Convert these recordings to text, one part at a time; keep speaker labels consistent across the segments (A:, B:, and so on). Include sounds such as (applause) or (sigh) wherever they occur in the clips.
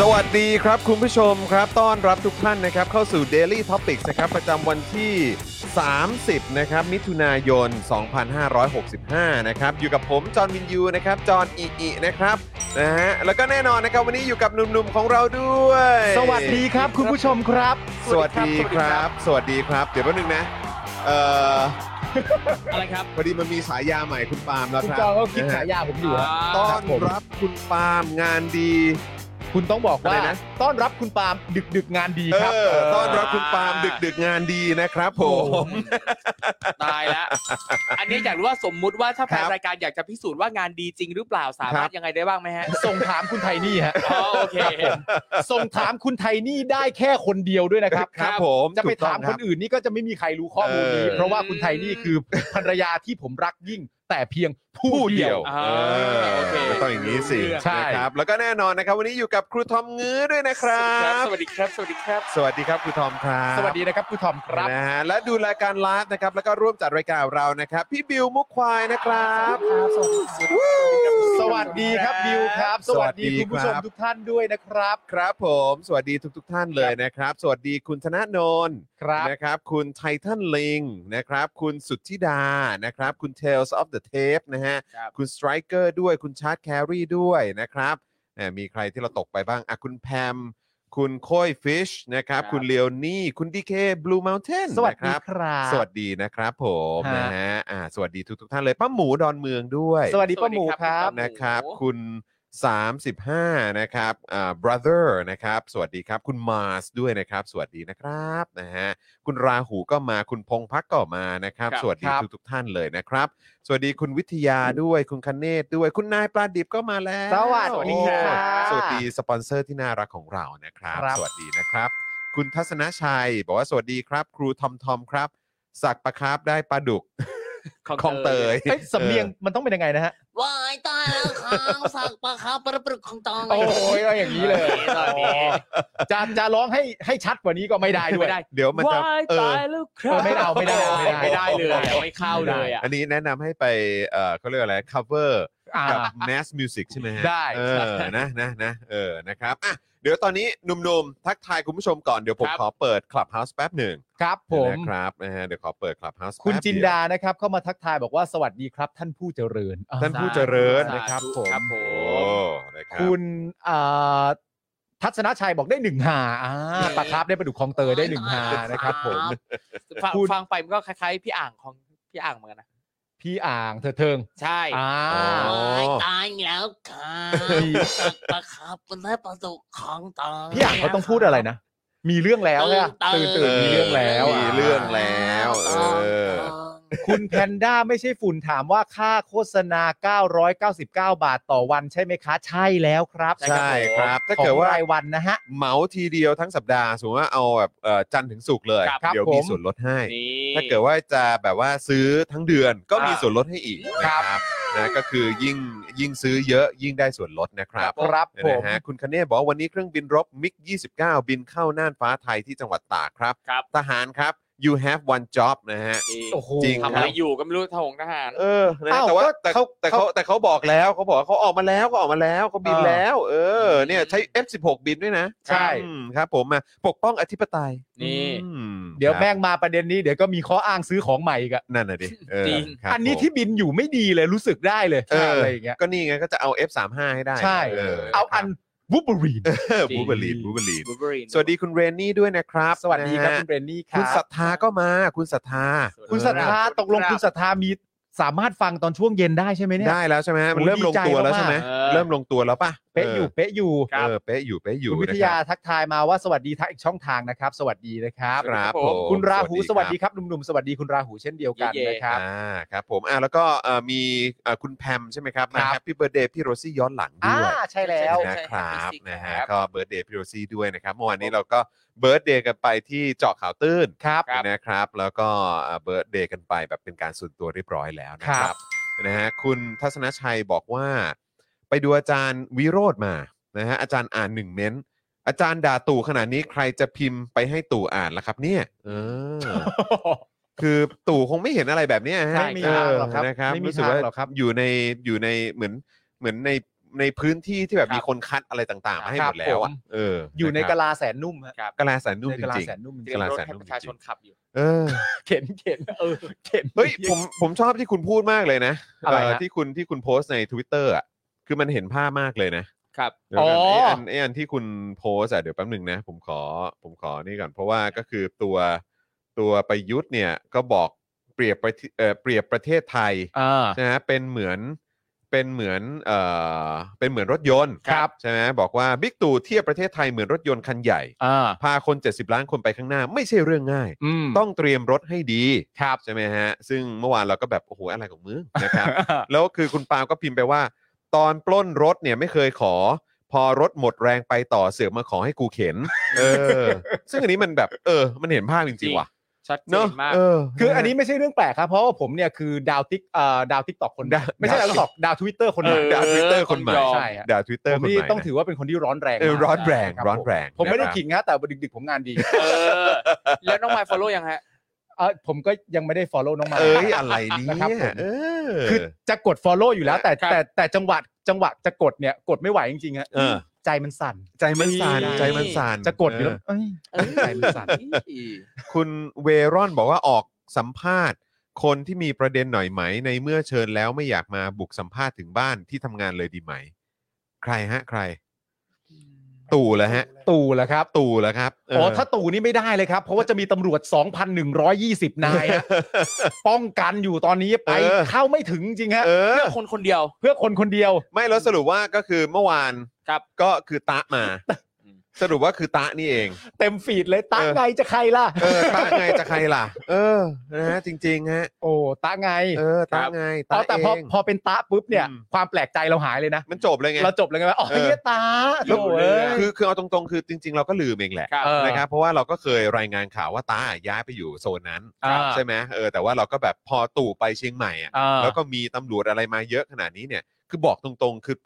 A: สวัสดีครับคุณผู้ชมครับ ต้อนรับทุกท่านนะครับ เข้าสู่ Daily Topics นะครับ ประจำวันที่ 30 นะครับ มิถุนายน 2565 นะครับ อยู่กับผม จอห์นวินยูนะครับ จอห์นอิอินะครับนะฮะแล้วก็แน่นอนนะครับ วันนี้อยู่กับหนุ่มๆของเราด้วย
B: สวัสดีครับคุณผู้ชมครับ
A: สวัสดีครับ สวัสดีครับ เดี๋ยวแป๊บนึงนะ เอ่อ
C: อะไรครับ
A: พอดีมันมีฉายาใหม่คุณปาล์มแล้ว
B: คุณ
A: ครั
B: จองก็คิด
A: นะฮะ
B: ฉายาผมอยู่ฮะ
A: ต้อนรับคุณปาล์มงานดี
B: คุณต้องบอกว่า
A: อะไรนะ
B: ต้อนรับคุณปาล์มดึกดึกๆงานดี
A: เอ
B: ครับ
A: อต้อนรับคุณปาล์มดึกดึกๆงานดีนะครับผม
C: ตายแล้ว อันนี้อยากรู้ว่าสมมุติว่าถ้าแฟนรายการอยากจะพิสูจน์ว่างานดีจริงหรือเปล่าสามารถยังไงได้บ้างไหมฮะ
B: ส่งถามคุณไทนี่ฮะ
C: อ๋อโอเค
B: ส่งถามคุณไทนี่ได้แค่คนเดียวด้วยนะครับ
A: ครับผม
B: จะไป
A: ถูกต้
B: ถา
A: อ
B: ม
A: ง
B: ค
A: รั
B: น
A: บ
B: อื่นนี่ก็จะไม่มีใครรู้ข้อมูลนี้
A: เออ
B: เพราะว่าคุณไทนี่คือภรรยาที่ผมรักยิ่ง แต่เพียงผู้
A: ผู้
B: เดี
A: เดี
B: ย
A: ยว ว
C: อ่า
A: เออ
C: โอเค
A: มันต้องอย่างนี้สิ
C: เรื่อง
B: ใช่
A: นะครับ แล้วก็แน่นอนนะครับ วันนี้อยู่กับครูทอมงื้อด้วยนะครับ
C: สวัสดีครับ สวัสดีครับ
A: สวัสดีครับครูทอมครับ
B: สวัสดีนะครับคุณทอมครับ
A: นะฮะและดูรายการไลฟ์นะครับ แล้วก็ร่วมจัดรายการเรานะครับ พี่บิวมุกควายนะครับ
C: สวัสดีครับ
B: สวัสดีครับบิวครับ สวัสดีคุณผู้ชมทุกท่านด้วยนะครับ
A: ครับผม สวัสดีทุก ๆ ท่านเลยนะครับ สวัสดีคุณธนาโนน
B: ครับ
A: นะครับคุณไททันลิงนะครับคุณสุทธิดานะครับคุณ Tales of the Tape นะฮะ
C: ครับ
A: คุณ Striker ด้วยคุณชาร์ตแครีด้วยนะครับเอ่อมีใครที่เราตกไปบ้างอ่ะคุณแพม คุณโค้ยฟิชนะครับคุณเล o อนี่คุณดีเคบลูเมลเทน
B: สวัสดี
A: นะครับ
B: ครับ
A: สวัสดีนะครับผม
B: ฮะ
A: นะฮะอ่าสวัสดีทุกทท่านเลยป้าหมูดอนเมืองด้วย
B: สวัสดีป้าหมูครับ
A: นะครับ
C: โอ้โห
A: คุณ 35 นะครับอ่า brother นะครับ สวัสดีครับ คุณมาสด้วยนะครับ สวัสดีนะครับนะฮะคุณราหูก็มาคุณพงพักก็มานะครับ
C: ครับ
A: สวัสดี
B: ครับ
A: ทุกทท่านเลยนะครับ สวัสดีคุณวิทยาด้วย คุณคเนศด้วย คุณนายปลาดิบก็มาแล้ว
B: สวัสดีค่ะ
A: โอ้สวัสดีสปอนเซอร์ที่น่ารักของเรานะครับ
B: ครับ
A: สวัสดีนะครับ คุณทัศนชัย บอกว่าสวัสดีครับ ครูทอมทอมครับ สักประครับได้ปลาดุกคลองเตย
B: เอ้ยสำเนียงมันต้องเป็นยังไงนะฮะ
D: วายตายแล้วครับสักปลาครับปลาปรึกของตอง
B: โอ้ยเราอย่างนี้เลย
C: ตอนนี้
B: จะจะร้องให้ให้ชัดกว่านี้ก็ไม่ได้ด้วย
C: ไม่ได้
A: เดี๋ยวมันจะเออ
B: เออไม่เอาไม่ได้
C: ไม่ได้เลยอะไม่เข้าเลยอ่ะ
A: อันนี้แนะนำให้ไปเอ่อเขาเรียกอะไร cover
B: อ่า
A: กับ mass music ใช่ไหมฮะ
B: ได้
A: เอ
B: ใช่
A: อนะนะนะเออนะครับอ่ะเดี๋ยวตอนนี้หนุ่มๆ ทักทายคุณผู้ชมก่อน เดี๋ยวผม
C: ครับ
A: ขอเปิด Clubhouse แป๊บหนึ่ง
B: ครับผม
A: นะครับนะฮะเดี๋ยวขอเปิด Clubhouse
B: คุณ
A: แป๊บเยว
B: จินดานะครับ เข้ามาทักทายบอกว่าสวัสดีครับ ท่านผู้เจริญอ่
A: ท่านผู้เจริญ
C: สาธุ
B: นะครับผม
C: ครับผ
A: โอ้
C: ม
A: นะครับ
B: คุณอ่าทัศนชัยบอกได้หนึ่งหาอ่าปลาคาร์ฟได้ปลาดุกคลองเตยได้หนึ่งหานะครับผม
C: ฟัง
B: คุณ
C: ฟังไปมันก็คล้ายๆพี่อ่างของพี่อ่างเหมือนกันนะ
B: พี่อ่างเธอเทิง
C: ใช่
B: อ่า
A: อ๋อ
D: วายตายแล้วครับ
B: ดี
D: สักปลาครับปลาปรึกของตอง
B: พี่อ่างเขาต้องพูดอะไรนะ มีเรื่องแล้วเนี่ยตื่นตื่นมีเรื่องแล้ว
A: มี
B: อ่า
A: เรื่องแล้วเออ
D: ตอง
B: คุณแพนด้าไม่ใช่ฝุ่นถามว่าค่าโฆษณา 999 บาทต่อวันใช่ไหมคะ ใช่แล้วครับ
A: ใช่ครับ
B: ถ้า
A: ถ้าเกิ
B: เกิ
A: ด
B: ด
A: ว่าร
B: ว่าายวันนะฮะ
A: เหมาทีเดียวทั้งสัปดาห์สมมติว่าเอาแบบเอ่อจันทร์ถึงศุกร์เลย
B: ครับ
A: เดี๋ยว
B: ผม
A: มีส่วนลดให้
C: นี่
A: ถ้าเกิดว่าจะแบบว่าซื้อทั้งเดือนก็มี
C: อ่า
A: ส่วนลดให้อีกนะค
B: ครั
A: รับบ นะก็คือยิ่งยิ่งซื้อเยอะยิ่งได้ส่วนลดนะครับ
B: ครับผม
A: นะฮะคุณคเนศบอกว่าวันนี้เครื่องบินรบมิก 29 บินเข้าน่านฟ้าไทยที่จังหวัดตากครับ
C: ครับ
A: ทหารครับ you have one job นะฮะ
B: โอ้โห
A: จริง
C: ทำอะไรอยู่ก็ไม่รู้ทหงทหาร
A: เออนะ
B: อ้าว
A: แต่ว่า
B: ก็
A: แต่
B: เขา
A: แต่เขาแต่เขาบอกแล้วเขาบอกว่าเขาออกมาแล้วก็ออกมาแล้วเขาบิน
B: เออ
A: แล้ว เออ เนี่ยใช้ F16 บินด้วยนะ
C: ใช่
A: อืมครับ ผมมาปกป้องอธิปไตย
C: นี่
A: อื
B: เดี๋ยว
A: ครับ
B: แม่งมาประเด็นนี้เดี๋ยวก็มีข้ออ้างซื้อของใหม่อีกอะ
A: นั่นน่ะดิเออ
C: จริง
A: ครับ
B: อันนี้
A: ผม
B: ที่บินอยู่ไม่ดีเลยรู้สึกได้เลย
A: เออ
B: อะ
A: อ
B: ไรอย่างเงี้ย
A: ก็นี่ไงก็จะเอา F35 ให้ได้
B: ใช่ เอาอันวูบรีน
C: จริง
A: บูเบอรีนบูเบอรีน
C: Wolverine
A: สวัสดีคุณเรนนี่ด้วยนะครับ
B: สวัสดีครับ
A: นะ
B: คุ
A: ฮะ
B: ณเรนนี่ค
A: คุ
B: รั
A: ณ
B: บ
A: ศรัทธาก็มาคุณศรัทธา
B: คุณศรัทธา
C: ครับ
B: ตกลงคุณศรัทธามีสามารถฟังตอนช่วงเย็นได้ใช่ไหมเนี่ย
A: ได้แล้วใช่ไหมฮะมัน
B: โอ้ย
A: เริ่มลงตัวแล้ว
B: ดีใจมาก
A: ใช่ไหม
C: เออ
A: เริ่มลงตัวแล้วป่ะ
B: เป๊ะอยู่เป๊ะอยู่
C: ครับ
A: เออเป๊ะอยู่เป๊ะอยู่
B: คุณวิท
A: นะ
B: ยา
A: รับ
B: ทักทายมาว่าสวัสดีทักอีกช่องทางนะครับ สวัสดีนะครับ
A: ครับ
C: ครับ
A: ผ
C: ผม
A: ม
B: คุณราหูสวัสดีครับหนุ่มๆสวัสดีคุณราหูเช่นเดียวกัน
C: เย่ๆ
B: นะค
A: ค
B: รั
A: รับ บอ่าครับผมอ่าแล้วก็เอ่อมีเอ่อคุณแพมใช่ไหมครับมา
B: ครับ
A: แฮปปี้เบิร์เดย์พี่โรซี่ย้อนหลัง
B: อ่า
A: ด้วย
B: ใช่แล้ว
C: ใช่
A: นะครับ
C: ใช่
A: นะฮะ
C: ครับ
A: ก็เบิร์ดเดย์พี่โรซี่ด้วยนะครับเมื่อวานนี้เราก็เบิร์ดเดย์กันไปที่เจาะข่าวตื้น
B: ครับ
C: ครับ
A: นะครับ แล้วก็เบิร์ดเดย์กันไปแบบเป็นการส่วนตัวเรียบร้อยแล้วนะค
B: ครั
A: รับบ นะฮะคุณทัศนชัยบอกว่า ไปดูอาจารย์วิโรธมานะฮะอาจารย์อ่านหนึ่งเม้นต์อาจารย์ด่าตู่ขนาดนี้ใครจะพิมพ์ไปให้ตู่อ่านล่ะครับเนี่ยเออ คือตู่คงไม่เห็นอะไรแบบเนี้ยฮะ
C: ใช่
B: ไม่มีทางหรอกครับ
A: เนะครับ
B: ไม่มี
A: รู้สึก
B: ทาง
A: ว่า
B: หรอกครับ
A: อยู่ในอยู่ในเหมือนเหมือนในในพื้นที่ที่แบบ
C: ครับ
A: มีคนคัดอะไรต่างๆ มาให้
C: ค
A: ห
C: รั
A: ม
C: บ
A: ดแล้วอ่ะ
C: ผม
A: เออ
B: อยู่ในะครับ กะลาแสนนุ่มฮะ
C: ครับ
A: กะลาแสนนุ่มจ
B: ในกะลา
A: ริง
B: แสนนุ่มจริ
C: เตรี
B: ง
A: กำ
C: ยม
A: ลัง
C: รถ
A: แสน
C: ให้
A: นุ่ม
C: ประชา
A: จริง
C: ชนขับอยู่
A: ๆเออ
B: ๆเข็นเข็นเออเข็น
A: เฮ้ยผมผมชอบที่คุณพูดมากเลยนะ
B: อะไรฮะ
A: เที่คุณที่คุณโพสต์ใน Twitter อ่ะคือมันเห็นภาพมากเลยนะครับ เดี๋ยวก่น
B: อ๋อ
A: ไอ้
B: อั
A: อันไอ้อันที่คุณโพสต์อ่ะเดี๋ยวแป๊บหนึ่งนะ ผมขอผมขอนี่ก่อนเพราะว่าก็คือตัวตัวประยุทธ์เนี่ยก็บอกเปรียบประเทศเอ่อเปรียบประเทศไทย
B: อ่า
A: ใช่ไหมเป็นเหมือนเป็นเหมือนเอ่อเป็นเหมือนรถยนต์
B: ครับ
A: ใช่ไหมบอกว่าบิ๊กตู่เทียบประเทศไทยเหมือนรถยนต์คันใหญ่
B: อ่า
A: พาคน 70 ล้านคนไปข้างหน้าไม่ใช่เรื่องง่าย
B: อืม
A: ต้องเตรียมรถให้ดี
B: ครับ
A: ใช่ไหมฮะ ซึ่งเมื่อวานเราก็แบบโอ้โหอะไรของมึงนะครับ แล้วคือคุณปาล์มก็พิมพ์ไปว่า ตอนปล้นรถเนี่ยไม่เคยขอ พอรถหมดแรงไปต่อเสือกมาขอให้กูเข็น เออ ซึ่งอันนี้มันแบบเออ มันเห็นภาพจ
C: จริ
A: ริง
C: ง
A: ๆว่ะ
C: ชัดเจ
A: เนาะ
C: นมาก
A: เออ
B: คืออันนี้ไม่ใช่เรื่องแปลกครับ เพราะว่าผมเนี่ยคือดาวติ๊กเอ่อดาวติ๊กตอกคน
A: ดาว
B: ไม่ใช่ดาวติ๊กตอกดาวทวิตเตอร์คนหนึ่ง
C: เออ
A: ด่าทวิตเตอร์คนใหม่
B: ต้องยอมใช่ฮะ
A: ด่าทวิตเตอร์
B: ผม
A: คน
B: นี่
A: ใหม่
B: ต้อง
A: นะ
B: ถือว่าเป็นคนที่ร้อนแรง
A: เออ
B: มาก
A: ร้อนแรง
B: คบ
A: ร้อนแรง
B: ผมไม่ได้
A: นะครับ
B: ขิงนะแต่ดึกๆผมงานดี
C: เออ แล้วน้องไมค์ฟอลโล่ยังฮะ
B: เออผมก็ยังไม่ได้ follow น้องมา
A: เอ้ยอะไรเนี่
B: นะครับผม
A: เออ
B: คือจะกด follow อยู่แล้ว แต่
C: ครับ
B: แต่แต่จังหวะจังหวะจะกดเนี่ยกดไม่ไหวจริงๆฮะ
A: เออ
B: ใจมันสั่น
A: ใจมันสั่น
C: นี่
A: ใจมันสั่น
B: จะกดอยู่แล้ว
A: เ
B: เอ้ย
C: เออ
B: ใจมันสั่น
A: คุณเวรอนบอกว่าออกสัมภาษณ์ คนที่มีประเด็นหน่อยไหม ในเมื่อเชิญแล้วไม่อยากมาบุกสัมภาษณ์ถึงบ้านที่ทำงานเลยดีไหม ใครฮะ ใคร ตู่เหรอฮะ
B: ตู่เหรอครับ
A: ตู่เหรอครับเ
B: อ๋อถ้าตู่นี่ไม่ได้เลยครับ เพราะว่าจะมีตำรวจ 2,120 นายฮะป้องกันอยู่ตอนนี้ไป
A: เออ
B: เข้าไม่ถึงจริงฮะ
A: เออ
C: คนคนเดียว
B: เพื่อคนคนเดียว
A: ไม่แล้วสรุปว่าก็คือเมื่อวาน
C: ครับ
A: ก็คือตะมา สรุปว่าคือตะนี่เอง
B: เต็มฟีดเลยตา
A: เออ
B: ไงจะใครล่ะ
A: เออตะไงจะใครล่ะ เออนะฮะจริงๆฮะ
B: โอ้ตาไง
A: เออตะไง
B: อ๋อแต่พอ
A: เง
B: พอเป็นตาปุ๊บเนี่ย
A: อืม
B: ความแปลกใจเราหายเลยนะ
A: มันจบเลยไง
B: เราจบแล้วไงว่าอ๋อ
A: เออ
B: เฮียตา
A: แล้ว
B: โถ่เอ้ย
A: คือคือเอาตรงๆ คือจริง ๆ เราก็ลืมเองแหละ
C: ครับ
B: เออ
A: นะครับเพราะว่าเราก็เคยรายงานข่าวว่าตาย้ายไปอยู่โซนนั้น
B: อ่า
A: ใช่ไหมเออแต่ว่าเราก็แบบพอตู่ไปเชียงใหม่อะ
B: อ่า
A: แล้วก็มีตำรวจอะไรมาเยอะขนาดนี้เนี่ย คือบอกตรงๆ คือ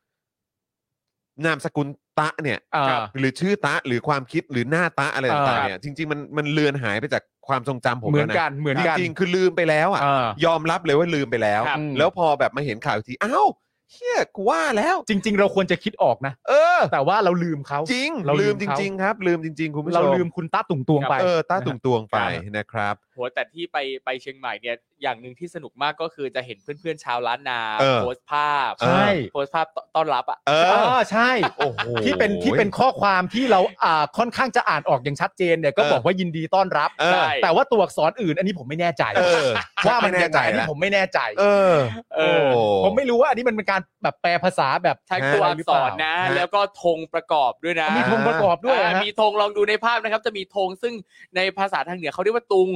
A: นามสกุลตะเนี่ย
B: อ่า
A: หรือชื่อตะหรือความคิดหรือหน้าตะอะไรต่างๆ
B: อ่า
A: เนี่ยจริง ๆ มันมันเลือนหายไปจากความทรงจำผม
B: เหมือ
A: แล้ว
B: น
A: นะ
B: กันเหมือนกัน
A: จริงๆคือลืมไปแล้วอ่ะ
B: อ่าย
A: อมรับเลยว่าลืมไปแล้ว
C: ครับ
A: แล้วพอแบบมาเห็นข่าวอีกทีอ้าวเฮียกูว่าแล้ว
B: จริง ๆ เราควรจะคิดออกนะ
A: เออ
B: แต่ว่าเราลืมเขา
A: จริง
B: เราลื
A: ลืม
B: ม
A: จ
B: เขา
A: ริง ๆ ครับ ลืมจริง ๆ คุณผู้ชม
B: เราลืมคุณตาตุ่งตวงไป
A: เออต้าตุงตวงไป
B: ครับ
A: นะครับ
C: โหแต่ที่ไปไปเชียงใหม่เนี่ยอย่างหนึ่งที่สนุกมากก็คือจะเห็นเพื่อนๆชาวล้านนา
A: เออ
C: โพสต์ภาพ
B: ใช่
C: โพสต์ภาพต้อนรับอ่ะ
A: เอ
B: เอ
A: อ
B: อใช่
A: โอ้โห
B: ที่เป็นที่เป็นข้อความที่เราอ่าค่อนข้างจะอ่านออกอย่างชัดเจนเนี่ยก็บอกว่ายินดีต้อนรับ
A: เออ
C: ใช่
B: แต่ว่าตัวอักษรอื่นอันนี้ผมไม่แน่ใจ
A: เออ
B: ว่ามัน
A: ไแน่
B: ยัง
A: ใจ
B: ไงอันนี้
A: ละ
B: ผมไม่แน่ใจ
A: เออ
C: เอ
A: โอ้
C: อ
B: ผมไม่รู้ว่าอันนี้มันเป็นการแบบแปลภาษาแบบ
C: ใช้ตัวอักษรนะ
B: ฮะ
C: แล้วก็ธงประกอบด้วยนะ
B: มีธงประกอบด้วย
C: อ่า
B: นะฮะ
C: มีธงลองดูในภาพนะครับ จะมีธงซึ่งในภาษาทางเหนือเขาเรียกว่าตุง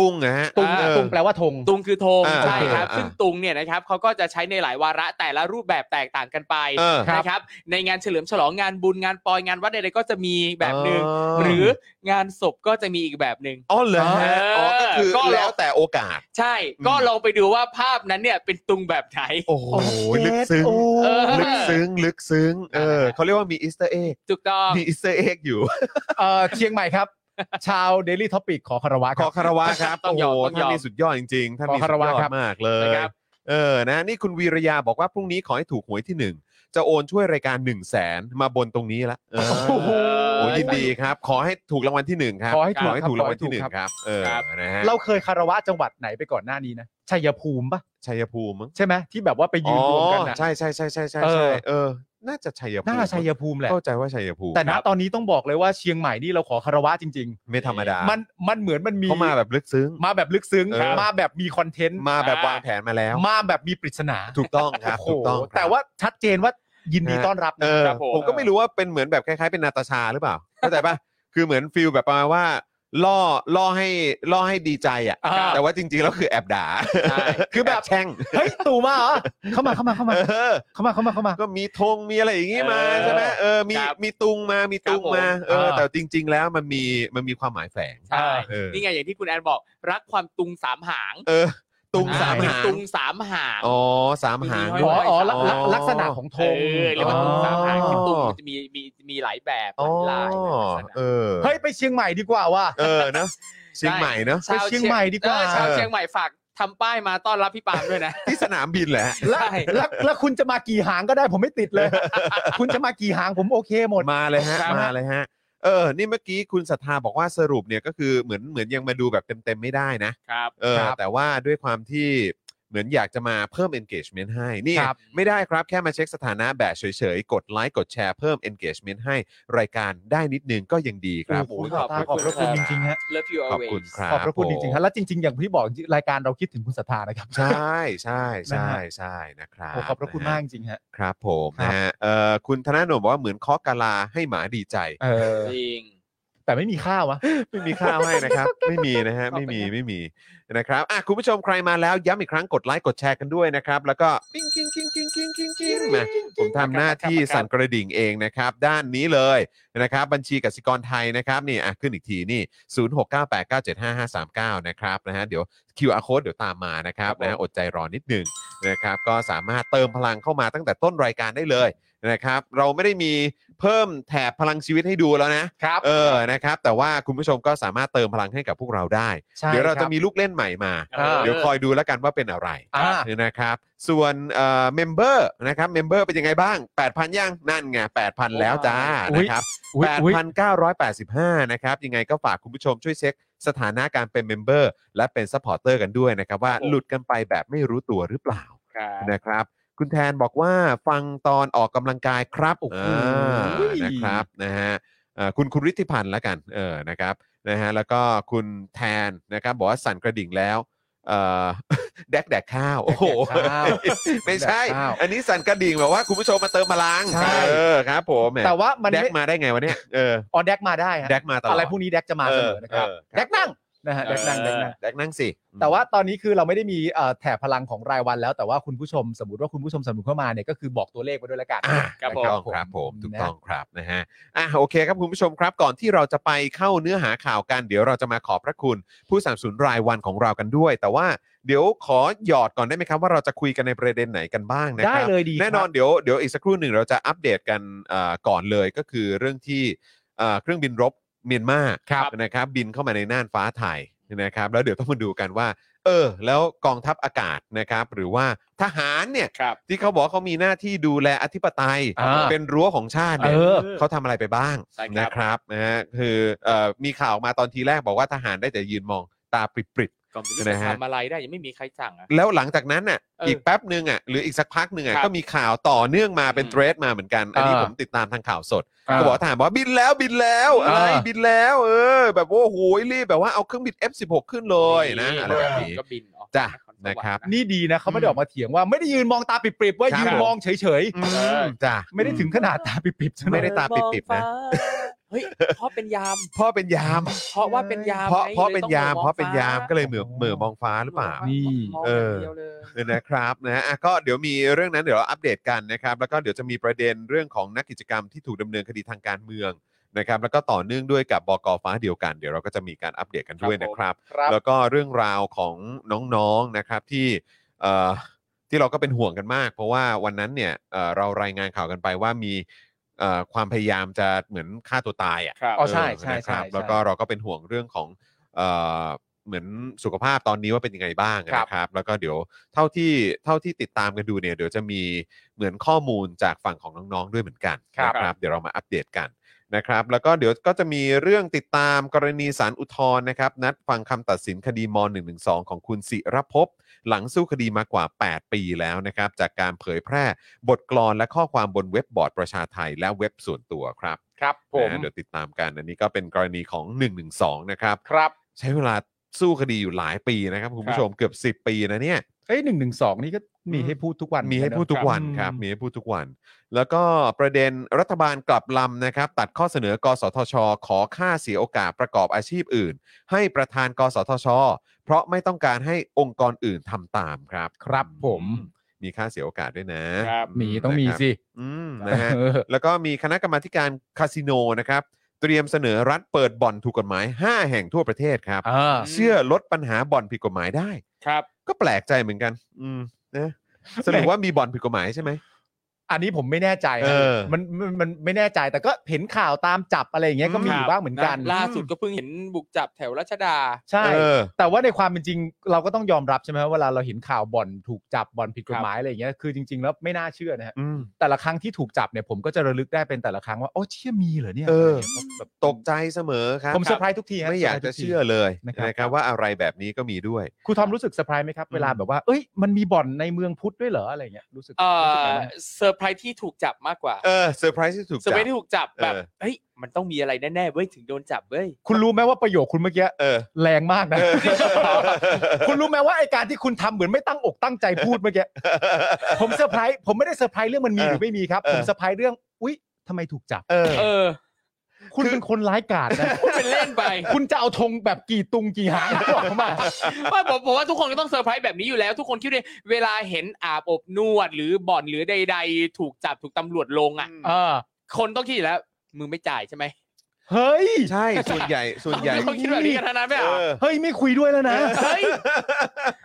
A: ตุงนะฮะ
B: ตุง
A: เออ
B: ตุงแปลว่าธง
C: ตุงคือธง
A: อ่า
C: ใช่ครับ
A: โอเค
C: ซึ่งตุงเนี่ยนะครับเขาก็จะใช้ในหลายวาระแต่ละรูปแบบแตกต่างกันไป
A: เออ
C: นะครับ ในงานเฉลิมฉลองงานบุญงานปอยงานวัดใดๆก็จะมีแบบหนึ่งหรืองานศพก็จะมีอีกแบบหนึ่ง
A: อ๋อเหรอฮะอ๋อก็คือ
C: ก็ลอง
A: แล้วแต่โอกาส
C: ใช่ ก็
A: อืม
C: ลองไปดูว่าภาพนั้นเนี่ยเป็นตุงแบบไหน
A: โอ้โหลึกซึ้ง
C: เออ
A: ลึกซึ้งลึกซึ้งเออเขาเรียกว่ามีอิสเตอร์เอ็ก
C: ถูกต้อง
A: มีอิสเตอร์เอ็กอยู่
B: เอ่อเชียงใหม่ครับ ชาว Daily Topic ขอคารวะ
A: ข
B: ครั
A: อบ คารวะครับ
C: ต้อง
A: โอ้
C: ยอม
A: โห
C: ต้องยอม
A: ท่านนี่สุดยอดจริงๆท่านนี่
B: ข
A: สุ
B: อคา
A: ดยว
B: ระ
A: อด
B: ครับ
A: มากเลย
C: นะครับ
A: เออนะนี่คุณวีระยาบอกว่าพรุ่งนี้ขอให้ถูกหวยที่ 1 จะโอนช่วยรายการ 1 0 0 0 0แสนมาบนตรงนี้ละเออ
B: โอ้โห
A: โอ้ยินดีครับ ขอให้ถูกรางวัลที่ 1 ครับ
B: ขอให้ถูก
A: ถูก
B: ค
A: ราง
B: บข
A: วัล
B: อให้
A: ที่
B: ครับ
A: 1 ครับ เออ
C: ครับ
A: นะฮะ
B: เราเคยคารวะจังหวัดไหนไปก่อนหน้านี้นะชัยภูมิปะ
A: ชัยภูมิมั้ง
B: ใช่ไหมที่แบบว่าไป
A: อ๋
B: ยื
A: อน
B: รวมกันนะ
A: ใช่ใช่ใช่ใช่ใช่
B: เอ
A: ใช่
B: อ
A: เออ น่าจะชัยภูมิ
B: น่าชัยภูมิแหละ
A: เข้าใจว่าชัยภูมิ
B: แต่
A: ค
B: ณ
A: รับ
B: ตอนนี้ต้องบอกเลยว่าเชียงใหม่นี่เราขอคารวะจริง
A: ไม่ธรรมดา
B: ๆ มันมันเหมือนมันมี
A: เขามาแบบลึกซึ้ง
B: มาแบบลึกซึ้ง
A: เออ
B: มาแบบมีคอนเทนต์
A: มาแบบวางแผนมาแล้ว
B: มาแบบมีปริศนา
A: ถูกต้องครับ
B: โโห
A: ถูกต้องครับ
B: แต่ว่าชัดเจนว่ายินดีต้อนรับ
A: เอ
B: นะ
A: อ
C: ครับผม
A: ผมก็ไม่รู้ว่าเป็นเหมือนแบบคล้ายๆเป็นนาตาชาหรือเปล่าเข้าใจปะ คือเหมือนฟิลแบบประมาณว่าล่อล่อให้ล่อให้ดีใจอ่ะ
B: อ่า
A: แต่ว่าจริง ๆ แล้วคือแอบด่า
C: ใช่
A: คือแบบแช่ง
B: เฮ้ยตู่มาเหรอเข้ามาเข้ามาเข้ามา
A: เออ
B: เข้ามาเข้ามาเข้ามา
A: (laughs) ก็มีธงมีอะไรอย่างงี้มา
C: เออ
A: ใช่ไหมเออมี
C: ครับ
A: มีตุงมามีตุงมา
C: ครับผม
A: เออ
B: อ่า
A: แต่จริง ๆ แล้วมันมีมันมีความหมายแฝง
C: ใช่
A: เออ
C: นี่ไงอย่างที่คุณแอนบอกรักความตุงสามหาง
A: เออ ตุงสาม
C: เป็น
A: หาง
C: ตุงสามหาง
A: อ๋อสามหาง
C: มีห้
A: ด้
B: อ๋
A: ว
B: อย
A: ย
B: อ๋อลัก
A: อ๋อ
B: ลักษณะของธ
C: เอง อเรียกว่าตุงสามหาง
A: อ๋อ
C: ตุงมันจะมีมีมีหลายแบบ
A: อ๋อ
C: หลายลายลักษณะ
A: เออ
B: เฮ้ยไปเชียงใหม่ดีกว่าว่ะ
A: เออเนอะเชียง
C: ได้
A: ใหม่เนอะ
B: ไปเชียงใหม่ดีกว่า
C: เออชาวเชียงใหม่ฝากทำป้ายมาต้อนรับพี่ปาล์มด้วยนะ
A: ที่สนามบินแหละ
B: แล้วแล้วแล้วคุณจะมากี่หางก็ได้ผมไม่ติดเลย คุณจะมากี่หางผมโอเคหมด
A: มาเลยฮะ
C: ครับ
A: มาเลยฮะเออ นี่เมื่อกี้คุณศรัทธาบอกว่าสรุปเนี่ยก็คือเหมือนเหมือนยังมาดูแบบเต็มๆไม่ได้นะครับ เออ
B: ครับ
A: แต่ว่าด้วยความที่เหมือนอยากจะมาเพิ่ม engagement ให้นี่
B: ครับ
A: ไม่ได้ครับแค่มาเช็คสถานะแบบเฉยๆ กดไลค์กดแชร์เพิ่ม engagement ให้รายการได้นิดนึงก็ยังดีครับ
C: โอ้
B: โอ้
C: โห
B: โหขอบขอบพระคุณจริงๆฮะ
C: Love you
A: ขอบ
C: always
A: คุณครับ
B: ขอบพระคุณ
A: ผม
B: จริงๆฮะแล้วจริง ๆ อย่างที่บอกรายการเราคิดถึงคุณศรัทธานะครับ
A: ใช่ใช่ใช่
B: นะฮะ
A: ใช่นะครับ
B: โอ้ขอบพระคุณมากจริงๆฮะ
A: ครับผม
B: ครับ
A: นะฮะเอ่อคุณธนาโนมบอกว่าเหมือนเคาะกะลาให้หมาดีใจ
B: เออ
C: จริง
B: แต่ไม่มีข้าวอะ
A: ไม่มีข้าวให้นะครับ ไม่มีนะฮะไม่มีไม่มีนะครับอ่ะคุณผู้ชมใครมาแล้วย้ำอีกครั้งกดไลค์กดแชร์กันด้วยนะครับ แล้วก็ปิ้งกิ้งกิ้งกิ้งกิ้งกิ้งกิ้งมาผมทำหน้าที่สั่นกระดิ่งเองนะครับ ด้านนี้เลยนะครับ บัญชีกสิกรไทยนะครับนี่อ่ะขึ้นอีกทีนี่ 0698975539 นะครับนะฮะเดี๋ยว QR code เดี๋ยวตามมานะครับ
C: ครับผม
A: นะฮะอดใจรอนิดหนึงนะครับก็สามารถเติมพลังเข้ามาตั้งแต่ต้นรายการได้เลยนะครับ เราไม่ได้มีเพิ่มแถบพลังชีวิตให้ดูแล้วนะ
B: ครับ
A: เออ นะครับ แต่ว่าคุณผู้ชมก็สามารถเติมพลังให้กับพวกเราได้
B: ใช่
A: เดี๋ยวเรา
B: ค
A: จะ
B: บ
A: มีลูกเล่นใหม่มา
B: เออ
A: เดี๋ยวคอยดูแล้วกันว่าเป็นอะไร
B: อ่า
A: เนี่ยนะครับ ส่วนเอ่อเมมเบอร์นะครับ เมมเบอร์เป็นยังไงบ้าง 8,000 ยัง นั่นไง 8,000 แล้วจ้า
B: อุ๊ย
A: นะครับ
B: อุ๊ยอุ๊ย
A: 8,985 นะครับ ยังไงก็ฝากคุณผู้ชมช่วยเช็คสถานะการเป็นเมมเบอร์และเป็นซัพพอร์เตอร์กันด้วยนะครับ ว่าหลุดกันไปแบบไม่รู้ตัวหรือเปล่า
C: ครับ
A: นะครับ คุณแทนบอกว่าฟังตอนออกกำลังกายครับ
B: โอ้โห
A: อ่านะครับนะฮะเอ่อคุณคุณฤทธิพันธ์ละกันเออนะครับนะฮะแล้วก็คุณแทนนะครับบอกว่าสั่นกระดิ่งแล้วเอ่อ (laughs) แดกแดกข้าวโอ้โห
B: แดกข้าว
A: ไม่ใช่
B: แดกข้าว
A: อันนี้สั่นกระดิ่งแบบว่าคุณผู้ชมมาเติมพลัง
B: ใช่
A: เออครับผมแหม
B: แต่ว่ามัน
A: แดก
B: ไม่
A: มาได้ไงวะเนี่ยเออ
B: อ๋อแดกมาได้ฮะ
A: แดกมาตลอด
B: อะไรพวกนี้แดกจะมาเสมอนะครับ
A: เ
B: แดกนั่งนะฮะแดกนั่งแดกนั่ง
A: แดกนั่งสิ
B: แต่ว่าตอนนี้คือเราไม่ได้มีเอ่อแถบพลังของรายวันแล้วแต่ว่าคุณผู้ชมสมมติว่าคุณผู้ชมสนุนเข้ามาเนี่ยก็คือบอกตัวเลขไปด้วยละกัน
A: อ่ะ
C: ครับผ
A: ถู
C: ม
A: กต้องครับผม
B: ผม
A: ถูกต้องครับนะฮะอ่ะโอเคครับคุณผู้ชมครับ ก่อนที่เราจะไปเข้าเนื้อหาข่าวกัน เดี๋ยวเราจะมาขอบพระคุณ ผู้สนับสนุนรายวันของเรากันด้วย แต่ว่าเดี๋ยวขอหยอดก่อนได้ไหมครับ ว่าเราจะคุยกันในประเด็นไหนกันบ้างนะ
B: ได้
A: ครับ
B: เลยดีครับ
A: แน่นอนเดี๋ยวเดี๋ยวอีกสักครู่หนึ่งเราจะอัปเดตกันเอ่อก่อนเลยก็คือเรื่องที่เอ่อเครื่องบินรบเมียนมา
C: ครับ
A: นะครับบินเข้ามาในน่านฟ้าไทยนะครับ แล้วเดี๋ยวต้องมาดูกันว่า เออ แล้วกองทัพอากาศนะครับ หรือว่าทหารเนี่ย
C: ครับ
A: ที่เขาบอกว่าเขามีหน้าที่ดูแลอธิปไตย
B: อ่า
A: เป็นรั้วของชาติ
B: เอ
A: เนี่ย
B: อ
A: เขาทำอะไรไปบ้าง
C: ใช่ครับ
A: นะครับนะฮะคือเออมีข่าวออกมาตอนทีแรกบอกว่าทหารได้แต่ยืนมองตาปริบ
C: ก็ไม่รู้
A: นะ
C: จะ
A: ฮะ
C: ทำอะไรได้ยังไม่มีใครสั่งอ่ะ
A: ๆแล้วหลังจากนั้นน่ะ
C: เอออี
A: อีกแป๊บหนึ่งอ่ะหรืออีกสักพักหนึ่งอ่ะ
C: ครับ
A: ก็มีข่าวต่อเนื่องมาเป็น
C: อืม
A: เทรดมาเหมือนกันอันนี้
B: อ่า
A: ผมติดตามทางข่าวสด ก็บอกว่าทหารบอกว่าบินแล้วบินแล้วอะไร
B: อ่า
A: บินแล้วเออ แบบว่าโอ้โหรีบแบบว่าเอาเครื่องบิน F16 ขึ้นเลยนะอะไรแบบนี้
C: ก็บินออก
A: จ้ะ
C: คสว
A: นะครับ
B: นี่ดีนะเขาไม่ได้ออกมาเถียงว่าไม่ได้ยืนมองตาปริบๆว่า
A: ครับ
B: ยืนมองเฉย
A: อืมจ้ะ
B: ๆ ไม่ได้ถึงขนาดตาปริบๆใช่ไหม
A: ไม่ได้ ตาปิดๆนะ
C: มองฟ้าเฮ้ยเพราะเป็นยาม
A: พ่อเป็นยาม
C: เพราะว่าเป็นยาม
A: เพราะ
C: ไง
A: เพราะ
C: ล
A: เป็น
C: ต้อง
A: ยาม
C: มอง
A: เพราะเป็นยาม
C: ฟ้
A: ก็เลยเหมือเหมือมองฟ้าหรือเปล่า
B: นี่
C: มอง
A: เออ
C: ย่างเดียวเลย
A: นะครับนะฮะอ่ะก็เดี๋ยวมีเรื่องนั้นเดี๋ยวเราอัปเดตกันนะครับ แล้วก็เดี๋ยวจะมีประเด็นเรื่องของนักกิจกรรมที่ถูกดำเนินคดีทางการเมืองนะครับ แล้วก็ต่อเนื่องด้วยกับบอกฟ้าเดียวกันเดี๋ยวเราก็จะมีการอัปเดตกันด้วย
C: ครับ
A: นะ
C: ผม
A: ครับ
B: ครับ
A: แล้วก็เรื่องราวของน้องๆนะครับที่เอ่อที่เราก็เป็นห่วงกันมาก เพราะว่าวันนั้นเนี่ยเอ่อเรารายงานข่าวกันไปว่ามี เอ่อความพยายามจะเหมือนฆ่าตัวตายอ่ะ
C: ครับ
B: อ๋อใช่
A: เ
B: ใช่
A: นะครับ
B: ใช่ใช่
A: แล้วก็เราก็เป็นห่วงเรื่องของเอ่อเหมือนสุขภาพตอนนี้ว่าเป็นยังไงบ้าง
C: ครับ
A: นะครับ แล้วก็เดี๋ยวเท่าที่เท่าที่ติดตามกันดูเนี่ยเดี๋ยวจะมีเหมือนข้อมูลจากฝั่งของน้องๆด้วยเหมือนกัน
C: ครับ
A: นะครับเดี๋ยวเรามาอัปเดตกันนะครับ แล้วก็เดี๋ยวก็จะมีเรื่องติดตามกรณีสารอุทธรณ์นะครับ นัดฟังคำตัดสินคดีม .112 ของคุณศิรภพ หลังสู้คดีมากว่า 8 ปีแล้วนะครับ จากการเผยแพร่บทกลอนและข้อความบนเว็บบอร์ดประชาไทยและเว็บส่วนตัวครับ
C: ครับผม
A: นะเดี๋ยวติดตามกัน อันนี้ก็เป็นกรณีของ 112 นะครับ
C: ครับ
A: ใช้เวลาสู้คดีอยู่หลายปีนะครับ คุณผู้ชมเกือบ 10 ปีนะเนี่ย
B: เอ้ยหนึ่งหนึ่งสองนี่ก็มีให้พูดทุกวัน
A: มีให้พูดทุกวันครับ มีให้พูดทุกวัน แล้วก็ประเด็นรัฐบาลกลับลำนะครับ ตัดข้อเสนอกสทช ขอค่าเสียโอกาสประกอบอาชีพอื่น ให้ประธานกสทช เพราะไม่ต้องการให้องค์กรอื่นทำตามครับ
B: ครับผม
A: มีค่าเสียโอกาสด้วยนะครับ
B: มีต้องมี
A: นะครับ
B: สิ
A: อืมนะฮะ
B: เออ
A: แล้วก็มีคณะกรรมาธิการคาสิโนนะครับ เตรียมเสนอรัฐเปิดบ่อนถูกกฎหมาย 5 แห่งทั่วประเทศครับ
B: เออ
A: เชื่อลดปัญหาบ่อนผิดกฎหมายได้
C: ครับ
A: ก็แปลกใจเหมือนกัน อืมนะสรุปว่ามีบ่อนผิดกฎหมายใช่ไหม
B: อันนี้ผมไม่แน่ใจนะ
A: เออ
B: มันมันมันไม่แน่ใจแต่ก็เห็นข่าวตามจับอะไรอย่างเงี้ยก็มีอ
C: ครั
B: ยู่
C: บ
B: บ้างเหมือนกัน
C: นะล่าสุดก็เพิ่งเห็นบุกจับแถวรัชดา
B: ใช่
A: เออ
B: แต่ว่าในความเป็นจริงเราก็ต้องยอมรับใช่ไหมว่าเวลาเราเห็นข่าวบ่อนถูกจับบ่อนผิดกฎหมายอะไรอย่างเงี้ยคือจริง ๆ แล้วไม่น่าเชื่อนะฮะ
A: อืม
B: แต่ละครั้งที่ถูกจับเนี่ยผมก็จะระลึกได้เป็นแต่ละครั้งว่าโอ้เชี่ยมีเหรอเนี่ย
A: เออ
B: แบบ
A: ตกใจเสมอครับ
B: ผมเซอร์ไพรส์ทุกทีฮ
A: ไม่อยาก
B: ซร์พร
A: จะ
B: ส์ทุที
A: เชื่อเลย
B: นะครับ
A: นะครับว่าอะไรแบบนี้ก็มีด้วย
B: ครูทอมรู้สึกเซอร์ไพรส์ไหมครับเวลาแบบว่าเอ้ยมันมีบ่อนในเมืองพุทธด้วยเหรออะไรเงี้ยรู้สึก
C: เอ่
B: รู้สึก
C: อ
B: ไงบ้าง
C: เซอร์ไพรส์ที่ถูกจับมากกว่า
A: เออเซอร์ไพรส์ที่ถูก
C: เซอร์
A: จั
C: ไพร
A: บ
C: ส์ที่ถูกจับแบบ
A: เออ
C: เฮ้ยมันต้องมีอะไรแน่ๆเว้ยถึงโดนจับเว้ย
B: คุณรู้ไหมว่าประโยคคุณเมื่อกี้
A: เออ
B: แรงมากนะ
A: เออ
B: คุณรู้ไหมว่าไอการที่คุณทำเหมือนไม่ตั้งอกตั้งใจพูดเมื่อกี้ ผมเซอร์ไพรส์ผมไม่ได้เซอร์ไพรส์เรื่องมันมีหรือไม่มีครับ
A: เออ
B: ผมเซอร์ไพรส์เรื่องอุ๊ยทำไมถูกจับ
A: เออ
C: เออ
B: คุณเป็นคนร้ายกาจนะ
C: พูดเป็นเล่นไป
B: คุณจะเอาธงแบบกี่ตุงกี่
A: (laughs)
B: หางออกมา
C: ไม่ผมผมว่าทุกคนก็ต้องเซอร์ไพรส์แบบนี้อยู่แล้ว ทุกคนคิดเลยเวลาเห็นอาบอบนวดหรือบ่อนหรือใด ๆ ถูกจับถูกตำรวจลงอ่ะ
B: เออ
C: คนต้องคิดอยู่แล้วมึงไม่จ่ายใช่ไหม
B: เฮ้ย
A: ใช่ ส่วนใหญ่ ส่วนใหญ่
C: ต้องคิดแบบนี้กันทั้งนั้นไม่
A: เอ
C: เอา
A: อ
B: เฮ้ยไม่คุยด้วยแล้วนะ
C: เฮ้ย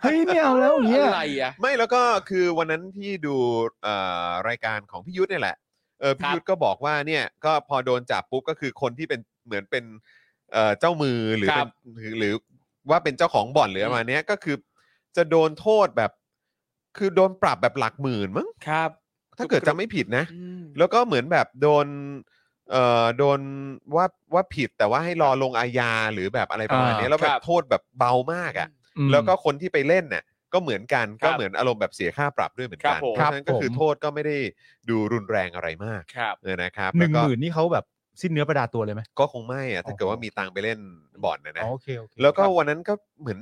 B: เฮ้ยไม่เอาแล้วอย่างเงี้ย
C: อะไรอ่ะ
A: ไม่แล้วก็คือวันนั้นที่ดูเอ่อรายการของพี่ยุทธ์เนี่ยแหละเออพี่
C: ครับ
A: ยุทธ์ก็บอกว่าเนี่ยก็พอโดนจับปุ๊บก็คือคนที่เป็นเหมือนเป็นเอ่อเจ้ามือหรือ
C: ค
A: เป็
C: รั
A: น
C: บ
A: หรือหรือว่าเป็นเจ้าของบ่อนหรืออะไรประมาณเนี้ยก็คือจะโดนโทษแบบ คือโดนปรับแบบหลักหมื่นมั้ง
C: ครับ
A: ถ้าเกิด
C: กรุ๊ป
A: จะไม่ผิดนะ
C: อืม
A: แล้วก็เหมือนแบบโดนเอ่อโดนว่าว่าผิดแต่ว่าให้รอลงอาญาหรือแบบอะไรประมาณเนี้ย
C: อ่า
A: แล้วแบ
C: ครับ บ
A: โทษแบบเบามากอ่ะ
B: อืม
A: แล้วก็คนที่ไปเล่นเนี่ยก็เหมือนกัน
C: ครับ
A: ก็เหมือนอารมณ์แบบเสียค่าปรับด้วยเหมือน
C: ครั
A: กัน
C: บ
A: เพ
C: ผม
A: ราะฉะนั้นก็คือ
B: ครับผม
A: โทษก็ไม่ได้ดูรุนแรงอะไรมาก
C: ครับ
A: เออนะครับ
B: หนึ่ง
A: แล้ว
B: ห
A: ก็
B: มื่นนี่เขาแบบสิ้นเนื้อประดาตัวเลยไหม
A: ก็คงไม่อะถ้าเกิด
B: อ๋อ
A: ว่ามีตังค์ไปเล่นบอลนะนะ
B: อ๋อโอเคโอเค
A: แล้วก็วันนั้นก็เหมือน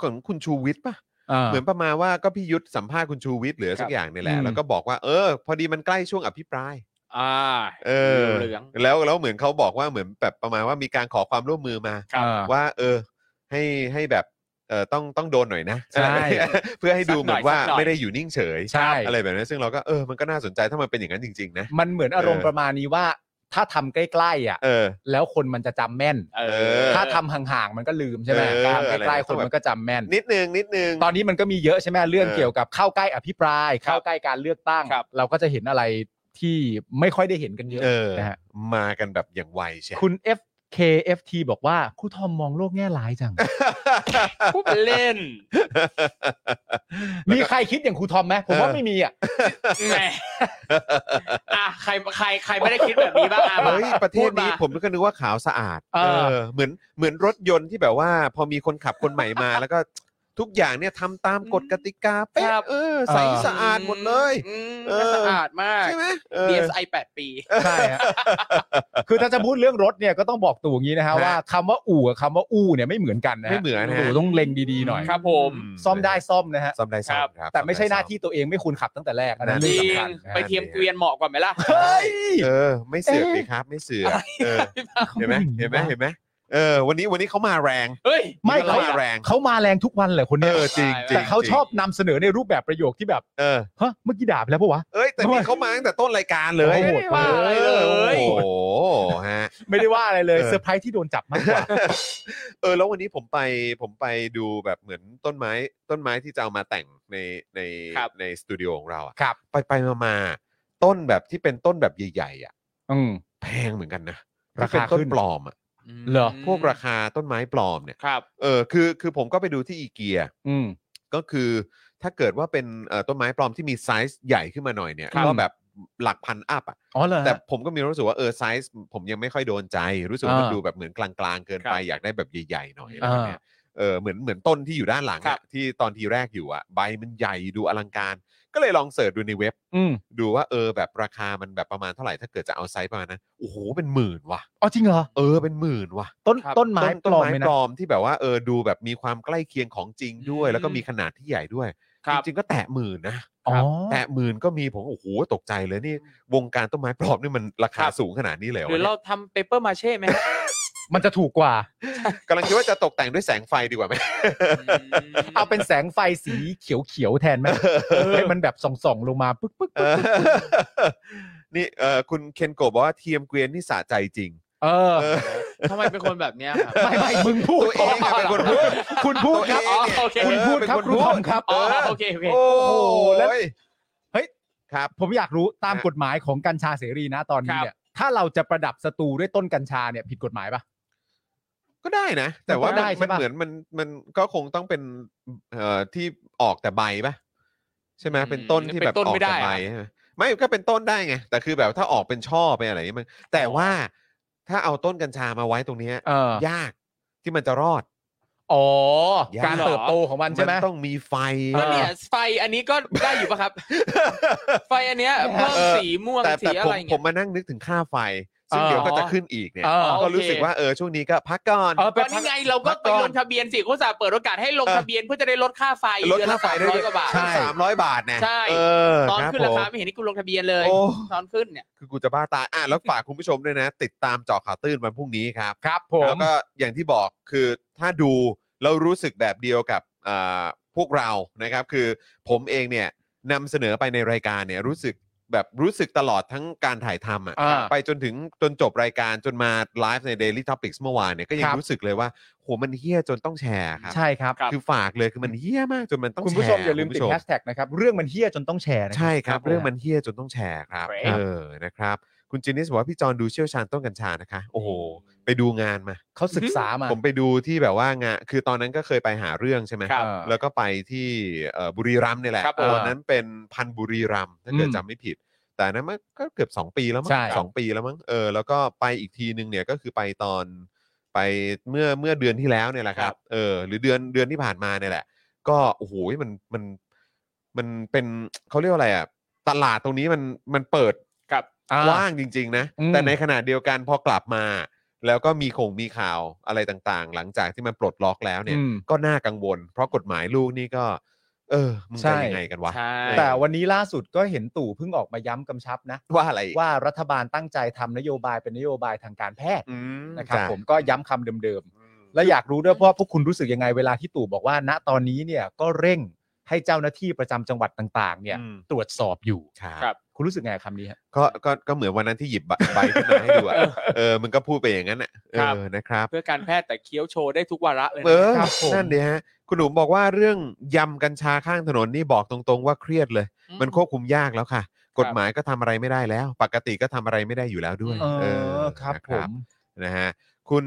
A: ของคุณชูวิทย์ป่ะ
B: เห
A: เห
B: มื
A: มื
B: อ
A: อน นประมาณว่าก็พี่ยุทธสัมภาษณ์คุณชูวิทย์เหลือสัก
C: ครับ
A: อย่างนี่แหละ
B: อืม
A: แล้วก็บอกว่าเออ พอดีมันใกล้ช่วงอภิปราย
C: อ่า
A: เออ
C: เหลือง
A: แล้วแล้วเหมือนเขาบอกว่าเหมือนแบบประมาณว่ามีการขอความร่วมมือมา
C: ครับ
A: ว่าเออให้ให้แบบเออต้องต้องโดนหน่อยนะ
B: ใช่
A: เพื่อให้ดู
C: สัก
A: เห
C: หน่
A: มือย
C: อ
A: (laughs) นว่า
C: สักหน่อย
A: ไม่ได้อยู่นิ่งเฉย
B: ใช่
A: อะไรแบบนั้นซึ่งเราก็เออมันก็น่าสนใจถ้ามันเป็นอย่างนั้นจริง ๆ นะ
B: มันเหมือนอารมณ์
A: เออ
B: ประมาณนี้ว่า ถ้าทำใกล้ๆอ่ะ
A: เออ
B: แล้วคนมันจะจำแม่น
C: ๆเออ
A: อ
B: ถ้าทำห่างๆมันก็ลืมใช่ไหม
A: เออ
B: ทำใก
A: อะไร
B: ล้
A: นะ
B: ๆคนมันก็จำแม่น
A: นิดนึงนิดนึง
B: ตอนนี้มันก็มีเยอะใช่ไหมเรื่อง
A: เออ
B: เกี่ยวกับเข้าใกล้อภิปราย เข้าใกล้การเลือกตั้ง
C: ครับ
B: เราก็จะเห็นอะไรที่ไม่ค่อยได้เห็นกันเยอะ
A: เออ
B: นะฮะ
A: มากันแบบอย่างไวใช่ (laughs)
B: คุณ FKFT บอกว่าครูทอมมองโลกแง่ร้ายจัง
C: พูดเป็นเล่น
B: มีใครคิดอย่างครูทอมไหมผมว่าไม่มีอ่ะ
C: แหมอ่ะใครใครใครไม่ได้คิดแบบนี้บ้างอ่ะมา
A: เฮ้ยประเทศนี้
C: พูดมา
A: ผมก็นึกว่าขาวสะอาด
B: เออ
A: เหมือนเหมือนรถยนต์ที่แบบว่า พอมีคนขับคนใหม่มา แล้วก็ทุกอย่างเนี่ยทำตามกฎกติกาเป๊ะเออใสสะอาดหมดเลย
C: ม
A: เออ
C: สะอาดมาก
A: ใช่ไหมเออ
C: DSI 8 ปี
B: ใช่ฮะ (laughs) คือถ้าจะพูดเรื่องรถเนี่ยก็ต้องบอกตู่อย่างนี้นะฮะ
A: ฮะ
B: ว่าคำว่าอู่กับคำว่าอู้เนี่ยไม่เหมือนกันนะฮะ
A: ไม่เหมือนนะ
B: ตู่
A: ฮะ
B: ต้องเล็งดีๆหน่อย
C: ครับผม
B: ซ่อมได้ซ่อมนะฮะ
A: ซ่อมได้ซ่อมครับ
B: แต่ไม่ใช่หน้า
A: ซ่อด้ซ่อ
B: ที่ตัวเองไม่ควรขับตั้งแต่แรกอันนั้น
A: จ
C: จ
B: เรื่อง
C: ริง
B: สำคัญนะ
C: ไป
B: ฮะ
C: เทียมเกวียนเหมาะกว่าไหมล่ะ
B: เฮ้ย
A: เออไม่เสือกดีครับไม่เสือกเออเห็นไหมเห็นไหมเห็นไหมเออวันนี้วันนี้เขามาแรง
C: เฮ้ย
B: ไม่
A: เขา
B: เขา
A: มาแรง
B: เขามาแรงทุกวันแหละคน
A: เอ
B: เนี้ย
A: อจริงจริง
B: แต่เขาชอบนำเสนอในรูปแบบประโยคที่แบบ
A: เออ
B: ฮะเมื่อกี้ด่าไปแล้วปะวะ
A: เอ้ยแต่นี่เขามาตั้งแต่ต้นรายการเลย
B: โอ้โห
C: ว่าอะไรเลย
A: โอ้โหฮะ (laughs)
B: ไม่ได้ว่าอะไรเลย
A: เออ
B: เซอร์ไพรส์ที่โดนจับมากกว่า
A: เออแล้ววันนี้ผมไปผมไปดูแบบเหมือนต้นไม้ต้นไม้ที่จะเอามาแต่งในใน
C: ครับ
A: ในสตูดิโอของเราอะ
B: ครับ
A: ไปไปมามา ต้นแบบที่เป็นต้นแบบใหญ่ๆอ่ะ
B: อืม
A: แพงเหมือนกันนะ
B: ราคา
A: ที่เป็นต้
B: ขึ้
A: น
B: น
A: ปลอมอ่ะ
B: เหรอ
A: พวกราคาต้นไม้ปลอมเนี่ย
C: ครับ
A: เออคือคือผมก็ไปดูที่อีเกีย
B: อืม
A: ก็คือถ้าเกิดว่าเป็นเอ่อต้นไม้ปลอมที่มีไซส์ใหญ่ขึ้นมาหน่อยเนี่ย
B: ครับ
A: ก็แบบหลักพันอัพอ่ะ
B: อ๋อเหรอฮะ
A: แต่ผมก็มีรู้สึกว่าเออไซส์ผมยังไม่ค่อยโดนใจ รู้สึกว่า
B: อ่ามั
A: มันดูแบบเหมือนกลางๆเกินไปอยากได้แบบใหญ่ๆหน่อยอะไร
B: อ่า
A: แบบเนี้ยเออเหมือนเหมือนต้นที่อยู่ด้านหลัง
C: ครั
A: อะ
C: บ
A: ที่ตอนทีแรกอยู่อ่ะใบมันใหญ่ดูอลังการ ก็เลยลองเสิร์ชดูในเว็บ
B: อืม
A: ดูว่าเออแบบราคามันแบบประมาณเท่าไหร่ถ้าเกิดจะเอาไซส์ประมาณนั้นโอ้โหเป็นหมื่นว่ะ
B: อ๋อจริงเหรอ
A: เออเป็นหมื่นว่ะ
B: ต้น
C: ครับ
B: ต้นไม้
A: ต้
B: ป
A: น
B: ลอม
A: ไม้
B: ไหม
A: ป
B: นะ
A: ลอมที่แบบว่าเออดูแบบมีความใกล้เคียงของจริงด้วย
C: อืม
A: แล้วก็มีขนาดที่ใหญ่ด้วย
C: ครับ
A: จริงๆก็แตะหมื่นนะ
B: อ๋อ
A: แตะหมื่นก็มีผมโอ้โหตกใจเลยนี่ วงการต้นไม้ปลอมนี่มันราคาสูงขนาดนี้เลยเหร
C: หรือ
A: อ
C: เราทำเปเปอร์มาเช่ไหมฮะ
B: มันจะถูกกว่า
A: กำลังคิดว่าจะตกแต่งด้วยแสงไฟดีกว่าไหม
B: เอาเป็นแสงไฟสีเขียวๆแทนไหมให้มันแบบส่องๆลงมาปึ๊กปึ๊ก
A: เออนี่เออคุณเคนโกะบอกว่าเทียมเกวียนนี่สะใจจริง
B: เออ
C: ทำไมเป็นคนแบบเนี้ยครับ
B: ไม่ไม่มึงพูด
A: ตัวเองอะเป็นคนพูด
B: คุณพูดครับ
A: ตัวเง
C: อ๋อโอเค
B: คุณพูดครับ
A: เป็น
B: ครูทอมครับ
C: อ๋อโอเคโอเค
A: โอ้โห
B: แล้ว
A: เฮ้ยครับ
B: ผมอยากรู้ตาม
A: ฮะ
B: กฎหมายของกัญชาเสรีนะตอนนี้เนี่ยถ้าเราจะประดับสตูด้วยต้นกัญชาเนี่ยผิดกฎหมายปะ
A: ก็ได้นะ แต่ว่า
B: ก็
A: มัน
B: ได้ใช่
A: มัน
B: ปะ
A: เหมือนมันมันก็คงต้องเป็นเอ่อที่ออกแต่ใบปะใช่ไหม
C: อืม
A: เป็นต้นที่แบบ
C: เป็นต้น
A: ออก
C: ไม่ได้
A: แต่ใบ
C: อะ
A: ใช่ไหมไม่ก็เป็นต้นได้ไงแต่คือแบบถ้าออกเป็นช่อไปนอะไรอย่างเงี้ยมันแต่ว่าถ้าเอาต้นกัญชามาไว้ตรงเนี้ย
B: เออย
A: ากที่มันจะรอด
B: อ๋อ
A: ยาก
B: การเติบโตของมันใช่ไหม
A: ต้องมีไฟ
B: เอ
C: แล้ว
B: อ
C: เนี่ยไฟอันนี้ก็ได้อยู่ปะครับ ไฟอันเนี้ยเพิ่ม
A: เออ
C: สีม่วง
A: แต่
C: สี
A: แต่
C: อะ
A: ผม
C: ไร
A: ผ
C: เงี้
A: ม
C: ย
A: มานั่งนึกถึงค่าไฟ ซึ่งเดี๋ยวก็จะขึ้นอีกเนี่ย
B: เออ
A: ก็รู้สึกว่าเออช่วงนี้ก็พักก่อน
B: เออไป
C: ก็
B: พัก
C: นี่ไงเราก็
A: พัก
C: ไป
A: ก่
C: ล
A: อน
C: งทะเบียนสิเขาจะเปิดโอกาสให้ลง
A: เออ
C: ทะเบียนเพื่อจะได้ลดค่าไฟ
A: ลด
C: เดือน
A: ค่า
C: ละ
A: ไฟ
C: สาม
A: ได้
C: ร้อย
A: ด้วย
C: กว่าบาท
A: ใช่สามร้อยบาทนะ
C: ใช่
A: เออ
C: ตอนขึ้นราคา
A: ผม
C: ไม่เห็นที่คุณลงทะเบียนเลย
A: โอ้
C: ตอนขึ้นเนี่ย
A: คือกูจะบ้าตายอ่ะแล้วฝากคุณผู้ชมด้วยนะ ติดตามเจอข่าวตื้นวันพรุ่งนี้ครับ
B: ครับผ
A: แล้
B: ม
A: วก็อย่างที่บอกคือถ้าดูแล้วรู้สึกแบบเดียวกับอ่าพวกเรานะครับ คือผมเองเนี่ยนำเสนอไปในรายการเนี่ยรู้สึกแบบรู้สึกตลอดทั้งการถ่ายทำ
B: อ่า
A: อะ่ะไปจนถึงจนจบรายการจนมาไลฟ์ใน Daily Topics เมื่อวานเนี่ยก็ยัง
B: ครับ
A: รู้สึกเลยว่าโหมันเฮี้ยจนต้องแชร์ครับ
B: ใช่ครับ
C: ครับ
A: คือฝากเลยคือมันเฮี้ยมากจนมันต้อง
B: คุณผู้ชม
A: แร์
B: อย่าลืม
A: คุณ
B: ติด
A: ผู้ช
B: แฮชแท็กนะครับเรื่องมันเฮี้ยจนต้องแชร์นะ
A: ใช่ครับ
B: ผม
A: เรื่องมันเฮี้ยจนต้องแชร์ครับ
C: ครับ
A: เออนะครับ คุณจินนิสบอกว่าพี่จอนดูเชี่ยวชาญต้นกัญชานะคะ โอ้โห ไปดูงานมา
B: เขาศึกษามา
A: ผมไปดูที่แบบว่างานคือตอนนั้นก็เคยไปหาเรื่องใช่ไหม
C: ครับ
A: แล้วก็ไปที่เอ่อบุรีรัมย์นี่แหละ
C: ครับผม
A: ตอนนั้นเป็นพันธุ์บุรีรัมย์ถ้าเกิด
B: อืม
A: จำไม่ผิด แต่อันนั้นมันก็เกือบ 2 ปีแล้วมั้ง
B: ใช่
A: สองปีแล้วมั้งเออแล้วก็ไปอีกทีนึงเนี่ยก็คือไปตอนไปเมื่อเมื่อเดือนที่แล้วเนี่ยแหละครับเออหรือเดือนเดือนที่ผ่านมาเนี่ยแหละ ก็โอ้โหมันมันมันเป็นเขาเรียกว่าอะไรอ่ะตลาดตรงนี้มันมันเปิด
C: ครับ
B: อ่า
A: ว่างจริง ๆ นะ
B: อืม
A: แต่ในขณะเดียวกันพอกลับมา แล้วก็มีคงมีข่าวอะไรต่างๆ หลังจากที่มันปลดล็อกแล้วเนี่ย
B: อืม
A: ก็น่ากังวล เพราะกฎหมายลูกนี่ก็ เออมึง
B: ใช่
A: จะยังไงกันวะ
C: ใช่
B: แต่วันนี้ล่าสุดก็เห็นตู่เพิ่งออกมาย้ำกำชับนะ
A: ว่าอะไรอีก
B: ว่ารัฐบาลตั้งใจทำนโยบายเป็นนโยบายทางการแพทย์
A: อืม
B: นะครับ
A: จ้ะ
B: ผมก็ย้ำคำเดิม
A: อืม
B: ๆ และอยากรู้ด้วยว่าพวกคุณรู้สึกยังไงเวลาที่ตู่บอกว่า ณตอนนี้เนี่ยก็เร่งให้เจ้าหน้าที่ประจำจังหวัดต่างๆ เนี่ย
A: อืม
B: ตรวจสอบอยู่
A: ครั
C: ครับ บ
B: คุณรู้สึกไงกับคำนี้ฮะ
A: ก็ก็ก็เหมือนวันนั้นที่หยิบใบขึ้นมาให้ดูอะเออมึงก็พูดไปอย่างนั้นอ่ะเอ
C: ครับ
A: อนะครับ
C: เพื่อการแพทย์แต่เคี้ยวโชว์ได้ทุกวาระเลย
A: เออ
C: นะ
B: ครับผม
A: นั่นดีฮะ คุณหนุ่มบอกว่าเรื่องยำกัญชาข้างถนนนี่บอกตรงๆ ว่าเครียดเลย
C: อื
A: มันควบคุมยากแล้วค่ะ กฎหมายก็ทำอะไรไม่ได้แล้ว ปกติก็ทำอะไรไม่ได้อยู่แล้วด้วย
C: เอ
B: เออครับ
A: นะ
B: ผม
A: นะฮะคุณ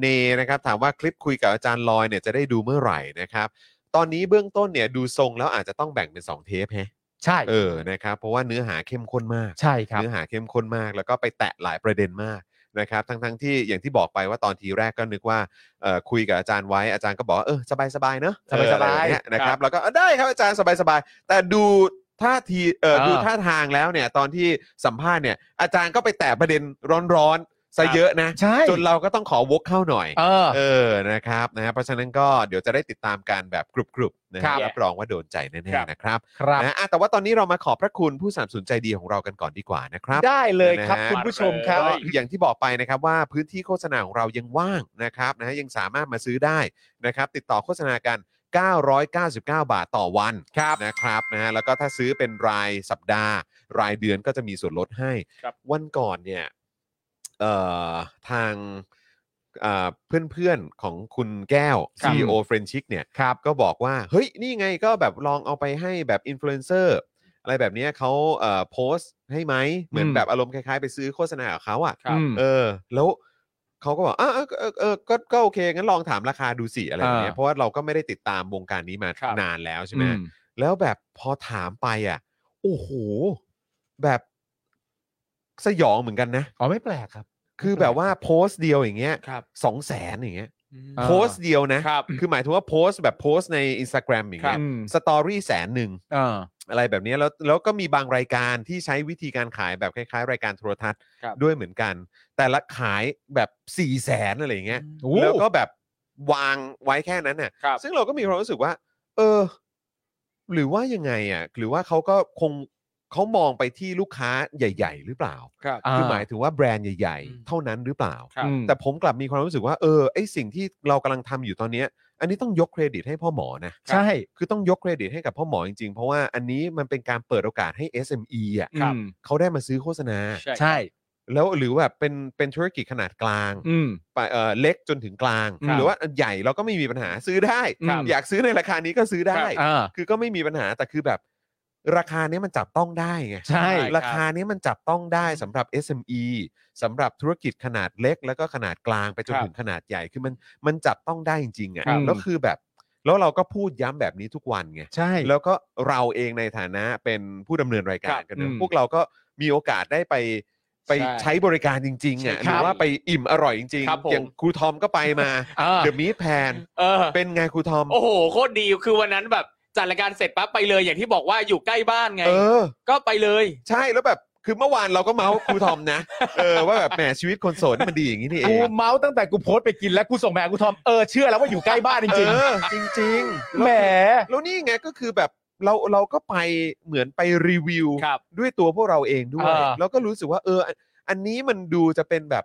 A: เนนะครับถามว่าคลิปคุยกับอาจารย์ลอยเนี่ยจะได้ดูเมื่อไหร่นะครับ ตอนนี้เบื้องต้นเนี่ยดูทรงแล้วอาจจะต้องแบ่งเป็น 2 เทปฮะ
B: ใช่
A: เออนะครับเพราะว่าเนื้อหาเข้มข้นมาก
B: ใช่ครับ
A: เนื้อหาเข้มข้นมากแล้วก็ไปแตะหลายประเด็นมากนะครับ ทั้งๆที่อย่างที่บอกไปว่าตอนทีแรกก็นึกว่าเอ่อคุยกับอาจารย์ไว้อาจารย์ก็บอกว่าเออสบายสบายๆเนอะ
B: สบาย
A: เออ
B: ๆ
A: อะไรแบบเนี้นะค
C: ครั
A: รับบ แล้วก็เออได้ครับอาจารย์สบายสบายๆแต่ดูท่าทีเออ
B: เออ
A: ดูท่าทางแล้วเนี่ยตอนที่สัมภาษณ์เนี่ยอาจารย์ก็ไปแตะประเด็นร้อนๆซะเยอะนะ
B: ใช่
A: จนเราก็ต้องขอวกเข้าหน่อย
B: เออ
A: เออ นะครับ นะฮะเพราะฉะนั้นก็เดี๋ยวจะได้ติดตามการแบบกรุบๆนะ
B: ค
A: ค
B: รั
A: รับ บรับรองว่าโดนใจแน่
C: ครับ
A: ๆนะครับ
B: ครับ
A: นะอ่ะแต่ว่าตอนนี้เรามาขอบพระคุณผู้สนับสนุนใจดีของเรากันก่อนดีกว่านะครับ
B: ได้เลยครับ
A: นะฮะ
B: คุณผู้ชมครับ
C: ได้
A: อย่างที่บอกไปนะครับว่าพื้นที่โฆษณาของเรายังว่างนะครับนะฮะยังสามารถมาซื้อได้นะครับ ติดต่อโฆษณากัน 999 บาทต่อวันครับนะครับนะฮะแล้วก็ถ้าซื้อเป็นรายสัปดาห์ รายเดือนก็จะมีส่วนลดให้
C: ครับ
A: วันก่อนเนี่ยเอ่อทางเอ่อเพื่อนๆของคุณแก้ว
C: ครับ
A: CEO f r e n c h i k เนี่ยก็บอกว่า เฮ้ย นี่ไงก็แบบลองเอาไปให้แบบอินฟลูเอนเซอร์ อะไรแบบเนี้ยเขาเอ่อโพสต์ให้ไหมเหมือน
B: อืม
A: แบบอารมณ์คล้ายๆ ไปซื้อโฆษณาของเขาอ่ะ
C: ครับ
B: อืม
A: เออ แล้วเขาก็บอกอ่ะเออเออเออก็ก็โอเคงั้นลองถามราคาดูสิอะไรแบบเนี้ย
B: อ่า
A: เพราะว่าเราก็ไม่ได้ติดตามวงการนี้มา
C: ครับ
A: นานแล้วใช่ไหม
B: อืม
A: แล้วแบบพอถามไปอ่ะโอ้โหแบบสยองเหมือนกันนะ
B: อ๋อไม่แปลกครับ
A: คือแบบว่าโพสต์เดียวอย่างเงี้ย
C: ครับ
A: สองแสนอย่างเงี้ย
C: อืม
B: อ่า
A: โพสต์เดียวนะ
C: ครับ
A: คือหมายถึงว่าโพสต์แบบโพสต์ใน Instagram อย่าง
C: ครั
A: เงี้ย
C: บ
B: อืม
A: สตอรี่แสนหนึ่ง
B: อ่า
A: อะไรแบบเนี้ยแล้วแล้วก็มีบางรายการที่ใช้วิธีการขายแบบคล้ายๆ รายการโทรทัศน์
C: ครับ
A: ด้วยเหมือนกัน แต่ละขายแบบ4ี่แสนอะไรอย่างเงี้ย
B: โอ้
A: แล้วก็แบบวางไว้แค่นั้นน่ะ
C: ครับ
A: ซึ่งเราก็มีความรู้สึกว่า เออ หรือว่ายังไงอ่ะหรือว่าเขาก็คงเขามองไปที่ลูกค้าใหญ่ ๆ หรือเปล่า
C: ครับ
A: คือหมายถึงว่าแบรนด์ใหญ่
C: อืม
A: ๆ เท่านั้นหรือเปล่า
C: ครับ
B: อืม
A: แต่ผมกลับมีความรู้สึกว่าเออไอสิ่งที่เรากำลังทำอยู่ตอนเนี้ย อันนี้ต้องยกเครดิตให้พ่อหมอนะ
B: ใช่
A: คือต้องยกเครดิตให้กับพ่อหมอจริงๆ เพราะว่าอันนี้มันเป็นการเปิดโอกาสให้ SME อ่ะ
C: ครับ
B: อืม
A: เขาได้มาซื้อโฆษณา
C: ใช่
B: ใช่
A: แล้วหรือแบบเป็นเป็นธุรกิจขนาดกลาง
B: อืม
A: ไปเออเล็กจนถึงกลาง
B: ครับ
A: หรือว่าใหญ่เราก็ไม่มีปัญหาซื้อได้
B: ครับ
A: อยากซื้อในราคานี้ก็ซื้อได้
B: อ่า
A: คือก็ไม่มีปัญหาแต่คือแบบราคาเนี้ยมันจับต้องได้ไง
B: ใช่
C: ใช่
A: ราคานี้มันจับต้องได้สำหรับ SME สำหรับธุรกิจขนาดเล็ก แล้วก็ขนาดกลางไปจน
C: ครับ
A: ถึงขนาดใหญ่คือมันมันจับต้องได้จริงๆ
B: ครั
A: อะ่ะ
B: บ
A: แล้วคือแบบแล้วเราก็พูดย้ำแบบนี้ทุกวันไง
B: ใช่
A: แล้วก็เราเองในฐานะเป็นผู้ดำเนินรายการ
C: ค
A: กั
C: รับ
A: นเนอะ
B: อืม
A: พวกเราก็มีโอกาสได้ไปไป
C: ใช่
A: ใช้บริการจริงๆอ่ะ
C: ใช่
A: หรื
C: ครั
A: อ
C: บ
A: ว่าไปอิ่มอร่อยจริง
C: ครับผ
A: ๆ
C: ม
A: อย่างครูทอมก็ไป
C: (laughs)
A: มา
B: อ่า
A: เดอะมีทแพน
C: เออ
A: เป็นไงครูทอม
C: โอ้โหโคตรดีคือวันนั้นแบบจัดรายการเสร็จปั๊บไปเลยอย่างที่บอกว่าอยู่ใกล้บ้านไง
A: เออ
C: ก็ไปเลย
A: ใช่แล้วแบบคือเมื่อวานเราก็เมาส์ครูทอมนะ (laughs) เออว่าแบบแหมชีวิตคนโสดนี่มันดีอย่างนี้นี่เอ
B: กู
A: ง
B: เมาส์ตั้งแต่กูโพสต์ไปกินแล้วกูส่งแม่กูทอมเออเชื่อแล้วว่าอยู่ใกล้บ้านจริง
A: เออจริง
B: ๆแหม
A: ๆ แล้วนี่ไงก็คือแบบเราเราก็ไปเหมือนไปรีวิว
C: ครับ
A: ด้วยตัวพวกเราเองด้วย
B: เออ
A: แล้วก็รู้สึกว่าเอออันอันนี้มันดูจะเป็นแบบ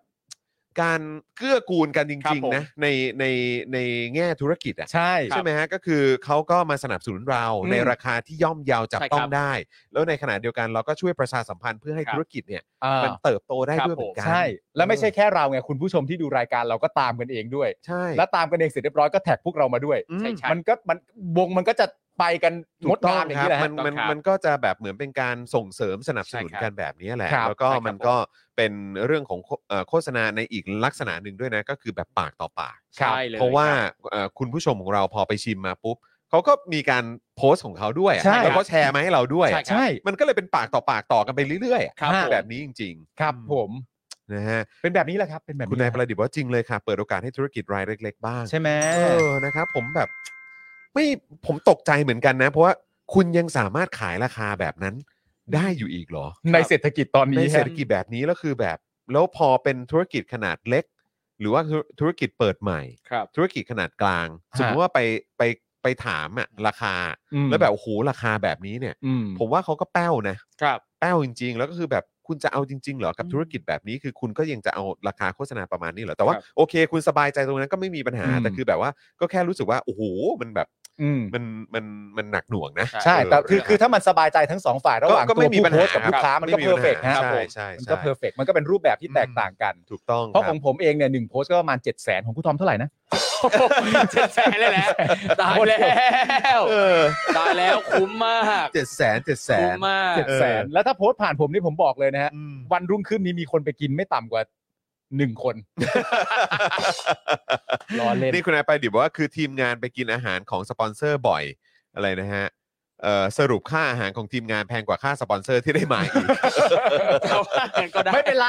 A: การเกื้อกูลกันจ
C: ครับ
A: ริง
C: ผม
A: ๆนะในในในแง่ธุรกิจอ่ะ
B: ใช่
A: ใช่ไหมฮะก็คือเขาก็มาสนับสนุนเรา
B: อืม
A: ในราคาที่ย่อมเยาวจับ
C: ใช่ครับ
A: ต้องได้ แล้วในขณะเดียวกันเราก็ช่วยประชาสัมพันธ์เพื่อให้
C: ครับ
A: ธุรกิจเนี่ย
B: อ่า
A: มันเติบโตได้
C: ครับ
A: ด้วยเหมือนกัน
B: ใช่ แล้วไม่ใช่แค่เราไงคุณผู้ชมที่ดูรายการเราก็ตามกันเองด้วย
A: ใช่
B: และตามกันเองเสร็จเรียบร้อยก็แท็กพวกเรามาด้วย
A: อืม
C: ใช่ใช่
B: มันก็มันวงมันก็จะไปกันงดงามอย่างนี้แหละ
A: มั
B: ฮะ
A: น
C: ถูกต้อง
A: มัน
C: ครับ
A: มันก็จะแบบเหมือนเป็นการส่งเสริมสนับสนุน
C: ใช่ครับ
A: กันแบบนี้แหละ
B: ครับ
A: แล้วก็
C: ใช่ครับ
A: มันก็เป็นเรื่องของโฆเอ่อโฆษณาในอีกลักษณะหนึ่งด้วยนะ ก็คือแบบปากต่อปาก
C: ใช่เลย
A: เพราะว่าเอ่อคุณผู้ชมของเราพอไปชิมมาปุ๊บเขาก็มีการโพสต์ของเขาด้วยอะ
B: ใช่
A: แล้วก็แชร์มาให้เราด้วย
C: ใช่
A: อะ
C: น ครับ
B: ใช่
A: มันก็เลยเป็นปากต่อปากต่อกันไปเรื่อยๆอะ
C: ครับ
B: ห้า
C: ผม
A: แบบนี้จริง
B: ครับผม
A: ๆนะฮะ
B: เป็นแบบนี้แหละครับ เป็นแบบ
A: คุณนายประดิษฐ์บอกว่าจริงเลยค่ะ เปิดโอกาสให้ธุรกิจรายเล็ก ๆ บ้าง
B: ใช่ไหม
A: เออ นะครับ ผมแบบไม่ผมตกใจเหมือนกันนะ เพราะว่าคุณยังสามารถขายราคาแบบนั้นได้อยู่อีกเหรอ
B: ในเศรษฐกิจตอน
A: ใน
B: นี้
A: เศรษฐกิจแบบนี้แล้วคือแบบ แล้วพอเป็นธุรกิจขนาดเล็ก หรือว่าธุรธุรกิจเปิดใหม่
C: ครับ
A: ธุรกิจขนาดกลาง สมมติว่าไปไปไปถามอะราคา
B: อืม
A: แล้วแบบโอ้โหราคาแบบนี้เนี่ย
B: อืม
A: ผมว่าเขาก็แป้วนะครับ แป้วจริง ๆ แล้วก็คือแบบคุณจะเอาจริง ๆ เหรอกับ
C: อืม
A: ธุรกิจแบบนี้คือคุณก็ยังจะเอาราคาโฆษณาประมาณนี้เหรอแต่ว่า
C: ครับ
A: โอเค คุณสบายใจตรงนั้นก็ไม่มีปัญหา
B: อืม
A: แต่คือแบบว่าก็แค่รู้สึกว่าโอ้โหมันแบบ
B: อืม
A: มันมันมันหนักหน่วงนะ
C: ใช่
B: ใช่ แต่
A: เ
B: คือคือถ้ามันสบายใจทั้งสองฝ่ายระหว่าง
A: ก็
B: ตัว
A: ไม่มี
B: ผู้
A: ปัญ
B: โพ
A: หา
B: สต์กับลูกค้ามันก็
A: ไ
B: เพอร์เฟก
A: ปัญ
B: ค
A: หา
B: รับ
A: ใช่
B: ผม
A: ใช่
B: มัน
A: ใช่
B: ก็เพอร์เฟกมันก็เป็นรูปแบบที่แตกต่างกัน
A: ถูกต้อง
B: เพราะ
A: ค
B: ข
A: บ
B: องผมเองเนี่ยหนึ่งโพสต์ก็ประมาณ 7 0 0 0 0ของคุณทอมเท่าไหร่นะ
C: เจ็ดแสนเลยแหละตายแล้ว
A: เออ
C: ตายแล้วคุ้มมาก
A: เจ็ดแสนเจ็ดแส
C: คุ้ม
A: น
C: มาก
B: 7 0 0 0 0 แล้วถ้าโพสต์ผ่านผมนี่ผมบอกเลยนะฮะ วันรุ่งขึ้นนี้มีคนไปกินไม่ต่ำกว่าหนึ่งคน รอเล่น (laughs)
A: นี่คุณนายไปดิบอกว่าคือทีมงานไปกินอาหารของสปอนเซอร์บ่อยอะไรนะฮะเอ่อสรุปค่าอาหารของทีมงานแพงกว่าค่าสปอนเซอร์ที่ได้มาอีก
C: แต่ว่าก็ได้
B: ไม่เป็น (laughs) ไร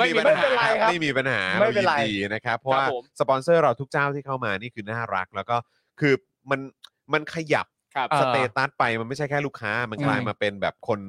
A: ไม่มี
C: ไม่
A: ปัญ
C: เป็น
A: หา
B: ไร
A: ค
B: ครั
A: รับบ ไม่มีปัญหา
B: ไม่เป็นไร
A: ายิดีนะครับเพราะ
C: ครับ
A: ว่า
C: ผม
A: สปอนเซอร์เราทุกเจ้าที่เข้ามานี่คือน่ารัก แล้วก็คือมันมันขยับ
C: ครับ
A: สเตตัสไปมันไม่ใช่แค่ลูกค้า มันกลาย
C: อืม
A: มาเป็นแบบคน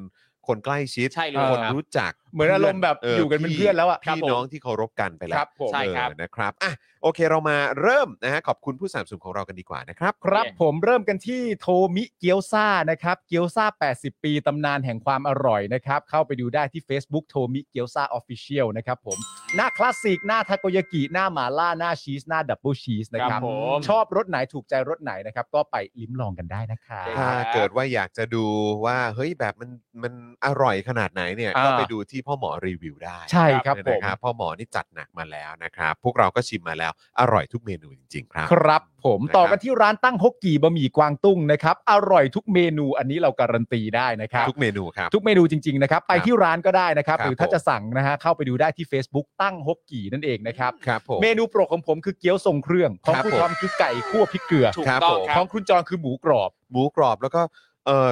A: คนใกล้ชิด
C: ใช่เลย
A: คน
C: ครับ
A: รู้จัก
B: เหมือนอารมณ์แบบอยู่กันเป็นเพื่อนแล้วอะ
A: พี่น้องที่เคารพกันไปแล้ว
B: ครับผม
C: ใช่ครับ
A: เออนะครับอ่ะโอเคเรามาเริ่มนะฮะขอบคุณผู้สนับสนุนของเรากันดีกว่านะครับ
B: ครับผมเริ่มกันที่โทมิเกียวซานะครับ เกียวซา80 ปีตำนานแห่งความอร่อยนะครับ เข้าไปดูได้ที่ Facebook โทมิเกียวซาออฟฟิเชียลนะครับผม หน้าคลาสสิก หน้าทาโกยากิ หน้าหมาล่า หน้าชีส หน้าดับเบิลชีสนะค
C: ค
B: รั
C: รับ บผม
B: ชอบรสไหนถูกใจรสไหนนะครับ ก็ไปลิ้มลองกันได้นะครับ
C: ได้
A: ถ้าเกิดว่าอยากจะดูว่าเฮ้ยแบบมันมันอร่อยขนาดไหนเนี่ย
B: อ่า
A: ก็ไปดูที่ ที่พ่อหมอรีวิวได้
B: ใช่ครับผม
A: นะครับพ่อหมอนี่จัดหนักมาแล้วนะครับ พวกเราก็ชิมมาแล้วอร่อยทุกเมนูจริง ๆ ครับ
B: ครับผม
A: นะครับ
B: ต่อกันที่ร้านตั้งฮกกี่บะหมี่กวางตุ้งนะครับ อร่อยทุกเมนูอันนี้เราการันตีได้นะครับ
A: ทุกเมนูครับ
B: ทุกเมนูจริง ๆ นะครับ ไป
A: ครับ
B: ที่ร้านก็ได้นะครับ
A: ครับ
B: หรือถ้า
A: ผม
B: จะสั่งนะฮะเข้าไปดูได้ที่ Facebook ตั้งฮกกี่นั่นเองนะครับ
A: ครับผม
B: เมนูโปรดของผมคือเกี๊ยวทรงเครื่องของ
A: ครับ
B: คุณ
A: ผม
B: ทอมคือไก่คั่วพริกเกลือ
C: ถูก
A: ครับ
C: ต้อง
A: ผม
C: ค
B: ข
C: รั
B: อบ งคุณจอนคือหมูกรอบ
A: หมูกรอบแล้วก็เออ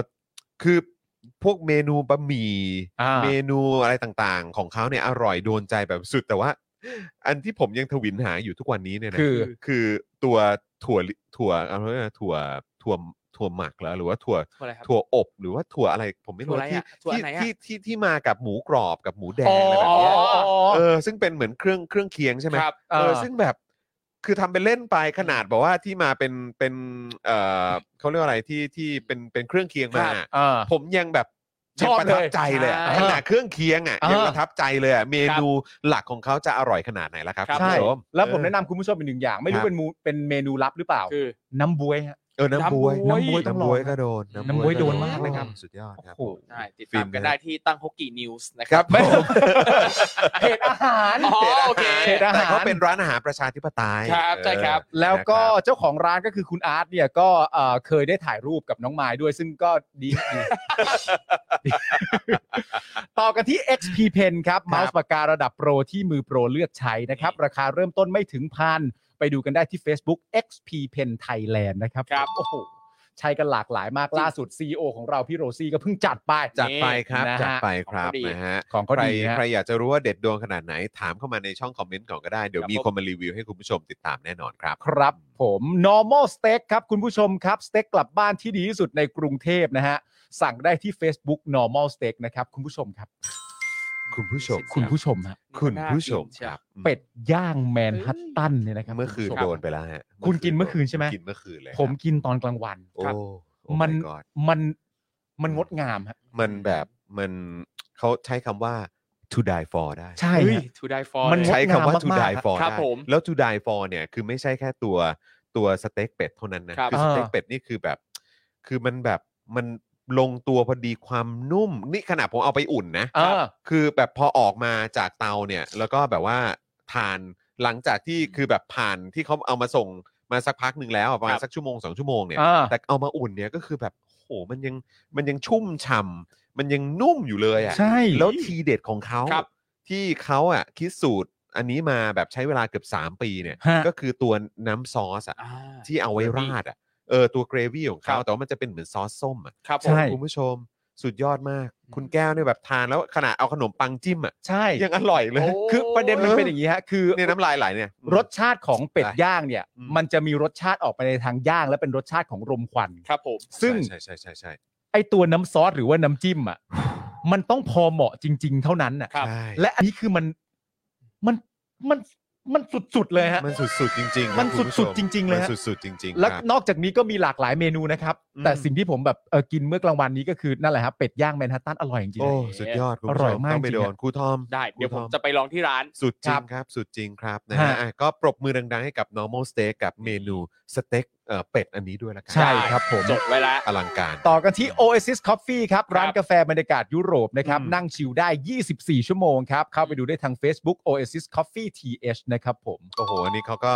A: คือพวกเมนูบะหมี่
B: อ่า
A: เมนูอะไรต่างๆ ของเขาเนี่ยอร่อยโดนใจแบบสุดแต่ว่า อันที่ผมยังทวินหาอยู่ทุกวันนี้เนี่ยนะ
B: คือ
A: คือตัวถั่วลิถั่วอะไรนะถั่วถั่วถั่วหมักแล้วหรือว่าถั่ว
C: ถั่วอะไรครับ
A: ถั่วอบ หรือว่าถั่วอะไรผมไม่
C: ถั่
A: รู้
C: วอะไร
A: ที่
C: อะถั่ว
A: ที่
C: ไหนอะ
A: ที่ที่ที่มากับหมูกรอบกับหมูแด
B: อ๋
A: ง
B: อ
A: อะไรแบบเนี้ย
B: อ๋ออ๋อ
A: เออซึ่งเป็นเหมือนเครื่องเครื่องเคียงใช่ไหม
C: ครับ
A: เออ
B: เออ
A: ซึ่งแบบคือทำเป็นเล่นไปขนาดบอกว่าที่มาเป็นเป็นเออเขาเรียกว่าอะไรที่ที่เป็นเป็นเครื่องเคียงมา
C: ครับ
B: เออ
A: ผมยังแบบ
B: ชอบ
A: ยังประทับใจเลยอะ
C: เลย
A: ขนาดเครื่องเคียงอ่ะ
B: เออ
A: ยังประทับใจเลยอะเมนูหลักของเขาจะอร่อยขนาดไหนล่ะครับ
C: ครับ
A: คุณ
B: ใช่
A: ผู้ชม
B: แล้วผม
A: เออ
B: แนะนำคุณผู้ชมอีกหนึ่งอย่าง ไม่
A: ครั
B: รู้
A: บ
B: เป็นมูเป็นเมนูลับหรือเปล่า
C: คือ
B: น้ำบวยฮะ
A: เออน้ำบวย
C: น้ำบ๊วย
A: น้ำบวยก็โดน
B: น้ำบ๊วยโดน
A: ก็
B: มากเลยครับ
A: สุดยอดครับ
B: โอ้โห
C: ใช่ติด
A: ฟิล์
C: ตาม มกัน
A: นะ
C: ได้ที่ตั้งฮกกี้นิวส์นะค
A: ค
C: รั
A: รับ บ
B: ไม่
A: ผม
B: เพจอาหาร
C: อ๋อโอเค
B: เพจอาหาร
A: แต่เขาเป็นร้านอาหารประชาธิปไตย
C: ครับใช่ครับ
A: เออ
B: แล้วก็
A: นะครับ
B: เจ้าของร้านก็คือคุณอาร์ตเนี่ยก็เอ่อเคยได้ถ่ายรูปกับน้องไม้ด้วยซึ่งก็ดี
A: (laughs)
B: ดีดีต่อกันที่ XP Pen ครับเมาส์ปากการะดับโปรที่มือโปรเลือกใช้นะครับ ราคาเริ่มต้นไม่ถึงพันไปดูกันได้ที่ Facebook XP Pen Thailand นะครับ
C: ครับ
B: โอ้โหใช้กันหลากหลายมากล่าสุด CEO ของเราพี่โรซี่ก็เพิ่งจัดไป
A: จัดไปครับ
B: นะฮะ
A: จัดไปครับ
C: ของเขาดี
A: นะฮะ
B: ของเขา
A: ใคร
B: ดีฮะ
A: ใครอยากจะรู้ว่าเด็ดดวงขนาดไหน ถามเข้ามาในช่องคอมเมนต์ก่อนก็ได้ เดี๋ยว
C: ครับ
A: มี
C: ผม
A: คนมารีวิวให้คุณผู้ชมติดตามแน่นอนครับ
B: ครับผม normal steak ครับ คุณผู้ชมครับ สเต็กกลับบ้านที่ดีที่สุดในกรุงเทพนะฮะ สั่งได้ที่ Facebook normal steak นะครับ คุณผู้ชมครับ
A: คุณผู้ชม
B: คุณผู้ชมฮะ
A: คุณผู้ชม
C: น่า
A: ค
C: กินเชียว
A: รับ
B: เป็ดย่างแมนฮัตตันเนี่ยนะครับ
A: เมื่อคืน
B: ณผู้ช
A: โดนไปแล้วฮะ
B: คุณกินเมื่อคืนใช่ไหม
A: กินเมื่อคืนเลย
B: ผมกินตอนกลางวัน
A: โอ้โอ้ my
B: มัน
A: God
B: มันมันงดงามฮะ
A: มันแบบมันเขาใช้คำว่า to die for ได้
B: ใช่
C: เฮ้ย
B: ฮะ
C: ทูไดฟอร์
B: มัน
A: ใช้คำว่า
B: งด
A: to
B: งามมาก
A: die for
C: ครับ
A: ได้
C: ผม
A: แล้ว to die for เนี่ยคือไม่ใช่แค่ตัวตัวสเต็กเป็ดเท่านั้นนะครับ คือสเต็กเป็ดนี่คือแบบ คือมันแบบมันลงตัวพอดีความนุ่ม นี่ขนาดผมเอาไปอุ่นนะ
B: เออ
A: คือแบบพอออกมาจากเตาเนี่ย แล้วก็แบบว่าทานหลังจากที่คือแบบผ่านที่เขาเอามาส่งมาสักพักหนึ่งแล้วอะประมาณ
C: ครับ
A: สักชั่วโมงสองชั่วโมงเนี่ย
B: อ่า
A: แต่เอามาอุ่นเนี่ยก็คือแบบโอ้โหมันยังมันยังชุ่มฉ่ำมันยังนุ่มอยู่เลยอ่ะ
B: ใช่
A: แล้วทีเด็ดของเขา
C: ครับ
A: ที่เขาอ่ะคิดสูตรอันนี้มาแบบใช้เวลาเกือบ 3 ปีเนี่ย
B: ฮะ
A: ก็คือตัวน้ำซอสอ่ะ
C: อ่า
A: ที่เอาไว้ราดอ่ะเออตัวเกรวี่ของเขา
C: ครับ
A: แต่ว่ามันจะเป็นเหมือนซอสส้มอ่ะ
C: ครับผ
B: ใช่
C: ม
A: คุณผู้ชมสุดยอดมาก คุณแก้วเนี่ยแบบทานแล้วขนาดเอาขนมปังจิ้มอ่ะ
B: ใช่
A: ยังอร่อยเลย
C: โอ้
B: คือประเด็นมันเป็นอย่างนี้ฮะ คือ
A: เนี่ยน้ำลายไหลเนี่ย
B: รสชาติของเป็ดย่างเนี่ย
A: อืม
B: มันจะมีรสชาติออกไปในทางย่าง และเป็นรสชาติของรมควัน
C: ครับผม
B: ซึ่ง
A: ใช่ใช่ใช่ใช่
B: ไอตัวน้ำซอสหรือว่าน้ำจิ้มอ่ะ มันต้องพอเหมาะจริง ๆ เท่านั้นน่ะ
C: ครับ
A: ใช่
B: และอันนี้คือมันมันมันมันสุดๆเลยฮะ
A: มันสุดๆจริงๆนะ
B: มัน
A: คุณผู้ช
B: สุดๆจริงๆเลยฮะ
A: มันสุดๆจริงๆ
B: แล้ว
A: ครับ
B: นอกจากนี้ก็มีหลากหลายเมนูนะครับ
A: อืม
B: แต่สิ่งที่ผมแบบเออกินเมื่อกลางวันนี้ก็คือนั่นแหละครับเป็ดย่างแมนฮัตตันอร่อยจริง
A: โอ้สุดยอดคุณผู้ช
B: อร่อยมาก
A: ต้องไป
B: จริงๆ
A: โดนครูทอม
C: ได้ เดี๋ยว
A: ค
C: ผ
A: รู
C: ม
A: ทอ
C: จะไปลองที่ร้าน
A: สุดจริ
B: ครั
A: ง
B: บ
A: ครับ สุดจริงครับนะ
B: ฮะ
A: ฮะอ่ะก็ปรบมือดังๆให้กับ normal steak กับเมนูสเต็กเอ่อเป็ดอันนี้ด้วยละกั
B: ๆใช่ครับผม
C: จดไว้แล้ว
A: อลังการ
B: ต่อกันที่ Oasis Coffee ครับ
C: ครับ
B: ร้านกาแฟบรรยากาศยุโรปนะครับ
A: อืม
B: นั่งชิลได้ 24 ชั่วโมงครับ เข้าไปดูได้ทาง Facebook Oasis Coffee TH นะครับผม
A: โอ้โห อันนี้เขาก็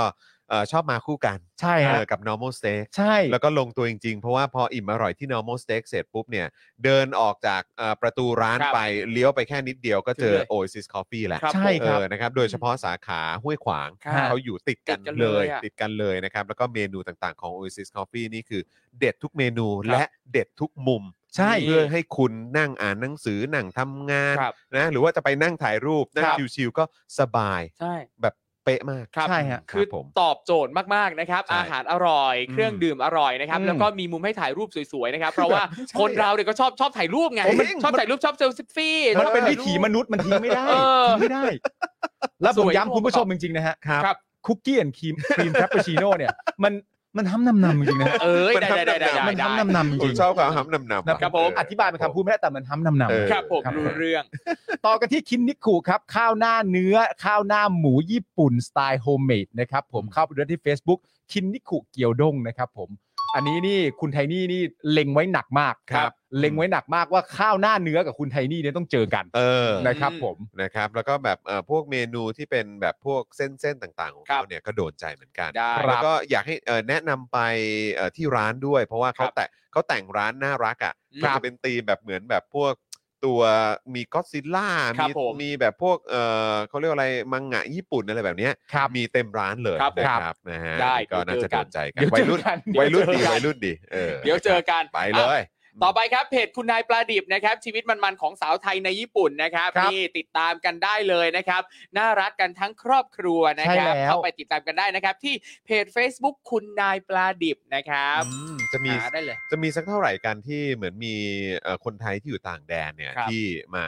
A: เอ่อชอบมาคู่กัน
B: ใช่ฮะ
A: เออกับ normal steak
B: ใช่
A: แล้วก็ลงตัวจริงๆ เพราะว่าพออิ่มอร่อยที่ normal steak เสร็จปุ๊บเนี่ย เดินออกจากเอ่อประตูร้าน
C: ครับ
A: ไปเลี้ยวไปแค่นิดเดียวก็เจอ
C: ถึงเลย
A: oasis coffee แหละ
C: ครับ
B: ใช่
C: ผม
A: เออ นะครับ โดยเฉพาะสาขาห้วยขวาง
C: ครับ
A: เขาอยู่ติดกัน
C: ติดกัน
A: เล
C: เลย ยอะ
A: ติดกันเลยนะครับ แล้วก็เมนูต่างๆของ Oasis Coffee นี่คือเด็ดทุกเมนูและเด็ดทุกมุม
B: ใช่
A: เพื่อให้คุณนั่งอ่านหนังสือ นั่งทำงาน
C: ครับ
A: นะ หรือว่าจะไปนั่งถ่ายรูป นั่ง
C: ครับ
A: ชิวๆก็สบาย
C: ใช่
A: แบบเป๊ะมาก
C: ครับ
B: ใช่ฮะ
A: ค
C: คื
A: รั
C: อบ
A: ผม
C: ตอบโจทย์มากๆนะครับ
A: ใช่
C: อาหารอร่อย เครื่อง
A: อืม
C: ดื่มอร่อยนะครับ
B: อืม
C: แล้วก็มีมุมให้ถ่ายรูปสวยๆนะครับ เพราะว่า
A: ใช่
C: คนเราเนี่ยก็ชอบชอบถ่ายรูปไง
A: โอ้มัน
C: ชอบถ่ายรูปชอบเซลฟี่
B: มันเป็นวิถีมนุษย์มันทิ้งไม่ได้
C: เออ
B: ทิ้งไม่ได้ แล้วผม
C: สวย
B: ย้ำคุณผู้ชมจริงๆนะฮะ
A: ครับ
C: ครับ
B: คุกกี้แอนครีมครีมแคปปูชิโน่เนี่ย มันมันทำนำนำๆจริงๆนะฮะ
C: เอ้ย
A: มันทำ
C: ได้ได้ได้ได้
A: แบบ
B: มัน
C: ได้
B: ทำนำนำๆ
A: ผ
B: จริ
A: ม
B: ง
A: ชอบความหำนำ
B: ๆนะ
A: นำ
C: ครับผม
B: อธิบายเป็นคำพูดไม่ได้แต่มันทำนำนำ
A: เออ
C: ครับผม
B: ครับ
C: รู้เรื่อง
B: ต่อกันที่คินนิคุครับ ข้าวหน้าเนื้อ ข้าวหน้าหมูญี่ปุ่นสไตล์โฮมเมดนะครับผมเข้าไปดูได้ที่ Facebook คินนิคุเกียวด้งนะครับผม อันนี้นี่คุณไทนี่นี่เล็งไว้หนักมาก
A: ครับ
B: เล็งไว้หนักมากว่าข้าวหน้าเนื้อกับคุณไทนี่เนี่ยต้องเจอกัน
A: เออ
B: นะครับ
C: อืม
B: ผม
A: นะครับ แล้วก็แบบเอ่อพวกเมนูที่เป็นแบบพวกเส้นเส้นๆต่างๆของเขาเนี่ยก็โดนใจเหมือนกัน
C: ได้
B: ครับ
A: แล้วก็อยากให้เอ่อแนะนำไปเอ่อที่ร้านด้วย เพราะว่าเขา
C: ครับ
A: แต่เขาแต่งร้านน่ารักอะ่ะ
C: ค
A: มั
C: รับ
A: จะเป็นธีมแบบเหมือนแบบพวกตัวมีก็อดซิลล่า
C: ครับ
A: มี
C: ผม
A: มีแบบพวกเออเขาเรียกว่าอะไรมังงะญี่ปุ่นอะไรแบบเนี้ย
B: ครับ
A: มีเต็มร้านเลย
C: ครับผม
A: นะครับนะฮะ
C: ได้
A: ก็น่าจะโด
C: เดี๋ยวน เจอกัน
A: ใจกั
B: เดี๋
A: น
B: ยว
A: วั
B: เจ
A: ย
B: อ
A: รุ่น
B: กันเดี๋ยว
A: วัยรุ่น
C: เจอ
A: ดี
C: กัน
A: วัยรุ่นดีเออ
C: เดี๋ยวเจอกัน
A: ไปเล
C: อ่ะ
A: ย
C: ต่อไปครับเพจคุณนายปลาดิบนะครับชีวิตมันๆของสาวไทยในญี่ปุ่นนะครับ
B: ครับ
C: นี่ติดตามกันได้เลยนะครับน่ารักกันทั้งครอบครัวนะครับ
B: ใช่แล้ว
C: เข้าไปติดตามกันได้นะครับ ที่เพจ Facebook คุณนายปลาดิบนะครับ
A: อืมจะมี
C: หาได้เลย
A: จะมีสักเท่าไหร่กันที่เหมือนมีเอ่อคนไทยที่อยู่ต่างแดนเนี่ย
C: ครับ
A: ที่มา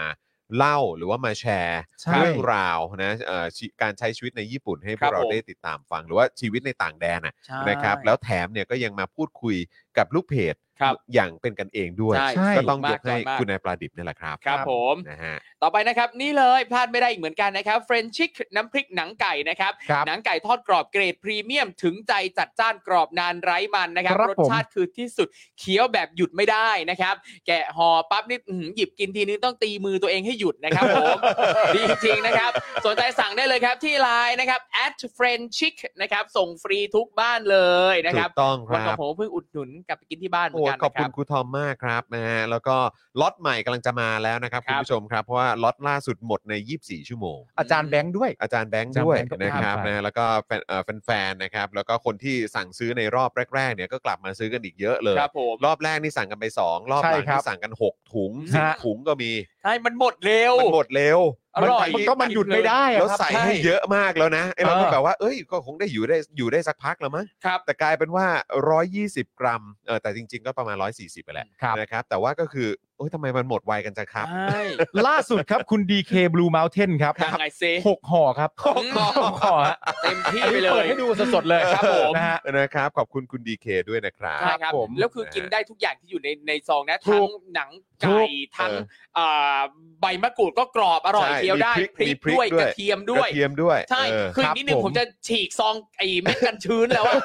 A: เล่าหรือว่ามาแชร์
B: ใช่
A: เรื่องราวนะเอ่อชีการใช้ชีวิตในญี่ปุ่นให้พ
C: ครั
A: ว
C: บ
A: กเรา
C: ผม
A: ได้ติดตามฟังหรือว่าชีวิตในต่างแดนน่ะ
C: ใช่
A: นะครับ แล้วแถมเนี่ยก็ยังมาพูดคุยกับลูกเพจ
C: ครับ
A: อย่างเป็นกันเองด้วย
C: ใช่
A: ก็ต้องยกให้
C: จอยมาก
A: คุณนายปลาดิบนี่แหละครับ
C: ครับผม
A: นะฮะ
C: ต่อไปนะครับนี่เลยพลาดไม่ได้อีกเหมือนกันนะครับเฟรนชิกน้ำพริกหนังไก่นะครับ
B: ครับ
C: หนังไก่ทอดกรอบเกรดพรีเมียมถึงใจจัดจ้านกรอบนานไร้มันนะครับ
B: ครับ
C: ร
B: ผ
C: ส
B: ม
C: ชาติคือที่สุดเคี้ยวแบบหยุดไม่ได้นะครับ แกะห่อปั๊บนี่อื้อหือหยิบกินทีนึงต้องตีมือตัวเองให้หยุดนะครับผม
A: (laughs)
C: ดีจริงนะครับ สนใจสั่งได้เลยครับที่ไลน์นะครับ at friend chic นะครับส่งฟรีทุกบ้านเลยนะครับ
A: ถูกต้องครับ
C: วันกับผมเพิ่งอุดหนุนกลับไปกินที่บ้านเหมือ
A: โอ้
C: นกัน
A: ขอบคุ
C: นะครั
A: ณ
C: บ
A: ครูทอมมากครับนะฮะแล้วก็ล็อตใหม่กำลังจะมาแล้วนะครับ
C: ค
A: คุ
C: รับ
A: ณผู้ชมครับเพราะว่าล็อตล่าสุดหมดใน 24 ชั่วโมง
B: อาจารย์แบงค์ด้วย
A: อาจารย์แบงค์
B: อาจารย์
A: ด้วย
B: แบงค์ก็
A: นะครับ
B: ข้ามไป
A: นะแล้วก็แฟนเอ่อแฟนๆนะครับ แล้วก็คนที่สั่งซื้อในรอบแรกๆเนี่ยก็กลับมาซื้อกันอีกเยอะเลย
C: ครับผม
A: รอบแรกนี่สั่งกันไป 2 รอบ
B: ใช่
A: หลัง
B: ครับ
A: ที่สั่งกัน 6 ถุง
C: ฮะ
A: สิบถุงก็มี
C: ใช่มันหมดเร็ว
A: มันหมดเร็ว
C: อร่อย
A: ใส่
B: มันก็มันหยุดไม่ได้อะ
A: แล้ว
B: ครับ
A: ใส่
B: ใช่
A: ให้เยอะมากแล้วนะไอ้เราก็
B: เออ
A: แบบว่าเอ้ยก็คงได้อยู่ได้อยู่ได้สักพักแล้วมั้ง
C: ครับ
A: แต่กลายเป็นว่า 120 กรัมเออแต่จริง ๆ ก็ประมาณ 140ไปแหละ
B: ครับ
A: นะครับแต่ว่าก็คือโอ้ยทำไมมันหมดไวกันจังครับ
C: ใช่
B: ล่าสุดครับคุณ DK Blue Mountain ครับ
C: ยังไงเซ
B: หกห่อครับ
C: หกห่อ
B: หกห่อฮะ
C: เต็มที่
B: อัน
C: ไป
B: นี้
C: เล
B: เปิด
C: ย
B: ให้ดูสดๆเลย
C: ครับผม
B: นะฮะ
A: นะครับขอบคุณคุณดีเคด้วยนะครับ
C: ใช่ครับ
B: ผม
C: แล้วคือกินได้ทุกอย่างที่อยู่ในในซองนะ
A: ถู
C: ทั้ง
A: ก
C: หนัง
A: ถู
C: ไก่
A: ก
C: ทั้ง
A: เออ
C: อ่าใบมะกรูดก็กรอบอร่อย
A: ใช่
C: เคี้ยวได้
A: มีพริก
C: พริกด้วย
A: มีพริกด้วย
C: กระเทียม
A: ก
C: ด้วย
A: ระเทียมด้วย
C: ใช่
A: เออ
C: คือ
B: ครับ
C: นิดนึง
B: ผม
C: ผมจะฉีกซองไอ้เม็ดกันชื้นแล้วอะ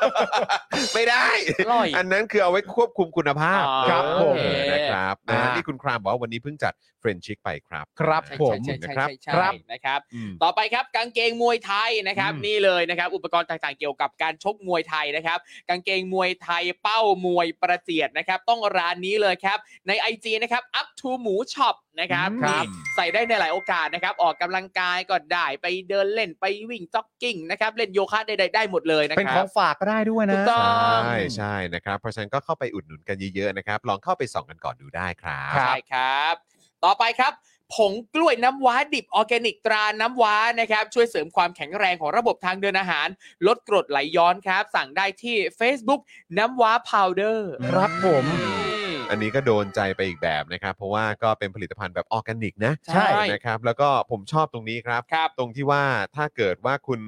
A: ไม่ได้
C: อร่อย
A: อันนั้นคือเอาไว้ควบคุมคุณภาพ
C: อ๋อ
B: ครับ
A: เอ
B: ผม
A: อนะครับ
B: อ่า
A: นะนี่คุณครามบอกว่าวันนี้เพิ่งจัดเฟรนชิกไปครับ
B: ครับ
A: นะ
B: ผ
A: ข
B: ม
A: อบคุ
C: ใช่
A: ณ
C: ใช่
A: นะค
C: ใช่
A: รับ
C: ใช่
B: ครับ
C: นะครับ
A: อืม
C: ต่อไปครับกางเกงมวยไทยนะครับ
A: อืม
C: นี่เลยนะครับอุปกรณ์ต่างๆเกี่ยวกับการชกมวยไทยนะครับ กางเกงมวยไทยเป้ามวยประเจียดนะครับ ต้องร้านนี้เลยครับ ใน IG นะครับ up to หมูช็อปนะครับ
B: ครั
C: นี่
B: บ
C: ใส่ได้ในหลายโอกาสนะครับ ออกกำลังกายก็ได้ไปเดินเล่นไปวิ่งจ็อกกิ้งนะครับ เล่นโยคะใดๆได้หมดเลยนะ
B: เป็น
C: ค
B: ข
C: รั
B: อบ งฝากก็ได้ด้วย
C: ถู
B: นะ
C: กต้อง
A: ใช่ใช่นะครับ เพราะฉะนั้นก็เข้าไปอุดหนุนกันเยอะๆนะครับ ลองเข้าไปส่องกันก่อนดูได้ครับ
C: ใช่ครับ ต่อไปครับ ผงกล้วยน้ำว้าดิบออร์แกนิกตราน้ำว้านะครับ ช่วยเสริมความแข็งแรงของระบบทางเดินอาหาร ลดกรดไหลย้อนครับ สั่งได้ที่ Facebook น้ำว้าพาวเดอร์
B: ครับผม
A: อันนี้ก็โดนใจไปอีกแบบนะครับ เพราะว่าก็เป็นผลิตภัณฑ์แบบออร์แกนิกนะ
B: ใช่
A: นะครับ แล้วก็ผมชอบตรงนี้ครับ
C: ครับ
A: ตรงที่ว่าถ้าเกิดว่าคุณ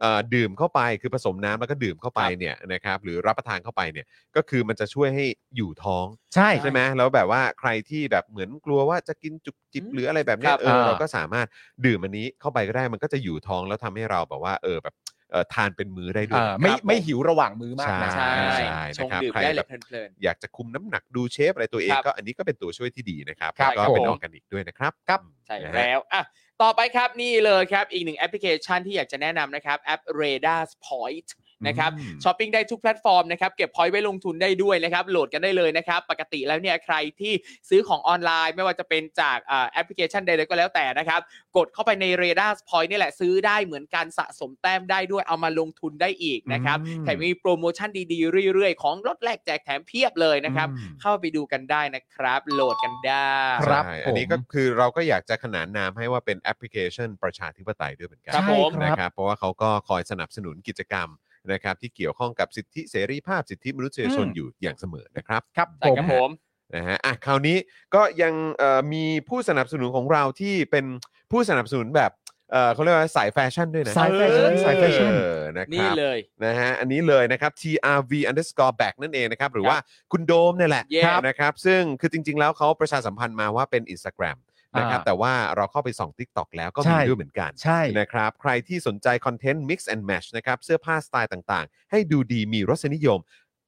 A: เอ่อดื่มเข้าไปคือผสมน้ำแล้วก็ดื่มเข้าไปเนี่ยนะครับหรือรับประทานเข้าไปเนี่ยก็คือมันจะช่วยให้อยู่ท้อง
B: ใช่
A: ใช่ไหมแล้วแบบว่าใครที่แบบเหมือนกลัวว่าจะกินจุกจิบ
C: อืม
A: หรืออะไรแบบเนี้ย
C: ครับ
A: เออ
B: อ่า
A: เราก็สามารถดื่มอันนี้เข้าไปก็ได้มันก็จะอยู่ท้องแล้วทำให้เราแบบว่าเออแบบเออทานเป็นมื้อได้ด้ว
B: เอ่
A: ย
B: อไม่
C: ครับผม
B: ไม่หิวระหว่างมื้อมากนะ
A: ใช่
C: ช
A: ใช่
C: ง
A: นะครับ
C: ดื่ม
A: ใคร
C: ได้เลย
A: แบบ
C: เพลิน
A: อยากจะคุมน้ำหนักดูเชฟอะไรตัวเอง
C: ครับ
A: ก็อันนี้ก็เป็นตัวช่วยที่ดีนะครับ
B: ครับ
A: แล้วก็เป็นอ
C: ผม
A: อร์แกนิกด้วยนะครับ
B: ครับ
C: ๆ ใช่แล้วอ่ะต่อไปครับนี่เลยครับ อีกหนึ่งแอปพลิเคชันที่อยากจะแนะนำนะครับแอป Radar Point นะครับ
A: อืม
C: ช้อปปิ้งได้ทุกแพลตฟอร์มนะครับ เก็บพอยต์ไว้ลงทุนได้ด้วยนะครับ โหลดกันได้เลยนะครับ ปกติแล้วเนี่ยใครที่ซื้อของออนไลน์ ไม่ว่าจะเป็นจากอ่าแอปพลิเคชันใดๆก็แล้วแต่นะครับ กดเข้าไปใน r a d a r Point นี่แหละซื้อได้เหมือนการสะสมแต้มได้ด้วยเอามาลงทุนได้อีกนะครับ
A: อืม
C: แถมมีโปรโมชั่นดีๆ เรื่อยๆ ของลดแลกแจกแถมเพียบเลยนะครับ
A: อืม
C: เข้าไปดูกันได้นะครับ โหลดกันได้
B: ครับ
A: ใช่
B: ผม
A: อันนี้ก็คือเราก็อยากจะขนานนามให้ว่าเป็นแอปพลิเคชันประชาธิปไตยด้วยเหมือนกัน
C: ครับผม
A: นะครับ เพราะว่าเขาก็คอยสนับสนุนกิจกรรมนะครับที่เกี่ยวข้องกับสิทธิเสรีภาพสิทธิมนุษยชน
C: อืม
A: อยู่อย่างเสมอนะครับ
B: ครับ
C: ใช่
B: ผม
C: ครับผม
A: นะฮะอ่ะคราวนี้ก็ยังเอ่อมีผู้สนับสนุนของเราที่เป็นผู้สนับสนุนแบบเอ่อเขาเรียกว่าสายแฟชั่นด้วยนะ
B: สายแฟชั่น
A: เออ
B: สายแฟชั่น
A: เออนะค
C: นี่
A: รับ
C: เลย
A: นะฮะอันนี้เลยนะครับ TRV underscore back นั่นเองนะครับหรือว่าคุณโดมเนี่ยแหละ
C: เย้
A: ครับนะครับซึ่งคือจริง ๆ แล้วเขาประชาสัมพันธ์มาว่าเป็น Instagram นะครับ
B: อ่า
A: แต่ว่าเราเข้าไปส่อง TikTok แล้วก็
B: ใช่
A: มีด้วยเหมือนกัน
B: ใช่
A: นะครับใครที่สนใจคอนเทนต์ Mix and Match นะครับเสื้อผ้าสไตล์ต่างๆ ให้ดูดีมีรสนิยม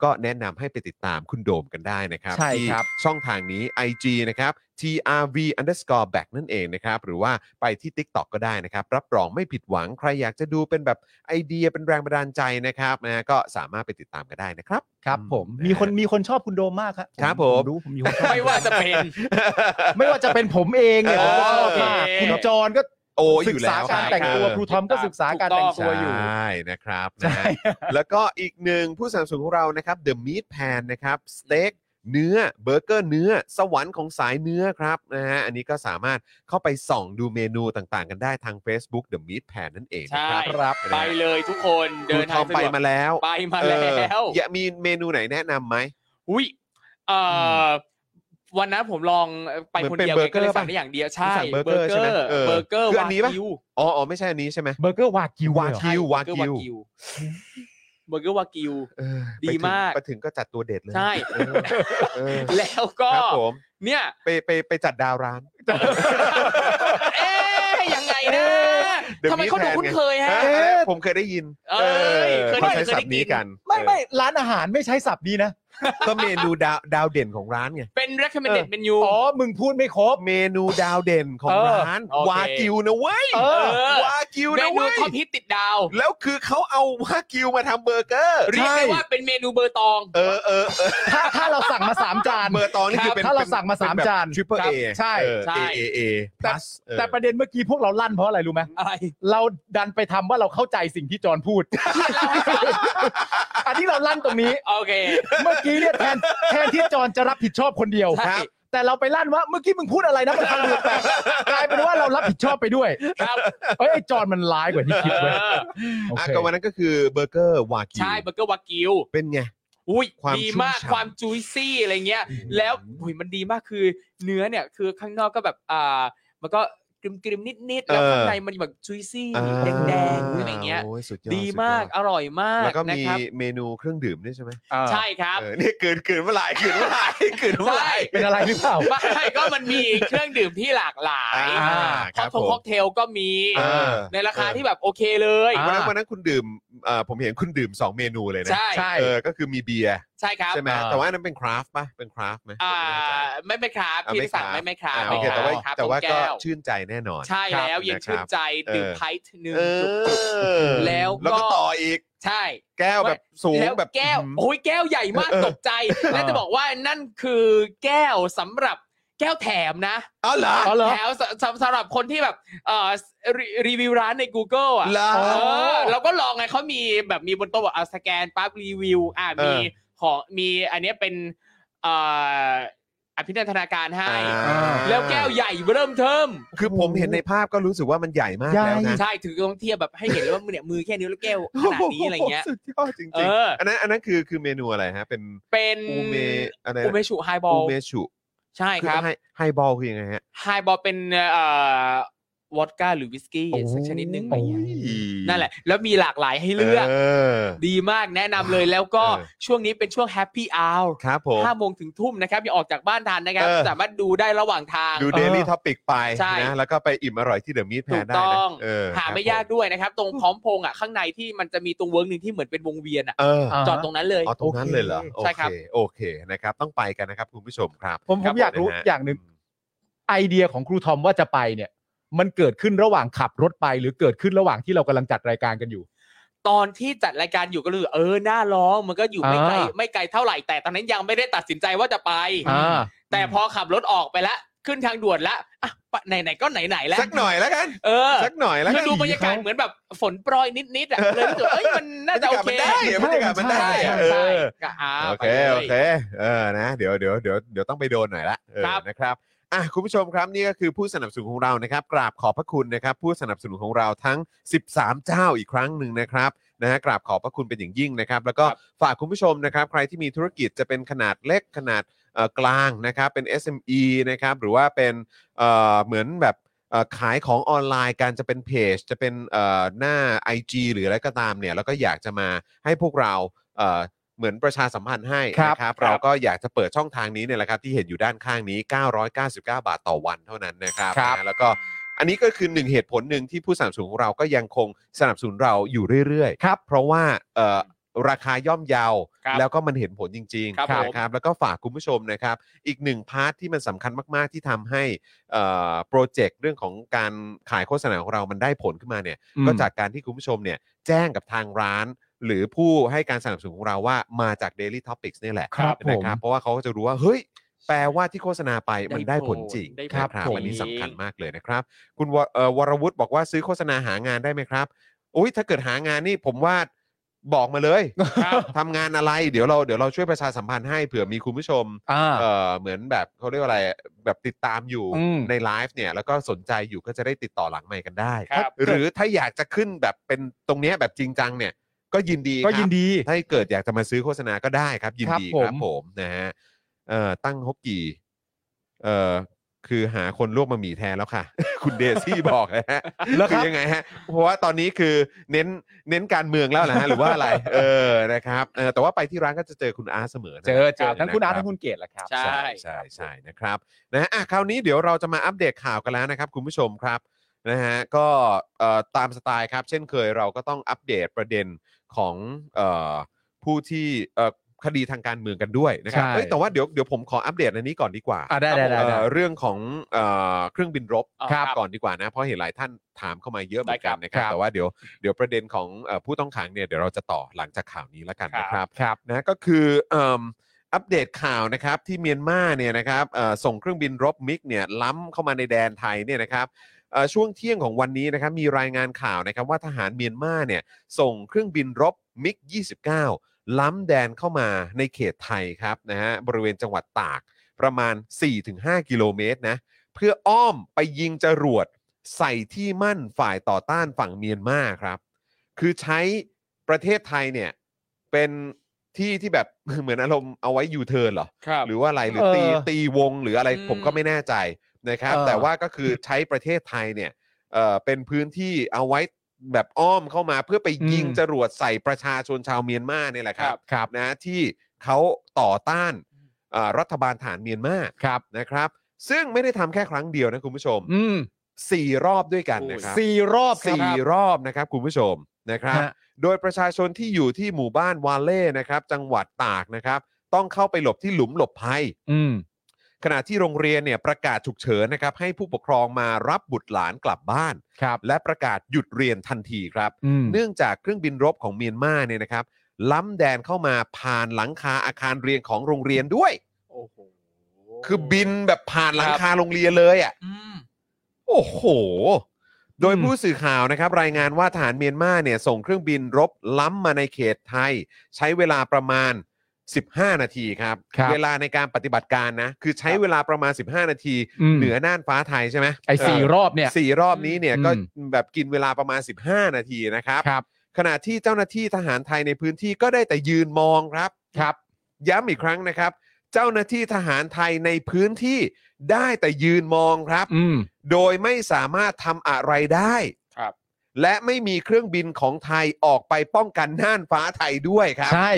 A: ก็แนะนำให้ไปติดตามคุณโดมกันได้นะครับ
B: ใช่
A: ที่
B: ครับ
A: ช่องทางนี้ IG นะครับ trv underscore back นั่นเองนะครับ หรือว่าไปที่ TikTok ก็ได้นะครับ รับรองไม่ผิดหวังใครอยากจะดูเป็นแบบไอเดียเป็นแรงบันดาลใจนะครับนะก็สามารถไปติดตามกันได้นะครับ
B: ครับผม
A: นะ
B: มีคนมีคนชอบคุณโดมมากครับ
A: ครับผม
B: รู้ผมมีคนชอบ
C: ไม่ว่าจะเป็น
B: ไม่ว่าจะเป็นผมเองเนี่ย
C: อ๋
B: ผม
C: อ
B: ก็ชอบมาก
C: โอเค
B: คุณจอนก็
A: โอ้ย
B: ศึ
A: อก ยู่
B: ษา
A: แล้ว
B: การแต่งตัวครูทอมก็ศึกษาการแต่งตัวอยู่
A: ใช่นะครับนะ
B: ใช่
A: ฮะ
C: (laughs)
A: แล้วก็อีกหนึ่งผู้สนับสนุนของเรานะครับ The Meat Pan นะครับสเต็กเนื้อเบอร์เกอร์เนื้อ สวรรค์ของสายเนื้อครับนะฮะอันนี้ก็สามารถเข้าไปส่องดูเมนูต่างๆ กันได้ทาง Facebook The Meat Pan นั่นเองนะ
C: ใช่
A: ครับ
B: ครับ
C: ไปเลยทุกคน
A: เดิ
C: เดิ
A: น
C: น
A: ท
C: ทา
A: อง มไปมาแล้ว
C: ไปมาแล้ว
A: เอออย่ามีเมนูไหนแนะนำไหม
C: อุ้ยเอ่อวันนั้นผมลองไปคนเดียว
A: เหมือนเป็
C: ไง
A: น
C: ก็เลย
A: เบอร์เกอร์
C: สั่งได้อย่างเดียวใช่
A: สั่งเบอร์เกอร์ใช่ไหมเออ
C: เบอร์เกอร์
A: คืออั
C: วาน
A: นี้ปะ
C: กิว
A: อ๋ออ๋อไม่ใช่อันนี้ใช่ไหม
B: เบอร์เกอร์วากิว
A: วา
B: เหรอ
A: กิววากิว
C: เบอร์เกอร์วากิวเบอร์เกอร์วากิว
A: เออ
C: ดีมาก
A: ไปถึงไปถึงก็จัดตัวเด็ดเลย
C: ใช่
A: เออเออ
C: แล้วก็
A: ครับผม
C: เนี่ย
A: ไปไปไปจัดดาวร้าน
C: เอ๊ะยังไงนะ
A: เดี๋ยว
C: ทำไมเขาดู
A: มีแผนไง
C: คุ้นเคยฮะ
A: เออผมเคยได้ยิน
C: เอ้ยเคยได้
A: เขาใช้
C: เคยได้
A: ศัพท์นี้
C: กิน
A: กัน
B: ไม่ไม่ร้านอาหารไม่ใช้ศัพท์นี้นะ
A: ก็เมนูดาวดาวเด่นของร้านไง
C: เป็น recommended
A: เออ
C: menu
B: อ๋อ มึงพูดไม่ครบ
A: เมนูดาวเด่นของ
C: เออ
A: ร้าน
C: โอเคว
A: ากิวนะเว้ย
C: เออ
A: วากิว
C: เม
A: นะ
C: นู
A: เว้ย
C: ท็อปฮิตติดดาว
A: แล้วคือเขาเอาวากิวมาทำเบอร์เกอร์
C: เรียกได้ว่าเป็นเมนูเบอร์ตอง
A: เออเออเออ
B: ถ้าถ้าเราสั่งมาสามจาน
A: เบอร์ตองนี่คือเป็น
B: ถ้าเราสั่งมาสามจาน
A: ทริปเปอร์
B: ครั
A: เอบ
B: ใช่
C: ใช่
A: เอเอเอ
B: แต่
A: plus เออ
B: แต่ประเด็นเมื่อกี้พวกเราลั่นเพราะอะไรรู้ไหม
C: อะไร
B: เราดันไปทำว่าเราเข้าใจสิ่งที่จอน
A: (laughs)
B: พูด อันที่เราลั่นตรงนี้
C: โอเค
B: เมื่อกี้เนี่ยแทนแทนที่จอนจะรับผิดชอบคนเดียว
C: ใช่
B: ครับ แต่เราไปลั่นว่าเมื่อกี้มึงพูดอะไรนะมันฟังดูแปลกกลายเป็นว่าเรารับผิดชอบไปด้วย
C: ครับ
B: เอ้ยไอ้จอนมันร้ายกว่าที่คิดเว้ย
C: เออ
B: โอ
A: อ่ะ
B: เค
A: ก็วันนั้นก็คือเบอร์เกอร์วากิว
C: ใช่เบอร์เกอร์วากิว
A: เป็นไง
C: อุ้ย
A: ความ
C: ดี
A: ชุ่ม
C: มาก
A: ฉ่ำ
C: ความจุยซี่อะไรเงี้ย แล้วอุ้ยมันดีมากคือเนื้อเนี่ยคือข้างนอกก็แบบอ่า มันก็กริมกริมนิดนิดๆแล้ว
A: เออ
C: ข้างในมันแบบจุยซี่แดงแดงๆอะไรเงี้ย
A: โอ้สุดอด
C: ดีมาก
A: สุดย
C: อร่อยมา
A: อด
C: ก
A: แล้วก็
C: นะ
A: มี
C: ครับ
A: เมนูเครื่องดื่มด้วยใช่ไหม
B: อ่า
C: ใช่ครับ
A: เออนี่เกินเกินเมื่อไหร่เกินเมื่อไหร่เกินเมื่อไหร่
C: ใช่
B: เป็นอะไรหรือเปล่า
C: ไม่ก็มันมีเครื่องดื่มที่หลากหลาย
A: อ่า
C: ค
A: ค
C: อ
A: รั
C: ก
A: บ
C: ทง
A: ผม
C: ค็อกเทลก็มี
A: เออ
C: ในราคาที่แบบโอเคเลย
B: อ่า
A: วันนั้นวันนั้นคุณดื่มเอ่อผมเห็นคุณดื่ม 2 เมนูเลยนะ
C: ใช่
B: ใช่
A: เออก็คือมีเบียร์
C: ใช่ครับ
A: ใช่ไหม
B: อ่า
A: แต่ว่าอันนั้นเป็นคราฟต์ป่ะเป็นคราฟต์ไหม
C: อ่า
A: ผมไม่แน่ใจ
C: ไม่ไม่ครับ
A: อ่า
C: พี่
A: ไม่
C: สั่ง
A: ครับ
C: ไม่ไม่ครับ
A: อ่า
C: ไม่
A: โอเค
C: ครั
A: แต่ว่า
C: ครับ
A: แต่ว่า
C: ตรง
A: ก็
C: ก้
A: ชื่นใจแน่นอน
C: ใช่แล้ว
A: ครับ
C: เย็นชื่นใจดื่ม
A: เออ
C: ไพท์หนึ่ง
A: เอ
C: จุด
A: อ
C: แล้วก็
A: แล้วก็ต่ออีก
C: ใช่
A: แก้วแบบสูง
C: แล้ว
A: แบบ
C: แก้ว
A: อืม
C: โอ้ยแก้วใหญ่มาก
A: เออ
C: ตกใจ และจะบอกว่านั่นคือแก้วสำหรับแก้วแถมนะ
A: อ๋อเหรอ
B: อ๋อเหรอ
C: แถมสสำสำหรับคนที่แบบเอ่อรีรีวิวร้านใน Google อ่ะ
A: เหรอ
C: เออเราก็ลองไงเขามีแบบมีบนโต๊ะบอกเอาสแกนปั๊บรีวิว อ่า
A: เออ
C: มีของมีอันเนี้ยเป็นเอ่ออภินันทนาการให้
A: อ่า
C: แล้วแก้วใหญ่เริ่มเทิม
A: คือผมเห็นในภาพก็รู้สึกว่ามันใหญ่มากแล้วนะ
C: ใช่ถือต้องเทียบแบบให้เห็นเลยว่ามือเนี่ยมือแค่นิ้วแล้วแก้วขนาดนี้อะไรเงี้ย
A: โโหสุดยอดจ
C: เอ
A: ริง
C: อ
A: ๆอันนั้นอันนั้นคือคือเมนูอะไรฮะเป็น
C: เป็น
A: อูเมอะไร
C: อูเมชุไฮบอล
A: อูเมชุ
C: ใช่
A: คื
C: ค
A: อ
C: รับ
A: ไฮไฮบอลคือยังไงฮะ
C: ไฮบอลเป็นเอ่อวอดก้าหรือวิสกี้สักชนิดหนึงอะไรเงี้ยนั่นแหละ แล้วมีหลากหลายให้เลือก
A: อ
C: ดีมากแนะนำเลยแล้วก็
A: เออ
C: ช่วงนี้เป็นช่วงแฮปปี้อ r
A: ครับผม
C: ห้าโมงถึงทุ่มนะครับอย่าออกจากบ้านทันนะครับ
A: เออ
C: สามารถดูได้ระหว่างทาง
A: ดู Daily Topic ไป
C: ใช่
A: นะแล้วก็ไปอิ่มอร่อยที่เดอะมีทแพ
C: ถู
A: น
C: ก
A: ได้
C: ต้
A: นะ
C: อง
A: เออ
C: หาไม่ยากด้วยนะครับ ตรงพร้อมพงษ์อ่ะข้างในที่มันจะมีตรงเวิร์กหนึ่งที่เหมือนเป็นวงเวียนอ่ะ
A: เออ
C: จอดตรงนั้นเลย
A: อ๋อตรงนั้นเลยเหรอ
C: ใช่ครับ
A: โอเโอเคนะครับ ต้องไปกันนะครับคุณผู้ชมครับ
B: ผมผมอยากรู้
A: นะฮะ
B: อย่างหนึ่ง ไอเดียของครูทอมว่าจะไปเนี่ย มันเกิดขึ้นระหว่างขับรถไป หรือเกิดขึ้นระหว่างที่เรากำลังจัดรายการกันอยู่
C: ตอนที่จัดรายการอยู่ก็รู้สึกเออหน้าร้องมันก็อยู่ไม่ไกล
B: อ่า
C: ไม่ไกลเท่าไหร่ แต่ตอนนั้นยังไม่ได้ตัดสินใจว่าจะไป
B: อ่า
C: แต่พอขับรถออกไปละขึ้นทางด่วนละอ่ะปะไหนๆก็ไหนๆแล้ว
A: สักหน่อยแล้วกัน
C: เออ
A: สักหน่อยแล้ว
C: คื
A: กั
C: อนดูบรรยากาศเหมือนแบบฝนโปรยนิดๆอ่ะเลยรู้สึกเอ้ยมันน่า
A: บรร
C: จะ
A: ยา
C: โอก
A: าศ
C: เค
A: มันได้อะบรรยากาศมันได้
C: ใช่
A: อะ
C: ใช่
A: เอ
C: ใช่
A: อ
C: ก็อ่า
A: โอ
C: ไป
A: เค
C: ลย
A: โอเค เออ นะ เดี๋ยวเดี๋ยวเดี๋ยวเดี๋ยวต้องไปโดนหน่อยละเออ
C: ครับ
A: นะครับ อ่ะ คุณผู้ชมครับ นี่ก็คือผู้สนับสนุนของเรา นะครับ กราบขอบพระคุณนะครับ ผู้สนับสนุนของเราทั้ง 13 เจ้าอีกครั้งหนึ่งนะครับ นะฮะ กราบขอบพระคุณเป็นอย่างยิ่งนะครับ แล้วก็ฝากคุณผู้ชมนะครับ ใครที่มีธุรกิจจะเป็นขนาดเล็ก ขนาดเอ่อกลางนะครับ เป็น SME นะครับ หรือว่าเป็นเอ่อเหมือนแบบเอ่อขายของออนไลน์ การจะเป็นเพจ จะเป็นเอ่อหน้า IG หรืออะไรก็ตามเนี่ย แล้วก็อยากจะมาให้พวกเราเอ่อ เหมือนประชาสัมพันธ์ให้
B: ครับ
A: นะครับ
C: ครับ
A: เราก็อยากจะเปิดช่องทางนี้เนี่ยแหละครับ ที่เห็นอยู่ด้านข้างนี้ 999 บาทต่อวันเท่านั้นนะครับ
B: ครับ
A: นะแล้วก็อันนี้ก็คือหนึ่งเหตุผลหนึ่งที่ผู้สนับสนุนของเราก็ยังคงสนับสนุนเราอยู่เรื่อยๆ
B: ครับ
A: เพราะว่าเอ่อ ราคาย่อมเยา
C: ครับ
A: แล้วก็มันเห็นผลจริงๆ
C: ครับผม
A: นะครับแล้วก็ฝากคุณผู้ชมนะครับ อีกหนึ่งพาร์ทที่มันสำคัญมากๆที่ทำให้เอ่อโปรเจกต์เรื่องของการขายโฆษณาของเรามันได้ผลขึ้นมาเนี่ย ก็จากการที่คุณผู้ชมเนี่ยแจ้งกับทางร้าน หรือผู้ให้การสนับสนุนของเราว่ามาจาก Daily Topics เนี่ยแหละ
B: ครับผม
A: นะครับ เพราะว่าเขาก็จะรู้ว่า เฮ้ย แปลว่าที่โฆษณาไปมันได้ผลจริง
C: ได้ผล
A: ครับ
C: ได้ผล
A: อันนี้
C: จริง
A: สำคัญมากเลยนะครับ คุณวรเอ่อวรวุฒิบอกว่าซื้อโฆษณาหางานได้ไหมครับอุ้ยถ้าเกิดหางานนี่ผมว่าบอกมาเลย
C: ครับ
A: ทำงานอะไรเดี๋ยวเราเดี๋ยวเราช่วยประชาสัมพันธ์ให้เผื่อมีคุณผู้ชม
B: อ่า
A: เออเหมือนแบบเขาเรียกว่าอะไรแบบติดตามอยู่
B: อืม
A: ในไลฟ์เนี่ยแล้วก็สนใจอยู่ก็จะได้ติดต่อหลังใหม่กันได้
C: ครับ
A: หรือถ้าอยากจะขึ้นแบบเป็นตรงเนี้ยแบบจริงจังเนี่ยก็ยินดี
B: ก็ยิน
A: ค
B: ดี
A: รับถ้าเกิดอยากจะมาซื้อโฆษณาก็ได้ครับ ยินดี
B: ค
A: ครั
B: รับผม
A: บผมนะฮะเอ่อตั้งฮกกี่เอ่อคือหาคนลวกมาหมี่แทนแล้วค่ะ (laughs) คุณเดซี่บอกนะฮะ
B: แล้วครับ
A: อยังไงฮะ เพราะว่าตอนนี้คือเน้นเน้นการเมืองแล้วนะฮะหรือว่าอะไร เออนะครับเออแต่ว่าไปที่ร้านก็จะเจอคุณอาร์ตเสมอนะ
B: เจอเจอ
A: นะ
B: ทั้งคุณอาร์ต
A: รับ
B: ทั้งคุณเกตแหละครับ
C: ใช่
A: ใช่ใช่ใช่นะครับนะฮะอ่ะคราวนี้เดี๋ยวเราจะมาอัปเดตข่าวกันแล้วนะครับ คุณผู้ชมครับนะฮะก็เอ่อตามสไตล์ครับ เช่นเคยเราก็ต้องอัปเดตประเด็นของเอ่อผู้ที่เอ่อคดีทางการเมืองกันด้วยนะครับ
B: ใช่
A: เอ้ยแต่ว่าเดี๋ยวเดี๋ยวผมขออัปเดตอันนี้ก่อนดีกว่า
B: อ่ะได้ได้ได้
A: เอ่
B: ได้
A: อเรื่องของเอ่อเครื่องบินรบ
C: ครับ
A: ก่อนดีกว่านะเพราะเห็นหลายท่านถามเข้ามาเยอะเหมือนกันนะค
B: ได้
A: รับ
B: ครับ
A: แต่ว่าเดี๋ยวเดี๋ยวประเด็นของเอ่อผู้ต้องขังเนี่ยเดี๋ยวเราจะต่อหลังจากข่าวนี้แล้วกันนะครับ
B: ครับ
A: นะก็คือเอมอัปเดตข่าวนะครับที่เมียนมาเนี่ยนะครับเอ่อส่งเครื่องบินรบมิกเนี่ยล้ำเข้ามาในแดนไทยเนี่ยนะครับเอ่อช่วงเที่ยงของวันนี้นะครับมีรายงานข่าวนะครับว่าทหารเมียนมาเนี่ยส่งเครื่องบินรบมิก 29 ล้ำแดนเข้ามาในเขตไทยครับนะฮะบริเวณจังหวัดตากประมาณ 4-5 กิโลเมตรนะเพื่ออ้อมไปยิงจรวดใส่ที่มั่นฝ่ายต่อต้านฝั่งเมียนมาครับ คือใช้ประเทศไทยเนี่ยเป็นที่ที่แบบ (laughs) เหมือนอารมณ์เอาไว้ยูเทิร์นเหรอ
C: ครับ
A: หรือว่าอะไรหรือ
B: เออ
A: ตีตีวงหรืออะไร
C: อืม
A: ผมก็ไม่แน่ใจนะครับ
B: เออ
A: แต่ว่าก็คือใช้ประเทศไทยเนี่ยเอ่อเป็นพื้นที่เอาไว้แบบอ้อมเข้ามาเพื่อไปยิงจรวดใส่ประชาชนชาวเมียนมาเนี่ยแหละครับ
B: ครับ
A: นะที่เขาต่อต้านเอ่อรัฐบาลฐานเมียนมา
B: ครับ
A: นะครับ ซึ่งไม่ได้ทำแค่ครั้งเดียวนะคุณผู้ชม
B: อืม
A: สี่รอบด้วยกันนะครับ
B: สี่รอบครับ
A: สี่รอบนะครับคุณผู้ชมนะครับ
B: ฮะ
A: โดยประชาชนที่อยู่ที่หมู่บ้านวาเล่นะครับ จังหวัดตากนะครับ ต้องเข้าไปหลบที่หลุมหลบภัย
B: อืม
A: ขณะที่โรงเรียนเนี่ยประกาศฉุกเฉินนะครับ ให้ผู้ปกครองมารับบุตรหลานกลับบ้าน
B: ครับ
A: และประกาศหยุดเรียนทันทีครับ
B: อืม
A: เนื่องจากเครื่องบินรบของเมียนมาเนี่ยนะครับ ล้ำแดนเข้ามาผ่านหลังคาอาคารเรียนของโรงเรียนด้วย
C: โอ้โห
A: คือบินแบบผ่านหลัง
C: ครับ
A: คาโรงเรียนเลยอ่ะ
C: อืม
A: โอ้โห โดย
B: อืม
A: ผู้สื่อข่าวนะครับ รายงานว่าทหารเมียนมาเนี่ยส่งเครื่องบินรบล้ำมาในเขตไทย ใช้เวลาประมาณ 15 นาทีครับ
B: ครับ
A: เวลาในการปฏิบัติการนะ คือใช้เวลาประมาณ 15 นาที
B: อืม
A: เหนือน่านฟ้าไทยใช่ไหม
B: ไอ้สี่รอบเนี่ย
A: สี่รอบนี้เนี่ย
B: อืม
A: ก็แบบกินเวลาประมาณ 15 นาทีนะครับ
B: ครับ
A: ขณะที่เจ้าหน้าที่ทหารไทยในพื้นที่ก็ได้แต่ยืนมองครับ
B: ครับ
A: ย้ำอีกครั้งนะครับ เจ้าหน้าที่ทหารไทยในพื้นที่ได้แต่ยืนมองครับ
B: อืม
A: โดยไม่สามารถทำอะไรได้
C: ครับ
A: และไม่มีเครื่องบินของไทยออกไปป้องกันน่านฟ้าไทยด้วยครับ
B: ใช่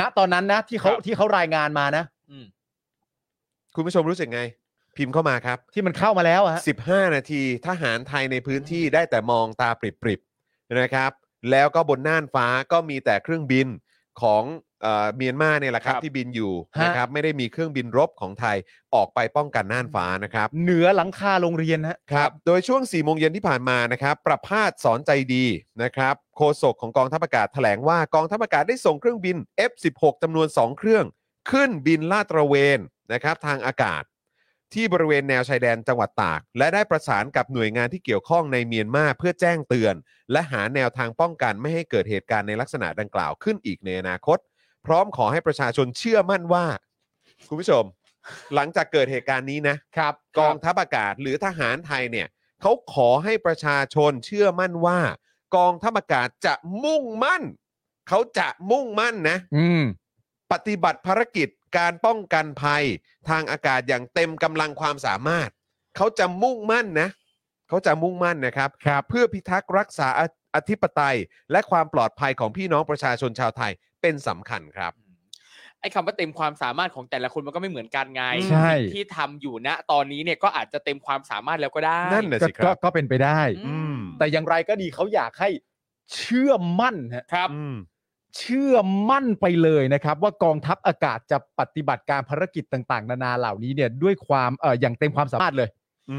B: ณ ตอนนั้นนะ ที่เขา
C: ครับ
B: ที่เขารายงานมานะ
C: อืม
A: คุณผู้ชมรู้สึกไง พิมพ์เข้ามาครับ
B: ที่มันเข้ามาแล้วอะฮะ
A: 15 นาทีทหารไทยในพื้นที่ได้แต่มองตาปริบๆนะครับ แล้วก็บนน่านฟ้าก็มีแต่เครื่องบินของเอ่อเมียนมาเนี่ยแหละครับ
C: ครับ
A: ที่บินอยู่
B: ฮะ
A: นะครับ ไม่ได้มีเครื่องบินรบของไทยออกไปป้องกันน่านฟ้านะครับ
B: เหนือหลังคาโรงเรียนฮะ
A: ครับ โดยช่วง4ี่โมงเย็นที่ผ่านมานะครับ ประพาสสอนใจดีนะครับโฆษกของกองทัพอากาศแถลงว่ากองทัพอากาศได้ส่งเครื่องบิน F16 จำนวน 2 เครื่อง ขึ้นบินลาดตระเวนนะครับทางอากาศ ที่บริเวณแนวชายแดนจังหวัดตาก และได้ประสานกับหน่วยงานที่เกี่ยวข้องในเมียนมาเพื่อแจ้งเตือน และหาแนวทางป้องกันไม่ให้เกิดเหตุการณ์ในลักษณะดังกล่าวขึ้นอีกในอนาคต พร้อมขอให้ประชาชนเชื่อมั่นว่า คุณผู้ชม หลังจากเกิดเหตุการณ์นี้นะ
B: ครับ
A: กองทัพอากาศหรือทหารไทยเนี่ยเขาขอให้ประชาชนเชื่อมั่นว่า กองทัพอากาศจะมุ่งมั่น เขาจะมุ่งมั่นนะ
B: อืม
A: ปฏิบัติภารกิจการป้องกันภัย ทางอากาศอย่างเต็มกำลังความสามารถ เขาจะมุ่งมั่นนะเขาจะมุ่งมั่นนะครับ
B: ครับ
A: เพื่อพิทักษ์รักษาออธิปไตย และความปลอดภัยของพี่น้องประชาชนชาวไทยเป็นสำคัญครับ
C: ไอ้คำว่าเต็มความสามารถของแต่ละคนมันก็ไม่เหมือนกันไง
B: ใช่
C: สิ่งที่ทำอยู่ณตอนนี้เนี่ยก็อาจจะเต็มความสามารถแล้วก็ได้
A: นั่น
C: แหละ
A: น่ะ
B: ก็
A: สิค
B: ก็
A: รับ
B: ก็เป็นไปได้
C: อืม
B: แต่อย่างไรก็ดีเขาอยากให้ เชื่อมั่นฮะ
C: ครับ
A: อืม
B: เชื่อมั่นไปเลยนะครับว่ากองทัพอากาศจะปฏิบัติการภารกิจต่างๆ นานาเหล่านี้เนี่ยด้วยความเอ่ออย่างเต็มความสามารถเลย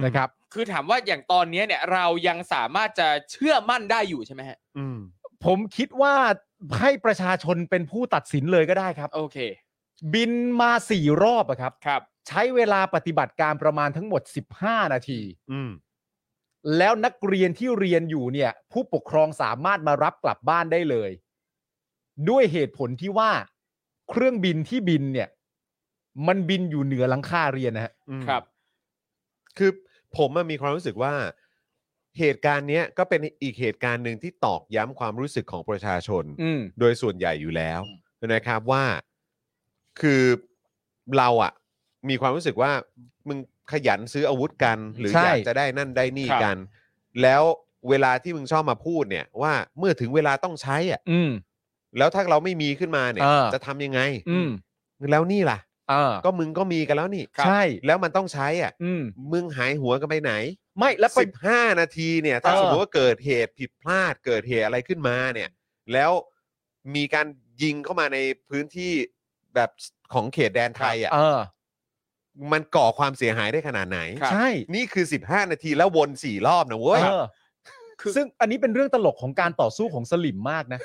B: นะครับ
C: คือถามว่าอย่างตอนเนี้ยเนี่ยเรายังสามารถจะเชื่อมั่นได้อยู่ใช่ไหมฮะ
A: อืม
B: ผมคิดว่าให้ประชาชนเป็นผู้ตัดสินเลยก็ได้ครับ
C: โอเค
B: บินมาสี่รอบอะครับ
C: ครับ
B: ใช้เวลาปฏิบัติการประมาณทั้งหมด 15 นาที
A: อืม
B: แล้วนักเรียนที่เรียนอยู่เนี่ย ผู้ปกครองสามารถมารับกลับบ้านได้เลย ด้วยเหตุผลที่ว่าเครื่องบินที่บินเนี่ย มันบินอยู่เหนือหลังคาเรียนนะฮะ
A: อืม
C: ครับ
A: คือผมมันมีความรู้สึกว่าเหตุการณ์เนี้ยก็เป็นอีกเหตุการณ์หนึ่งที่ตอกย้ำความรู้สึกของประชาชน
C: อืม
A: โดยส่วนใหญ่อยู่แล้วนะครับว่าคือเราอะมีความรู้สึกว่ามึงขยันซื้ออาวุธกัน หรือ
B: ใช่
A: อยากจะได้นั่นได้นี่
C: ครับ
A: กัน แล้วเวลาที่มึงชอบมาพูดเนี่ย ว่าเมื่อถึงเวลาต้องใช้อ่ะ
B: อืม
A: แล้วถ้าเราไม่มีขึ้นมาเนี่ย
B: เออ
A: จะทำยังไง
B: อืม
A: แล้วนี่ล่ะ
B: อ่า
A: ก็มึงก็มีกันแล้วนี่
B: ใช่
A: แล้วมันต้องใช้อ่ะ
B: อืม
A: มึงหายหัวกันไปไหน
B: ไม่แล้วไป
A: สิบห้านาทีเนี่ยถ้า
B: เออ
A: สมมติว่าเกิดเหตุผิดพลาดเกิดเหตุอะไรขึ้นมาเนี่ย แล้วมีการยิงเข้ามาในพื้นที่แบบของเขตแดนไทยอ่ะ
B: เออ
A: มันก่อความเสียหายได้ขนาดไหน
C: ครับ
B: ใช่
A: นี่คือ 15 นาทีแล้ววนสี่รอบนะเว้ย
B: เออซึ่งอันนี้เป็นเรื่องตลกของการต่อสู้ของสลิมมาก (laughs) นะ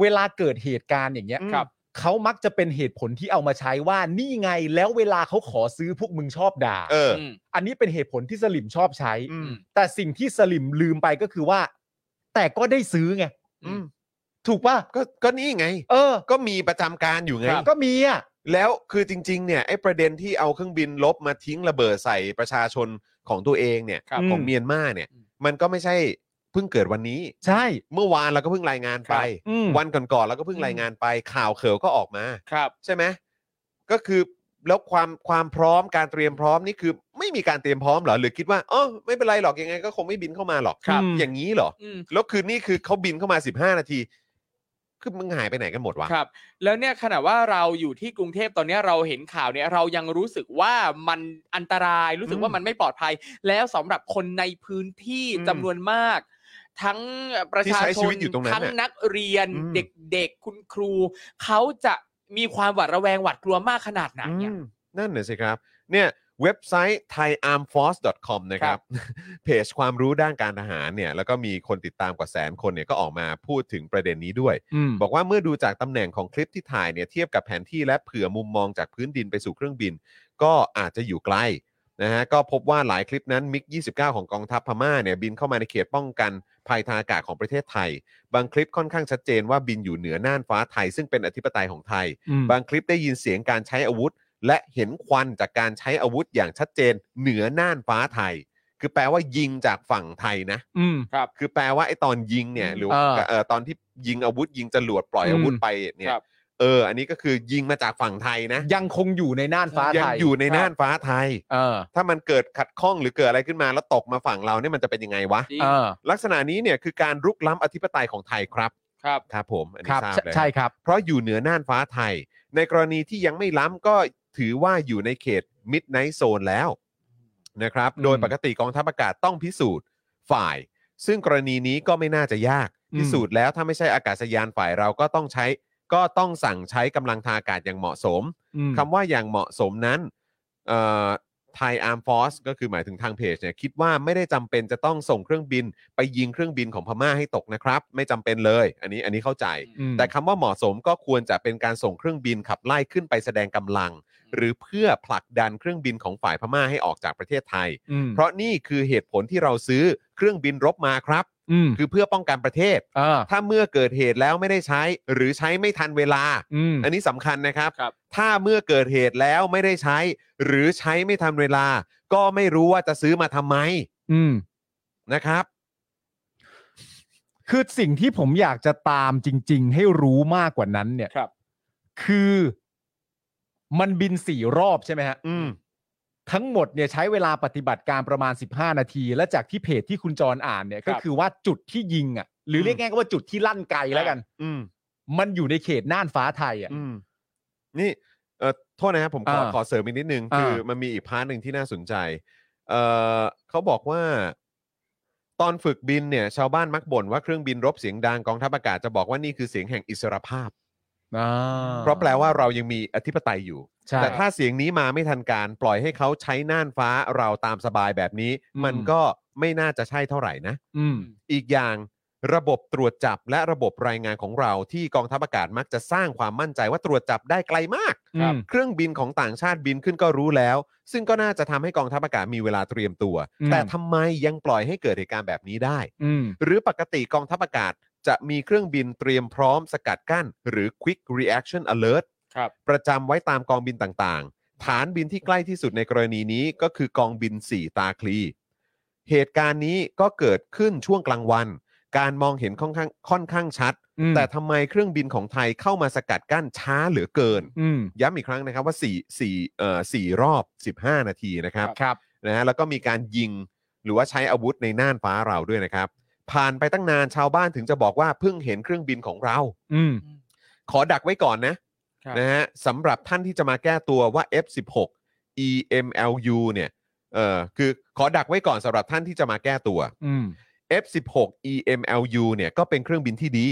B: เวลาเกิดเหตุการณ์อย่างเงี้ย
A: อืม
C: ครับ
B: เขามักจะเป็นเหตุผลที่เอามาใช้ว่านี่ไงแล้วเวลาเขาขอซื้อพวกมึงชอบด่า
A: เออ
C: อืม
B: อันนี้เป็นเหตุผลที่สลิมชอบใช้
A: อืม
B: แต่สิ่งที่สลิมลืมไปก็คือว่า แต่ก็ได้ซื้อไง
C: อืม
B: ถูกป่ะ
A: ก็ก็นี่ไง
B: เออ
A: ก็มีประจำการอยู่ไง
B: ก็มีอ่ะ
A: แล้วคือจริง ๆ เนี่ยไอ้ประเด็นที่เอาเครื่องบินลบมาทิ้งระเบิดใส่ประชาชนของตัวเองเนี่ย
C: ครับ
A: ของ
B: อืม
A: เมียนมาเนี่ย มันก็ไม่ใช่เพิ่งเกิดวันนี้
B: ใช่
A: เมื่อวานเราก็เพิ่งรายงานไป
C: ครับ
B: อืม
A: วันก่อนๆเราก็เพิ่งรายงานไปข่าวเขยวก็ออกมา
C: ครับ
A: ใช่ไหมก็คือแล้วความความพร้อมการเตรียมพร้อมนี่คือ ไม่มีการเตรียมพร้อมเหรอหรือคิดว่าอ๋อไม่เป็นไรหรอกยังไงก็คงไม่บินเข้ามาหรอก
B: ครับ
A: อย่างนี้เหรอ
C: อืม
A: แล้วคือนี่คือเขาบินเข้ามา 15 นาที คือมึงหายไปไหนกันหมดวะ
C: ครับแล้วเนี่ยขณะว่าเราอยู่ที่กรุงเทพตอนเนี้ยเราเห็นข่าวเนี่ยเรายังรู้สึกว่ามันอันตรายรู้สึกว่ามันไม่ปลอดภัย แล้วสำหรับคนในพื้นที่
A: อืม
C: จำนวนมาก ทั้งประชา
A: ที่ใช้
C: ช
A: ชี
C: น
A: วิตอยู่ตรงนั้น
C: ทั้ง
A: น่ะ
C: นักเรียน
A: อืม
C: เด็กๆ คุณครู เขาจะมีความหวาดระแวงหวาดกลัวมากขนาดไหนเนี่ย
A: อืมนั่นน่ะสิครับ เนี่ยเว็บไซต์ thaiarmforce.com นะครับ (laughs) เพจความรู้ด้านการทหารเนี่ยแล้วก็มีคนติดตามกว่าแสนคนเนี่ยก็ออกมาพูดถึงประเด็นนี้ด้วย
B: อืม
A: บอกว่าเมื่อดูจากตำแหน่งของคลิปที่ถ่ายเนี่ยเทียบกับแผนที่และเผื่อมุมมองจากพื้นดินไปสู่เครื่องบิน ก็อาจจะอยู่ไกลนะฮะก็พบว่าหลายคลิปนั้นมิก 29 ของกองทัพพม่าเนี่ยบินเข้ามาในเขตป้องกันภัยทางอากาศของประเทศไทย บางคลิปค่อนข้างชัดเจนว่าบินอยู่เหนือน่านฟ้าไทย ซึ่งเป็นอธิปไตยของไทย บางคลิปได้ยินเสียงการใช้อาวุธ และเห็นควันจากการใช้อาวุธอย่างชัดเจน เหนือน่านฟ้าไทย คือแปลว่ายิงจากฝั่งไทยนะ
B: อืม
A: คือแปลว่าไอ้ตอนยิงเนี่ยหรือว่า
B: อ่า
A: เอ่อตอนที่ยิงอาวุธยิงจรวดปล่อยอาวุธ
B: อืม
A: ไปเนี่ย
C: ครับ
A: เออ อันนี้ก็คือยิงมาจากฝั่งไทยนะ
B: ยังคงอยู่ในน่านฟ้า
A: ยั
B: ไท
A: ง
B: ย
A: อยู่ในน่านฟ้าไทย
B: เออ
A: ถ้ามันเกิดขัดข้องหรือเกิดอะไรขึ้นมาแล้วตกมาฝั่งเราเนี่ยมันจะเป็นยังไงวะ
C: จริง
B: เออ
A: ลักษณะนี้เนี่ยคือการรุกล้ำอธิปไตยของไทยครับ
C: ครับ
A: ครับผมอัน
B: ค
A: นี้
B: รับ
A: ทราบ
B: ใช่
A: เลย
B: ใช่ครับ
A: เพราะอยู่เหนือน่านฟ้าไทย ในกรณีที่ยังไม่ล้ำก็ถือว่าอยู่ในเขต Midnight Zone แล้วนะครับ
B: อืม
A: โดยปกติกองทัพอากาศต้องพิสูจน์ฝ่าย ซึ่งกรณีนี้ก็ไม่น่าจะยาก พิสูจน์แล้วถ้าไม่ใช่อากาศยานฝ่ายเราก็ต้องใช้ ก็ต้องสั่งใช้กำลังทางอากาศอย่างเหมาะสม
B: อืม
A: คำว่าอย่างเหมาะสมนั้นไทยอาร์มฟอสก็คือหมายถึงทางเพจเนี่ยคิดว่าไม่ได้จำเป็นจะต้องส่งเครื่องบิน ไปยิงเครื่องบินของพม่าให้ตกนะครับ ไม่จำเป็นเลย อันนี้อันนี้เข้าใจ
B: อืม
A: แต่คำว่าเหมาะสมก็ควรจะเป็นการส่งเครื่องบินขับไล่ขึ้นไปแสดงกำลัง หรือเพื่อผลักดันเครื่องบินของฝ่ายพม่าให้ออกจากประเทศไทย
B: อืม
A: เพราะนี่คือเหตุผลที่เราซื้อเครื่องบินรบมาครับ
B: อืม
A: คือเพื่อป้องกันประเทศ
B: เออ
A: ถ้าเมื่อเกิดเหตุแล้วไม่ได้ใช้ หรือใช้ไม่ทันเวลา
B: อืม
A: อันนี้สำคัญนะครับ
C: ครับ
A: ถ้าเมื่อเกิดเหตุแล้วไม่ได้ใช้ หรือใช้ไม่ทันเวลา ก็ไม่รู้ว่าจะซื้อมาทำไม
B: อืม
A: นะครับ
B: คือสิ่งที่ผมอยากจะตามจริง ๆ ให้รู้มากกว่านั้น เนี่ย
C: ครับ
B: คือมันบินสี่รอบใช่ไหมฮะ
A: อืม
B: ทั้งหมดเนี่ยใช้เวลาปฏิบัติการประมาณ 15 นาที และจากที่เพจที่คุณจรอ่านเนี่ย
C: ครับ
B: ก็คือว่าจุดที่ยิงอ่ะ หรือเรียกง่ายๆว่าจุดที่ลั่นไกลแล้วกัน
A: อืม
B: มันอยู่ในเขตน่านฟ้าไทยอ่ะ
A: อืมนี่เอ่อโทษนะครับผมขอ
B: อ่า
A: ขอเสริมอีกนิดนึง คืออา มันมีอีกพาร์ทหนึ่งที่น่าสนใจ เอ่อเขาบอกว่า ตอนฝึกบินเนี่ยชาวบ้านมักบ่นว่าเครื่องบินรบเสียงดังกองทัพอากาศจะบอกว่านี่คือเสียงแห่งอิสรภาพ
B: อ่า
A: เพราะแปลว่าเรายังมีอธิปไตยอยู่
B: ใช่
A: แต่ถ้าเสียงนี้มาไม่ทันการปล่อยให้เขาใช้น่านฟ้าเราตามสบายแบบนี้
B: อืม
A: มันก็ไม่น่าจะใช่เท่าไหร่นะ
B: อืม
A: อีกอย่างระบบตรวจจับและระบบรายงานของเราที่กองทัพอากาศมักจะสร้างความมั่นใจว่าตรวจจับได้ไกลมาก
B: ครับ
A: เครื่องบินของต่างชาติบินขึ้นก็รู้แล้ว ซึ่งก็น่าจะทำให้กองทัพอากาศมีเวลาเตรียมตัว
B: อืม
A: แต่ทำไมยังปล่อยให้เกิดเหตุการณ์แบบนี้ได้
B: อืม
A: หรือปกติกองทัพอากาศจะมีเครื่องบินเตรียมพร้อมสกัดกั้น หรือ Quick Reaction Alert
C: ครับ
A: ประจำไว้ตามกองบินต่างๆ ฐานบินที่ใกล้ที่สุดในกรณีนี้ก็คือกองบิน 4 ตาคลี เหตุการณ์นี้ก็เกิดขึ้นช่วงกลางวัน การมองเห็นค่อนข้างค่อนข้างชัด
B: อืม
A: แต่ทำไมเครื่องบินของไทยเข้ามาสกัดกั้นช้าเหลือเกิน
B: อืม
A: ย้ำอีกครั้งนะครับว่า4 4เอ่อ4รอบ 15 นาทีนะครับ
B: ครับ
A: นะฮะแล้วก็มีการยิงหรือว่าใช้อาวุธในน่านฟ้าเราด้วยนะครับ ผ่านไปตั้งนานชาวบ้านถึงจะบอกว่าเพิ่งเห็นเครื่องบินของเรา
B: อืม
A: ขอดักไว้ก่อนนะครับ นะฮะสำหรับท่านที่จะมาแก้ตัวว่า F16 EMLU เนี่ยเออคือขอดักไว้ก่อนสำหรับท่านที่จะมาแก้ตัว
B: อืม
A: F16 EMLU เนี่ยก็เป็นเครื่องบินที่ดี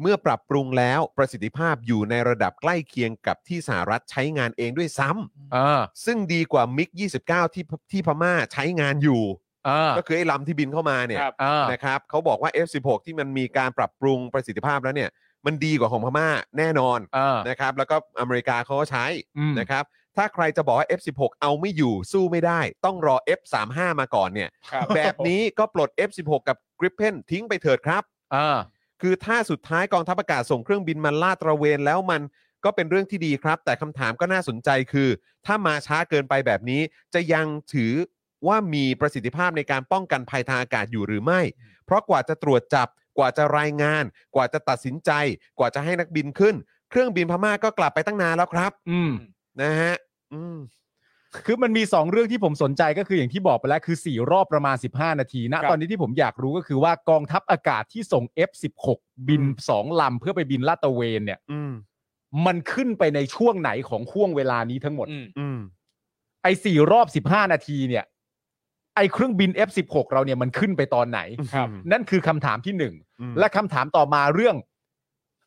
A: เมื่อปรับปรุงแล้วประสิทธิภาพอยู่ในระดับใกล้เคียงกับที่สหรัฐใช้งานเองด้วยซ้
B: อ่า
A: ำซึ่งดีกว่ามิก29 ที่พที่พม่าใช้งานอยู่
B: อ่า
A: ก็คือไอ้ลำที่บินเข้ามาเนี่ย
C: ครับ
B: อ่า
A: นะครับเขาบอกว่า F16 ที่มันมีการปรับปรุงประสิทธิภาพแล้วเนี่ย มันดีกว่าของพม่าแน่นอน
B: อ่า
A: นะครับ แล้วก็อเมริกาเขาก็ใช้
B: อืม
A: นะครับ ถ้าใครจะบอกว่า F16 เอาไม่อยู่สู้ไม่ได้ ต้องรอ F35 มาก่อนเนี่ย
C: ครับ
A: แบบนี้ก็ปลด F16 กับ Gripen ทิ้งไปเถิดครับ
B: อ่า
A: คือถ้าสุดท้ายกองทัพอากาศส่งเครื่องบินมาลาดตระเวนแล้วมันก็เป็นเรื่องที่ดีครับ แต่คำถามก็น่าสนใจคือ ถ้ามาช้าเกินไปแบบนี้ จะยังถือว่ามีประสิทธิภาพในการป้องกันภัยทางอากาศอยู่หรือไม่ เพราะกว่าจะตรวจจับกว่าจะรายงาน กว่าจะตัดสินใจ กว่าจะให้นักบินขึ้น เครื่องบินพม่าก็กลับไปตั้งนานแล้วครับ
B: อืม
A: นะฮะอืม
B: คือมันมี 2 เรื่องที่ผมสนใจก็คืออย่างที่บอกไปแล้วคือ 4 รอบประมาณ 15 นาที
C: ครั
B: นะ
C: บ
B: ตอนนี้ที่ผมอยากรู้ก็คือว่ากองทัพอากาศที่ส่ง F16 บิน
A: อืม
B: 2 ลำเพื่อไปบินลาดตระเวนเนี่ย
A: อืม
B: มันขึ้นไปในช่วงไหนของห่วงเวลานี้ทั้งหมด
C: อืม
A: อืม
B: ไอ้สี่รอบ 15 นาทีเนี่ย ไอ้เครื่องบิน F16 เราเนี่ยมันขึ้นไปตอนไหน
C: ครับ
B: นั่นคือคำถามที่หนึ่ง
A: อืม
B: และคำถามต่อมาเรื่อง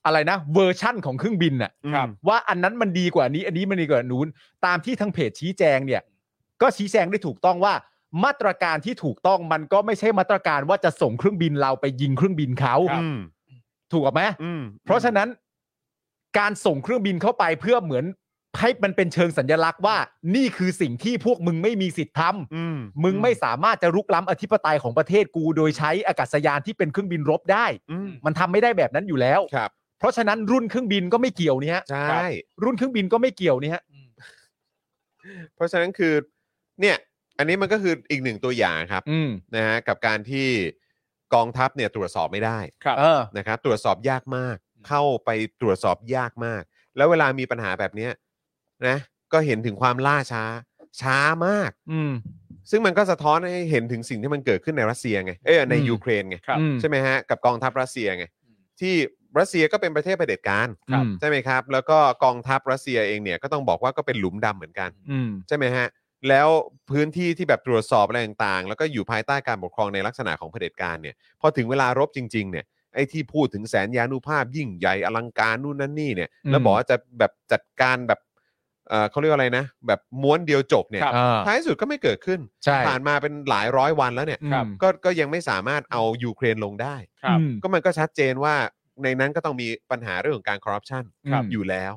B: อะไรนะเวอร์ชั่นของเครื่องบินน่ะ
A: อืม
C: ครับ
B: ว่าอันนั้นมันดีกว่านี้อันนี้มันดีกว่านู้น ตามที่ทางเพจชี้แจงเนี่ย ก็ชี้แจงได้ถูกต้องว่า มาตรการที่ถูกต้องมันก็ไม่ใช่มาตรการว่าจะส่งเครื่องบินเราไปยิงเครื่องบินเขา
C: ครับ
A: อืม
B: ถูกไหม
A: อืม
B: เพราะฉะนั้น การส่งเครื่องบินเข้าไปเพื่อเหมือนให้มันเป็นเชิงสัญลักษณ์ว่า นี่คือสิ่งที่พวกมึงไม่มีสิทธิ์ทำ
A: อืม
B: มึงไม่สามารถจะรุกล้ำอธิปไตยของประเทศกู โดยใช้อากาศยานที่เป็นเครื่องบินรบได้
A: อืม
B: มันทำไม่ได้แบบนั้นอยู่แล้ว
A: ครับ
B: เพราะฉะนั้นรุ่นเครื่องบินก็ไม่เกี่ยวนี่ฮะ
A: ใช่
B: รุ่นเครื่องบินก็ไม่เกี่ยวนี่ฮะ
A: เพราะฉะนั้นคือเนี่ยอันนี้มันก็คืออีกหนึ่งตัวอย่างครับ
B: อืม
A: นะฮะกับการที่กองทัพเนี่ยตรวจสอบไม่ได้
C: ครับ
B: เออ
A: นะครับตรวจสอบยากมาก เข้าไปตรวจสอบยากมาก แล้วเวลามีปัญหาแบบเนี้ยนะก็เห็นถึงความล่าช้าช้ามาก
B: อืม
A: ซึ่งมันก็สะท้อนให้เห็นถึงสิ่งที่มันเกิดขึ้นในรัสเซียไงเอยใน
B: อืม
A: ยูเครนไง
C: ครับ
B: อืม
A: ใช่ไหมฮะกับกองทัพรัสเซียไงที่รัสเซียก็เป็นประเทศเผด็จการ
C: ครับ
B: อืม
A: ใช่ไหมครับ แล้วก็กองทัพรัสเซียเองเนี่ยก็ต้องบอกว่าก็เป็นหลุมดำเหมือนกัน
B: อืม
A: ใช่ไหมฮะ แล้วพื้นที่ที่แบบตรวจสอบอะไรต่างๆ แล้วก็อยู่ภายใต้การปกครองในลักษณะของเผด็จการเนี่ย พอถึงเวลารบจริง ๆ เนี่ย ไอ้ที่พูดถึงแสนยานุภาพยิ่งใหญ่อลังการนู่นนั่นนี่เนี่ย
B: อืม
A: แล้วบอกว่าจะแบบจัดการแบบเอ่อเขาเรียกว่าอะไรนะ แบบม้วนเดียวจบเนี่ย
C: ครับ
B: อ่า
A: ท้ายสุดก็ไม่เกิดขึ้น
B: ใช่
A: ผ่านมาเป็นหลายร้อยวันแล้วเนี่ย
C: ครับ
A: ก็ ก็ยังไม่สามารถเอายูเครนลงได้
C: ครับ
B: อืม
A: ก็มันก็ชัดเจนว่าในนั้นก็ต้องมีปัญหาเรื่องของการคอร์รัปชัน
B: ครับ
A: อยู่แล้ว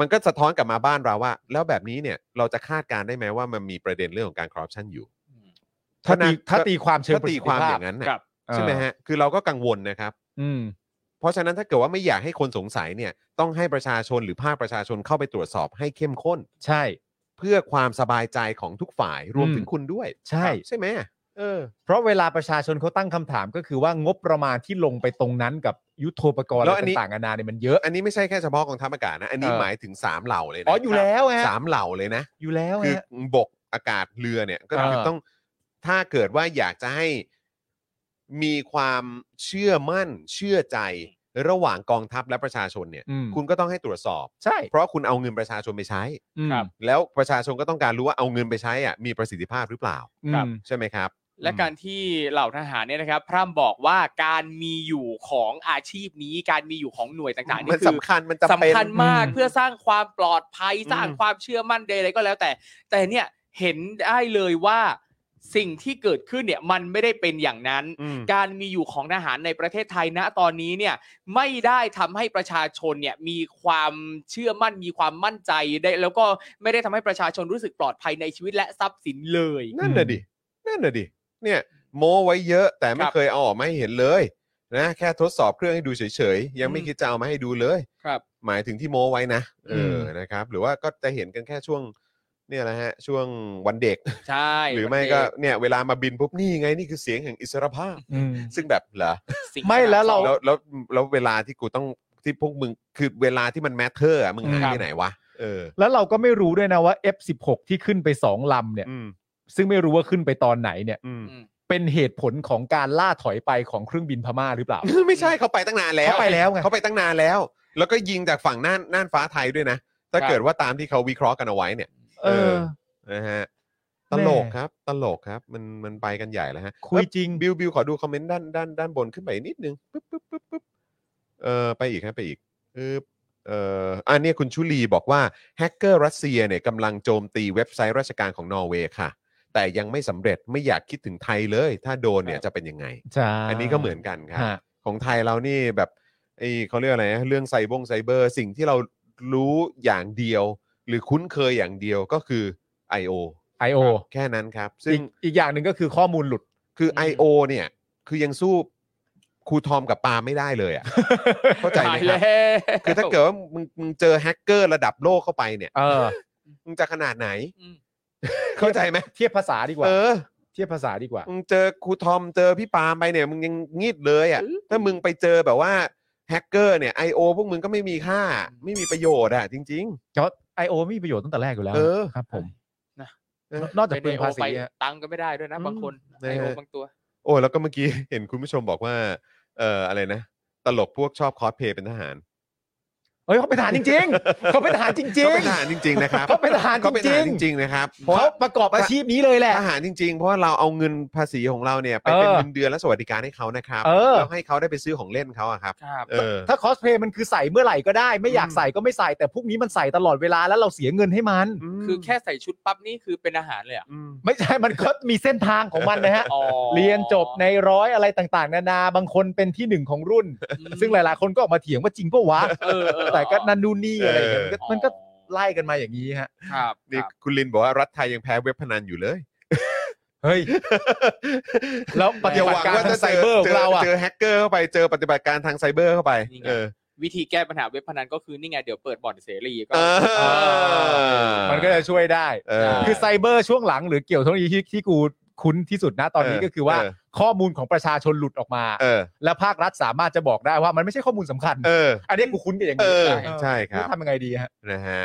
A: มันก็สะท้อนกลับมาบ้านเราว่า แล้วแบบนี้เนี่ยเราจะคาดการณ์ได้ไหมว่ามันมีประเด็นเรื่องของการคอร์รัปชันอยู่
B: ถ้าตี
A: นะ
B: ถ้าตีความเชิง
A: ถ้าตีความอย่างนั้นนะครับ ใช่ไหมฮะคือเราก็กังวลนะครับ
B: อืม
A: เพราะฉะนั้นถ้าเกิดว่าไม่อยากให้คนสงสัยเนี่ยต้องให้ประชาชนหรือภาคประชาชนเข้าไปตรวจสอบให้เข้มข้น
B: ใช่
A: เพื่อความสบายใจของทุกฝ่ายรวม
B: อืม
A: ถึงคุณด้วย
B: ใช่
A: ใช่ไหมเออ
B: เพราะเวลาประชาชนเขาตั้งคำถามก็คือว่างบประมาณที่ลงไปตรงนั้นกับยุทโธปกรณ์
A: แล้วอันนี้
B: ต่างๆนานาเนี่ยมันเยอะ
A: อันนี้ไม่ใช่แค่เฉพาะกองทัพอากาศนะอันนี้
B: เออ
A: หมายถึงสามเหล่าเลยนะ
B: อ๋ออยู่แล้วฮะ
A: สามเหล่าเลยนะ
B: อยู่แล้ว
A: คือ
B: ฮะ
A: บกอากาศเรือเนี่ยก็คือ
B: เออ
A: ต้องถ้าเกิดว่าอยากจะให้มีความเชื่อมั่นเชื่อใจระหว่างกองทัพและประชาชนเนี่ย
B: อืม
A: คุณก็ต้องให้ตรวจสอบ
B: ใช่
A: เพราะคุณเอาเงินประชาชนไปใช้
B: อืม
C: ครับ
A: แล้วประชาชนก็ต้องการรู้ว่าเอาเงินไปใช้อ่ะมีประสิทธิภาพหรือเปล่า
B: อืม
C: ครับ
A: ใช่ไหมครับ
C: และการที่เหล่าทหารเนี่ยนะครับพร่ำบอกว่าการมีอยู่ของอาชีพนี้การมีอยู่ของหน่วยต่างๆ
A: มัน
C: นี่คือ
A: สำคัญมันจะเป็น
C: สำคัญมาก
B: อืม
C: เพื่อสร้างความปลอดภัย
A: อืม
C: สร้างความเชื่อมั่นใดๆก็แล้วแต่ แต่เนี่ยเห็นได้เลยว่าสิ่งที่เกิดขึ้นเนี่ยมันไม่ได้เป็นอย่างนั้น
A: อืม
C: การมีอยู่ของทหารในประเทศไทยณตอนนี้เนี่ยไม่ได้ทำให้ประชาชนเนี่ยมีความเชื่อมั่นมีความมั่นใจได้ แล้วก็ไม่ได้ทำให้ประชาชนรู้สึกปลอดภัยในชีวิตและทรัพย์สินเลย
A: นั่นน่ะดิ นั่นน่ะดิ เนี่ยโม้ไว้เยอะแต่ไม่
C: ครับ
A: เคยเอาออกมาให้เห็นเลยนะแค่ทดสอบเครื่องให้ดูเฉยๆ ยังไม่
C: อืม
A: คิดจะเอามาให้ดูเลย
C: ครับ
A: หมายถึงที่โม้ไว้นะเออ
B: ม
A: อนะครับ หรือว่าก็จะเห็นกันแค่ช่วงเนี่ยแหละฮะช่วงวันเด็ก
C: ใช่
A: หรือไม่ก็เนี่ยเวลามาบินปุ๊บนี่ไงนี่คือเสียงแห่งอิสรภาพ
B: อืม
A: ซึ่งแบบเหรอ
C: สิ่ง
B: ไม่แล้วเรา
A: แล้วแล้วแล้วเวลาที่กูต้องที่พวกมึงคือเวลาที่มันแมทเทอร์มึงหายไปไหนวะเออ
B: แล้วเราก็ไม่รู้ด้วยนะว่า F16 ที่ขึ้นไปสองลำเนี่ย
A: อืม
B: ซึ่งไม่รู้ว่าขึ้นไปตอนไหนเนี่ย
A: อืม
C: อืม
B: เป็นเหตุผลของการล่าถอยไปของเครื่องบินพม่าหรือเปล่า
A: (laughs) ไม่ใช่เขาไปตั้งนานแล้ว
B: เขาไปแล้วไง
A: เขาไปตั้งนานแล้ว แล้วก็ยิงจากฝั่งน่านน่านฟ้าไทยด้วยนะ ถ้า
C: ครับ
A: เกิดว่าตามที่เขาวิเคราะห์กันเอาไว้เนี่ย
B: เออ
A: นะฮะ
B: แม่
A: ตลกครับ ตลกครับ มัน มันไปกันใหญ่แล้วฮะ
B: คุยจริง
A: บิวบิวขอดูคอมเมนต์ด้านด้านด้านบนขึ้นไปนิดนึง ปึ๊บปึ๊บปึ๊บปึ๊บเออไปอีกครับไปอีกปึ๊บเอออันนี้คุณชุลีบอกว่าแฮกเกอร์รัสเซียเนี่ยกำลังโจมตีเว็บไซต์ราชการของนอร์เวย์ค่ะ แต่ยังไม่สำเร็จ ไม่อยากคิดถึงไทยเลย ถ้าโดนเนี่ยจะเป็นยังไง
B: ใช่
A: อันนี้ก็เหมือนกันครับ
B: ฮะ
A: ของไทยเรานี่แบบไอ้เขาเรียกอะไรนะเรื่องไซบงไซเบอร์สิ่งที่เรารู้อย่างเดียว หรือคุ้นเคยอย่างเดียวก็คือ I.O.
B: I.O.
A: แค่นั้นครับ ซึ่
B: อี
A: ง
B: กอีกอย่างหนึ่งก็คือข้อมูลหลุด
A: คือ
C: อืม
A: I.O. เนี่ยคือยังสู้ครูทอมกับปาล์มไม่ได้เลย (laughs) อ่ะ เข้าใจไหม
C: ตาย
A: ครับ
C: แล้ว
A: คือถ้าเกิดว่ามึงมึงเจอแฮกเกอร์ระดับโลกเข้าไป (laughs) เนี่ย
B: เออ
A: มึงจะขนาดไหน
C: อืม
A: เข้าใจไหม
B: เทียบภาษาดีกว่า
A: เออ
B: เทียบภาษาดีกว่า
A: มึงเจอครูทอมเจอพี่ปาล์มไปเนี่ยมึงยังงีดเลยอ่ะ
C: อืม
A: ถ้ามึงไปเจอแบบว่าแฮกเกอร์เนี่ย I.O. พวกมึงก็ไม่มีค่า ไม่มีประโยชน์อ่ะจริง
B: จอ I.O. ไม่มีประโยชน์ตั้งแต่แรกอยู่แล้ว
A: เออ
B: ครับผม
C: นะ
B: นนอกจากเปลืองภาษี
C: ไป
B: อะ
C: ตังค์ก็ไม่ได้ด้วยนะบางคน
A: นะ
C: ไอโอ
A: ฮะ
C: บางตัว
A: ๆ โอ้แล้วก็เมื่อกี้ เห็นคุณผู้ชมบอกว่า เอ่ออะไรนะ ตลกพวกชอบคอสเพลย์เป็นทหาร
B: เฮ้ยเขาเป็นทหารจริง
A: (laughs)
B: ๆ เขาเป็นทหารจริง
A: เขาเป็นทหารจริง ๆ นะครับ
B: เขาเป็นทหารจริงๆ
A: เขาเป็นทหารจริงๆนะครับ
B: ๆ
A: เพราะ
B: เขาประกอบอาชีพนี้เลยแหละ
A: ทหารจริง ๆ เพราะว่าเราเอาเงินภาษีของเราเนี่ย ไปเป็น
B: เออ
A: เงินเดือนและสวัสดิการให้เขานะครับ
B: เออ
A: แล้วให้เขาได้ไปซื้อของเล่นเขาอะครับ
C: ครับ
A: เออ
B: ถ้าคอสเพลย์มันคือใส่เมื่อไหร่ก็ได้ ไม่อยากใส่ก็ไม่ใส่แต่พวกนี้มันใส่ตลอดเวลาแล้วเราเสียเงินให้มัน
C: คือแค่ใส่ชุดปั๊บนี่คือเป็นอาหารเลยเหรอ่ะ
B: ไม่ใช่ มันก็มีเส้นทางของมันนะฮะ เรียนจบในร้อยอะไรต่างๆ นานาบางคนเป็นที่หนึ่งของรุ่น ซึ่งหลายๆ คนก็ออกมาเถียงว่าจริงปะวะ
C: เออเออ
B: แต่ก็นันนูนนี่อะไรอย่างเงี้ยมัน
C: อ๋
B: ก็มัน
C: อ
B: ก็ไล่กันมาอย่างนี้ฮะ
C: ครับ
A: นี่
C: ครับ
A: คุณลินบอกว่ารัฐไทยยังแพ้เว็บพนันอยู่เลย
B: เฮ้ย แล้วป
A: อ
B: ฏิ
A: ย่า
B: บั
A: ห
B: ติ
A: วัง
B: การ
A: ว่า
B: ทา
A: จะ
B: งไซเบอร์ข
A: เจ
B: องเราอ่ะ
A: เจอแฮกเกอร์เข้าไปเจอปฏิบัติการทางไซเบอร์เข้าไป
C: นี่ไง
A: เออ
C: วิธีแก้ปัญหาเว็บพนันก็คือนี่ไงเดี๋ยวเปิดบ่อนเสรีก็
A: เออ
B: มันก็จะช่วยได้
A: เออ
B: คือไซเบอร์ช่วงหลังหรือเกี่ยวเทคโนโลยีที่ที่กูคุ้นที่สุดนะตอนนี้
A: เออ
B: ก็คือว่า
A: เออ
B: ข้อมูลของประชาชนหลุดออกมา
A: เออ
B: และภาครัฐสามารถจะบอกได้ว่ามันไม่ใช่ข้อมูลสำคัญ
A: เออ
B: อันนี้กูคุ้นกันอย่าง
A: เออ
B: นี้ได้
A: ใช่ครั
B: แล้
A: บ
B: วทำยังไงดีฮะ
A: นะฮะ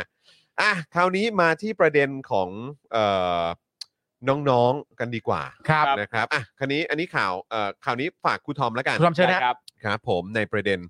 A: อ่ะคราวนี้มาที่ประเด็นของเอ่อน้องๆกันดีกว่า
B: ครับ
A: นะครับอ่ะคราวนี้อันนี้ข่าวเอ่อข่าวนี้ฝากครูทอมแล้วกัน
B: คุณทอมเชิญนะ
C: ครับ
A: ครับผมในประเด็น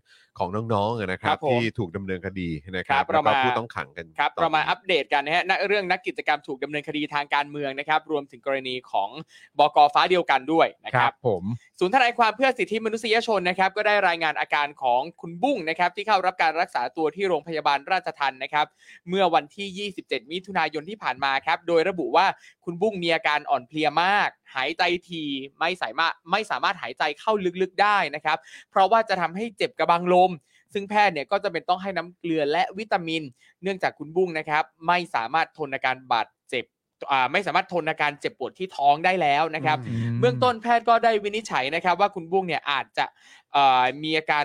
A: ของน้องๆนะครั
C: ครับ บผม
A: ที่ถูกดำเนินคดีนะครั
C: ครับ บ
A: แล้วก็
C: เรามา
A: ผู้ต้องขังกัน
C: ครับ
A: ตอน
C: เรามา
A: นี้
C: อัปเดตกันนะฮะณเรื่องนักกิจกรรมถูกดำเนินคดีทางการเมืองนะครับ รวมถึงกรณีของบกฟ้าเดียวกันด้วยนะครับ
B: ผม
C: ศูนย์ทนายความเพื่อสิทธิมนุษยชนนะครับก็ได้รายงานอาการของคุณบุ้งนะครับที่เข้ารับการรักษาตัวที่โรงพยาบาลราชทันนะครับเมื่อวันที่ 27 มิถุนายนที่ผ่านมาครับโดยระบุว่าคุณบุ้งมีอาการอ่อนเพลียมาก หายใจทีไม่สามารถไม่สามารถหายใจเข้าลึกๆได้นะครับเพราะว่าจะทำให้เจ็บกระบังลม ซึ่งแพทย์เนี่ยก็จะเป็นต้องให้น้ำเกลือและวิตามิน เนื่องจากคุณบุ้งนะครับไม่สามารถทนอาการบาดเจ็บอ่าไม่สามารถทนอาการเจ็บปวดที่ท้องได้แล้วนะครับ เบื้องต้นแพทย์ก็ได้วินิจฉัยนะครับ ว่าคุณบุ้งเนี่ยอาจจะเอ่อมีอาการ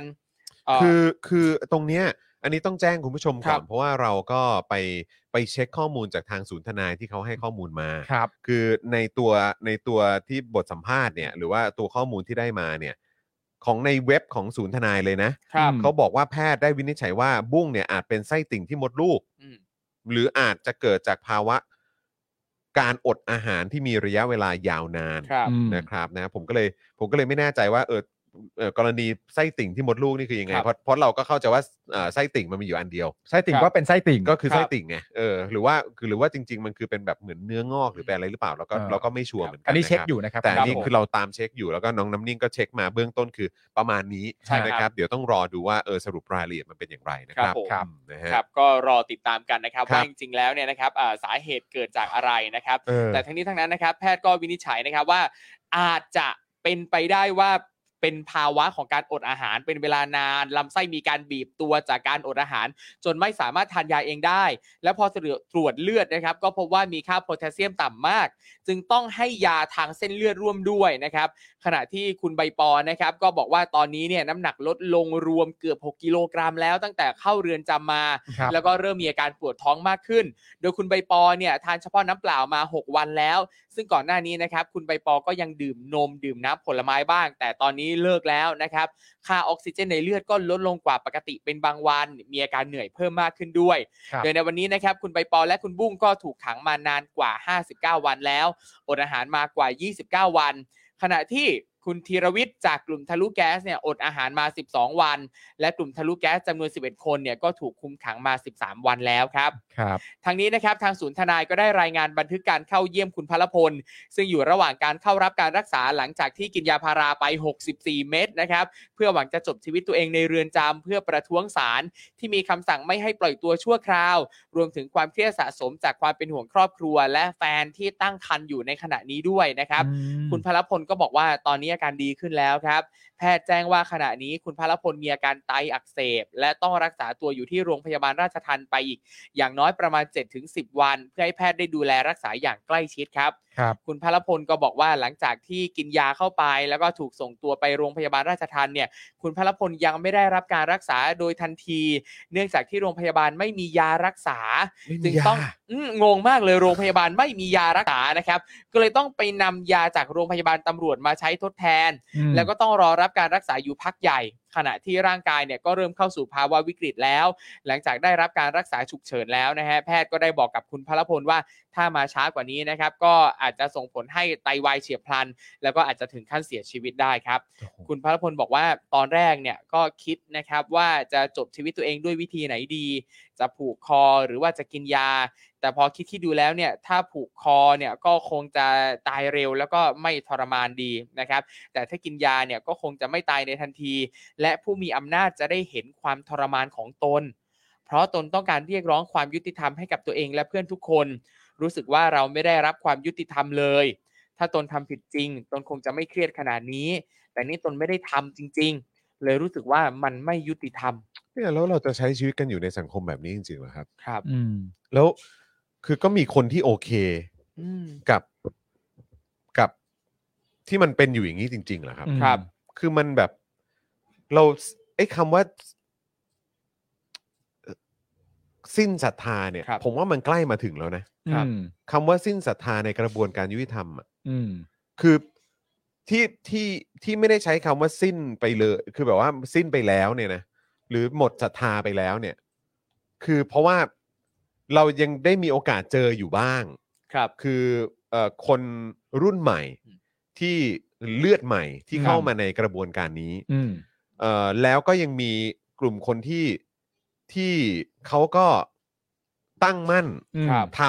C: เอ่อ
A: คือคือตรงเนี้ยอันนี้ต้องแจ้งคุณผู้ชมก่อน
C: ครับ
A: เพราะว่าเราก็ไปไปเช็คข้อมูลจากทางศูนย์ทนายที่เขาให้ข้อมูลมา
B: ครับ
A: คือในตัวในตัวที่บทสัมภาษณ์เนี่ยหรือว่าตัวข้อมูลที่ได้มาเนี่ยของในเว็บของศูนย์ทนายเลยนะครับ
B: อืม
A: เขาบอกว่าแพทย์ได้วินิจฉัยว่าบุ้งเนี่ยอาจเป็นไส้ติ่งที่มดลูก
C: อืม
A: หรืออาจจะเกิดจากภาวะการอดอาหารที่มีระยะเวลายาวนาน
C: ครับ
B: อืม
A: นะครับนะผมก็เลยผมก็เลยไม่แน่ใจว่าเออ เอ่อกรณีไส้ติ่งที่มดลูกนี่คือยังไง
C: ครับ
A: เพราะเพราะเราก็เข้าใจว่าเอ่อไส้ติ่งมันมีอยู่อันเดียว
B: ไส้ติ่ง
C: ครับ
B: ก็เป็นไส้ติ่ง
A: ก็คือ
C: ครั
A: ไส้
C: บ
A: ติ่งไงเออหรือว่าคือหรือว่าจริง ๆ มันคือเป็นแบบเหมือนเนื้องอกหรือเป็นอะไรหรือเปล่าเราก็
B: อ่า
A: เราก็ไม่ชัวร์เหมือนกั
B: อันนี้เช็คะ
A: รับ
B: อยู่นะครับ
A: แต่อันนี่
C: ผม
A: คือเราตามเช็คอยู่แล้วก็น้องน้ำนิ่งก็เช็คมาเบื้องต้นคือประมาณนี้
B: ใช่ครับ
A: นะครับ เดี๋ยวต้องรอดูว่าเออสรุปรายละเอียดมันเป็นอย่างไรนะค
C: ครั
A: รับบ
C: ผม
A: ครับนะฮะ
C: ครับก็รอติดตามกันนะครับ
A: ครับ
C: ว่าจริงๆแล้วเนี่ยนะครับอ่าสาเหตุเกิดจากอะไรนะครับ
A: เออ
C: แต่ทั้งนี้ทั้งนั้นนะครับ แพทย์ก็วินิจฉัยนะครับว่า อาจจะเป็นไปได้ว่าเป็นภาวะของการอดอาหารเป็นเวลานานลำไส้มีการบีบตัวจากการอดอาหาร จนไม่สามารถทานยาเองได้ และพอตรวจเลือดนะครับ ก็พบว่ามีค่าโพแทสเซียมต่ำมาก จึงต้องให้ยาทางเส้นเลือดร่วมด้วยนะครับ ขณะที่คุณใบปอนะครับ ก็บอกว่าตอนนี้เนี่ยน้ำหนักลดลงรวมเกือบ 6 กิโลกรัมแล้วตั้งแต่เข้าเรือนจำมา
B: ครับ
C: แล้วก็เริ่มมีอาการปวดท้องมากขึ้น โดยคุณใบปอเนี่ยทานเฉพาะน้ำเปล่ามา 6 วันแล้ว ซึ่งก่อนหน้านี้นะครับคุณใบปอก็ยังดื่มนมดื่มน้ำผลไม้บ้าง แต่ตอนนี้เลิกแล้วนะครับ ค่าออกซิเจนในเลือดก็ลดลงกว่าปกติเป็นบางวัน มีอาการเหนื่อยเพิ่มมากขึ้นด้วย
B: ครับ
C: โดยในวันนี้นะครับคุณใบปอและคุณบุ้งก็ถูกขังมานานกว่า 59 วันแล้วอดอาหารมากว่า 29 วัน ขณะที่คุณธีรวิทย์จากกลุ่มทะลุแก๊สเนี่ยอดอาหารมา 12 วัน และกลุ่มทะลุแก๊สจำนวน 11 คนเนี่ยก็ถูกคุมขังมา 13 วันแล้วครับ
B: ครับ
C: ทางนี้นะครับทางศูนย์ทนายก็ได้รายงานบันทึกการเข้าเยี่ยมคุณพลพล ซึ่งอยู่ระหว่างการเข้ารับการรักษาหลังจากที่กินยาพาราไป 64 เม็ดนะครับเพื่อหวังจะจบชีวิตตัวเองในเรือนจำเพื่อประท้วงศาลที่มีคำสั่งไม่ให้ปล่อยตัวชั่วคราว รวมถึงความเครียดสะสมจากความเป็นห่วงครอบครัว และแฟนที่ตั้งครรภ์อยู่ในขณะนี้ด้วยนะครับ คุณพลพลก็บอกว่าตอนนี้อาการดีขึ้นแล้วครับ แพทย์แจ้งว่าขณะนี้คุณพลพลมีอาการไตอักเสบ และต้องรักษาตัวอยู่ที่โรงพยาบาลราชทันไปอีก อย่างน้อยประมาณ 7-10 วัน เพื่อให้แพทย์ได้ดูแลรักษาอย่างใกล้ชิดครับ
B: ครับ
C: คุณพลพลก็บอกว่าหลังจากที่กินยาเข้าไป แล้วก็ถูกส่งตัวไปโรงพยาบาลราชทันเนี่ย คุณพลพลยังไม่ได้รับการรักษาโดยทันที เนื่องจากที่โรงพยาบาลไม่มียารักษา จึงต้องอืมงงมากเลยโรงพยาบาลไม่มียารักษานะครับ ก็เลยต้องไปนำยาจากโรงพยาบาลตำรวจมาใช้ทดแทน แล้วก็ต้องรอรับการรักษาอยู่พักใหญ่ ขณะที่ร่างกายเนี่ยก็เริ่มเข้าสู่ภาวะวิกฤตแล้ว หลังจากได้รับการรักษาฉุกเฉินแล้วนะฮะแพทย์ก็ได้บอกกับคุณพลพลว่าถ้ามาช้ากว่านี้นะครับ ก็อาจจะส่งผลให้ไตวายเฉียบพลัน แล้วก็อาจจะถึงขั้นเสียชีวิตได้ครับ คุณพลพลบอกว่าตอนแรกเนี่ยก็คิดนะครับว่าจะจบชีวิตตัวเองด้วยวิธีไหนดี จะผูกคอหรือว่าจะกินยา แต่พอคิดที่ดูแล้วเนี่ยถ้าผูกคอเนี่ยก็คงจะตายเร็วแล้วก็ไม่ทรมานดีนะครับ แต่ถ้ากินยาเนี่ยก็คงจะไม่ตายในทันที และผู้มีอำนาจจะได้เห็นความทรมานของตน เพราะตนต้องการเรียกร้องความยุติธรรมให้กับตัวเองและเพื่อนทุกคน รู้สึกว่าเราไม่ได้รับความยุติธรรมเลย ถ้าตนทำผิดจริง ตนคงจะไม่เครียดขนาดนี้ แต่นี่ตนไม่ได้ทำจริง ๆ เลยรู้สึกว่ามันไม่ยุติธรรม
A: เนี่ยแล้วเราจะใช้ชีวิตกันอยู่ในสังคมแบบนี้จริงๆเหรอครับ
C: ครับ
B: อืม
A: แล้วคือก็มีคนที่โอเค
C: อืม
A: กับกับที่มันเป็นอยู่อย่างนี้จริงๆเหรอครับ
B: อืม
C: ครับ
A: คือมันแบบเราไอ้คำว่าเอ่อสิ้นศรัทธาเนี่ย
C: ครับ
A: ผมว่ามันใกล้มาถึงแล้วนะ
B: อืม
A: คำว่าสิ้นศรัทธาในกระบวนการยุติธรรมอะ
B: อืม
A: คือที่ที่ที่ไม่ได้ใช้คำว่าสิ้นไปเลย คือแบบว่าสิ้นไปแล้วเนี่ยนะหรือหมดศรัทธาไปแล้วเนี่ย คือเพราะว่าเรายังได้มีโอกาสเจออยู่บ้าง
C: ครับ
A: คือเอ่อคนรุ่นใหม่ที่เลือดใหม่ที่เข้า
B: ครับ
A: มาในกระบวนการนี้
B: อืม
A: เอ่อแล้วก็ยังมีกลุ่มคนที่ที่เขาก็ตั้งมั่น
B: อืมครับ
A: ท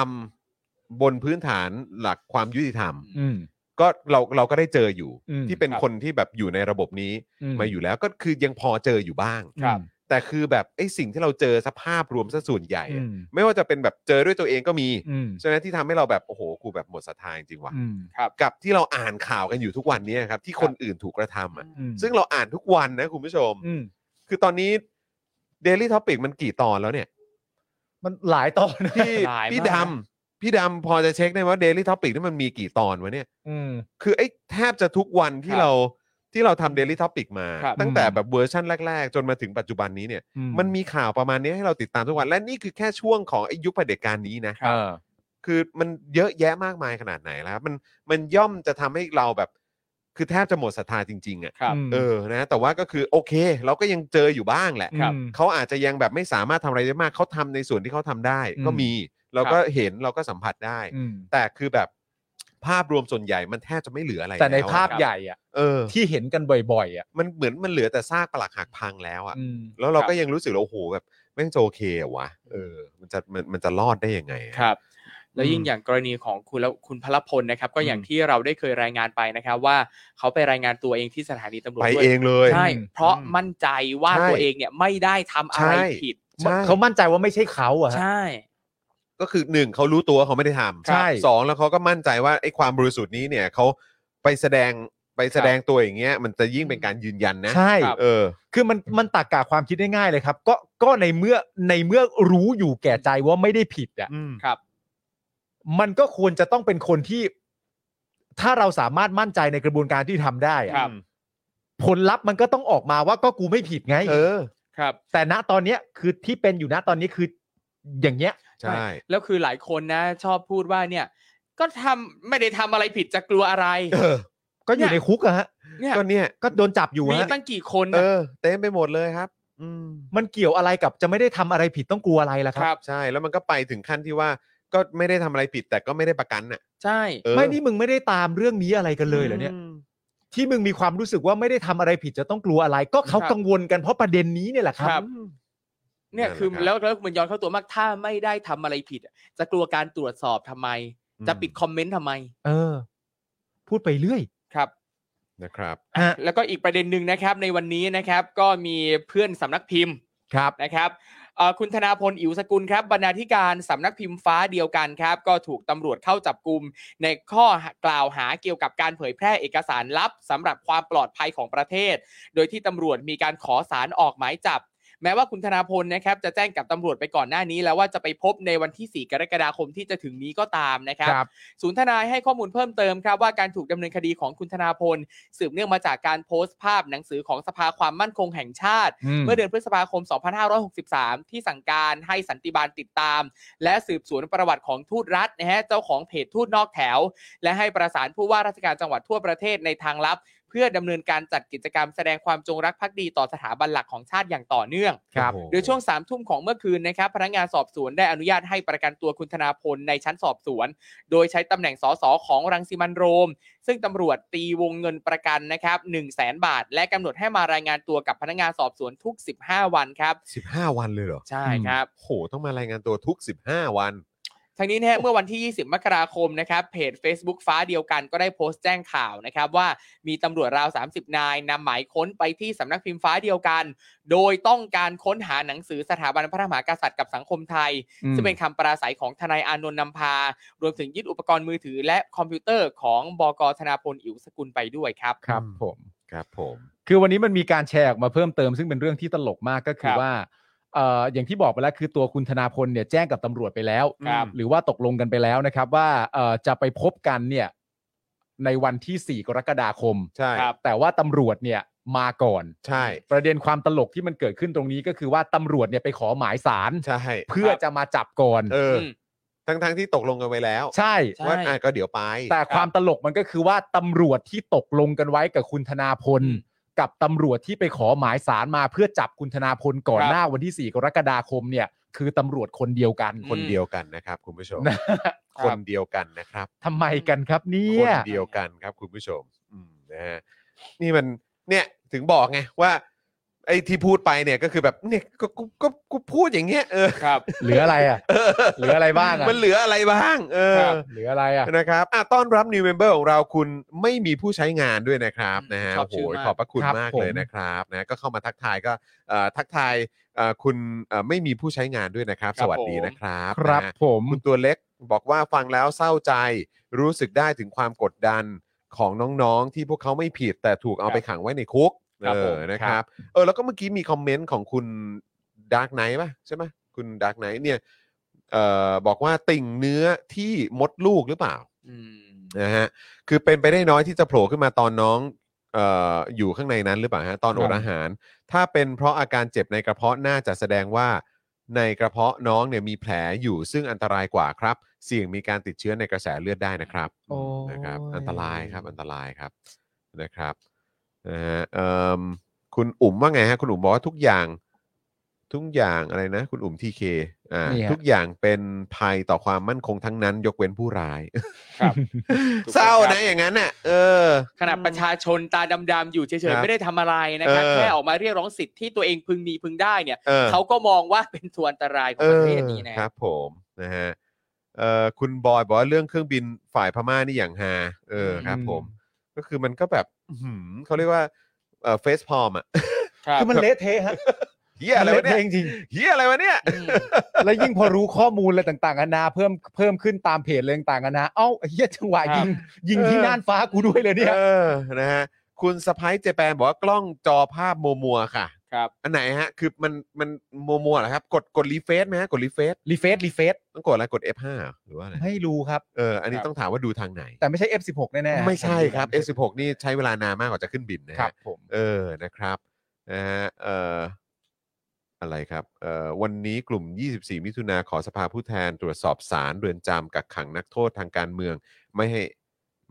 A: ำบนพื้นฐานหลักความยุติธรรม
B: อืม
A: ก็เราเราก็ได้เจออยู่
B: อืม
A: ที่เป็น
C: ครับ
A: คนที่แบบอยู่ในระบบนี้มาอยู่แล้วก็คือยังพอเจออยู่บ้าง
C: ครับ
A: แต่คือแบบไอ้สิ่งที่เราเจอสภาพรวมซะส่วนใหญ่
B: อื
A: อะ
B: ม
A: ไม่ว่าจะเป็นแบบเจอด้วยตัวเองก็มี
B: อืม
A: ใช่ไหมที่ทำให้เราแบบโอ้โหกูแบบหมดศรัทธาจริงๆว่ะ
B: อืม
A: กับที่เราอ่านข่าวกันอยู่ทุกวันเนี้ครับ ที่คนอื่นถูกกระทำอ่ะ
B: อืม
A: ซึ่งเราอ่านทุกวันนะคุณผู้ชม
B: อืม
A: คือตอนนี้ Daily Topic มันกี่ตอนแล้วเนี่ย
B: มันหลายตอนนะ
A: พี่
C: หลายมาก
A: พี่ดำพี่ดำพอจะเช็คได้ไหมว่า Daily Topic นี่มันมีกี่ตอนวะเนี่ย
B: อืม
A: คือไอ้แทบจะทุกวันที่
C: ครับ
A: เราที่เราทำ Daily Topic มา
C: ครับ
A: ตั้งแต่
B: อืม
A: แบบเวอร์ชั่นแรก ๆ จนมาถึงปัจจุบันนี้เนี่ย
B: อื
A: มันมีข่าวประมาณนี้ให้เราติดตามทุกวัน และนี่คือแค่ช่วงของไอ้ยุคเผด็จการนี้นะ
B: เออ
A: คือมันเยอะแยะมากมายขนาดไหนแล้วครับมันมันย่อมจะทำให้เราแบบ คือแทบจะหมดศรัทธาจริงๆอ่ะ
C: ครับ
B: อืม
A: เออ นะ แต่ว่าก็คือโอเค เราก็ยังเจออยู่บ้างแหละ
B: ครับ
A: เขาอาจจะยังแบบไม่สามารถทำอะไรได้มาก เขาทำในส่วนที่เขาทำได้ ก็
B: อืม
A: มี เราก็เห็นเราก็สัมผัสได้
B: อืม
A: แต่คือแบบ ภาพรวมส่วนใหญ่มันแทบจะไม่เหลืออะไร
B: แต่ใน
A: ล้วอะ
B: ภาพใหญ่อะ
A: เออ
B: ที่เห็นกันบ่อยๆอ่ะ
A: มันเหมือนมันเหลือแต่ซากปลักหักพังแล้วอ่ะ
B: อืม
A: แล้วเรา
C: ครับ
A: ก็ยังรู้สึกว่าโอ้โหแบบแม่งจะโอเคเหรอวะเออ มันจะมันมันจะรอดได้ยังไงอะ
C: ครับแล้วยิ่ง
B: อืม
C: อย่างกรณีของคุณแล้วคุณพลพลนะครับ ก็อย่าง
B: อืม
C: ที่เราได้เคยรายงานไปนะครับ ว่าเขาไปรายงานตัวเองที่สถานีตำรวจ
A: ไป
C: ด้วย
A: เองเลย
C: ใช่
B: อืม
C: เพราะมั่นใจว่า
A: ใช่
C: ตัวเองเนี่ยไม่ได้ทำอะไร
A: ใช่
C: ผิด
A: ใช่
B: เขามั่นใจว่าไม่ใช่เขาอะฮะ
C: ใช่
A: ก็คือหนึ่งเขารู้ตัวว่าเขาไม่ได้ทำ
B: ใช่
A: สองแล้วเขาก็มั่นใจว่าไอ้ความบริสุทธิ์นี้เนี่ยเขาไปแสดงไปแสดงตัวอย่างเงี้ยมันจะยิ่งเป็นการยืนยันนะ
B: ใช่
C: ครับ
A: เออ
B: คือมันมันตากกาความคิดได้ง่ายเลยครับ ก็ก็ในเมื่อในเมื่อรู้อยู่แก่ใจว่าไม่ได้ผิดอ่ะ
C: ครับ
B: มันก็ควรจะต้องเป็นคนที่ ถ้าเราสามารถมั่นใจในกระบวนการที่ทำได้อะ
C: ครับ
B: ผลลัพธ์มันก็ต้องออกมาว่าก็กูไม่ผิดไง
A: เออ
C: ครับ
B: แต่ณตอนเนี้ยคือที่เป็นอยู่ณตอนนี้คืออย่างเงี้ย
A: ใช่
C: แล้วคือหลายคนนะ ชอบพูดว่าเนี่ย ก็ทำไม่ได้ทำอะไรผิดจะกลัวอะไร
A: เออ
B: ก็อยู่ในคุกอะฮะ
C: เนี่ย
A: ก็เนี่ย
B: ก็โดนจับอยู่
C: มี
B: ฮะ
C: ตั้งกี่คน
A: เอ
C: นะ
A: อเต็มไปหมดเลยครับ อืม
B: มันเกี่ยวอะไรกับจะไม่ได้ทำอะไรผิดต้องกลัวอะไรล่ะค
C: ครับ รับ
A: ใช่แล้วมันก็ไปถึงขั้นที่ว่าก็ไม่ได้ทำอะไรผิดแต่ก็ไม่ได้ประกันน่ะ
C: ใช่
A: เออ
B: ไม่นี่มึงไม่ได้ตามเรื่องนี้อะไรกันเลยเหรอเนี่ย ที่มึงมีความรู้สึกว่าไม่ได้ทำอะไรผิดจะต้องกลัวอะไร ก็เขา
C: ครับ
B: กังวลกันเพราะประเด็นนี้เนี่ยแหละครับ
C: ครับ เนี่ยคือ
A: นั่นหะ
C: แล้วแล้วมันย้อนเข้าตัวมากถ้าไม่ได้ทำอะไรผิดอะจะกลัวการตรวจสอบทำไม จะปิดคอมเมนต์ทำไม
B: เออ พูดไปเรื่อย
C: ครับ
A: นะครับ
B: ฮะ
C: แล้วก็อีกประเด็นหนึ่งนะครับ ในวันนี้นะครับ ก็มีเพื่อนสำนักพิมพ์
B: ครับ
C: นะครับเอ่อคุณธนาพลอิ๋วสกุลครับบรรณาธิการสำนักพิมพ์ฟ้าเดียวกันครับ ก็ถูกตำรวจเข้าจับกลุ่มในข้อกล่าวหาเกี่ยวกับการเผยแพร่เอกสารลับสำหรับความปลอดภัยของประเทศ โดยที่ตำรวจมีการขอสารออกหมายจับ แม้ว่าคุณธนาพลนะครับจะแจ้งกับตำรวจไปก่อนหน้านี้ แล้วว่าจะไปพบในวันที่ 4 กรกฎาคมที่จะถึงนี้ก็ตามนะครับ ศูนย์ทนายให้ข้อมูลเพิ่มเติมครับว่าการถูกดำเนินคดีของคุณธนาพล สืบเนื่องมาจากการโพสต์ภาพหนังสือของสภาความมั่นคงแห่งชาติ เมื่อเดือนพฤษภาคม 2563 ที่สั่งการให้สันติบาลติดตาม และสืบสวนประวัติของทูตรัฐนะฮะเจ้าของเพจทูตนอกแถว และให้ประสานผู้ว่าราชการจังหวัดทั่วประเทศในทางลับ เพื่อดำเนินการจัดกิจกรรมแสดงความจงรักภักดีต่อสถาบันหลักของชาติอย่างต่อเนื่อง
B: ครับ
A: โอ้โห
C: โดยช่วง3ามทุ่มของเมื่อคืนนะครับพนักงานสอบสวนได้อนุญาตให้ประกันตัวคุณธนาพลในชั้นสอบสวน โดยใช้ตำแหน่งสสของรังสิมันต์โรม ซึ่งตำรวจตีวงเงินประกันนะครับ1 0 0 0 0แบาท และกำหนดให้มารายงานตัวกับพนักงานสอบสวนทุก 15 วันครับ
A: สิบห้าวันเลยเหรอ
C: ใช่
B: อืม
C: ครับ
A: โอ้โหต้องมารายงานตัวทุก 15 วัน
C: ทางนี้นะฮะเมื่อวันที่ 20 มกราคมนะครับเพจ Facebook ฟ้าเดียวกันก็ได้โพสต์แจ้งข่าวนะครับว่ามีตำรวจราว 30 นายนำหมายค้นไปที่สำนักพิมพ์ฟ้าเดียวกัน โดยต้องการค้นหาหนังสือสถาบันพระมหากษัตริย์กับสังคมไทย ซึ่งเป็นคำปราศัยของทนายอานนท์นำพา รวมถึงยึดอุปกรณ์มือถือและคอมพิวเตอร์ของบกธนาพลอิ๋วสกุลไปด้วยครับ
B: ครับผม
A: ครับผม
B: คือวันนี้มันมีการแชร์ออกมาเพิ่มเติม ซึ่งเป็นเรื่องที่ตลกมากก็คือ
C: ครับ
B: ว่าเอ่ออย่างที่บอกไปแล้วคือตัวคุณธนาพลเนี่ยแจ้งกับตำรวจไปแล้ว
C: ครับ
B: หรือว่าตกลงกันไปแล้วนะครับว่าเอ่อจะไปพบกันเนี่ยในวันที่ 4 กรกฎาคม
A: ใช่
C: ครับ
B: แต่ว่าตำรวจเนี่ยมาก่อน
A: ใช่
B: ประเด็นความตลกที่มันเกิดขึ้นตรงนี้ก็คือว่าตำรวจเนี่ยไปขอหมายสาร
A: ใช่
B: เพื่อจะมาจับก่อน
A: เอออ
C: ม
A: ทั้งทั้งๆที่ตกลงกันไว้แล้ว
B: ใช่
C: ใช่
A: ว่าอ่ะก็เดี๋ยวไป
B: แต่ความตลกมันก็คือว่าตำรวจที่ตกลงกันไว้กับคุณธนาพล
C: อืม
B: กับตำรวจที่ไปขอหมายสารมาเพื่อจับคุณธนาพลก่อน
C: ครับ
B: หน้าวันที่ 4 กรกฎาคมเนี่ย คือตำรวจคนเดียวกัน
C: อืม
A: คนเดียวกันนะครับคุณผู้ชม
B: นะ (laughs)
A: คนเดียวกันนะครับ
B: ทำไมกันครับเนี่
A: คน
B: ย
A: เดียวกันครับคุณผู้ชมอืมนะฮะนี่มันเนี่ยถึงบอกไงว่า ไอ้ที่พูดไปเนี่ยก็คือแบบเนี่ยก็กูก็กูพูดอย่างเงี้ยเออ
C: ครับ
B: เหลืออะไรอ่ะ เหลืออะไรบ้างอ่ะ
A: มันเหลืออะไรบ้าง เออ
B: ครับเหลืออะไรอ่ะ
A: นะครับอ่ะต้อนรับ new member ของเราคุณไม่มีผู้ใช้งานด้วยนะครับนะฮะ
C: ชอบ
A: โอ้โห
C: ชื่อมาก
A: ขอบพระคุณ
B: ครับ
A: มาก
B: ผม
A: เลยนะครับนะก็เข้ามาทักทายก็เอ่อทักทายเอ่อคุณเอ่อไม่มีผู้ใช้งานด้วยนะครับ สวัสดีนะครับ
B: ครับ
A: นะฮะ
B: ผม
A: คุณตัวเล็กบอกว่าฟังแล้วเศร้าใจ รู้สึกได้ถึงความกดดันของน้องๆ ที่พวกเขาไม่ผิดแต่ถูกเอาไปขังไว้ในคุก
C: ครั
A: เอบ
C: ผม
A: อนะครับเออแล้วก็เมื่อกี้มีคอมเมนต์ของคุณดาร์กไนท์ป่ะใช่ไหมคุณดาร์กไนท์เนี่ยเอ่อบอกว่าติ่งเนื้อที่มดลูกหรือเปล่า
C: อืม
A: นะฮะ คือเป็นไปได้น้อยที่จะโผล่ขึ้นมาตอนน้องเอ่ออยู่ข้างในนั้นหรือเปล่าฮะ ตอนอดอาหาร ถ้าเป็นเพราะอาการเจ็บในกระเพาะน่าจะแสดงว่าในกระเพาะน้องเนี่ยมีแผลอยู่ซึ่งอันตรายกว่าครับ เสี่ยงมีการติดเชื้อในกระแสเลือดได้นะครับ
B: โอ้ย
A: นะครับ อันตรายครับ อันตรายครับ นะครับ นะฮะเอิ่มคุณอุ๋มว่าไงฮะ คุณอุ๋มบอกว่าทุกอย่าง ทุกอย่างอะไรนะ คุณอุ่มทีเคอ่า
B: เนี่ย
A: ทุกอย่างเป็นภัยต่อความมั่นคงทั้งนั้น ยกเว้นผู้ร้าย
C: ครับ
A: เศร้านะอย่างนั้นน่ะเออ
C: ขณะประชาชนตาดำๆอยู่เฉ
A: ครั
C: ย
A: บ
C: ๆ ไม่ได้ทำอะไรนะครับ
A: เออ
C: แค่ออกมาเรียกร้องสิทธิ์ที่ตัวเองพึงมีพึงได้เนี่ย
A: ออ
C: เขาก็มองว่าเป็นส่วนอันตรายของประเทศนี้นะ
A: เออครับผมนะฮะเอ่อคุณบอยบอกว่าเรื่องเครื่องบินฝ่ายพม่านี่อย่างฮาเออครับผม ก็คือมันก็แบบอื้อหือเขาเรียกว่าเอ่อเฟสพอมอ่ะ (laughs)
C: ครับ
B: คือมันเละเทะฮะ
A: เฮียอะไร
B: มั
A: วะ
B: นเละ
A: เนี่ย
B: เทะจริง
A: เฮียอะไรวะเนี่ย
C: อืม
B: ๆแล้วยิ่งพอรู้ข้อมูลอะไรต่างๆนานาเพิ่มเพิ่มขึ้นตามเพจเลยต่างๆนานาเอ้าไอ้เฮียจังหวะ
C: ครั
B: ยิ
C: บ
B: ง ยิงที่
A: เออ
B: น่านฟ้ากูด้วยเลยเนี่ย
A: เออนะฮะคุณสไปซ์เจแปนบอกว่ากล้องจอภาพมัวมัวๆค่ะ
C: ครับ
A: อันไหนฮะ คือมันมันมัวมัวๆเหรอครับ กดกดรีเฟซไหมฮะ กดรีเฟซ
B: รีเฟซรีเฟซ
A: ต้องกดอะไรกด F5 เหรอหรือว่าอะไร
B: ให้รู้ครับ
A: เอออันนี้ต้องถามว่าดูทางไหน
B: แต่ไม่ใช่ F16 แน่ๆ
A: ไม่ใช่ครับ F16 นี่ใช้เวลานานมากกว่าจะขึ้นบินนะ
B: ค
A: ฮะ
B: รับผม
A: เออ นะครับนะฮะเอ่ออะไรครับเอ่อวันนี้กลุ่ม 24 มิถุนาขอสภาผู้แทนตรวจสอบสารเรือนจำกักขังนักโทษทางการเมือง ไม่ให้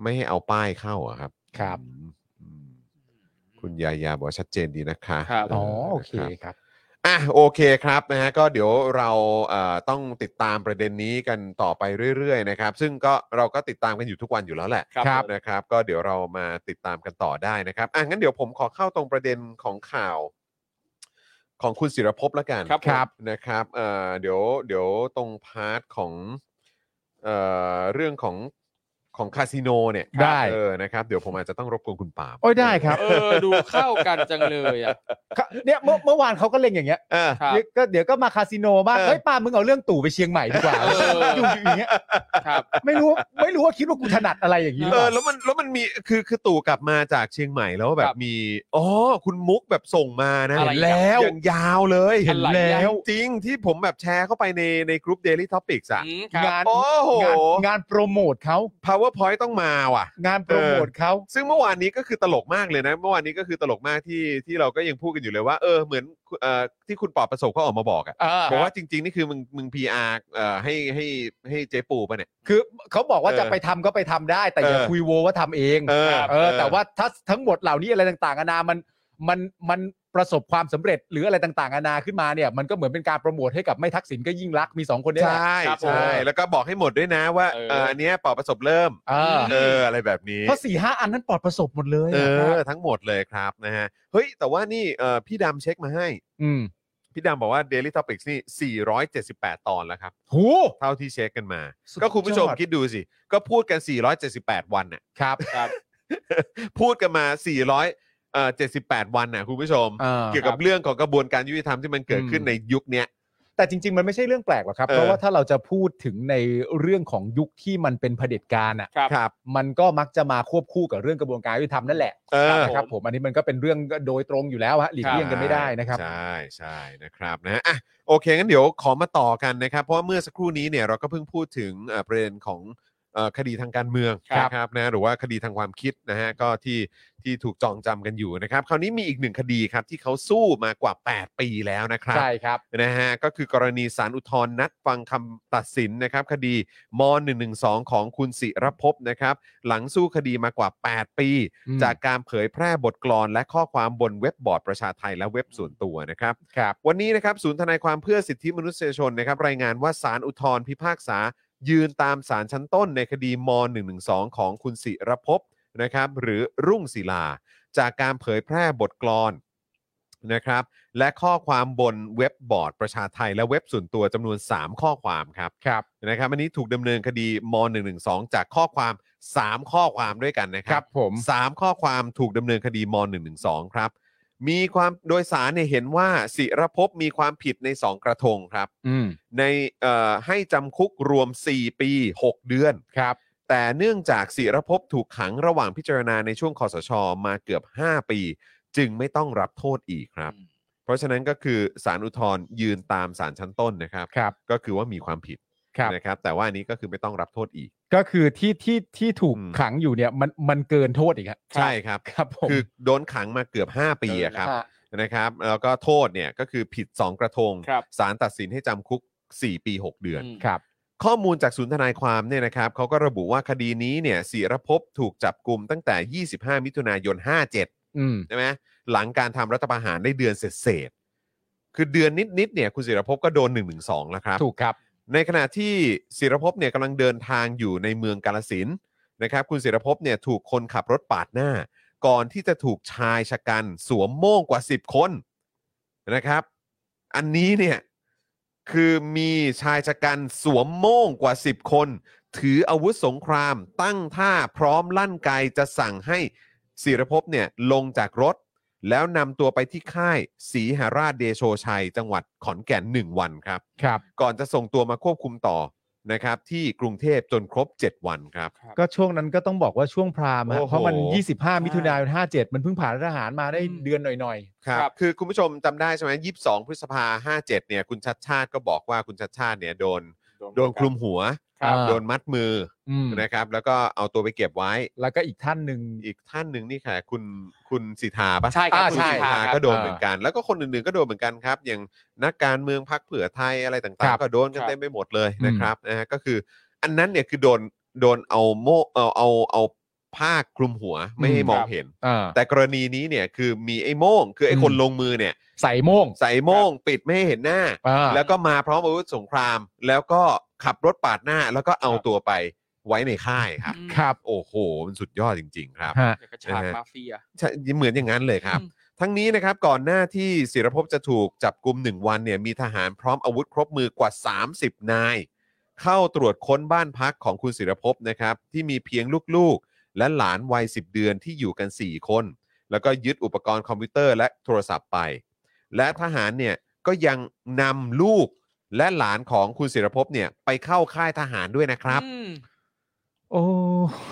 A: ไม่ให้เอาป้ายเข้าอะครับ
B: ครับ
A: อืมอืมคุณยายาบอกว่าชัดเจนดีนะคะ
C: ครับ
A: เ
B: อ๋อโอเค
A: นะครับ
B: ครับ
A: อ่ะโอเคครับนะฮะก็เดี๋ยวเราเอ่อต้องติดตามประเด็นนี้กันต่อไปเรื่อยๆนะครับ ซึ่งก็เราก็ติดตามกันอยู่ทุกวันอยู่แล้วแหละ
C: ครับ
A: นะครับ ก็เดี๋ยวเรามาติดตามกันต่อได้นะครับอ่ะงั้นเดี๋ยวผมขอเข้าตรงประเด็นของข่าว ของคุณศิรภพละกัน
C: ครับผมครับ
A: นะครับเอ่อเดี๋ยวเดี๋ยวตรงพาร์ทของเอ่อเรื่องของของคาสิโนเนี่ย
B: ได้
A: เออนะครับเดี๋ยวผมอาจจะต้องรบกวนคุณปาล์ม
B: โอ้ยได้ครับ
C: เออดูเข้ากันจังเลยอ่ะ
B: ครับเนี่ยเมื่อเมื่อวานเขาก็เล็งอย่างเงี้ย
A: เออ
C: ครับ
B: เดี๋ยวก็เดี๋ยวก็มาคาสิโนบ้าง
A: เออ
B: เฮ้ยปามึงเอาเรื่องตู่ไปเชียงใหม่ดีกว่า
C: เอออ
B: ยู่อยู่อย่างเงี้ย
C: ครับ
B: ไม่รู้ไม่รู้ว่าคิดว่ากูถนัดอะไรอย่างนี้หรือ
A: เอ
B: เป
A: อ
B: ล่า
A: แล้วมันแล้วมันมีคือคือตู่กลับมาจากเชียงใหม่แล้วแบ
C: ครับ บ
A: มีอ๋อคุณมุกแบบส่งมานะ
C: อะไร
A: แล้วอย่างยาวเลย
C: เห็นอะไรแล้ว
A: จริงที่ผมแบบแชร์เข้าไปในในกลุ่ม Daily Topics อ่ะ
C: อืมครับ
B: งาน
A: โอ้โห
B: งานงานโปรโมทเขา
A: PowerPoint ต้องมาว่ะ
B: งานโปรโมทเขา
A: ซึ่งเมื่อวานนี้ก็คือตลกมากเลยนะ เมื่อวานนี้ก็คือตลกมากที่ที่เราก็ยังพูดกันอยู่เลยว่าเออเหมือนเอ่อที่คุณปอบประสบเขาออกมาบอกอ่ะ
C: เออ
A: บอกว่าจริง ๆ นี่คือมึงมึง PR เอ่อให้ให้ให้เจ๊ปูป่ะเนี่ย
B: คือเขาบอกว่า
A: เออ
B: จะไปทำก็ไปทำได้ แต่อย่า
A: เออ
B: คุยโวว่าทำเอง
A: เออ
B: เออ แต่ว่าถ้าทั้งหมดเหล่านี้อะไรต่างๆนานามันมันมันประสบความสำเร็จหรืออะไรต่างๆนานาขึ้นมาเนี่ย มันก็เหมือนเป็นการโปรโมทให้กับไม่ทักษิณก็ยิ่งรักษณ์มีสองคนเนี้แหละ
A: ใช่
C: ครับผม
A: ใช่แล้วก็บอกให้หมดด้วยนะว่า
C: เออ
A: เอออันเนี้ยปอบประสบเริ่ม
B: เออ
A: เอ
B: (laughs)
A: ออะไรแบบนี้
B: เพราะสี่ห้าอันนั้นปลอดประสบหมดเลย
A: เอ
B: อะ
A: อทั้งหมดเลยครับนะฮะเฮ้ย แต่ว่านี่เอ่อพี่ดำเช็คมาให้
B: อืม
A: พี่ดำบอกว่า Daily Topics นี่ 478 ตอนแล้วครับ
B: หู
A: เท่าที่เช็คกันมา
B: สุด
A: ก็คุณผู้ชม
B: ยอด
A: คิดดูสิ ก็พูดกัน 478 วันน่ะ
B: ครับ
C: ครับ
A: พูดกันมา 400เอ่อ78 วันน่ะคุณผู้ชม
B: เออ
A: เกี่ยวกับเรื่องของกระบวนการยุติธรรมที่มันเกิดขึ้น
B: อืม
A: ในยุคเนี้ย
B: แต่จริง ๆ มันไม่ใช่เรื่องแปลกหรอกครับ
A: เออ
B: เพราะว่าถ้าเราจะพูดถึงในเรื่องของยุคที่มันเป็นเผด็จการอ่ะ
C: ครับ
A: ครับ
B: มันก็มักจะมาควบคู่กับเรื่องกระบวนการยุติธรรมนั่นแหละ
A: เออ
B: นะครับผมอันนี้มันก็เป็นเรื่องโดยตรงอยู่แล้วฮะหลีกเลี่ยงกันไม่ได้นะครับ
A: ใช่ใช่นะครับนะอ่ะโอเคงั้นเดี๋ยวขอมาต่อกันนะครับ เพราะว่าเมื่อสักครู่นี้เนี่ยเราก็เพิ่งพูดถึงเอ่อประเด็นของเอ่อคดีทางการเมือง
C: ครับ
A: นะครับนะหรือว่าคดีทางความคิดนะฮะก็ที่ที่ถูกจองจำกันอยู่นะครับ คราวนี้มีอีกหนึ่งคดีครับที่เขาสู้มากว่า 8 ปีแล้วนะครับ
B: ใช่ครับ
A: นะฮะก็คือกรณีสารอุทธรณ์นัดฟังคำตัดสินนะครับ คดีม .112 ของคุณศิรภพนะครับ หลังสู้คดีมากว่า 8 ปี
B: อืม
A: จากการเผยแพร่บทกลอนและข้อความบนเว็บบอร์ดประชาไทยและเว็บส่วนตัวนะครับ
B: ครับ
A: วันนี้นะครับศูนย์ทนายความเพื่อสิทธิมนุษยชนนะครับรายงานว่าสารอุทธรพิพากษา ยืนตามสารชั้นต้นในคดีม .112 ของคุณศิรภพนะครับหรือรุ่งศิลา จากการเผยแพร่บทกลอนนะครับและข้อความบนเว็บบอร์ดประชาไทยและเว็บส่วนตัวจำนวน 3 ข้อความครับ
B: ครับ
A: นะครับอันนี้ถูกดำเนินคดีม .112 จากข้อความ 3 ข้อความด้วยกันนะค
B: ค
A: รั
B: รับ บผม
A: สามข้อความถูกดำเนินคดีม .112 ครับ มีความโดยสารเนี่ยเห็นว่าศิรภพมีความผิดใน 2 กระทงครับ
B: อืม
A: ในเอ่อให้จำคุกรวม 4 ปี 6 เดือน
B: ครับ
A: แต่เนื่องจากศิรภพถูกขังระหว่างพิจารณาในช่วงคอสช มาเกือบ 5 ปี จึงไม่ต้องรับโทษอีกครับ
C: อืม
A: เพราะฉะนั้นก็คือสารอุทธรยืนตามสารชั้นต้นนะครับ
B: ครับ
A: ก็คือว่ามีความผิด
B: ครับ
A: นะครับแต่ว่าอันนี้ก็คือไม่ต้องรับโทษอีก
B: ก็คือที่ที่ที่ถูก
A: อืม
B: ขังอยู่เนี่ยมันมันเกินโทษอีกครับ
A: ใช่ครับ
B: ครับผม
A: คือโดนขังมาเกือบ 5 ปีอะครับ
B: ฮะ
A: นะครับแล้วก็โทษเนี่ยก็คือผิด 2 กระทง
C: ครับ
A: สารตัดสินให้จำคุก 4 ปี 6 เดือน
C: อืม
B: ครับ
A: ข้อมูลจากศูนย์ทนายความเนี่ยนะครับเขาก็ระบุว่าคดีนี้เนี่ยศิรภพถูกจับกลุ่มตั้งแต่ 25 มิถุนายน 57
B: อืม
A: ใช่ไหมหลังการทำรัฐประหารได้เดือนเศษ คือเดือนนิดๆเนี่ยคุณศิรภพก็โดน1นึแล้วครับ
B: ถูกครับ
A: ในขณะที่ศิรภพเนี่ยกำลังเดินทางอยู่ในเมืองกาลสินธุ์นะครับคุณศิรภพเนี่ยถูกคนขับรถปาดหน้า ก่อนที่จะถูกชายชะกันสวมโม่งกว่า 10 คนนะครับ อันนี้เนี่ยคือมีชายชะกันสวมโม่งกว่า 10 คน ถืออาวุธสงครามตั้งท่าพร้อมลั่นไกจะสั่งให้ศิรภพเนี่ยลงจากรถ แล้วนำตัวไปที่ค่ายศรีหาราชเดโชชัย จังหวัดขอนแก่น 1 วันครับ
B: ครับ
A: ก่อนจะส่งตัวมาควบคุมต่อนะครับที่กรุงเทพจนครบ 7 วันครับ
B: ก็ช่วงนั้นก็ต้องบอกว่าช่วงพรามฮะ
A: โอ้โห
B: เพราะมัน 25 มิถุนายน 57 มันเพิ่งผ่านรัฐทหารมาได้
C: อืม
B: เดือนหน่อย
A: ครับ
C: ครับ
A: คือคุณผู้ชมจำได้ใช่ไหมยี่สองพฤษภาห้าเจ็ดเนี่ยคุณชัดชาติก็บอกว่าคุณชัดชาติเนี่ยโดนโดนคลุมหัว
B: ครับ
A: โดนมัดมือ
B: ๆอืม
A: นะครับ แล้วก็เอาตัวไปเก็บไว้
B: แล้วก็อีกท่านหนึ่ง
A: อีกท่านหนึ่งนี่ค่ะคุณคุณสิทธาปะ
C: ใช่ครับ
B: อ่า
C: คุณ
B: ใช่
C: สิท
A: ท
C: ธา
A: ธา
C: ครับ
A: ก็โดนเหมือนกัน แล้วก็คนอื่นๆก็โดนเหมือนกันครับ อย่างนักการเมืองพักเผื่อไทยอะไร
B: ค
A: ต่า
B: รั
A: ง
B: บ
A: ๆ ก็โดนกัน
C: ครับ
A: เต็มไปหมดเลยนะครับนะฮะก็คืออันนั้นเนี่ยคือโดนโดนเอาโมเอาเอาเอาผ้าคลุมหัวไม่ให้มองเห็น
B: อ่า
A: แต่กรณีนี้เนี่ยคือมีไอ้โม่ง คือไอ้คน
B: อืม
A: ลงมือเนี่ย
B: ใส่โม่ง
A: ใส่โม่งปิดไม่ให้เห็นหน้า
B: อ่า
A: แล้วก็มาพร้อมอาวุธสงคราม แล้วก็ขับรถปาดหน้า แล้วก็เอาตัวไปไว้ในค่ายครับ
B: ครับ
A: โอ้โห มันสุดยอดจริง ๆ ครับ
B: ฮะ
C: เดี๋ยวก็ฉากมาเฟีย
A: ใช่เหมือนอย่างนั้นเลยครับ
C: อืม
A: ทั้งนี้นะครับก่อนหน้าที่ศิรภพจะถูกจับกลุ่มหนึ่งวันเนี่ยมีทหารพร้อมอาวุธครบมือกว่า 30 นาย เข้าตรวจค้นบ้านพักของคุณศิรภพนะครับที่มีเพียงลูกๆ และหลานวัย 10 เดือนที่อยู่กัน 4 คน แล้วก็ยึดอุปกรณ์คอมพิวเตอร์และโทรศัพท์ไป และทหารเนี่ยก็ยังนำลูกและหลานของคุณศิรภพเนี่ยไปเข้าค่ายทหารด้วยนะครับ
C: อืม
B: โอ้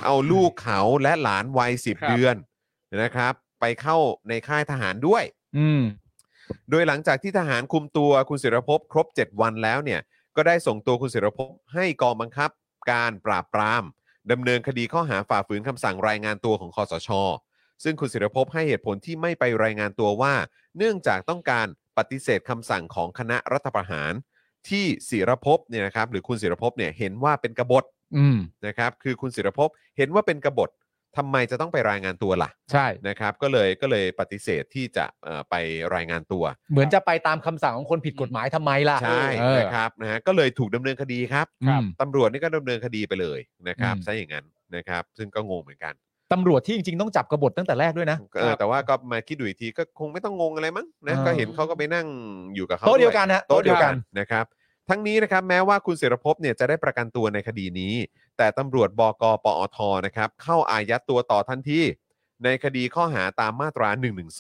A: เอาลูกเขาและหลานวัย
C: ครั
A: 10
C: บ
A: เดือนนะครับ ไปเข้าในค่ายทหารด้วย
B: อืม
A: โดยหลังจากที่ทหารคุมตัวคุณศิรภพครบ 7 วันแล้วเนี่ย ก็ได้ส่งตัวคุณศิรภพให้กองบังคับ การปราบปรามดำเนินคดีข้อหาฝ่าฝืนคำสั่งรายงานตัวของคอสช ซึ่งคุณศิรภพให้เหตุผลที่ไม่ไปรายงานตัวว่า เนื่องจากต้องการปฏิเสธคำสั่งของคณะรัฐประหาร ที่ศิรภพเนี่ยนะครับหรือคุณศิรภพเนี่ยเห็นว่าเป็นกบฏ
B: อืม
A: นะครับคือคุณศิรภพเห็นว่าเป็นกบฏทำไมจะต้องไปรายงานตัวล่ะ
B: ใช่
A: นะครับก็เลยก็เลยปฏิเสธที่จะเอ่อไปรายงานตัว
B: เหมือนจะไปตามคำสั่งของคนผิดกฎหมายทำไมล่ะ
A: ใช่
B: เออ
A: นะครับนะฮะก็เลยถูกดำเนินคดีครับ
B: อืม
A: ตำรวจนี่ก็ดำเนินคดีไปเลยนะครับ
B: อืม
A: ใช่อย่างนั้นนะครับ ซึ่งก็งงเหมือนกัน
B: ตำรวจที่จริง ๆ ต้องจับกบฏตั้งแต่แรกด้วยนะ
A: เออแต่ว่าก็มาคิดดูอีกทีก็คงไม่ต้องงงอะไรมั้งนะ
B: อ่า
A: ก็เห็นเขาก็ไปนั่งอยู่กับเขา
B: โต๊ะเดียวกันฮะ
A: โต๊ะเดียวกันนะครับ ทั้งนี้นะครับแม้ว่าคุณศิรภพเนี่ยจะได้ประกันตัวในคดีนี้ แต่ตำรวจบกปอทนะครับ เข้าอายัดตัวต่อทันทีในคดีข้อหาตามมาตรา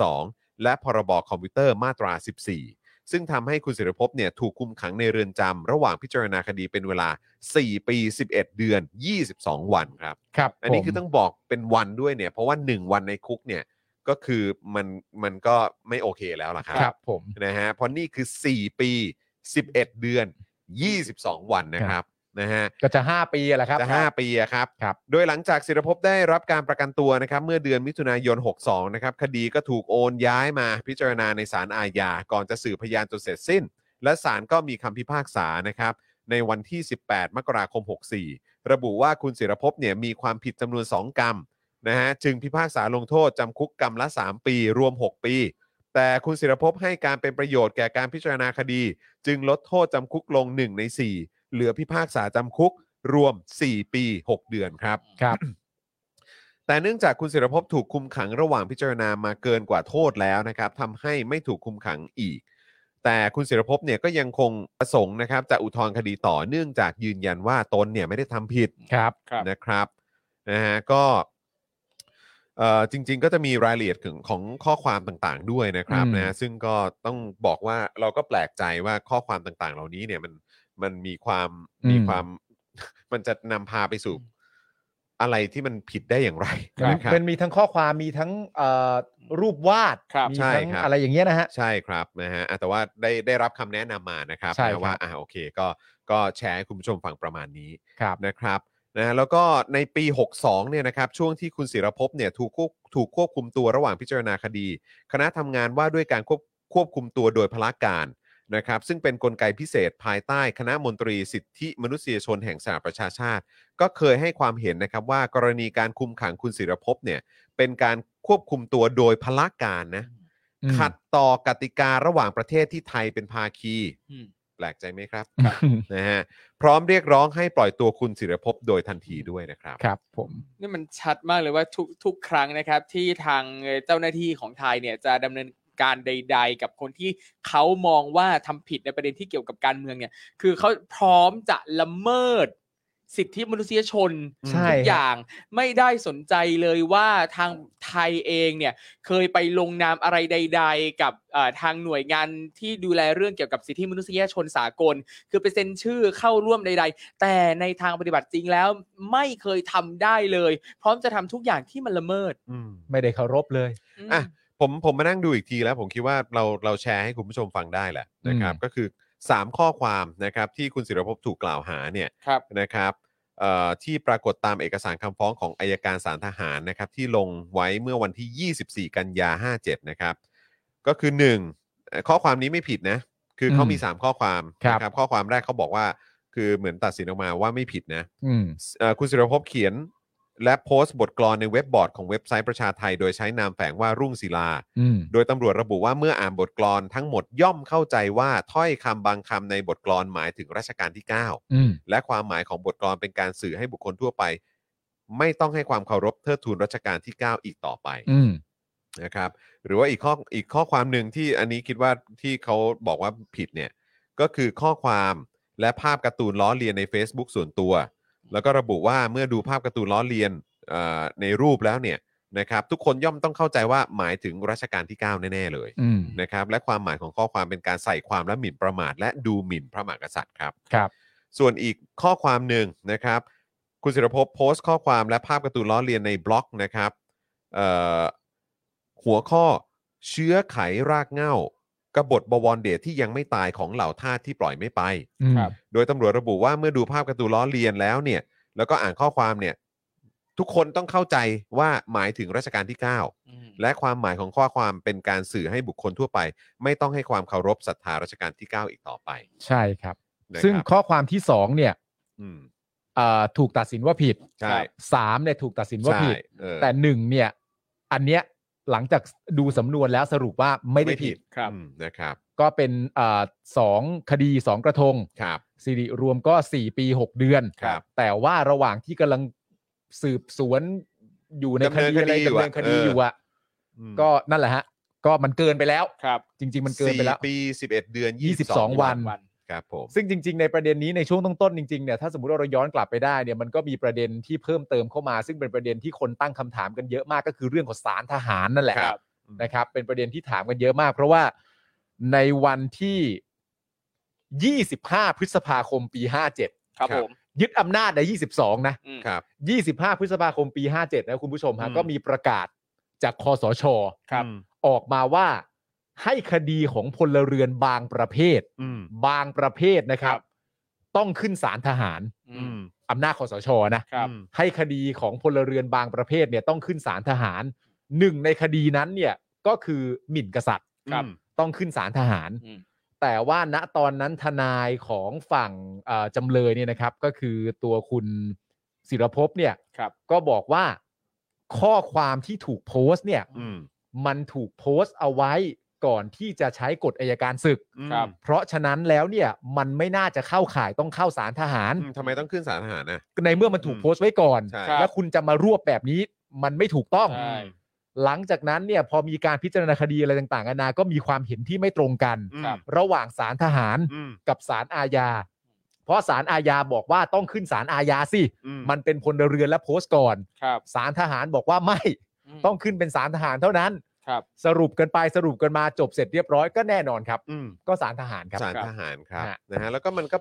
A: 112 และพรบคอมพิวเตอร์มาตรา 14 ซึ่งทำให้คุณศิรภพเนี่ยถูกคุมขังในเรือนจำระหว่างพิจารณาคดีเป็นเวลา 4 ปี 11 เดือน 22 วันครับ
B: ครับ
A: อันนี้
B: ผม
A: คือต้องบอกเป็นวันด้วยเนี่ย เพราะว่า 1 วันในคุกเนี่ยก็คือมันมันก็ไม่โอเคแล้วล่ะครั
B: ครับผม
A: นะฮะเพราะนี่คือ 4 ปี 11 เดือน 22 วันนะครับนะฮะ
B: ก็จะ 5 ปีแหละครับ
A: จะ5ปีอะครับ
B: ครับ
A: โดยหลังจากศิรภพได้รับการประกันตัวนะครับ เมื่อเดือนมิถุนายน 62 นะครับ คดีก็ถูกโอนย้ายมาพิจารณาในศาลอาญา ก่อนจะสืบพยานจนเสร็จสิ้น และศาลก็มีคำพิพากษานะครับ ในวันที่ 18 มกราคม 64 ระบุว่าคุณศิรภพเนี่ยมีความผิดจำนวน 2 กรรมนะฮะ จึงพิพากษาลงโทษจำคุกกรรมละ 3 ปี รวม 6 ปี แต่คุณศิรภพให้การเป็นประโยชน์แก่การพิจารณาคดี จึงลดโทษจำคุกลง 1 ใน 4 เหลือพิพากษาจำคุกรวม 4 ปี 6 เดือนครับ
B: ครับ
A: แต่เนื่องจากคุณศิรภพถูกคุมขังระหว่างพิจารณามาเกินกว่าโทษแล้วนะครับทำให้ไม่ถูกคุมขังอีก แต่คุณศิรภพเนี่ยก็ยังคงประสงค์นะครับจะอุทธรณ์คดีต่อเนื่องจากยืนยันว่าตนเนี่ยไม่ได้ทำผิด
B: ครับ
C: ครับ
A: นะครับนะฮะก็เอ่อจริง ๆ ก็จะมีรายละเอียดของของข้อความต่างๆด้วยนะครับ
B: อืม
A: นะฮะซึ่งก็ต้องบอกว่าเราก็แปลกใจว่าข้อความต่างๆ เหล่านี้เนี่ยมันมันมีความมีความ มันจะนำพาไปสู่อะไรที่มันผิดได้
B: (laughs)
A: อย่างไร
B: มัน
A: นะครับ
B: เป็นมีทั้งข้อความมีทั้งเอ่อรูปวาด
C: ครับ
B: มี
A: ใช่
B: ทั้ง
A: ครับ
B: อะไรอย่างเงี้ยนะฮะ
A: ใช่ครับนะฮะอ่ะแต่ว่าได้ได้รับคำแนะนำมานะครับ
B: ใช่ครับ
A: นะว่าอ่าโอเคก็ก็แชร์ให้คุณผู้ชมฟังประมาณนี้
B: ครับ
A: นะครับนะแล้วก็ในปี 62เนี่ยนะครับช่วงที่คุณศิรภพเนี่ยถูกควบถูกควบคุมตัวระหว่างพิจารณาคดี คณะทำงานว่าด้วยการควบควบคุมตัวโดยพละการนะครับซึ่งเป็นนกลไกพิเศษภายใต้คณะมนตรีสิทธิมนุษยชนแห่งสหประชาชาติ ก็เคยให้ความเห็นนะครับว่ากรณีการคุมขังคุณศิรภพเนี่ยเป็นการควบคุมตัวโดยพละการนะ
B: อืม
A: ขัดต่อกติการะหว่างประเทศที่ไทยเป็นภาคี
C: อืม
A: แปลกใจไหมครับ นะฮะพร้อมเรียกร้องให้ปล่อยตัวคุณศิรภพโดยทันทีด้วยนะครับ
B: ครับผม
C: นี่มันชัดมากเลยว่าทุกทุกครั้งนะครับ ที่ทางเจ้าหน้าที่ของไทยเนี่ยจะดำเนินการใด ๆ กับคนที่เขามองว่าทำผิดในประเด็นที่เกี่ยวกับการเมืองเนี่ย คือเขาพร้อมจะละเมิด สิทธิมนุษยชน
B: ใช่
C: ทุก
B: ฮะ
C: อย่างไม่ได้สนใจเลยว่าทางไทยเองเนี่ยเคยไปลงนามอะไรใด ๆ กับเอ่อทางหน่วยงานที่ดูแลเรื่องเกี่ยวกับสิทธิมนุษยชนสากล คือไปเซ็นชื่อเข้าร่วมใด ๆ แต่ในทางปฏิบัติจริงแล้วไม่เคยทำได้เลย พร้อมจะทำทุกอย่างที่มันละเมิด
A: อืม
B: ไม่ได้เคารพเลย
C: อืม
A: อ่ะ ผมผมมานั่งดูอีกทีแล้ว ผมคิดว่าเราเราแชร์ให้คุณผู้ชมฟังได้แหละนะครับ
B: อืม
A: ก็คือ 3 ข้อความนะครับที่คุณศิรภพถูกกล่าวหาเนี่ย
C: ครับ
A: นะครับเอ่อที่ปรากฏตามเอกสารคำฟ้องของอายการสารทหารนะครับที่ลงไว้เมื่อวันที่ 24 กันยา 57 นะครับ ก็คือ 1 ข้อความนี้ไม่ผิดนะ คือเขามี 3 ข้อความ
B: ครับ
A: นะครับข้อความแรกเขาบอกว่าคือเหมือนตัดสินออกมาว่าไม่ผิดนะ
B: อืม
A: เอ่อคุณศิรภพเขียน และโพสต์บทกลอนในเว็บบอร์ดของเว็บไซต์ประชาไทย โดยใช้นามแฝงว่ารุ่งศิลา
B: อืม
A: โดยตำรวจระบุว่าเมื่ออ่านบทกลอนทั้งหมดย่อมเข้าใจว่าถ้อยคำบางคำในบทกลอนหมายถึงรัชกาลที่
B: อืม
A: 9 และความหมายของบทกลอนเป็นการสื่อให้บุคคลทั่วไป ไม่ต้องให้ความเคารพเทิดทูนรัชกาลที่ 9 อีกต่อไป
B: อืม
A: นะครับ หรือว่าอีกข้ออีกข้อความหนึ่งที่อันนี้คิดว่าที่เขาบอกว่าผิดเนี่ยก็คือข้อความและภาพการ์ตูนล้อเลียนใน Facebook ส่วนตัว แล้วก็ระบุว่าเมื่อดูภาพการ์ตูนล้อเลียนเอ่อในรูปแล้วเนี่ยนะครับทุกคนย่อมต้องเข้าใจว่าหมายถึงรัชกาลที่ 9 แน่ ๆ เลย
B: อืม
A: นะครับและความหมายของข้อความเป็นการใส่ความและหมิ่นประมาท และดูหมิ่นพระมหากษัตริย์ครับ
B: ครับ
A: ส่วนอีกข้อความหนึ่งนะครับ คุณศิรภพโพสต์ข้อความและภาพการ์ตูนล้อเลียนในบล็อกนะครับเอ่อหัวข้อเชื้อไขรากเหง้ากบฏบวรเดชที่ยังไม่ตายของเหล่าทาสที่ปล่อยไม่ไป
B: อืม
C: ครับ
A: โดยตำรวจระบุว่าเมื่อดูภาพการ์ตูนล้อเลียนแล้วเนี่ย แล้วก็อ่านข้อความเนี่ย ทุกคนต้องเข้าใจว่าหมายถึงรัชกาลที่ 9
C: อืม
A: และความหมายของข้อความเป็นการสื่อให้บุคคลทั่วไป ไม่ต้องให้ความเคารพศรัทธารัชกาลที่ 9 อีกต่อไป
B: ใช่ครับ
A: นะครับ
B: ซึ่งข้อความที่สองเนี่ย
A: อืม
B: เอ่อถูกตัดสินว่าผิด
A: ใช่
B: สามเนี่ยถูกตัดสินว่าผิด
A: ใช่เออ
B: แต่หนึ่งเนี่ย อันเนี้ยหลังจากดูสำนวนแล้วสรุปว่าไม่ได้ผิด
C: ครับ
A: อืมนะครับ
B: ก็เป็นเอ่อสองคดีสองกระทง
A: ครับ
B: สิริรวมก็ 4 ปี 6 เดือน
A: ครับ
B: แต่ว่าระหว่างที่กำลังสืบสวนอยู่ในคดี
A: ดำเนินค
B: อะไร
A: ดีอยู่
B: ดำ
A: อะ
B: เนินค
A: เอ
B: ดี
A: ออ
B: อยู่อ่ะ
A: อืม
B: ก็นั่นแหละฮะ ก็มันเกินไปแล้ว
C: ครับ
B: จริง ๆ มันเกินไปแล้ว
A: สี่ปีสิบเอ็ดเดือน
B: 22 วัน
C: วัน
A: ครับผม
B: ซึ่งจริง ๆ ในประเด็นนี้ในช่วงต้นๆจริงๆเนี่ยถ้าสมมติว่าเราย้อนกลับไปได้เนี่ยมันก็มีประเด็นที่เพิ่มเติมเข้ามา ซึ่งเป็นประเด็นที่คนตั้งคำถามกันเยอะมากก็คือเรื่องของสารทหารนั่นแหละ
A: ครับ
B: นะครับ เป็นประเด็นที่ถามกันเยอะมาก เพราะว่าในวันที่ 25 พฤษภาคมปี 57
C: ครับ
A: ครับ
C: ผม
B: ยึดอำนาจใน 22 นะ
C: อืม
A: ครับ
B: 25 พฤษภาคมปี 57 นะคุณผู้ชมฮะ
A: อืม
B: ก็มีประกาศจากคอสช
C: ครับ
A: อืม
B: ออกมาว่าให้คดีของพลเรือนบางประเภท
A: อืม
B: บางประเภทนะครับ ต้องขึ้นศาลทหาร
C: อื
A: อื
C: ม
A: ม
B: อำนาจคอสชนะ
C: ครับ
A: อืม
B: ให้คดีของพลเรือนบางประเภทเนี่ยต้องขึ้นศาลทหารหนึ่งในคดีนั้นเนี่ยก็คือหมิ่นกษัตริย์
C: ครับ
A: อืม
B: ต้องขึ้นศาลทหาร
C: อืม
B: แต่ว่าณตอนนั้นทนายของฝั่งเอ่อจำเลยเนี่ยนะครับ ก็คือตัวคุณศิรภพเนี่ย
C: ครับ
B: ก็บอกว่าข้อความที่ถูกโพสต์เนี่ย
A: อืม
B: มันถูกโพสต์เอาไว้ก่อนที่จะใช้กฎอายการศึก
A: อืม
C: ครับ
B: เพราะฉะนั้นแล้วเนี่ยมันไม่น่าจะเข้าข่ายต้องเข้าสารทหาร
A: อืมทำไมต้องขึ้นสารทหารนะ
B: ในเมื่อมันถูก
A: อืม
B: โพสต์ไว้ก่อน
A: ใช่
C: ครับ
B: แล้วคุณจะมารวบแบบนี้มันไม่ถูกต้อง
C: ใช่
B: หลังจากนั้นเนี่ยพอมีการพิจารณาคดีอะไรต่างๆนานาก็มีความเห็นที่ไม่ตรงกัน
A: อืม
C: ครับ
B: ระหว่างสารทหาร
A: อืม
B: กับสารอาญา เพราะสารอาญาบอกว่าต้องขึ้นสารอาญาสิ
A: อื
B: มันเป็นพลเรือนและโพสต์ก่อน
C: ครับ
B: สารทหารบอกว่าไม่
C: ม
B: ต้องขึ้นเป็นสารทหารเท่านั้น
C: ครับ
B: สรุปกันไปสรุปกันมาจบเสร็จเรียบร้อยก็แน่นอนครับ
A: อืม
B: ก็สารทหารครับ
A: สารทหารครับ
B: ฮะ
A: นะฮะแล้วก็มันก็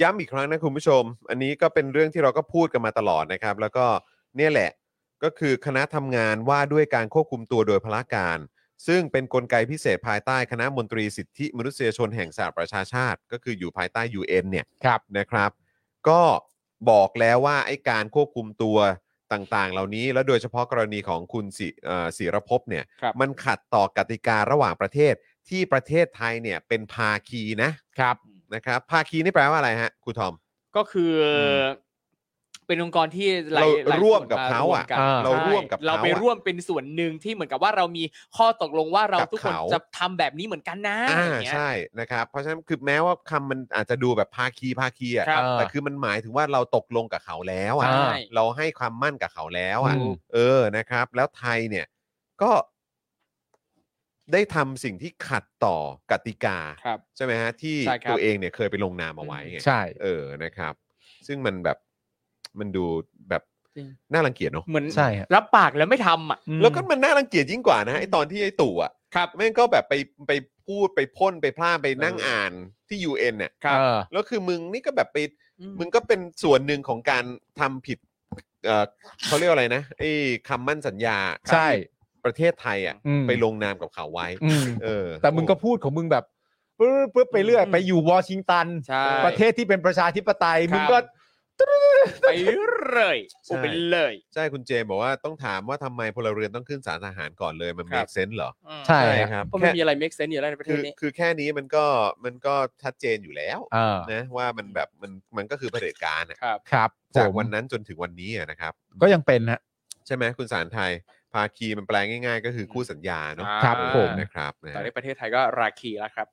A: ย้ำอีกครั้งนะคุณผู้ชม อันนี้ก็เป็นเรื่องที่เราก็พูดกันมาตลอดนะครับ แล้วก็เนี่ยแหละก็คือคณะทำงานว่าด้วยการควบคุมตัวโดยพละการ ซึ่งเป็นกลไกพิเศษภายใต้คณะมนตรีสิทธิมนุษยชนแห่งสหประชาชาติ ก็คืออยู่ภายใต้ UN เนี่ย
B: ครับ
A: นะครับ ก็บอกแล้วว่าไอ้การควบคุมตัวต่างๆ เหล่านี้ แล้วโดยเฉพาะกรณีของคุณศิเอ่อศิรภพเนี่ย
C: ครับ
A: มันขัดต่อกติการะหว่างประเทศที่ประเทศไทยเนี่ยเป็นภาคีนะครับ นะครับ ภาคีนี่แปลว่าอะไรฮะครูทอม
C: ก็คืออ
A: ม
C: เป เป็นองค์กรที่หลาย
A: เรา
C: หลย
A: ร่วมกับ
C: ส่น
A: เขาอะ
C: มกัน
B: อ่า
A: เรา
C: ใช่
A: ร่วมกับ
C: เราไป
A: ขอะ
C: ร่วมเป็นส่วนหนึ่งที่เหมือนกับว่าเรามีข้อตกลงว่าเรา
A: กับ
C: ทุกคน
A: เขา
C: จะทำแบบนี้เหมือนกันนะ
A: อ่า
C: อย่างเงี้ย
A: ใช่นะครับเพราะฉะนั้นคือแม้ว่าคำมันอาจจะดูแบบภาคีภาคีอ่ะ
C: ครับ
A: แต่คือมันหมายถึงว่าเราตกลงกับเขาแล้วอ่ะ
C: ใช่
A: เราให้ความมั่นกับเขาแล้วอ่ะ
C: ถูก
A: เออนะครับ แล้วไทยเนี่ยก็ได้ทำสิ่งที่ขัดต่อกติกา
C: ครับ
A: ใช่ไหมฮะที่
C: ใช่ครับ
A: ตัวเองเนี่ยเคยไปลงนามเอาไว้ไง
B: ใช่
A: เออนะครับ ซึ่งมันแบบมันดูแบบ
C: จริง
A: น่ารังเกียจเนาะ
C: เหมือน
B: ใช่ฮะ
C: รับปากแล้วไม่ทำอ่ะ
B: อืม
A: แล้วก็มันน่ารังเกียจยิ่งกว่านะฮะไอตอนที่ไอตู่อ่ะ
C: ครับ
A: แม่งก็แบบไปไปพูดไปพ่นไปพลาดไปนั่ง
C: เอออ่
A: อ่านที่ UN เนี่ย
C: ครับ
B: เออ
A: แล้วคือมึงนี่ก็แบบไป
C: อืม
A: มึงก็เป็นส่วนหนึ่งของการทำผิดเอ่อเขาเรียกว่าอะไรนะไอ้คำมั่นสัญญา
B: ใช่
A: ที่ประเทศไทยอ่ะ
B: อืม
A: ไปลงนามกับเขาไว้
B: อืม
A: เออ
B: แต่มึงก็พูดของมึงแบบปึ๊บปึ๊บไปเรื่อย
C: อืม
B: ไปอยู่วอชิงตัน
C: ใช่
B: ประเทศที่เป็นประชาธิปไตย
C: ครับ
B: มึงก็
C: ไปเลยอุไปเลย
A: ใช่คุณเจมส์บอกว่าต้องถามว่าทำไมพลเรือนต้องขึ้นศาลทหารก่อนเลยมัน
C: ค
A: เม
C: รับ
A: คเซนส์เหรอ
B: ใช่ครับ
A: ครับ
C: เพราะมั
A: แค่
C: นมีอะไร make sense อยู่แล้วในประเท
A: คื
C: ศ
A: อ
C: นี้
A: คือแค่นี้มันก็มันก็ชัดเจนอยู่แล้ว
B: เออ
A: นะว่ามันแบบมันมันก็คือเผด็จการอะ
C: ครับ
B: ครับ
A: จาก
B: ผม
A: วันนั้นจนถึงวันนี้อะนะครับ
B: ก็ยังเป็นฮะ
A: ใช่ไหมคุณสารไทย ภาคีมันแปลง่ายๆ ก็คือคู่สัญญาเนาะ
B: ครับผม
A: นะครับนะ
C: ตอ
A: ฮะ
C: นนี้ประเทศไทยก็ราคีแล้วครับ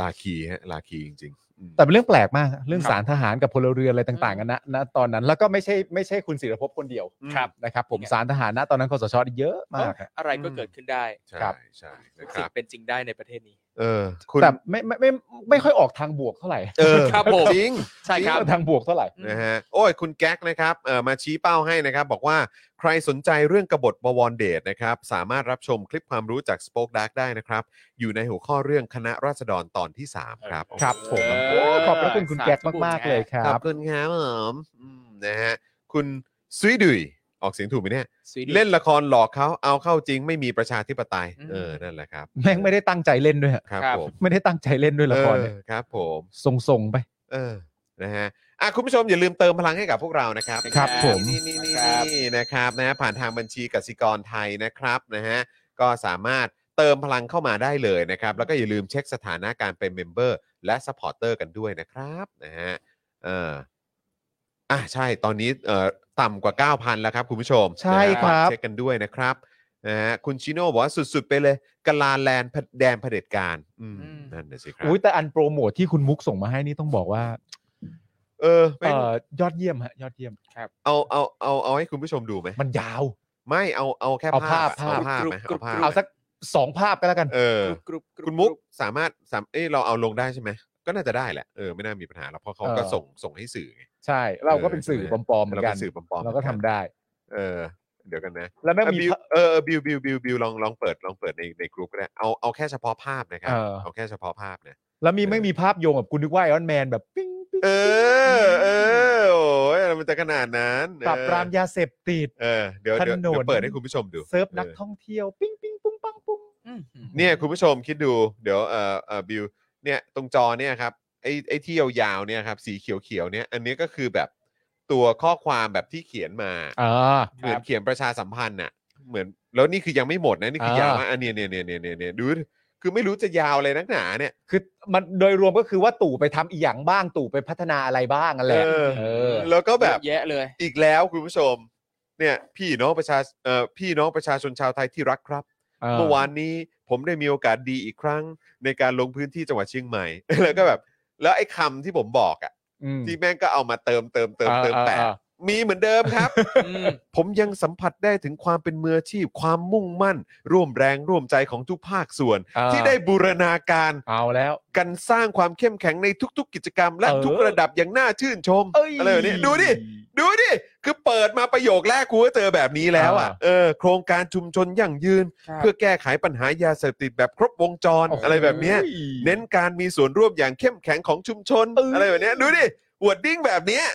A: ลาคีฮะลาคีจริงๆอืม
B: แต่เป็นเรื่องแปลกมากเรื่อง
C: ครับ
B: สารทหารกับพลเรือนอะไรต่างๆกันนะณตอนนั้นแล้วก็ไม่ใช่ไม่ใช่คุณศิรภพคนเดียว
C: ครับ
B: นะครับผมสารทหารณตอนนั้นคสชเยอะมากฮะ
C: อะไรก็เกิดขึ้นได้
A: ใช่
B: ครับ
A: ใช่
C: ทุ
A: นะ
C: ก
A: ค
C: สิ่
A: รั
C: ง
A: บ
C: เป็นจริงได้ในประเทศนี้
A: เออคุณ
B: แต่ไม่ไม่ไม่ไม่ไม่ค่อยออกทางบวกเท่าไหร่
A: เออ
C: ครับผม
A: จริง
C: ใช่ครับ
B: ไม่ออกทางบวกเท่าไหร่
A: นะฮะโอ้ยคุณแก๊กนะครับเออมาชี้เป้าให้นะครับ บอกว่าใครสนใจเรื่องกบฏบวรเดชนะครับ สามารถรับชมคลิปความรู้จาก Spoke Dark ได้นะครับ อยู่ในหัวข้อเรื่องคณะราษฎรตอนที่ 3 ครับ
B: ครับผม
C: เออ
B: โอ้ขอบพระคุณคุณแก๊กมาก ๆ เลย
A: ข
B: ครั
A: อบบ คุณครับผมอืมนะฮะคุณซุยดุยออกเสียงถูกไหมเนี่ย
C: สวีด
A: เล่นละครหลอกเขาเอาเข้าจริงไม่มีประชาธิปไตย
C: อืม
A: เออ นั่นแหละครับ
B: แม่งไม่ได้ตั้งใจเล่นด้วยฮะ
A: ครับ
C: ครับ
A: ผม
B: ไม่ได้ตั้งใจเล่นด้วยละคร
A: เอ
B: เนี่ย
A: อครับผม
B: ส่งๆไป
A: เออนะฮะอ่ะคุณผู้ชมอย่าลืมเติมพลังให้กับพวกเรานะครับ
B: ครับผม
A: นี่นี่นี่
C: ครับ
A: นี่นะครับนะฮะผ่านทางบัญชีกสิกรไทยนะครับนะฮะก็สามารถเติมพลังเข้ามาได้เลยนะครับ แล้วก็อย่าลืมเช็คสถานะการเป็นเมมเบอร์และสปอร์เตอร์กันด้วยนะครับนะฮะเอออ่ะใช่ตอนนี้เอ่อต่ำกว่า 9,000 แล้วครับคุณผู้ชม
B: ใช่
A: นะฮะฝาก
B: ครับ
A: เช็คกันด้วยนะครับ นะฮะคุณชิโน่บอกว่าสุด ๆ ไปเลยกะลาแลนด์เผดแดนเผด็จการอืม
C: อืม
A: นั่นนะสิครับ
B: อุ้ยแต่อันโปรโมทที่คุณมุกส่งมาให้นี่ต้องบอกว่า
A: เออไม่
B: เอ่อยอดเยี่ยมฮะยอดเยี่ยม
A: เอาเอาเอาเอาให้คุณผู้ชมดูไหม
B: มันยาว
A: ไม่เอาเอาแค่
B: เอาภาพ
A: อะเอา
B: ภา
A: ภา
B: พ
A: พไหม
C: กรุ๊
A: เอา
C: ป
A: ภาพ
B: เอา
A: ไหม
B: สักสองภาพก็แล้วกัน
A: เออก
C: รุ๊ปรุ๊ป
A: คุณมุกสามารถสามเอ้ยเราเอาลงได้ใช่ไหมก็น่าจะได้แหละเออไม่น่ามีปัญหาแล้วเพราะเขาก็
B: เออ
A: ส่งส่งให้สื่อไง
B: ใช่ เราก็เป็นสื่อ
A: เออ
B: ปลอมๆเหมือนกัน
A: เราเป็นสื่อปลอมๆ
B: เราก็ทำได้
A: เออเดี๋ยวกันนะ
B: แล้วแม่ง
A: เออ
B: มี
A: บิวเออเออบิวบิวบิวบิวลองลองเปิดลองเปิดในในกลุ่มก็ได้เอาเอาแค่เฉพาะภาพนะครับ
B: เออ
A: เอาแค่เฉพาะภาพนะ
B: แล้วมี
A: เออ
B: ไม่มีภาพโยงกับคุณนึกว่าไอออนแมนแบบปิ้งปิ้ง
A: เออเออโอ้ยอะไรมันจะขนาดนั้น
B: ปราบปราม
A: เออ
B: ยาเสพติด
A: เออเดี๋ยวเดี๋ยว
B: ถนน
A: เดี๋ยวเปิดให้คุณผู้ชมดู
B: เซิร์ฟนัก
A: ออ
B: ท่องเที่ยวปิ้งปิ้งปุ้งปังปุ้ง
C: อืม
A: เนี่ยคุณผู้ชมคิดดูเดี๋ยวเอ่อเอ่อบิวเนี่ยตรงจอเนี่ยครับไอ้ไอ้ที่ยาวๆเนี่ยครับสีเขียวๆเนี่ยอันนี้ก็คือแบบตัวข้อความแบบที่เขียนมา
B: อ่า
A: เหมือนเขียนประชาสัมพันธ์น่ะเหมือนแล้วนี่คือยังไม่หมดนะนี่คือ
B: เออ
A: ยาวมากอันเนี้ยเนี่ยเนี่ยเนี่ยเนี่ยเนี่ยดูดิคือไม่รู้จะยาวอะไรนักหนาเนี่ย
B: คือมันโดยรวมก็คือว่าตู่ไปทำอีหยังบ้างตู่ไปพัฒนาอะไรบ้างนั่นแหละ
A: เออ
B: เออ
A: แล้วก็แบบ
C: เยอะแยะเลย
A: อีกแล้วคุณผู้ชมเนี่ยพี่น้องประชาเอ่อพี่น้องประชาชนชาวไทยที่รักครับ เมื่อวานนี้ผมได้มีโอกาสดีอีกครั้ง ในการลงพื้นที่จังหวัดเชียงใหม่ (laughs) แล้วก็แบบ แล้วไอ้คำที่ผมบอกอ่ะที่แม่งก็เอามาเติมเติมเติมเติม
B: อ่า
A: แปะ
B: อ่า
A: มีเหมือนเดิม
B: (laughs)
A: ครับ
C: อืม
A: ผมยังสัมผัสได้ถึงความเป็นมืออาชีพ ความมุ่งมั่น ร่วมแรงร่วมใจของทุกภาคส่วน
B: อ่า
A: ที่ได้บูรณาการ
B: เอาแล้ว
A: กันสร้างความเข้มแข็งในทุก ๆ กิจกรรม และ
B: เออ
A: ทุกระดับอย่างน่าชื่นชมอะไรแบบนี้ดูดิ ดูดิ คือเปิดมาประโยคแรกกูก็เจอแบบนี้แล้วอ่ะ
B: อ่า
A: เออ โครงการชุมชนยั่งยืน
C: ครับ
A: เพื่อแก้ไขปัญหายาเสพติดแบบครบวงจร
B: โอ้โห
A: อะไรแบบเนี้ยเน้นการมีส่วนร่วมอย่างเข้มแข็งของชุมชน อะไรแบบเนี้ยดูดิหวดดิ้งแบบเนี้ย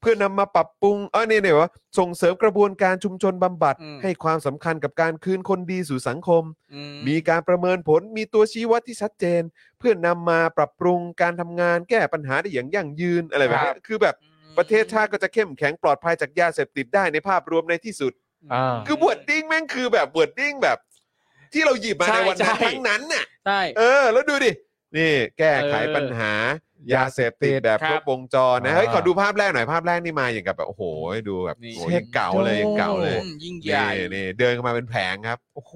A: เพื่อนำมาปรับปรุงเออเนี่ยเนี่ยว่าส่งเสริมกระบวนการชุมชนบำบัด
C: อืม
A: ให้ความสำคัญกับการคืนคนดีสู่สังคม
C: อืม
A: มีการประเมินผลมีตัวชี้วัดที่ชัดเจน เพื่อนำมาปรับปรุงการทำงานแก้ปัญหาได้อย่างยั่งยืนอะไรแบบ
C: ครั
A: เนี้
C: บ
A: ยคือแบบ ประเทศชาติก็จะเข้มแข็งปลอดภัยจากยาเสพติดได้ในภาพรวมในที่สุด
B: อ่า
A: คือบวดดิ้งแม่งคือแบบบวดดิ้งแบบ ที่เราหยิบมา
C: ใช่
A: ในวันนั้น
C: ใช่
A: ทั้งนั้นน่ะ
C: ใช่
A: เออ แล้วดูดิ นี่ แก้ไข
C: เออ
A: ปัญหา ยาเสพติดแบบ
C: ค
A: ค
C: รั
A: ร
C: บ
A: บวงจรนะเฮ้ย
B: อ่า
A: ขอดูภาพแรกหน่อยภาพแรกนี่มาอย่างกับแบบโอ้โหดูแบบ
C: นี่
A: โอ้ยเก่าเลยเก่าเลย
C: อืมยิ่งให
A: นี่
C: ญ่
A: นี่เดินเข้ามาเป็นแผงครับโอ้โห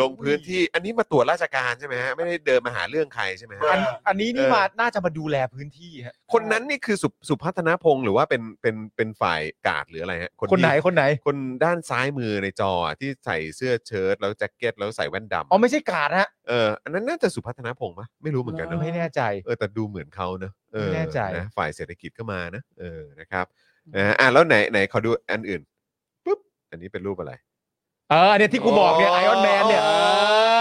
A: ลงพื้นที่อันนี้มาตรวจราชการใช่ไหมฮะไม่ได้เดินมาหาเรื่องใครใช่ไหมฮะ
B: อันอันนี้นี่
A: เออ
B: มาน่าจะมาดูแลพื้นที่ฮะ
A: คนนั้นนี่คือสุสุพัฒนพงศ์หรือว่าเป็นเป็นเป็นฝ่ายกาดหรืออะไรฮะ
B: คนไหน
A: ที่
B: คนไหน
A: คนด้านซ้ายมือในจออะที่ใส่เสื้อเชิ้ตแล้วแจ็คเก็ตแล้วใส่แว่นด
B: อ๋อไม่ใช่กาดฮะ
A: ำเอออันนั้นน่าจะสุพัฒนพงศ์ปะไม่รู้เหมือนกันเนอะ
B: ไม่แน่ใจ
A: เออแต่ดูเหมือนเขาเนอะเออ
B: ไม่แน่ใจ
A: นะฝ่ายเศรษฐกิจก็มานะเออนะครับนะฮะอ่ะแล้วไหนไหนขอดูอันอื่นปุ๊บอันนี้เป็นรูปอะไร
B: เออเนี่ยที่กูบอกเนี่ยไอออนแมนเนี่ย
A: อ๋อ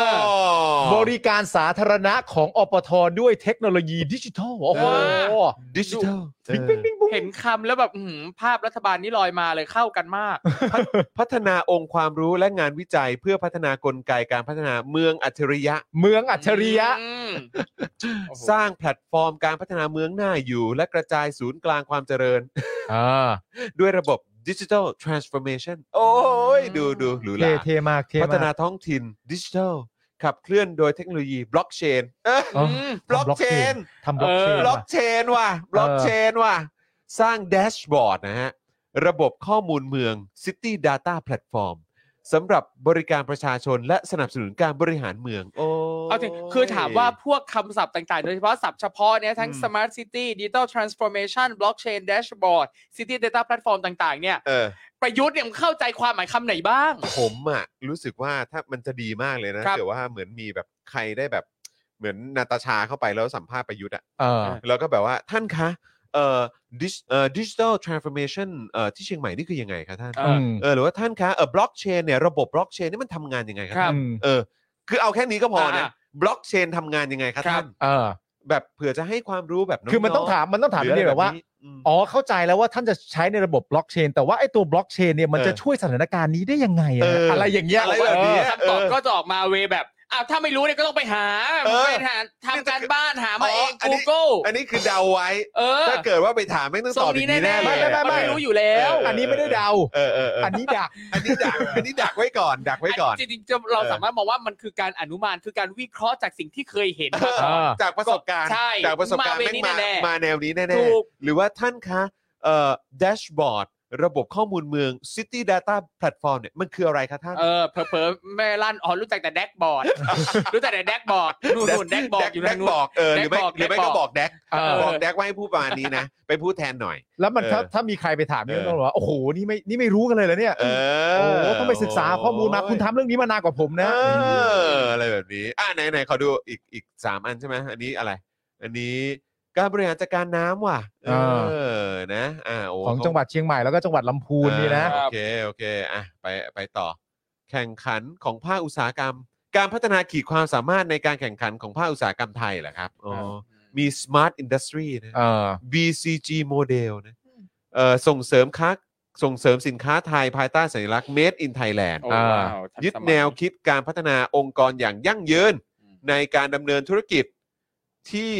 B: บริการสาธารณะของอปทด้วยเทคโนโลยีดิจิทัลโอ้โห
A: เอ ดิจิทัลเออ
C: เห็นคำแล้วแบบอื้อหือภาพรัฐบาลนี่ลอยมาเลยเข้ากันมาก
A: พัฒนาองค์ความรู้และงานวิจัยเพื่อพัฒนากลไกการพัฒนาเมืองอัจฉริยะ
B: เมืองอัจฉริยะ
C: อืม โอ้โห
A: สร้างแพลตฟอร์มการพัฒนาเมืองหน้าอยู่ และกระจายศูนย์กลางความเจริญ
B: อ่า
A: ด้วยระบบดิจิทัลทรานส์ฟอร์เมชันโอ้ยดูดูหรูห
B: เท่
A: รา
B: เท่มากเท่มาก
A: พัฒนาท้องถิ่นดิจิทัลขับเคลื่อนโดยเทคโนโลยีบล็อกเชน
B: อ๋อ
C: ม
A: บล็อกเชน
B: ทำบล็อกเชน
A: บล็อก
B: ว่ะ
A: เชนว่ะบล็อกเชนว่ะ สร้างแดชบอร์ดนะฮะ ระบบข้อมูลเมือง City Data Platform สำหรับบริการประชาชนและสนับสนุนการบริหารเมือง โอ้
C: เอาจริงคือถามว่าพวกคำศัพท์ต่าง ๆ โดยเฉพาะศัพท์เฉพาะเนี่ยทั้ง
A: อืม
C: smart city digital transformation blockchain dashboard city data platform ต่าง ๆ เนี่ย
A: เออ
C: ประยุทธ์เนี่ยมันเข้าใจความหมายคำไหนบ้าง
A: ผมอะรู้สึกว่าถ้ามันจะดีมากเลยนะครับ เดี๋ยวว่าเหมือนมีแบบใครได้แบบเหมือนนาตาชาเข้าไปแล้วสัมภาษณ์ประยุทธ์อะ
B: เออ
A: แล้วก็แบบว่าท่านคะเอ่อดิจเอ่อดิจิทัลทรานส์ฟอร์เมชันเอ่อที่เชียงใหม่นี่คือยังไงคะท่าน
C: เออ
B: ม
A: เออหรือว่าท่านคะเอ่อบล็อกเชนเนี่ยระบบบล็อกเชนนี่มันทำงานยังไงคะ
C: ครั
A: ท่าน
C: บ
B: อืม
A: เออคือเอาแค่นี้ก็พอนะ
C: อ่า
A: บล็อกเชนทำงานยังไงคะ
C: ครั
A: ท่า
C: บ
A: น
B: เออ
A: แบบเผื่อจะให้ความรู้แบบ
B: คือมันต้องถามมันต้องถามเรื่องแบบว่า
A: อ๋อ
B: อ๋อ เข้าใจแล้วว่าท่านจะใช้ในระบบบล็อกเชน แต่ว่าไอ้ตัวบล็อกเชนเนี่ยมัน
A: เออ
B: จะช่วยสถานการณ์นี้ได้ยังไงอะ
A: เอออ
B: อะไรอย่างเงี้ย
A: อะไรแบบนี้
C: คำตอบก็จะออกมาเวแบบอ้าวถ้าไม่รู้เนี่ยก็ต้องไปหา
A: เออ
C: ไปหาทำการบ้านหามาเอง
A: อ๋ออันนี้
C: Google
A: อันนี้คือเดาไว้
C: เออ
A: ถ้าเกิดว่าไปถามไม่งต้อง
C: ท
A: ต
C: รง
A: อบอย่า
C: นี้
A: งนี้แน่
C: แน่ๆ
A: เลย
B: ไม่ไม่
C: มัน
B: ไม่
C: ไม่รู้อยู่แล้ว
B: อันนี้ไม่ได้เดา
A: เออเออเออ
B: อันนี้ดัก
A: อันนี้ดักอันนี้ดักไว้ก่อน ดักไว้ก่อน
C: จริงๆเราสามารถมองว่ามันคือการอนุมานคือการวิเคราะห์จากสิ่งที่เคยเห็นมาก่อน
B: เออ
A: จากประสบการณ์
C: ใช่
A: จากประสบการณ์
C: มาเว
A: แม่ง
C: นี้
A: มา
C: แน่ๆ
A: มาแนวนี้แน่
C: ถูก
A: ๆหรือว่าท่านคะเอ่อแดชบอร์ดระบบข้อมูลเมือง City Data Platform เนี่ยมันคืออะไรคะท่าน
C: เออเผลอๆแม่ลั่นอ๋อรู้จักแต่แดกบอ
A: (laughs)
C: ร์ด รู้จักแต่แดกบอร์ดนู่นนู่นแดกบอร์ดอยู่
A: แด
C: ทา
A: ก
C: งนู้น
A: บอกเออห
C: แด
A: รื
C: ก
A: อไม่
C: บอก
A: หรือไม่
C: แดก
A: ก็
C: บอก
A: บอกแดก
B: เออ
A: บอกแดกไว้ให้พูดประมาณนี้นะ (laughs) ไปพูดแทนหน่อย
B: แล้วมันถ้า
A: เออ
B: ถ้ามีใครไปถามเนี่ยต้องบอกว่า โอ้โห นี่ไม่ นี่ไม่รู้กันเลยเหรอเนี่ย
A: เออ
B: โอ้โหต้องไปศึกษาข้อมูลมา คุณทำเรื่องนี้มานานกว่าผมนะ
A: เอออะไรแบบนี้ อ่ะไหนไหนขอดูอีกอีกสามอันใช่ไหมอันนี้อะไร อันนี้การบริหารจัดการน้ำว่ะเอ
B: อ่า
A: อนะอ่าโ
B: ของจังหวัดเชียงใหม่แล้วก็จังหวัดลำพูนนี่นะ
A: อ่า
C: ครับ
A: โอเค โอเค อ่ะ ไป ไปต่อ แข่งขันของภาคอุตสาหกรรม การพัฒนาขีดความสามารถในการแข่งขันของภาคอุตสาหกรรมไทยเหรอครับ อ๋อ มี Smart Industry นะ
B: เออ
A: BCG Model นะ เอ่อ ส่งเสริมค้า ส่งเสริมสินค้าไทยภายใต้สัญลักษณ์ Made in Thailand
C: โอ้
B: อ่า
C: ว้าวทัน
A: ยึด
C: สมัย
A: แนวคิดการพัฒนาองค์กรอย่างยั่งยืน
C: อืม
A: ในการดำเนินธุรกิจที่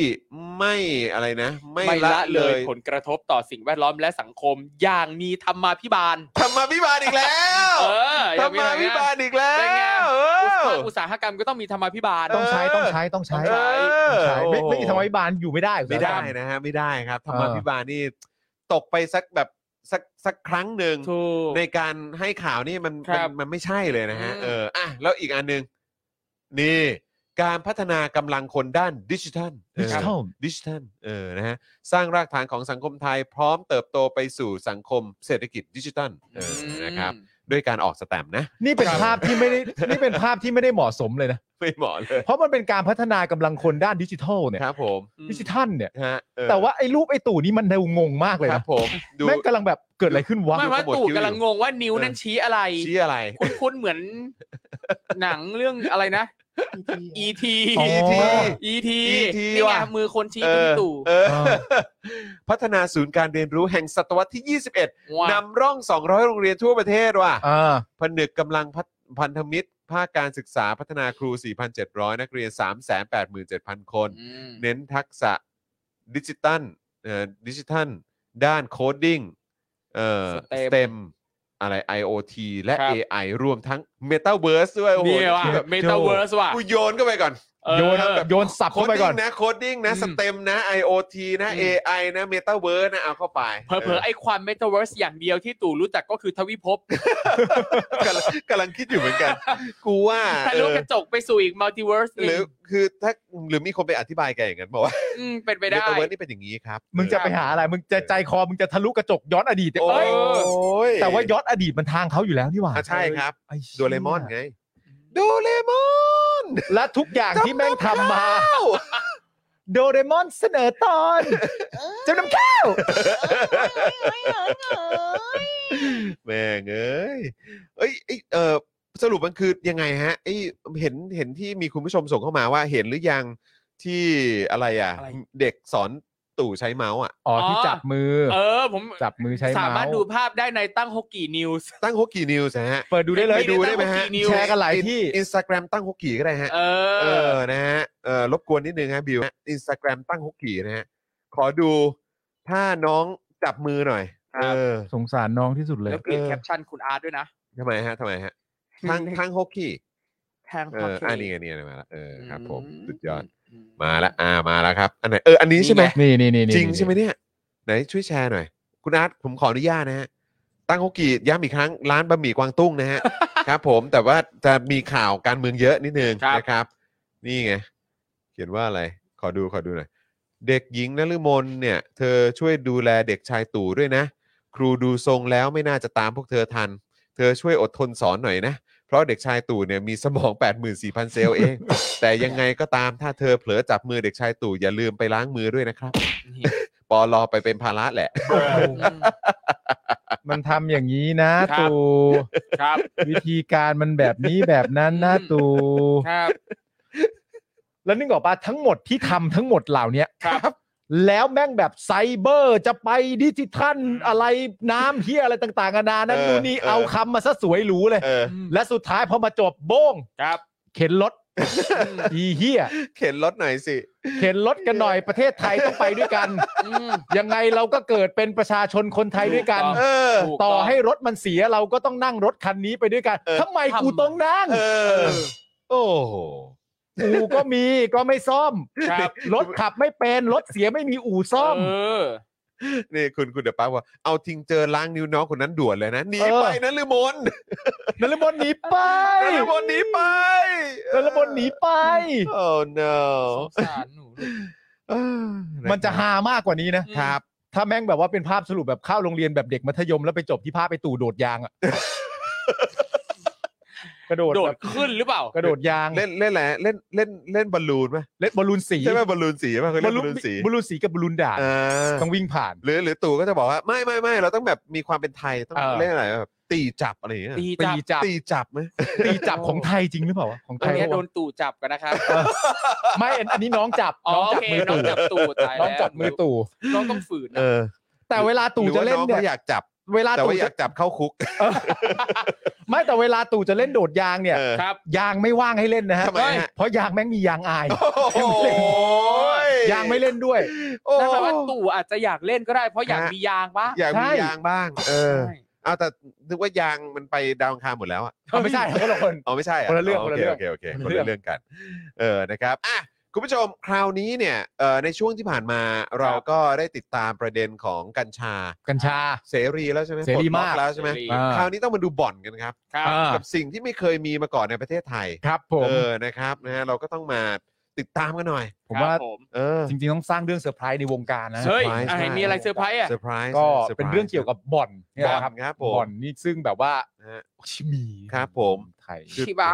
A: ไม่อะไรนะ ไม่
C: ไม่
A: ละ
C: ละ
A: เล
C: เลย
A: ย
C: ผลกระทบต่อสิ่งแวดล้อมและสังคม อย่างมีธรรมาภิบาล
A: ธรรมาพิบาลอีกแล้ว
C: เอออย่
A: ธรง ร
C: มี
A: มา
C: อะไรนะ
A: พิบาลอีกแล้
C: เป็นไง
A: วเอ
C: อุตสาห
A: อ
C: อุตสาหกรรมก็ต้องมีธรรมาภิบาล
B: ต้องใช้ ต้องใช้ ต้องใช้
C: เอ
B: ต้
C: อ
B: องใช้ ไม่ไม่มีธรรมา
A: โอ้โห
B: ภิบาลอยู่ไม่ได้อุตสา
A: ไม่
B: หกร
A: ได้
B: ร
A: นะฮะไม่ได้ครับธรร
B: เอ
A: มา
B: อ
A: พิบาลนี่ตกไปสักแบบสักสักครั้งหนึ่ง
C: ถูก
A: ในการให้ข่าวนี่มัน
C: ค
A: มั
C: รั
A: น
C: บ
A: มันไม่ใช่เลยนะฮะ
C: อืม
A: เอออ่ะแล้วอีกอันหนึ่งนี่ การพัฒนากำลังคนด้านดิจิทัลเอ
B: ดิ
A: อ
B: จิทัล
A: ดิจิทัลเออนะฮะสร้างรากฐานของสังคมไทยพร้อมเติบโตไปสู่สังคมเศรษฐกิจดิจิทัลเอออนะครับด้วยการออกสแตมป์นะ
B: นี่เป็น
A: ครับ
B: ภาพที่ไม่ได้ นี่เป็นภาพที่ไม่ได้เหมาะสมเลยนะ
A: ไม่เหมาะเลย
B: เพราะมันเป็นการพัฒนากำลังคนด้านดิจิทัลเนี่ย
A: ครับผม
C: อืม
B: ดิจิทัลเนี่ย
A: ฮะเออ
B: แต่ว่าไอ้รูปไอ้ตู่นี่มันดูงงมากเลย
A: ครับ
B: นะ
A: ผมดู
B: แม่งกำลังแบบเกิดอะไรขึ้นวะ
C: ไม่ว่าตู่กำลังงงว่านิ้วนั้นชี้อะไร
A: ชี้อะไร
C: คุ้นๆเหมื
A: (laughs)
C: อน หนังเรื่องอะไรนะ E.T.
B: อ๋อ
A: ET ET
C: E.T. นี่ไง
A: ว่ะ
C: มือคนชี้
A: เอ
C: ไป
A: อ
C: ที่ตู่
A: เออ
B: เออ
A: พัฒนาศูนย์การเรียนรู้แห่งศตวรรษที่ 21
C: ว้าน
A: ำร่อง 200 โรงเรียนทั่วประเทศว่ะ
B: อ่า
A: ผนึกกำลังพัฒพันธมิตร ภาคการศึกษาพัฒนาครู 4,700 นักเรียน 387,000 คน
C: อืม
A: เน้นทักษะดิจิตัลเอ่อดิจิทัล ด้านโคดดิ้งเอ่อ
C: STEM
A: สเต็มอะไร IoT และ
C: ครับ
A: AI รวมทั้ง Metaverse ด้วยโอ้โห
C: นี่ว่ะ
A: ที่แบบ
C: เมตาเวิร์สว่ะ
A: กูโยนเข้าไปก่อน
C: เออ
B: โยนแบบโยนสับ
A: โค
B: เข้า
A: ด
B: ไปก่
A: ดิ้
B: อน
A: งนะโคดดิ้งนะ
C: อืม
A: สเต็มนะ IoT นะ
C: อืม
A: AI นะ Metaverse นะเอาเข้าไป
C: เผลอๆไอ้ความเมตาเวิร์สอย่างเดียวที่ตู่รู้จักก็คือทวิภพ
A: กำลัง (laughs) กำลังคิดอยู่เหมือนกัน กูว่า
C: ทะ
A: เอ
C: ลุ
A: อก
C: ระจกไปสู่อีกมัลติเวิร์ส
A: หรือคือถ้าหรือมีคนไปอธิบายแกอย่างนั้นบอกว่า
C: มเป็นไปได้
A: Metaverse นี่เป็นอย่างนี้ครับ
B: มึงจะไปหาอะไร มึงจะใจคอ มึงจะทะลุกระจกย้อนอดีต
A: โอ้
B: เอ้ย
A: ย
B: แต่ว่าย้อนอดีตมันทางเขาอยู่แล้วนี่หว่า
A: อ่ะใช่ครับ
B: ไอ้เหี้ย
A: โดเรมอนไงโดเรมอน
B: และทุกอย่างที่แม่งทำมา โดเรมอนเสนอตอนจำนำข้าว
A: แม่งเอ้ยเอ้ยเอ้ยเออสรุปมันคือยังไงฮะไอยเห็นเห็นที่มีคุณผู้ชมส่งเข้ามาว่าเห็นหรือยังที่อะไรอ่ะ
C: อะไร
A: เด็กสอนตู่ใช้เมาส์อ่ะ
B: อ๋อที่จับมือ
C: เออผม
B: จับมือใช้เมาส์
C: สามารถดูภาพได้ในตั้งฮกกี่นิวส์
A: ตั้งฮกกี่นิวส์นะฮะ
B: เปิดดูได้เลย
C: ไม่
A: ดูได้ไหมฮะ
C: ตั้งฮกกี่นิวส์
B: แชร์กันหลายที่
A: อินสตาแกรมตั้งฮกกี่ก็ได้ฮะ
C: เอ
A: เอ
C: อ
A: อ นะฮะ เออรบกวนนิดนึงฮะบิวอินสตาแกรมตั้งฮกกี่นะฮะ ขอดูถ้าน้องจับมือหน่อย
C: ครั
A: เอบ อ
B: สงสารน้องที่สุดเลย
C: แล้วเปลี่ยน
A: เออ
C: แคปชั่นคุณอาร์ตด้วยนะ
A: ทำไมฮะทำไมฮะ ทางทางฮกกี่
C: แทาง
A: เอ
C: ฮก
A: อ
C: กี่
A: อันนี้ไงนี่ไงมาละเออครับผม
C: อืม
A: สุดยอด
C: อืม
A: มาละอ่า มาละครับ อันไหน เออ อันนี้ใช่ไหม
B: นี่นี่นี่นี่
A: จริงใช่ไหมเนี่ย ไหนช่วยแชร์หน่อย คุณอาร์ตผมขออนุญาตนะฮะ ตั้งฮกกี่ย้ำอีกครั้งร้านบะหมี่กวางตุ้ง
C: (laughs)
A: นะฮะ ครับผมแต่ว่าจะมีข่าวการเมืองเยอะนิดนึง
C: ครับ
A: นะครับ นี่ไง เขียนว่าอะไร ขอดูขอดูหน่อย เด็กหญิงนฤมลเนี่ย เธอช่วยดูแลเด็กชายตู่ด้วยนะ ครูดูทรงแล้วไม่น่าจะตามพวกเธอทัน เธอช่วยอดทนสอนหน่อยนะ เพราะเด็กชายตู่เนี่ยมีสมอง 84,000 เซลล์เอง
C: (laughs)
A: แต่ยังไงก็ตามถ้าเธอเผลอจับมือเด็กชายตู่อย่าลืมไปล้างมือด้วยนะครับ
C: นี่
A: ปอลอไปเป็นภาระแหละ
C: อืม
B: มันทำอย่างนี้นะครับ ตู่
C: ครับ
B: วิธีการมันแบบนี้แบบนั้นนะ
C: อืม
B: ตู่
C: ครับ
B: แล้วนึกออกปะทั้งหมดที่ทำทั้งหมดเหล่าเนี้ย
C: ครับ
B: แล้วแม่งแบบไซเบอร์จะไปดิจิทัลอะไรน้ำเฮียอะไรต่างๆนานานั้น
A: เออ
B: นู่นนี่
A: เออ
B: เอาคำมาซะสวยหรูเลย
A: เออ
B: และสุดท้ายพอมาจบโบ้ง
C: ครับ
B: เข็นรถ
C: อืม
B: อีเฮีย
A: เข็นรถหน่อยสิ
B: เข็นรถกันหน่อยประเทศไทยต้องไปด้วยกัน
C: อืม
B: ยังไงเราก็เกิดเป็นประชาชนคนไทยด้วยกัน
C: ถูก
A: เออ
C: ถูก
B: ต่อง ให้รถมันเสียเราก็ต้องนั่งรถคันนี้ไปด้วยกัน
A: เออ
B: ทำไม
C: ทำ
B: กูต้องนั่ง
A: เออ โอ้โห
B: อู่ก็มีก็ไม่ซ่อม
C: ครับ
B: รถขับไม่เป็น รถเสียไม่มีอู่ซ่อม
C: เออ
A: นี่คุณคุณเดี๋ยวป้าว่า เอาทิ้งเจอล้างนิ้วน้องคนนั้นด่วนเลยนะหนี
B: เออ
A: ไปนะลืมน
B: นรบนหนีไป
A: นลืมนหนีไป
B: นรบนหนีไป
A: โอ้ no
C: สงสารหนูด้วย
A: เออ
B: มันจะ
A: ครับ
B: หามากกว่านี้นะ
C: ครับ
B: ถ้าแม่งแบบว่าเป็นภาพสรุปแบบเข้าโรงเรียนแบบเด็กมัธยมแล้วไปจบที่ภาพไปตู่โดดยางอะ กระโดด
C: โด
B: แบ
C: ด
B: บ
C: ขึ้นหรือเปล่าก
B: ระโดดยาง
A: เล่นเล่นอะไรเล่นเล่นเล่นบอลลูนไหม
B: เล่นบอลลูนสี
A: ใช่ไหมบอลลูนสีป่ะเคยเล่นบอลลูนสี
B: บอลลูนสีกับบอลลูนด่าง
A: อ่า
B: ต้องวิ่งผ่าน
A: หรือหรือตู่ก็จะบอกว่าไม่ไม่ไม่เราต้องแบบมีความเป็นไทยต้อง
B: เออ
A: เล่นอะไรแบบตีจับอะไรอย่างเงี้ย
C: ตี
B: ตี
C: จั
B: จั
C: บ
B: บ
A: ตีจับไหม
B: ตีจับของไทยจริงหรือเปล่าวะของ
C: ต
B: ไท
C: อน
B: ย
C: นี้
B: ปะ
C: โด
B: วะ
C: นตู่จับกันนะครับ
B: ไม่อันอันนี้น้องจับ
C: อ๋อ
B: น้อง
C: โอ
B: จับมือ
C: เคน้อง
B: ตู่
C: จับตู่ตายแล้ว
B: น้องจับมือตู่
C: น้องต้องฝืน
A: เอ
C: นะ
A: อ
B: แต่เวลาตู่
A: หรือ
B: จะ
A: ว่า
B: เล่น
A: อง
B: เนี่
A: ขาย อยากจับ
B: เวลา
A: แต่
B: ตู่
A: ว่าอ
B: จะ
A: ยากจับเข้าคุก
B: ไม่แต่เวลาตู่จะเล่นโดดยางเนี่ย
A: เออ
C: ครับ
B: ยางไม่ว่างให้เล่นนะฮะ
A: ทำไมฮะ
B: เพราะยางแม่งมียางอาย
A: โอ้ย
B: ยางไม่เล่นด้วย
A: โอ้ย
C: นั่นแปลว่าตู่อาจจะอยากเล่นก็ได้ เพราะอยาก
A: ฮะ
C: มียางบ้าง
A: อยากมี
B: ใช่
A: ยางบ้าง เออ
C: ใช่
A: เอาแต่นึกว่ายางมันไปดาวอังคารหมดแล้วอะ
B: เอาไม่ใช่คนละคน
A: อ๋อไม่ใช่
B: คนละเรื่อง
A: โอ
B: คนละ
A: เค
B: เรื่อง
A: โอเคโอเค
B: คน
A: คน
B: ละเรื่อง
A: ละเรื่องกัน เออนะครับอ่ะคุณผู้ชมคราวนี้เนี่ยเอ่อในช่วงที่ผ่านมาเราก็ได้ติดตามประเด็นของกัญชา
B: กัญชา
A: เสรีแล้วใช่ไหม
B: เสรี
A: ปลดล็อ
B: มาก
A: แล้วใช่ไหม
B: อ่า
A: คราวนี้ต้องมาดูบ่อนกันครับ
C: ครับ
B: อ่า
A: กับสิ่งที่ไม่เคยมีมาก่อนในประเทศไทย
B: ครับผม
A: เออนะครับนะฮะเราก็ต้องมาติดตามกันหน่อย
B: ผมว่า
C: ครับ
A: เออ
B: จริงๆต้องสร้างเรื่องเซอร์ไพรส์ในวงการนะ
C: เฮ้ย
A: เซอร์ไพรส์
C: อะไรมีอะไรเซอร์ไพรส์อ่ะ
A: เซอร์ไพรส์
B: ก็
A: ซไพส์
B: เป็นเรื่องเกี่ยวกับบ่อนเนี่ย
A: บ่อน
B: นะครับ
A: ครับผม
B: บ่อนนี่ซึ่งแบบว่า
A: นะฮะ
B: ชิมี
A: ครับผม
B: ไทย
A: คือ
C: ชิบา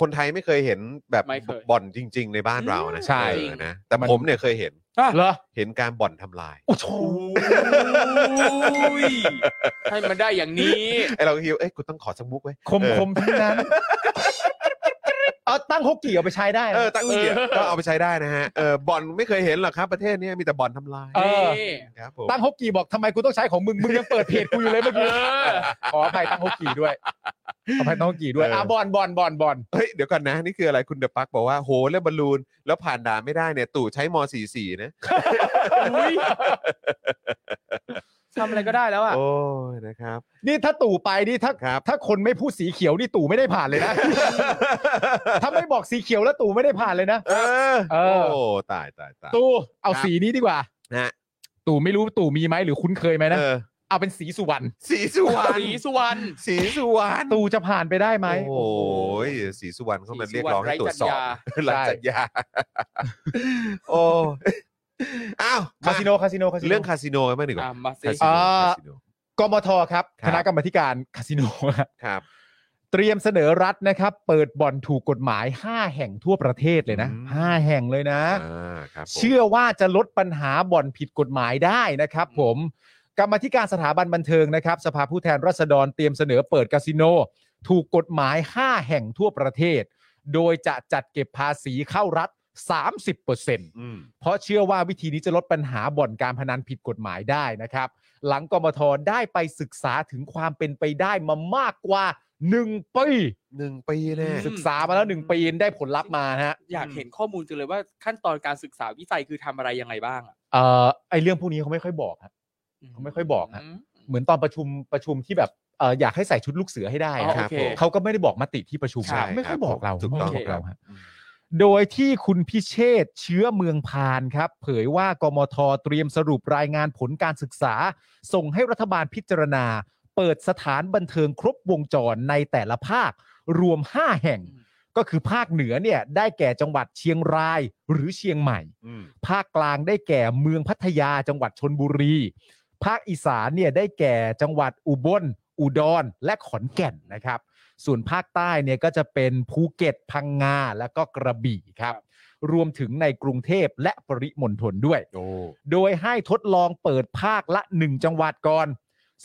A: คนไทยไม่เคยเห็นแบบ
C: ไม่เคย
A: บ่อนจริง ๆ ในบ้านเรานะ
B: ใช่
A: เออนะแต่
B: มัน
A: ผมเนี่ยเคยเห็น
B: เหรอ
A: เห็นการบ่อนทำลาย
B: โอ้โห
C: อุ้ยให้มันได้อย่างนี้
A: ไอเราก็คิดว่าเอ้ยกูต้องขอสักมุกไว้ย
B: คมคมๆทั้งนั้นเอาตั้งฮกกี่เอาไปใช้ได้นะ
A: เออตั้งเหีย
C: เออ
A: ก็เอาไปใช้ได้นะฮะเออบ่อนไม่เคยเห็นหรอกครับ ประเทศเนี้มีแต่บ่อนทำลาย
B: เออ
C: นี่
A: ครับผม
B: ตั้งฮกกี่บอกทำไมกูต้องใช้ของมึง มึงยังเปิดเพจกูอยู่เลยเมื่อ
C: เอ
B: กี้
C: อ
B: ขออภัยตั้งฮกกี่ด้วย ขออภัยตั้งฮกกี่ด้วยอ่ะบอลบอลบอลบอล
A: เฮ้ยเดี๋ยวก่อนนะ นี่คืออะไรคุณเดอะปักบอกว่าโหเล่นบอลลูนแล้วผ่านด่านไม่ได้เนี่ยตู่ใช้ม .44 นะ
C: อุ้ย ทำอะไรก็ได้แล้วอ่ะ
A: โอ้ยนะครับ
B: นี่ถ้าตู่ไปนี่ถ้า
A: ครับ
B: ถ้าคนไม่พูดสีเขียวนี่ตู่ไม่ได้ผ่า
A: (laughs)
B: นเลยนะ ถ้าไม่บอกสีเขียวแล้วตู่ไม่ได้ผ่านเลยนะ
A: เออ
B: เออ
A: โอ้ตายตายตาย
B: ตู่เอา
A: ครับ
B: สีนี้ดีกว่า
A: นะฮะ
B: ตู่ไม่รู้ตู่มีไหมหรือคุ้นเคยไหมนะ
A: เออ
B: เอาเป็นสีสุวรรณ
A: สีสุวรรณ
C: สีสุวรรณ
A: สีสุวรรณ
B: ตู่จะผ่านไปได้ไหม
A: โอ้ยสีสุวรรณเขามันเรียกร้องให้ตรวจสอบ
B: ศรีสุ
A: ห
B: วรรณไร้
A: ลัง
B: จั
A: จั
B: ญ
A: ด
B: ญา (laughs)
A: ยา โอ้อ้าว
B: คาสิโนคาสิโนคาสิโน
A: เรื่องคาสิโนกันบ้างดีกว่า
C: อ่ะมาสิ
A: คาสิโน
B: อ่า
A: คาสิโน
B: กมทครับ
A: ครับ
B: คณะกรรมการคาสิโน
A: ครับ
B: เตรียมเสนอรัฐนะครับ เปิดบ่อนถูกกฎหมาย 5 แห่งทั่วประเทศเลยนะ
A: อืม
B: ห้าแห่งเลยนะ
A: อ่าครับผม
B: เชื่อว่าจะลดปัญหาบ่อนผิดกฎหมายได้นะครับผมกรรมาธิการสถาบันบันเทิงนะครับ สภาผู้แทนราษฎรเตรียมเสนอเปิดคาสิโน ถูกกฎหมาย 5 แห่งทั่วประเทศ โดยจะจัดเก็บภาษีเข้ารัฐ 30%เ
A: อืม
B: เพราะเชื่อว่าวิธีนี้จะลดปัญหาบ่อนการพนันผิดกฎหมายได้นะครับ หลังกมทได้ไปศึกษาถึงความเป็นไปได้มามากกว่า 1 ปี
A: หนึ่งปีแน่
C: อืม
B: ศึกษามาแล้ว 1 ปีได้ผลลัพธ์มานะฮะ
C: อยากเห็นข้อมูลจังเลยว่าขั้นตอนการศึกษาวิจัยคือทำอะไรยังไงบ้างอะ
B: เอ่อไอเรื่องพวกนี้เขาไม่ค่อยบอกฮะ เขาไม่ค่อยบอกฮะ
C: ม
B: เหมือนตอนประชุมประชุมที่แบบเอ่ออยากให้ใส่ชุดลูกเสือให้ได้
C: อ๋อ
B: นะค
C: โอ
B: รับ
C: เค
B: เขาก็ไม่ได้บอกมติที่ประชุม
C: ใช่
B: ไม่ค่อย
A: ครับ
B: บอกเรา
A: ถูกต้อง
B: ไม่ค่ยบ
C: ครั
B: เรา
C: บ
B: ฮะ โดยที่คุณพิเชษฐ์เชื้อเมืองพานครับ เผยว่ากมทเตรียมสรุปรายงานผลการศึกษา ส่งให้รัฐบาลพิจารณา เปิดสถานบันเทิงครบวงจรในแต่ละภาค รวม 5 แห่ง
C: อืม
B: ก็คือภาคเหนือเนี่ยได้แก่จังหวัดเชียงรายหรือเชียงใหม่
A: อืม
B: ภาคกลางได้แก่เมืองพัทยาจังหวัดชนบุรี ภาคอีสานเนี่ยได้แก่จังหวัดอุบล อุดร และขอนแก่นนะครับ ส่วนภาคใต้เนี่ยก็จะเป็นภูเก็ตพังงาและก็กระบี่ครับ รวมถึงในกรุงเทพและปริมณฑลด้วย
A: โอ้
B: โดยให้ทดลองเปิดภาคละ 1 จังหวัดก่อน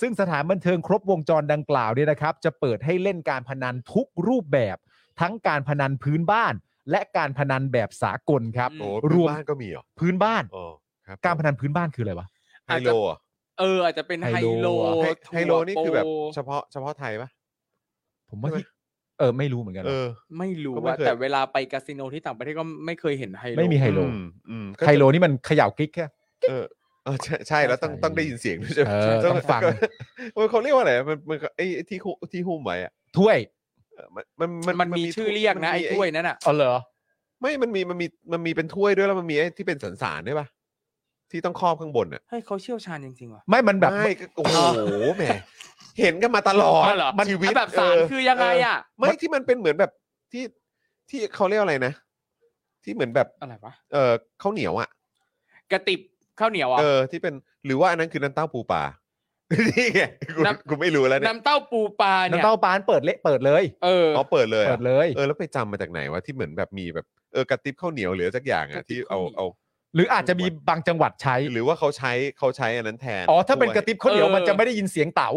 B: ซึ่งสถานบันเทิงครบวงจรดังกล่าวเนี่ยนะครับ จะเปิดให้เล่นการพนันทุกรูปแบบ ทั้งการพนันพื้นบ้าน และการพนันแบบสากลครับ
A: โห
B: ร
A: ร
B: ว
A: ว
B: ม
A: มบ้านก็มีเหรอ
B: พื้นบ้าน
A: โอ้ครับ
B: การพนันพื้นบ้านคืออะไรวะ
A: ไฮโลเหรอ
C: เอออาจจะเป็นไฮโล
A: ไฮไฮโลนี่คือแบบ
C: ถั่ว
A: เฉ
C: โป
A: พาะเฉพาะไทยปะ
B: ผมว่า
A: ใช่ไหม
B: ที่เออไม่รู้เหมือนกัน
A: เอ
B: ว่ะ
A: อ
C: ไม่รู้
A: ก็ไม่
C: ว่า
A: เคย
C: แต่เวลาไปคาสิโนที่ต่างประเทศก็ไม่เคยเห็นไฮโล
B: ไม่มีไฮ โล
A: อืมอืมก็จะ
B: ไฮโลนี่มันเขย่ากิ๊กแค่
A: เออเออใช่ใช่แล้วต้องต้องได้ยินเสียงด้วยใช่ไหม
B: เออต้องฟัง
A: เออเขาเรียกว่าอะไร (laughs) มันมันไอ้ไอ้ที่หุ้มที่หุ้มไว้อะ
B: ถ้วย
A: เออมันมันมัน
C: มันมีชื่อเรียกนะ
A: มั
C: ไอ้
A: มี
C: ถ้วยนั่นอ่ะ
B: อ๋อเหรอ
A: ไม่มันมีมันมีมันมีเป็นถ้วยด้วยแล้วมันมีไอ้ที่เป็นสันสานด้วยปะที่ต้องครอบข้างบนอ่ะ
C: เฮ้ยเขาเชี่ยวชาญจริงๆว่ะ
B: ไม่มันแบบ
A: ไม่ก็โอ้โหแหมเห็นกันมาตลอด
C: อ๋อเหรอ
A: ชีวิต
C: แบบสาร
A: เ
C: คือยังไงอ่ะ
A: ไม่ที่มันเป็นเหมือนแบบที่ที่เขาเรียกอะไรนะ ที่เหมือนแบบ
C: อะไรวะ
A: เออข้าวเหนียวอ่ะ
C: กระติบข้าวเหนียวอ่ะ
A: เออที่เป็นหรือว่าอันนั้นคือน้ำเต้าปูปลา (laughs) นี่ไงกู
C: น้ำ
A: กูไม่รู้แล้วเนี่ย
C: น้ำเต้าปูปลาเนี่ย
B: น้ำเต้าปานเปิดเละเปิดเลย
C: เออ
A: อ๋อเปิดเลย
B: เปิ
A: อะ
B: ดเลย
A: เออแล้วไปจำมาจากไหนวะที่เหมือนแบบมีแบบเออกระติบข้าวเหนียวหรือสักอย่าง
C: ก
A: อ่ะ
C: ระติบ
A: ที่เอา
C: ข้าวเหนียว
A: เอา
B: หรืออาจจะมีบางจังหวัดใช้
A: หรือว่าเขาใช้เขาใช้อันนั้นแทน
B: อ๋อ ถ้าเป็นกระติบข้าวเหนียว
C: เออ
B: มันจะไม่ได้ยินเสียงเต๋า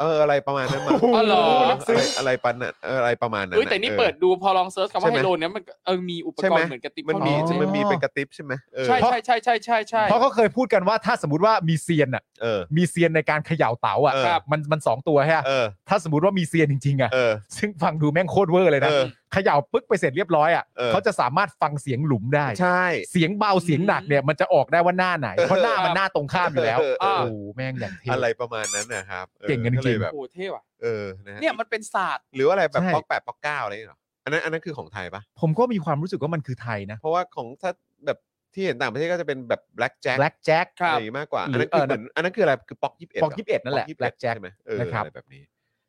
A: เอออะไรประมาณนั้นมั้ง
C: อ๋อเหรอ
A: ไรอะไรปันอะเอออะไรประมาณนั้น
C: อุ้ยแต่นี่
A: ออ
C: เปิดดูพอลองเซิร์ชคำว่า
A: ใช่ไหม
C: ไฮโลเนี่ยมันเออมีอุป
A: ใช่
C: ก
A: ไห
C: ร
A: ม
C: ณ์เหมือนกระติบ
A: มัน
C: ข้าวเห
A: มี
C: นียว
B: อ๋อ
C: จริง
A: มันมีเป็นกระติบใช่ไหมเออ
C: ใช่ใช่ใช่ใช่ใช่
B: เพราะเขาเคยพูดกันว่าถ้าสมมติว่ามีเซียนอ่ะ
A: เออ
B: มีเซียนในการเขย่าเต๋าอ่ะ
A: เออครับ
B: มันมันสองตัวฮะ
A: เออ
B: ถ้าสมมติว่ามีเซียนจริงๆอ่ะ
A: เออ
B: ซึ่งฟังดูแม่งโคตรเวอร์เลยนะ
A: เออ
B: เขย่าปึ๊กไปเสร็จเรียบร้อยอ่ะ
A: เออ
B: เขาจะสามารถฟังเสียงหลุมได้
A: ใช่
B: เสียงเบาเสียงหนักเนี่ยมันจะออกได้ว่าหน้าไหน เพราะหน้ามันหน้าตรงข้ามอยู่แล้ว
A: เออเอ
B: โอ้
A: อ
B: โหแม่งอย่างเท่
A: อะไรประมาณนั้นนะครับออ
B: เก่งกันจริง
A: ลยแบบ
C: โอ้เท่ว่ะ
A: เออนะฮะ
C: เนี่ยมันเป็นศาสตร์
A: หรือว่าอะไรแบบ
B: ใช่
A: ป๊อกแปดป๊อกเก้าอะไรอย่างเงี้ยเหรออันนั้นอันนั้นคือของไทยปะ
B: ผมก็มีความรู้สึกว่ามันคือไทยนะ
A: เพราะว่าของถ้าแบบที่เห็นต่างประเทศก็จะเป็นแบบแบล็กแจ็ค
B: black jack
C: ค
A: อะ
C: รับ
A: ไรมากกว่า
B: ห
A: อั
B: รื
A: น
B: อ
A: นั้นคือเห
B: เออ
A: มือนอันนั้นคืออะไรคือป๊อกยี่สิบเอ็ด
B: ป๊อก21นั่นแหละ black jack
A: ใช่ไหมเออ
B: นะครับ
A: อะไรแบบนี้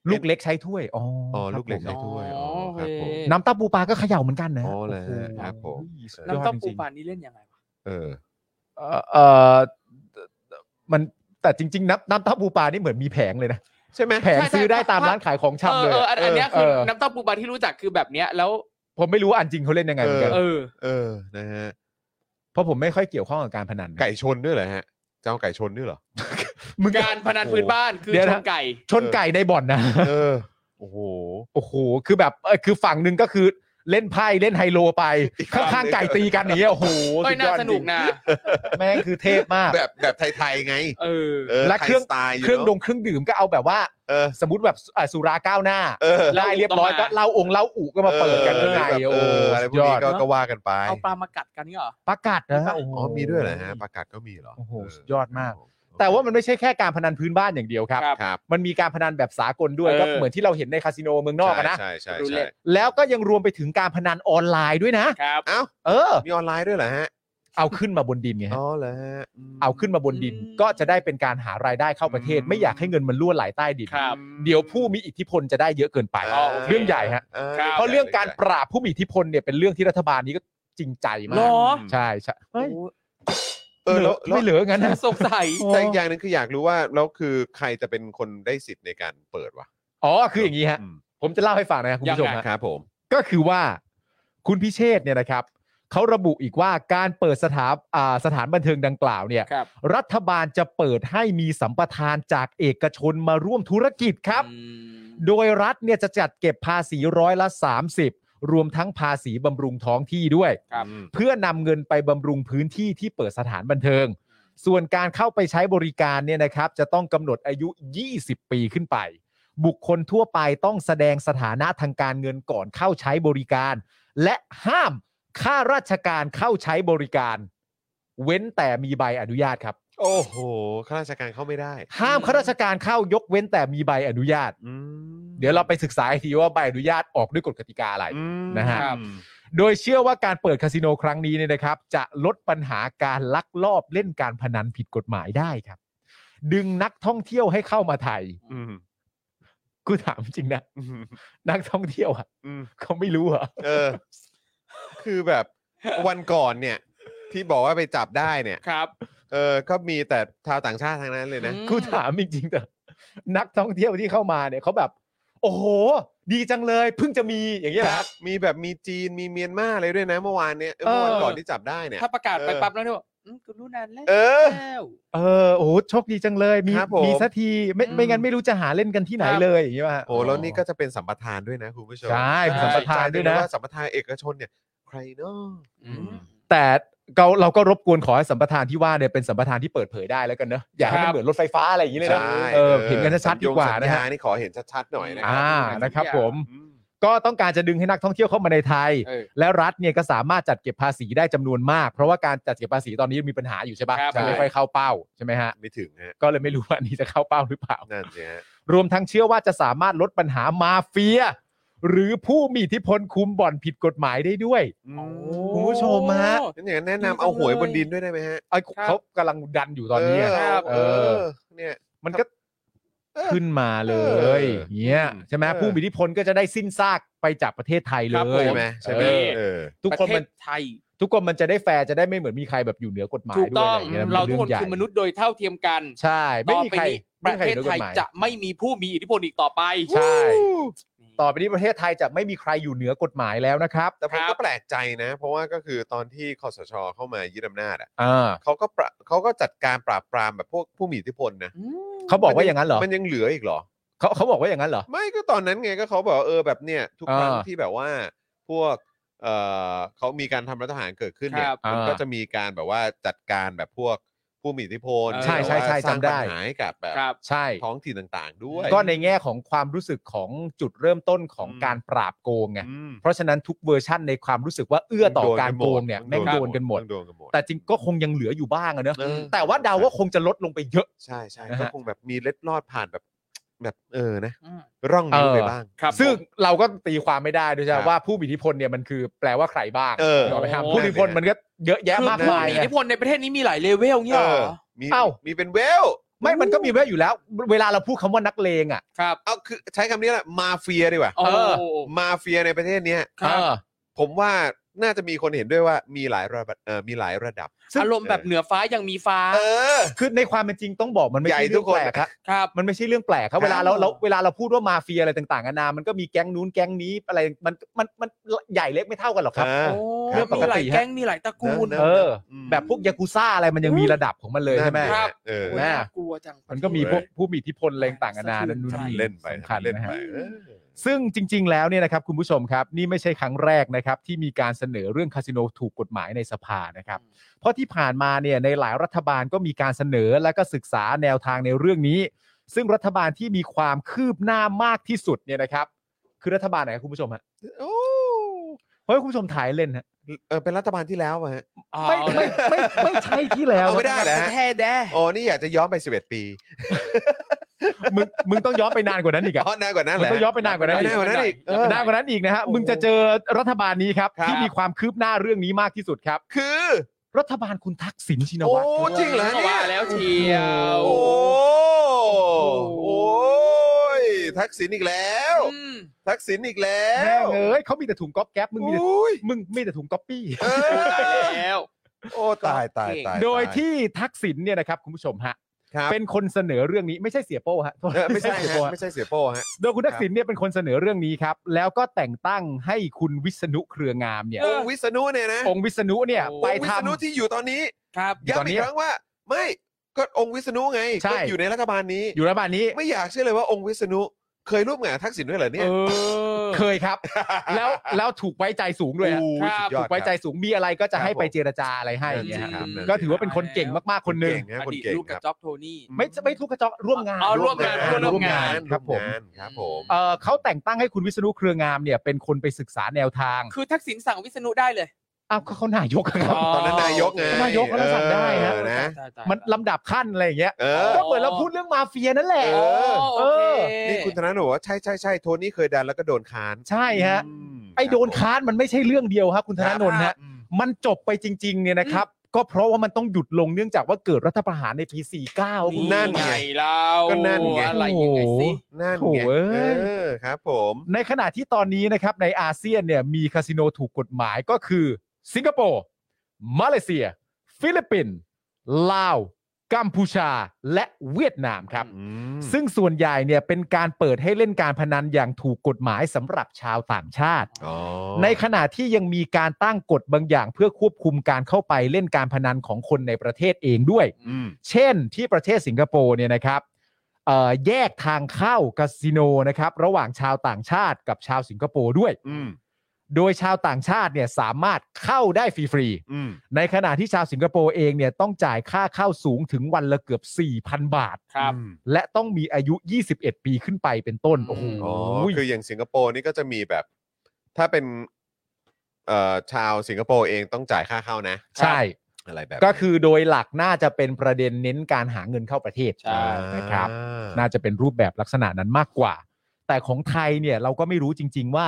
B: ลูกเล็กใช้ถ้วย อ๋อ
A: อ๋อ
B: ครับ
A: ลูกเล็ก
B: ผม
A: ใช้ถ้วย
C: อ๋อ
A: ครั
C: โอเค
A: ผม
B: น้ำเต้าปูปลาก็เขย่าเหมือนกันนะ
A: อ๋อเหรอ
B: โโห
A: ครับผม
B: สุดยอด
C: น้ำเต้าปู
B: จริงๆ
C: ปลานี่เล่นยังไงวะ
A: เออ
B: เอ่อเอ่อมันแต่จริง ๆ น้ำน้ำเต้าปูปลานี่เหมือนมีแผงเลยนะ
A: ใช่ไหม
B: แผงซื้อได้ตามร้านขายของ
C: เอ
B: ชำ
C: อ
B: เลย
C: เอออันอันเนี้ย
B: เอ
C: คือ
B: อ
C: น้ำเต้าปูปลาที่รู้จักคือแบบเนี้ยแล้ว
B: ผมไม่รู้ว่าอันจริงเขาเล่นยังไงเหมือนกัน
C: เออ
A: เออนะฮะ
B: เพราะผมไม่ค่อยเกี่ยวข้องกับการพนันนะ
A: ไก่ชนด้วยเหรอฮะจะเอาไก่ชนด้วยเหรอ
C: การพนันพื้นบ้านคือ
B: เดี๋ยว
C: ช
B: นะ
C: นไก่
B: ชนไก่ในบ่อนนะ
A: เออโอ้โห
B: โอ้โห คือแบบเอ่อคือฝั่งหนึ่งก็คือเล่นไพ่เล่นไฮโลไป
A: อีกฝั่งหนึ่ง
B: ข้างๆไก่ตีกันอย่างเงี้ยโอ้โห
C: เอ้ย
B: ด
C: น่า
B: ยด
C: สนุกนะ
B: จริงแม่งคือเทพมาก
A: แบบแบบไทยๆไง
C: เออ
A: เออ
B: และเครื่อง
A: ไทยสไตล์ยู่
B: เครื่อง
A: นอะ
B: ดงเครื่องดื่มก็เอาแบบว่า
A: เออ
B: สมมติแบบอ่ะสุราก้าวหน้า
A: เออ
B: ได้เรียบร้อย
C: ต้
B: ก็
C: องมา
B: เหล่าองค์เหล่าอุก็มาเปิดกันข้างใน
A: เออแบบเออ
B: โอ้โห
A: อะไรพวก
B: ยอ
A: นี้
B: ด
A: ก็ก็ว่ากันไป
C: เอาปลามากัดกันนี่เหรอ
B: ประกาศนะฮะ
A: อ๋อมีด้วยเหรอฮะประกาศก็มีเหรอ
B: โอ้โห
A: เ
B: สุดยอดมาก
A: ครับผ
B: แต่ว่ามันไม่ใช่แค่การพนันพื้นบ้านอย่างเดียวครับ
C: ครับ
A: ครับ
B: มันมีการพนันแบบสากลด้วย
C: เออ
B: ก็เหมือนที่เราเห็นในคาสิโนเมืองนอกอะนะ
A: ใช่ใช่
C: รูเล็
A: ใช่
C: ต
B: แล้วก็ยังรวมไปถึงการพนันออนไลน์ด้วยนะ
C: ครับ
A: เอ้า
B: เออ
A: มีออนไลน์ด้วยเหรอฮะ
B: เอาขึ้นมาบนดินไงฮะ
A: อ๋อเหรอฮะม
B: เอาขึ้นมาบนดิน
C: อืม
B: ก็จะได้เป็นการหารายได้เข้าประเทศ
A: อืม
B: ไม่อยากให้เงินมันล่วไหลใต้ดิน
C: ครับ
B: เดี๋ยวผู้มีอิทธิพลจะได้เยอะเกินไป
C: อ๋อโอเค
B: เรื่องใหญ่ฮะ
A: อ่
C: ครับ
B: เพราะเรื่องการปราบผู้มีอิทธิพลเนี่ยเป็นเรื่องที่รัฐบาลนี้ก็จริงใจมา
C: หร
B: ก
C: อ
B: ใช่ใช่เฮ้ย
A: เออแล้วแล้ว
B: ไม่เหลืองั้นนะ
C: สงสัย
A: แต่อีกอย่างหนึ่งคืออยากรู้ว่าแล้วคือใครจะเป็นคนได้สิทธิ์ในการเปิดวะ
B: อ๋อคืออย่างนี้ฮะ
A: ม
B: ผมจะเล่าให้ฟังนะครับคุณผู้ชม
C: ยังไง
B: ฮะ
A: ครับผม
B: ก็คือว่าคุณพิเชษเนี่ยนะครับเขาระบุอีกว่าการเปิดสถาอ่าสถานบันเทิงดังกล่าวเนี่ย
C: ครับ
B: รัฐบาลจะเปิดให้มีสัมปทานจากเอกชนมาร่วมธุรกิจครับ
C: อืม
B: โดยรัฐเนี่ยจะจัดเก็บภาษีร้อยละ 30 รวมทั้งภาษีบำรุงท้องที่ด้วย
C: ครับ
A: อืม
B: เพื่อนำเงินไปบำรุงพื้นที่ที่เปิดสถานบันเทิง ส่วนการเข้าไปใช้บริการเนี่ยนะครับ จะต้องกำหนดอายุ 20 ปีขึ้นไป บุคคลทั่วไปต้องแสดงสถานะทางการเงินก่อนเข้าใช้บริการ และห้ามข้าราชการเข้าใช้บริการ เว้นแต่มีใบอนุญาตครับ
A: โอ้โหข้าราชการเข้าไม่ได้
B: ห้ามข้าราชการเข้ายกเว้นแต่มีใบอนุญาต
A: อืม
B: เดี๋ยวเราไปศึกษาอีกทีว่าใบอนุญาตออกด้วยกฎกติกาอะไร
A: อืม
B: นะฮะ
A: ครับ
B: โดยเชื่อว่าการเปิดคาสิโนครั้งนี้เนี่ยนะครับ จะลดปัญหาการลักลอบเล่นการพนันผิดกฎหมายได้ครับ ดึงนักท่องเที่ยวให้เข้ามาไทย
A: อืม
B: กูถามจริงนะ
A: อืม
B: นักท่องเที่ยวอ่ะ
A: อืม
B: เขาไม่รู้เหรอ
A: เออ คือแบบวันก่อนเนี่ย ที่บอกว่าไปจับได้เนี่ย
C: ครับ
A: เออก็มีแต่ชาวต่างชาติทั้งนั้นเลยนะ
C: อืม
B: กูถามจริงๆเถอะนักท่องเที่ยวที่เข้ามาเนี่ยเขาแบบ โอ้โห ดีจังเลยเพิ่งจะมีอย่างเงี้ยเหรอครับ
A: มีแบบมีจีนมีเมียนมาเลยด้วยนะ เมื่อวานเนี่ยเออเมื่อวัน
B: เออ
A: ก่อนที่จับได้เนี่ย
C: ถ้าประกาศไป
A: เออ
C: ปั๊บแล้วเนี่ยบอกอืมกูรู้นานแล้ว
A: เออ
B: เออโอ้โหโชคดีจังเลยมี
A: ครับผม
B: มีสักทีไม่ไม่งั้นไม่รู้จะหาเล่นกันที่ไหนเลยอย่างเงี้ยว่ะ
A: โอ้แล้วนี่ก็จะเป็นสัมปทานด้วยนะคุณผู้ชม
B: ใช่เป็นสัมปทานด้วยนะ
A: ใช่จำไว่าสัมปทานเอกชนเนี่ย ใครเนาะ
C: อืม
B: แต่เราเราก็รบกวนขอให้สัมปทานที่ว่าเนี่ยเป็นสัมปทานที่เปิดเผยได้แล้วกันเนอะอย่าให้
C: ค
B: มั
C: รั
B: น
C: บ
B: เหมือนรถไฟฟ้าอะไรอย่างนี้เลยนะ
A: ใช่
B: เออเห็นกันชัด
A: สั
B: ๆ
A: ญ
B: ดี
A: ญง
B: กว่า
A: สัญ
B: นะ
A: ญ
B: ฮะ
A: นี่ขอเห็นชัดๆหน่อยนะครั
B: อ่า
C: สัญญาณ
B: นะครับผม
A: อืม
B: ก็ต้องการจะดึงให้นักท่องเที่ยวเข้ามาในไทย
C: เออ
B: และรัฐเนี่ยก็สามารถจัดเก็บภาษีได้จำนวนมาก เพราะว่าการจัดเก็บภาษีตอนนี้มีปัญหาอยู่ใช่ปะ
C: ครับ
B: มันไม่ค่อยเข้าเป้าใช่ไหมฮะ
A: ไม่ถึงฮะ
B: ก็เลยไม่รู้ว่าอันนี้จะเข้าเป้าหรือเปล่า
A: นั่นสิฮะ
B: รวมทั้งเชื่อว่าจะสามารถลดปัญหามาเฟีย หรือผู้มีอิทธิพลคุมบ่อนผิดกฎหมายได้ด้วย คุณผู้ชมฮะ
A: นั่นอย่างนั้นแนะ
C: ดีจัง
A: นำเอาหวยบน
C: เลย
A: ดินด้วยได้ไหมฮะ
B: ไอ้เขากำลังดันอยู่ตอนนี้อะ
A: เ
C: ครับ
A: เอ
B: เอ
A: อ
B: อ
A: เนี่ย
B: มันก็
A: เออ
B: ขึ้นมาเล
A: เออย
B: อย่างเงี้ยใช่ไหม
A: เออ
B: ผู้มีอิทธิพลก็จะได้สิ้นซากไปจากประเทศไทยเล
C: ครับผ
B: ย
A: ใช่ไหมใช่ไหม
B: เออ
A: เออ
B: ทุก
C: ป
B: คน
C: ระเท
B: มั
C: ศ
B: น
C: ไทย
B: ทุกคนมันจะได้แฟร์จะได้ไม่เหมือนมีใครแบบอยู่เหนือกฎหมาย
C: ถูก
B: ด้วย
C: ต้อ
B: อะ
C: ง
B: ไรอย่างเงี้ย
C: เรา
B: ป็
C: ทุกคน
B: ใหญ่
C: คือมนุษย์โดยเท่าเทียมกัน
B: ใช่ไม่
C: ต่อ
B: มี
C: ไป
B: ใคร
C: นี้ป
B: ไม่
C: ระ
B: มีใคร
C: เท
B: อยู่
C: ศ
B: เหนือก
C: ไทย
B: ฎหมาย
C: จะไม่มีผู้มีอิทธิพลอีกต่อไป
B: ใช่ต่อไปนี้ประเทศไทยจะไม่มีใครอยู่เหนือกฎหมายแล้วนะครับ
A: แต่ผม
C: ครั
A: ก็
C: บ
A: แปลกใจนะ เพราะว่าก็คือตอนที่คอสชเข้ามายึดอำนาจอ่ะ
B: อ่า
A: เขาก็ปราเขาก็จัดการปราบปรามแบบพวกผู้มีอิทธิพลนะ
B: เขาบอกว่าอย่างนั้นเหรอ
A: มันยังเหลืออีกเหรอ
B: เขาเขาบอกว่าอย่างนั้นเหรอ
A: ไม่ก็ตอนนั้นไงก็เขาบอกว่าเออแบบเนี่ย ทุกครั้ง
B: อ่า
A: ที่แบบว่าพวกเออเขามีการทำรัฐประหารเกิดขึ้นเนี่
C: ค
A: ย
C: รับ
A: มันก็
B: อ่า
A: จะมีการแบบว่าจัดการแบบพวกผู้มีอิทธิพล
C: ใช่ใช่
A: หรือว่า
B: ใช่
A: สร้าง
B: จำได้
A: ปัญหาให้กับแบบ
C: ครับ
B: ใช่
A: ท้องถิ่นต่างๆ ด้วย
B: ก็ในแง่ของความรู้สึกของจุดเริ่มต้นของ
A: อืม
B: การปราบโกงไง
A: อืม
B: เพราะฉะนั้นทุกเวอร์ชั่นในความรู้สึกว่าเอื้อต่อการโกงเนี่ยแม่งโดนกันหมด
A: แงโดนกันหมด
B: แต่จริงก็คงยังเหลืออยู่บ้างอะเนอะ
A: เออ
B: แต่ว่าเดาว่าคงจะลดลงไปเยอะ
A: ใช่ใช่
B: นะฮะ
A: ก็คงแบบมีเล็ดลอดผ่านแบบ แบบเออนะ ร่องนิ้วไปบ้าง
C: ครับ
B: ซึ่ง
C: ผม
B: เราก็ตีความไม่ได้ด้วย
A: ครั
B: ใช่
A: บ
B: ว่าผู้มีอิทธิพลเนี่ยมันคือแปลว่าใครบ้าง
A: เออ
B: ถูกไหมครับ
C: โอ้
B: ผู้มีอิทธิพลมันก็เยอะแยะ
C: คือ
B: มาก
C: ผู้
B: มาย
C: มีอิท
B: นะ
C: ธิพลในประเทศนี้มีหลายเลเวลเงี้ย
A: เอ
C: เหร
A: อ
C: อ
A: มี
B: เอ้า
A: มีเป็นเวล
B: ไม่มันก็มีแววอยู่แล้ว เวลาเราพูดคำว่านักเลงอ่ะ
C: ครับ
A: เอาคือใช้คำนี้แหละมาเฟียดีกว่า
C: โอ้โห
A: มาเฟียในประเทศเนี้ย
C: ครับ
B: เออ
A: ผมว่าน่าจะมีคนเห็นด้วยว่ามีหลายระดับเออมีหลายระดับ
B: ซึ่ง
C: อารมณ์แบบเหนือฟ้ายังมีฟ้า
A: เออ
B: คือในความเป็นจริงต้องบอกมันไม่
A: ใหญ่
B: ใช่
A: ทุ
B: เรื่อก ง
A: คน
B: แปลกครับ
C: ครับ
B: มันไม่ใช่เรื่องแปลกค
A: ครั
B: รับ
A: บ
B: เวลาเราเราเวลาเราพูดว่ามาเฟียอะไรต่างๆนานามันก็มีแก๊งนู้นแก๊งนี้อะไรมันมันมันใหญ่เล็กไม่เท่ากันหรอกครับ
A: อ่า
C: โอ้
A: ครับ
C: มีหลายแก๊งมีหลายตระกูล
A: นะนะ
B: เออ
A: ม
B: แบบพวกยากุซ่าอะไรมันยังมีระดับของมันเลยใช่ไหม
A: นั่น
C: ค
A: แห
C: รั
A: ละ
C: บ
A: เออ
C: โอ้ย
B: นะ
C: น่ากลัวจัง
B: ผมันก็มี
A: เว้
B: พวย กผู้มีอิทธิพลอะไรต่างๆนานานั่นนู่น
C: ใช่
B: นี่
A: เล่นไป
B: สำคัญ
A: เล่น
B: นะ
A: ไป
B: ฮะ
A: เออ
B: ซึ่งจริง ๆ แล้วเนี่ยนะครับคุณผู้ชมครับ นี่ไม่ใช่ครั้งแรกนะครับ ที่มีการเสนอเรื่องคาสิโนถูกกฎหมายในสภานะครับ เพราะที่ผ่านมาเนี่ยในหลายรัฐบาลก็มีการเสนอและก็ศึกษาแนวทางในเรื่องนี้ ซึ่งรัฐบาลที่มีความคืบหน้ามากที่สุดเนี่ยนะครับ คือรัฐบาลไหนครับคุณผู้ชมฮะเฮ้ยคุณผู้ชมถ่ายเล่นฮะ
A: เออเป็นรัฐบาลที่แล้วอะฮะ
C: อ๋อ
B: ไม่ไม่ไม่ไม่ใช่ที่แล้ว
A: เอาไม่ได้เหรอฮะ
C: แท้แด้
A: โอ้นี่อยากจะย้อนไป 11 ปี
B: มึงมึงต้องย้อนไปนานกว่านั้นอีกอะ
A: อ๋อนานกว่านั้น
B: มึ
A: แห
B: ง
A: ละ
B: ต้องย้อนไปนานกว่านั้นอีก
A: นานกว่านั้นอีกเออ
B: นานกว่านั้นอีกนะฮะ มึงจะเจอรัฐบาลนี้ครับ
A: ครับ
B: ที่มีความคืบหน้าเรื่องนี้มากที่สุดครับ
A: คือ
B: รัฐบาลคุณทักษิณชิน
A: โอ้
B: วัตร
A: จริงเหรอเนี่ย
C: ว่าแล้วเชียว
A: โอ้โอ้ยทักษิณอีกแล้ว ทักษิณอีกแล้
B: แม่
A: ว
B: งเอ้ยเขามีแต่ถุงก๊อบแก๊ปมึงมีแต่
A: โอ้ย
B: มึงมีแต่ถุงก๊อปปี้
A: เอ
C: โอ้
A: อโอ้
C: ตายแล้ว
A: ตายตายตาย
B: โดยที่ทักษิณเนี่ยนะครับคุณผู้ชมฮะ
A: ครับ
B: เป็นคนเสนอเรื่องนี้ไม่ใช่เสียโป้ฮะโทษ
A: เออไม่ใช่
B: เสีย
A: ฮะ
B: โป้ฮะ
A: ไม่ใช่เสียโป้ฮะ
B: โดยคุณทักษิณเนี่ยเป็นคนเสนอเรื่องนี้ครับ แล้วก็แต่งตั้งให้คุณวิษณุเครืองามเนี่ย
A: องค์วิษณุเนี่ยนะ
B: องค์วิษณุเนี่ย
C: โอ้
B: ไป
A: องค์วิษณุ
B: ทำ
A: ที่อยู่ตอนนี้
C: ครับ
B: ตอน
A: ย้ำ
B: นี้
A: อีกครั้งว่า ไม่ก็องค์วิษณุไง
B: ใช่
A: ก็อยู่ในรัฐบาลนี้
B: อยู่รัฐบาลนี้
A: ไม่อยากเชื่อเลยว่าองค์วิษณุเคยร่วมงานกับทักษิณด้วยเหรอเนี่
C: เอย อ
B: เคยครับ แล้วแล้วถูกไว้ใจสูงด้วยฮะ
A: โอ้โห
C: ครับ
A: สุดยอ
B: ถู
A: ด
B: กไว้ใจ
A: ครับ
B: สูงมีอะไรก็จะให้
A: ครับผม
B: ไปเจรจาอะไรให้อย่างเงี้ยค
C: ครั
B: รับ บ
A: นั่นสิ
B: ก็ถือว่าเป็นคนเก่งมากๆคนหนึ่ง
A: เก่งนะ
C: อ
A: คน
C: ดีต
A: เก่ง
C: ลูก
A: ค
C: กับ
A: รับ
C: จ๊อบโทนี่
B: ไม่ไม่ทุกกระจอกร่วมงาน
C: อ๋อร่วมงานร่วมงาน
B: ครับผม
A: วงานครับผม
B: เอ่อเขาแต่งตั้งให้คุณวิษณุเครืองามเนี่ยเป็นคนไปศึกษาแนวทาง
C: คือทักษิณสั่งวิษณุได้เลย
B: อ้าวก็เขานายกครับ
A: ตอนนั้นนายกไง
B: นายกก็รักษาได้ฮะ
A: เออนะ
C: ตายตาย
B: มันลำดับขั้นอะไรอย่างเงี้ย
A: เออ
B: ก็เหมือนเราพูดเรื่องมาเฟียนั่นแหละ
A: เอ
C: โอ้โอเค
A: นี่คุณธนาหนูบอกว่าใช่ใช่ใช่โทนี่เคยดันแล้วก็โดนคาน
B: ใช่ฮะ
A: อืม
B: ไอโดนค้านมันไม่ใช่เรื่องเดียวครับคุณธนาโนนฮะ
A: อืม
B: มันจบไปจริง ๆ เนี่ยนะครับ ก็เพราะว่ามันต้องหยุดลงเนื่องจากว่าเกิดรัฐประหารในปี 49คุณ
C: นั่นไงเราอะไรยังไงสิ
A: นั่น
B: โถ่
A: ไง
B: เอ้ย
A: เออครับ ผม
B: ในขณะที่ตอนนี้นะครับในอาเซียนเนี่ยมีคาสิโนถูกกฎหมายก็คือ สิงคโปร์ มาเลเซีย ฟิลิปปินส์ลาว กัมพูชา และเวียดนามครับ
A: อืม
B: ซึ่งส่วนใหญ่เนี่ยเป็นการเปิดให้เล่นการพนันอย่างถูกกฎหมายสำหรับชาวต่างชาติ
A: อ๋อ
B: ในขณะที่ยังมีการตั้งกฎบางอย่าง เพื่อควบคุมการเข้าไปเล่นการพนันของคนในประเทศเองด้วย
A: อืม
B: เช่นที่ประเทศสิงคโปร์เนี่ยนะครับเอ่อแยกทางเข้าคาสิโนนะครับระหว่างชาวต่างชาติกับชาวสิงคโปร์ด้วย
A: อืม
B: โดยชาวต่างชาติเนี่ยสามารถเข้าได้ฟรี
A: อืม
B: ๆในขณะที่ชาวสิงคโปร์เองเนี่ยต้องจ่ายค่าเข้าสูงถึงวันละเกือบ 4,000 บาท
C: ครับ
A: อืม
B: และต้องมีอายุ 21 ปีขึ้นไปเป็นต้น โอ้โห
A: อ๋อ คืออย่างสิงคโปร์นี่ก็จะมีแบบ ถ้าเป็นเอ่อชาวสิงคโปร์เองต้องจ่ายค่าเข้านะ
B: ใช่
A: อะไรแบบ
B: ก็คือโดยหลักน่าจะเป็นประเด็นเน้นการหาเงินเข้าประเทศ
C: ใช่
B: นะครับ
A: อ่า
B: น่าจะเป็นรูปแบบลักษณะนั้นมากกว่า แต่ของไทยเนี่ยเราก็ไม่รู้จริง ๆ ว่า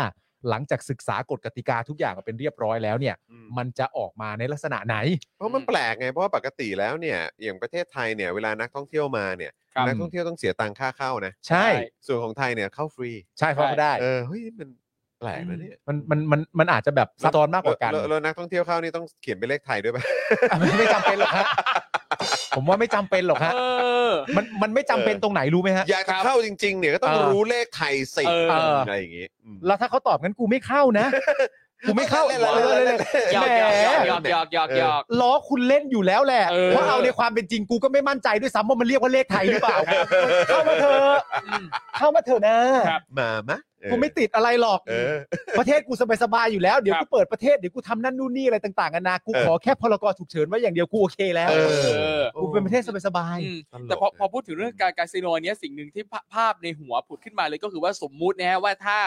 B: หลังจากศึกษากฎกติกาทุกอย่างมาเป็นเรียบร้อยแล้วเนี่ย
A: อืม
B: มันจะออกมาในลักษณะไหน
A: เพราะมันแปลกไง เพราะว่าปกติแล้วเนี่ย อย่างประเทศไทยเนี่ย เวลานักท่องเที่ยวมาเนี่ย
C: ครับ
A: นักท่องเที่ยวต้องเสียตังค่าเข้านะ
B: ใช่
C: ใช่
A: ส่วนของไทยเนี่ยเข้าฟรี
B: ใช่เขาก็ได้
A: เออ เฮ้ย มันแปลกนะเนี่ย
B: มันมันมันมันอาจจะแบบซับซ้อนมากกว่ากัน
A: แล้วแล้วแล้วนักท่องเที่ยวเข้านี่ต้องเขียนเป็นเลขไทยด้วยป่ะ
B: ไม่จำเป็นหรอกฮะผมว่าไม่จำเป็นหรอกฮะ
C: เออ
B: มันมันไม่จำเป็นตรงไหนรู้ไหมฮะ
A: อยากจะเข้าจริง ๆ เนี่ยก็ต้อง
B: เออ
A: รู้เลขไทยสิ
C: เออ
A: อะไรอย่างงี้อืม
B: แล้วถ้าเขาตอบงั้นกูไม่เข้านะ กูไม่เข้า
A: ล่นๆๆๆๆ
C: หยอกหยอกหยอกหยอกหยอกหยอก
B: ล้อคุณเล่นอยู่แล้วแหละ
C: เออ
B: เพราะเอาในความเป็นจริงกูก็ไม่มั่นใจด้วยซ้ำว่ามันเรียกว่าเลขไทยหรือเปล่า เข้ามาเถอะเข้ามาเถอะนะครับ
A: มามะเออ
B: กูไม่ติดอะไรหรอก
A: เออ
B: ประเทศกูสบายๆอยู่แล้วเดี๋ยว
C: ครับ
B: กูเปิดประเทศเดี๋ยวกูทำนั่นนู่นนี่อะไรต่างๆกันานะกู
A: เออ
B: ขอแค่พรกฉุกเฉินไว้อย่างเดียวกูโอเคแล้ว
A: เออ
B: กูเป็นประเทศสบาย
C: อืม
A: ตลก
C: แต่พอ
A: นะ
C: พอพูดถึงเรื่องการคาสิโนเนี้ยสิ่งหนึ่งที่ภาภาพในหัวผุดขึ้นมาเลยก็คือว่าสมมุตินะฮะว่าถ้า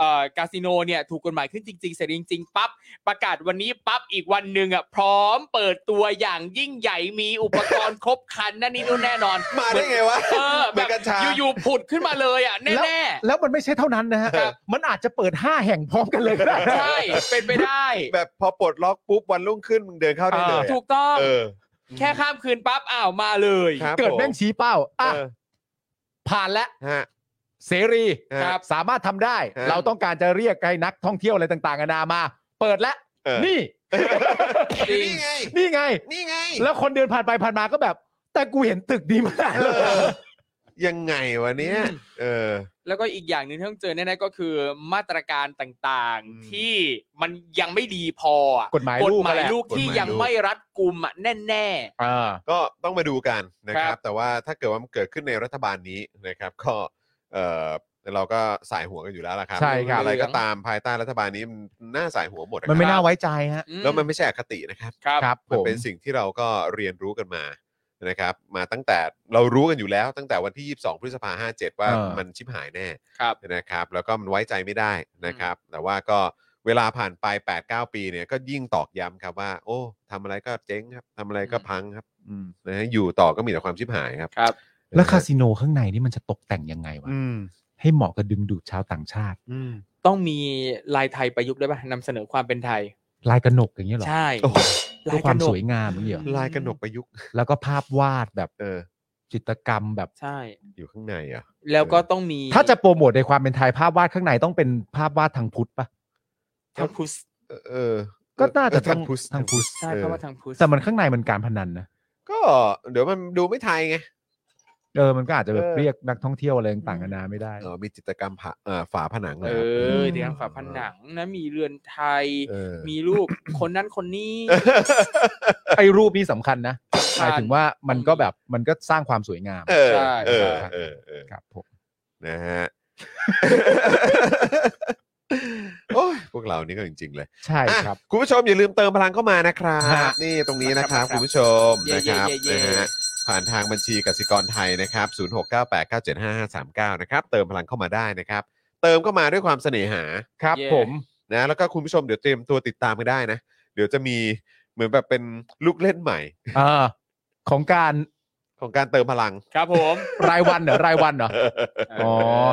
C: เอ่อคาสิโนเนี่ยถูกกฎหมายขึ้นจริงๆเสร็จจริงๆปั๊บประกาศวันนี้ปั๊บอีกวันหนึ่งอ่ะพร้อมเปิดตัวอย่างยิ่งใหญ่มีอุปกรณ์ ครบครันนั่นนี่นู่นแน่นอน
A: มาได้ไงวะ
C: เออ
A: เห
C: แบ
A: มือน
C: บ
A: กัญชา
C: อยู่ๆผุดขึ้นมาเลยอ่ะแน่
B: ๆแล้วมันไม่ใช่เท่านั้นนะฮะ
C: ๆครับ
B: มันอาจจะเปิด 5 แห่งพร้อมกันเลยก็ได้นะ
C: ใช่เป็นไปได้
A: แบบพอปลดล็อกปุ๊บวันรุ่งขึ้นมึงเดินเข้าได้เลย
B: อ่า
C: ถูกต้อง
A: เออ
C: แค่ข้ามคืนปั๊บอ้าวมาเลย
A: ครับ
B: เกิด
A: ผ
B: แม่งชี้เป้าอ่ะ
A: เออ
B: ผ่านแล้ว
A: ฮะ
B: เสรี
A: ครับ
B: สามารถทำได้ เราต้องการจะเรียกให้นักท่องเที่ยวอะไรต่างๆนานามา เปิดแล้ว
A: เออ
B: นี่
C: จริง
A: นี่ไง
B: นี่ไง
A: นี่ไง
B: แล้วคนเดินผ่านไปผ่านมาก็แบบ แต่กูเห็นตึกนี้มานาน
A: เอ
B: แล้ว
A: อยังไงวะเนี้ย
C: อืม
A: เออ
C: แล้วก็อีกอย่างหนึ่งที่ต้องเจอแน่ๆก็คือมาตรการต่าง
A: อืม
C: ๆ ที่มันยังไม่ดีพออะ
B: กฎหมาย
C: กฎ
B: ลูก
C: หมายลูกที่ยังไม่รัดกุมอ่ะแน่
B: อ่า
A: ก็ต้องมาดูกันนะค
C: ครั
A: รับ
C: บ
A: แต่ว่าถ้าเกิดว่ามันเกิดขึ้นในรัฐบาลนี้นะครับ ก็เออเราก็สายหัวกันอยู่แล้วล่ะครับ
B: ใช่ครับ
A: อะไรก็ตามภายใต้รัฐบาลนี้มันน่าสายหัวหมดะครับ
B: มันไม่น่าไว้ใจฮะ
C: ๆอื
A: แล้วมันไม่ใช่อคตินะครับ
C: ครับ
B: ครับผ
A: มัน
B: ม
A: เป็นสิ่งที่เราก็เรียนรู้กันมานะครับ มาตั้งแต่เรารู้กันอยู่แล้วตั้งแต่วันที่ 22 พฤษภา57 ว่า
B: เออ
A: มันชิบหายแน่
C: ครับ
A: นะครับ แล้วก็มันไว้ใจไม่ได้นะครับ แต่ว่าก็ เวลาผ่านไป 8-9 ปีเนี่ยก็ยิ่งตอกย้ำครับว่า โอ้ทำอะไรก็เจ๊งครับทำอะไรก็พังครับอืมนะฮะอยู่ต่อก็มีแต่ความชิบหายครับ
C: ครับ
B: แล้วคาสิโนข้างในนี่มันจะตกแต่งยังไงวะ
A: อืม
B: ให้เหมาะกับดึงดูดชาวต่างชาติ
A: อืม
C: ต้องมีลายไทยประยุกต์ด้วยป่ะนำเสนอความเป็นไทย
B: ลายกระหนกอย่างเงี้ยเหรอ
C: ใช่
A: โอ้โห
B: เพื่อความสวยงามอย่างเงี้ยเหรอ
A: ลายกระหนกประยุกต์
B: แล้วก็ภาพวาดแบบ
A: เออ
B: จิตรกรรมแบบ
C: ใช่
A: อยู่ข้างในอ่ะ
C: แล้วก็ต้องมี
B: ถ้าจะโปรโมทในความเป็นไทยภาพวาดข้างในต้องเป็นภาพวาดทางพุทธปะ
C: ทางพุส
A: เออเออ
B: ก็น่าจะ
A: ทาง
B: ต้อง
A: พุส
B: ทางพุส
C: ใช่
A: เออ
C: เพราะว่าทางพุส
B: แต่มันข้างในมันการพนันนะ
A: ก็เดี๋ยวมันดูไม่ไทยไง
B: เออมันก็อาจจะแบบ
A: เออ
B: เรียกนักท่องเที่ยวอะไรต่างกันานาไม่ได้
A: เออมีจิตรกรรมผาเอ่อฝาผนังเล
C: เอ
A: ค
C: ย
A: รับ
C: อเดี๋ยวทางฝาผนังนะมีเรือนไทย
A: เออ
C: มีรูป คนนั้นคนนี้
B: ไอ้รูปนี่สำคัญนะห
C: สำคัญ
B: มายถึงว่ามันก็แบบมันก็สร้างความสวยงาม
A: เออ
C: ใช่
A: เออ
B: ครับ
A: เออเออ
B: ครับผม
A: นะฮะ โอ้ยพวกเรานี่ก็จริง ๆ เลย
B: ใช่
A: อ่ะ
B: ครับ
A: คุณผู้ชมอย่าลืมเติมพลังเข้ามานะครั
B: ฮะ
A: บ นี่ตรงนี้นะครับ
C: ครับ
A: คุณผู้ชม
C: เย่
A: นะครับ
C: เย่
A: นะ
C: เย่
A: ฮะผ่านทางบัญชีกสิกรไทยนะครับ 0698975539 นะครับ เติมพลังเข้ามาได้นะครับ เติมเข้ามาด้วยความเสน่หา
B: ครับ
C: เย่
B: ผม
A: นะแล้วก็คุณผู้ชมเดี๋ยวเตรียมตัวติดตามกันได้นะ เดี๋ยวจะมีเหมือนแบบเป็นลูกเล่นใหม่
B: เออของการ
A: ของการเติมพลัง
C: ครับผม
B: รายวันเหรอรายวันเหรอ อ๋อ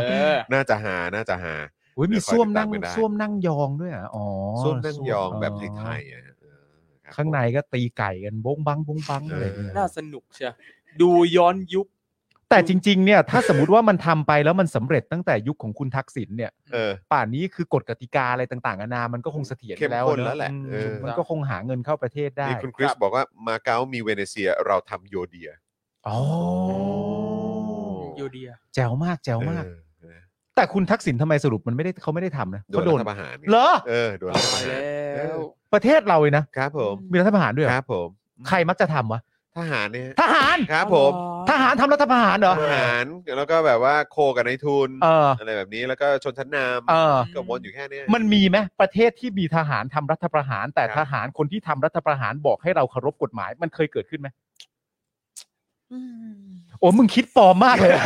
C: เอ
A: น่าจะหาน่าจะหา
B: อุ้ยมี
A: เดี๋ยวคอย
B: ส้วมนั่ง
A: ติดตามกันได้
B: ส้วมนั่งยองด้วยเหรอ่ะอ๋อ
A: ส้มนั่งยองแบบไทย
B: อ๋
A: ๆอ่ะเออครั
B: อบ ข้างในก็ตีไก่กันบงบังบงบัง
A: เอออ
B: อะไรอย่างเงี้ย
C: น่าสนุกเชียวดูย้อนยุค
B: แต่จริง ๆ เนี่ย ถ้าสมมติว่ามันทำไปแล้วมันสำเร็จตั้งแต่ยุคของคุณทักษิณเนี่ย
A: เออ
B: ป่านนี้คือกฎกติกาอะไรต่างๆนานามันก็คงเสถียร
A: เข้ม
B: แล้ว
A: ข้น
B: เน
A: แล้
B: อะ
A: วแหละ
B: อืม
A: เออ
B: มันก็คงหาเงินเข้าประเทศได้
A: นี่คุณคริสบอกว่ามาเก๊ามีเวเนเซียเราทำโยเดีย
B: อ๋อ
C: โยเดีย
B: แจ๋วมากแจ๋วมาก
A: เออนะ
B: แต่คุณทักษิณทำไมสรุปมันไม่ได้เขาไม่ได้ทำนะเขา
A: โด
B: โด
A: น
B: น
A: รัฐประหารไง
B: เหรอ
A: เออโดนรัฐประ
C: ตาย
A: หาร
C: แล้ว
B: ประเทศเราเลยนะ
A: ครับผม
B: มีรัฐประหารด้วยเหร
A: ค
B: อ
A: รับผม
B: ใครมักจะทำวะ
A: ทหารเนี่ย
B: ทหาร
A: ครับผม
B: ทหารทำรัฐประหารเหรอ
A: ทหารแล้วก็แบบว่าโคกับนายทุน
B: เออ
A: อะไรแบบนี้แล้วก็ชนชั้นน
B: เออ
A: ำก็วนอยู่แค่เนี้ย
B: มันมีไหมประเทศที่มีทหารทำรัฐประหาร แต่
A: ครับ
B: ทหารคนที่ทำรัฐประหารบอกให้เราเคารพกฎหมาย มันเคยเกิดขึ้นไหมโอ้มึงคิดปลอมมาก (laughs) เลยอะ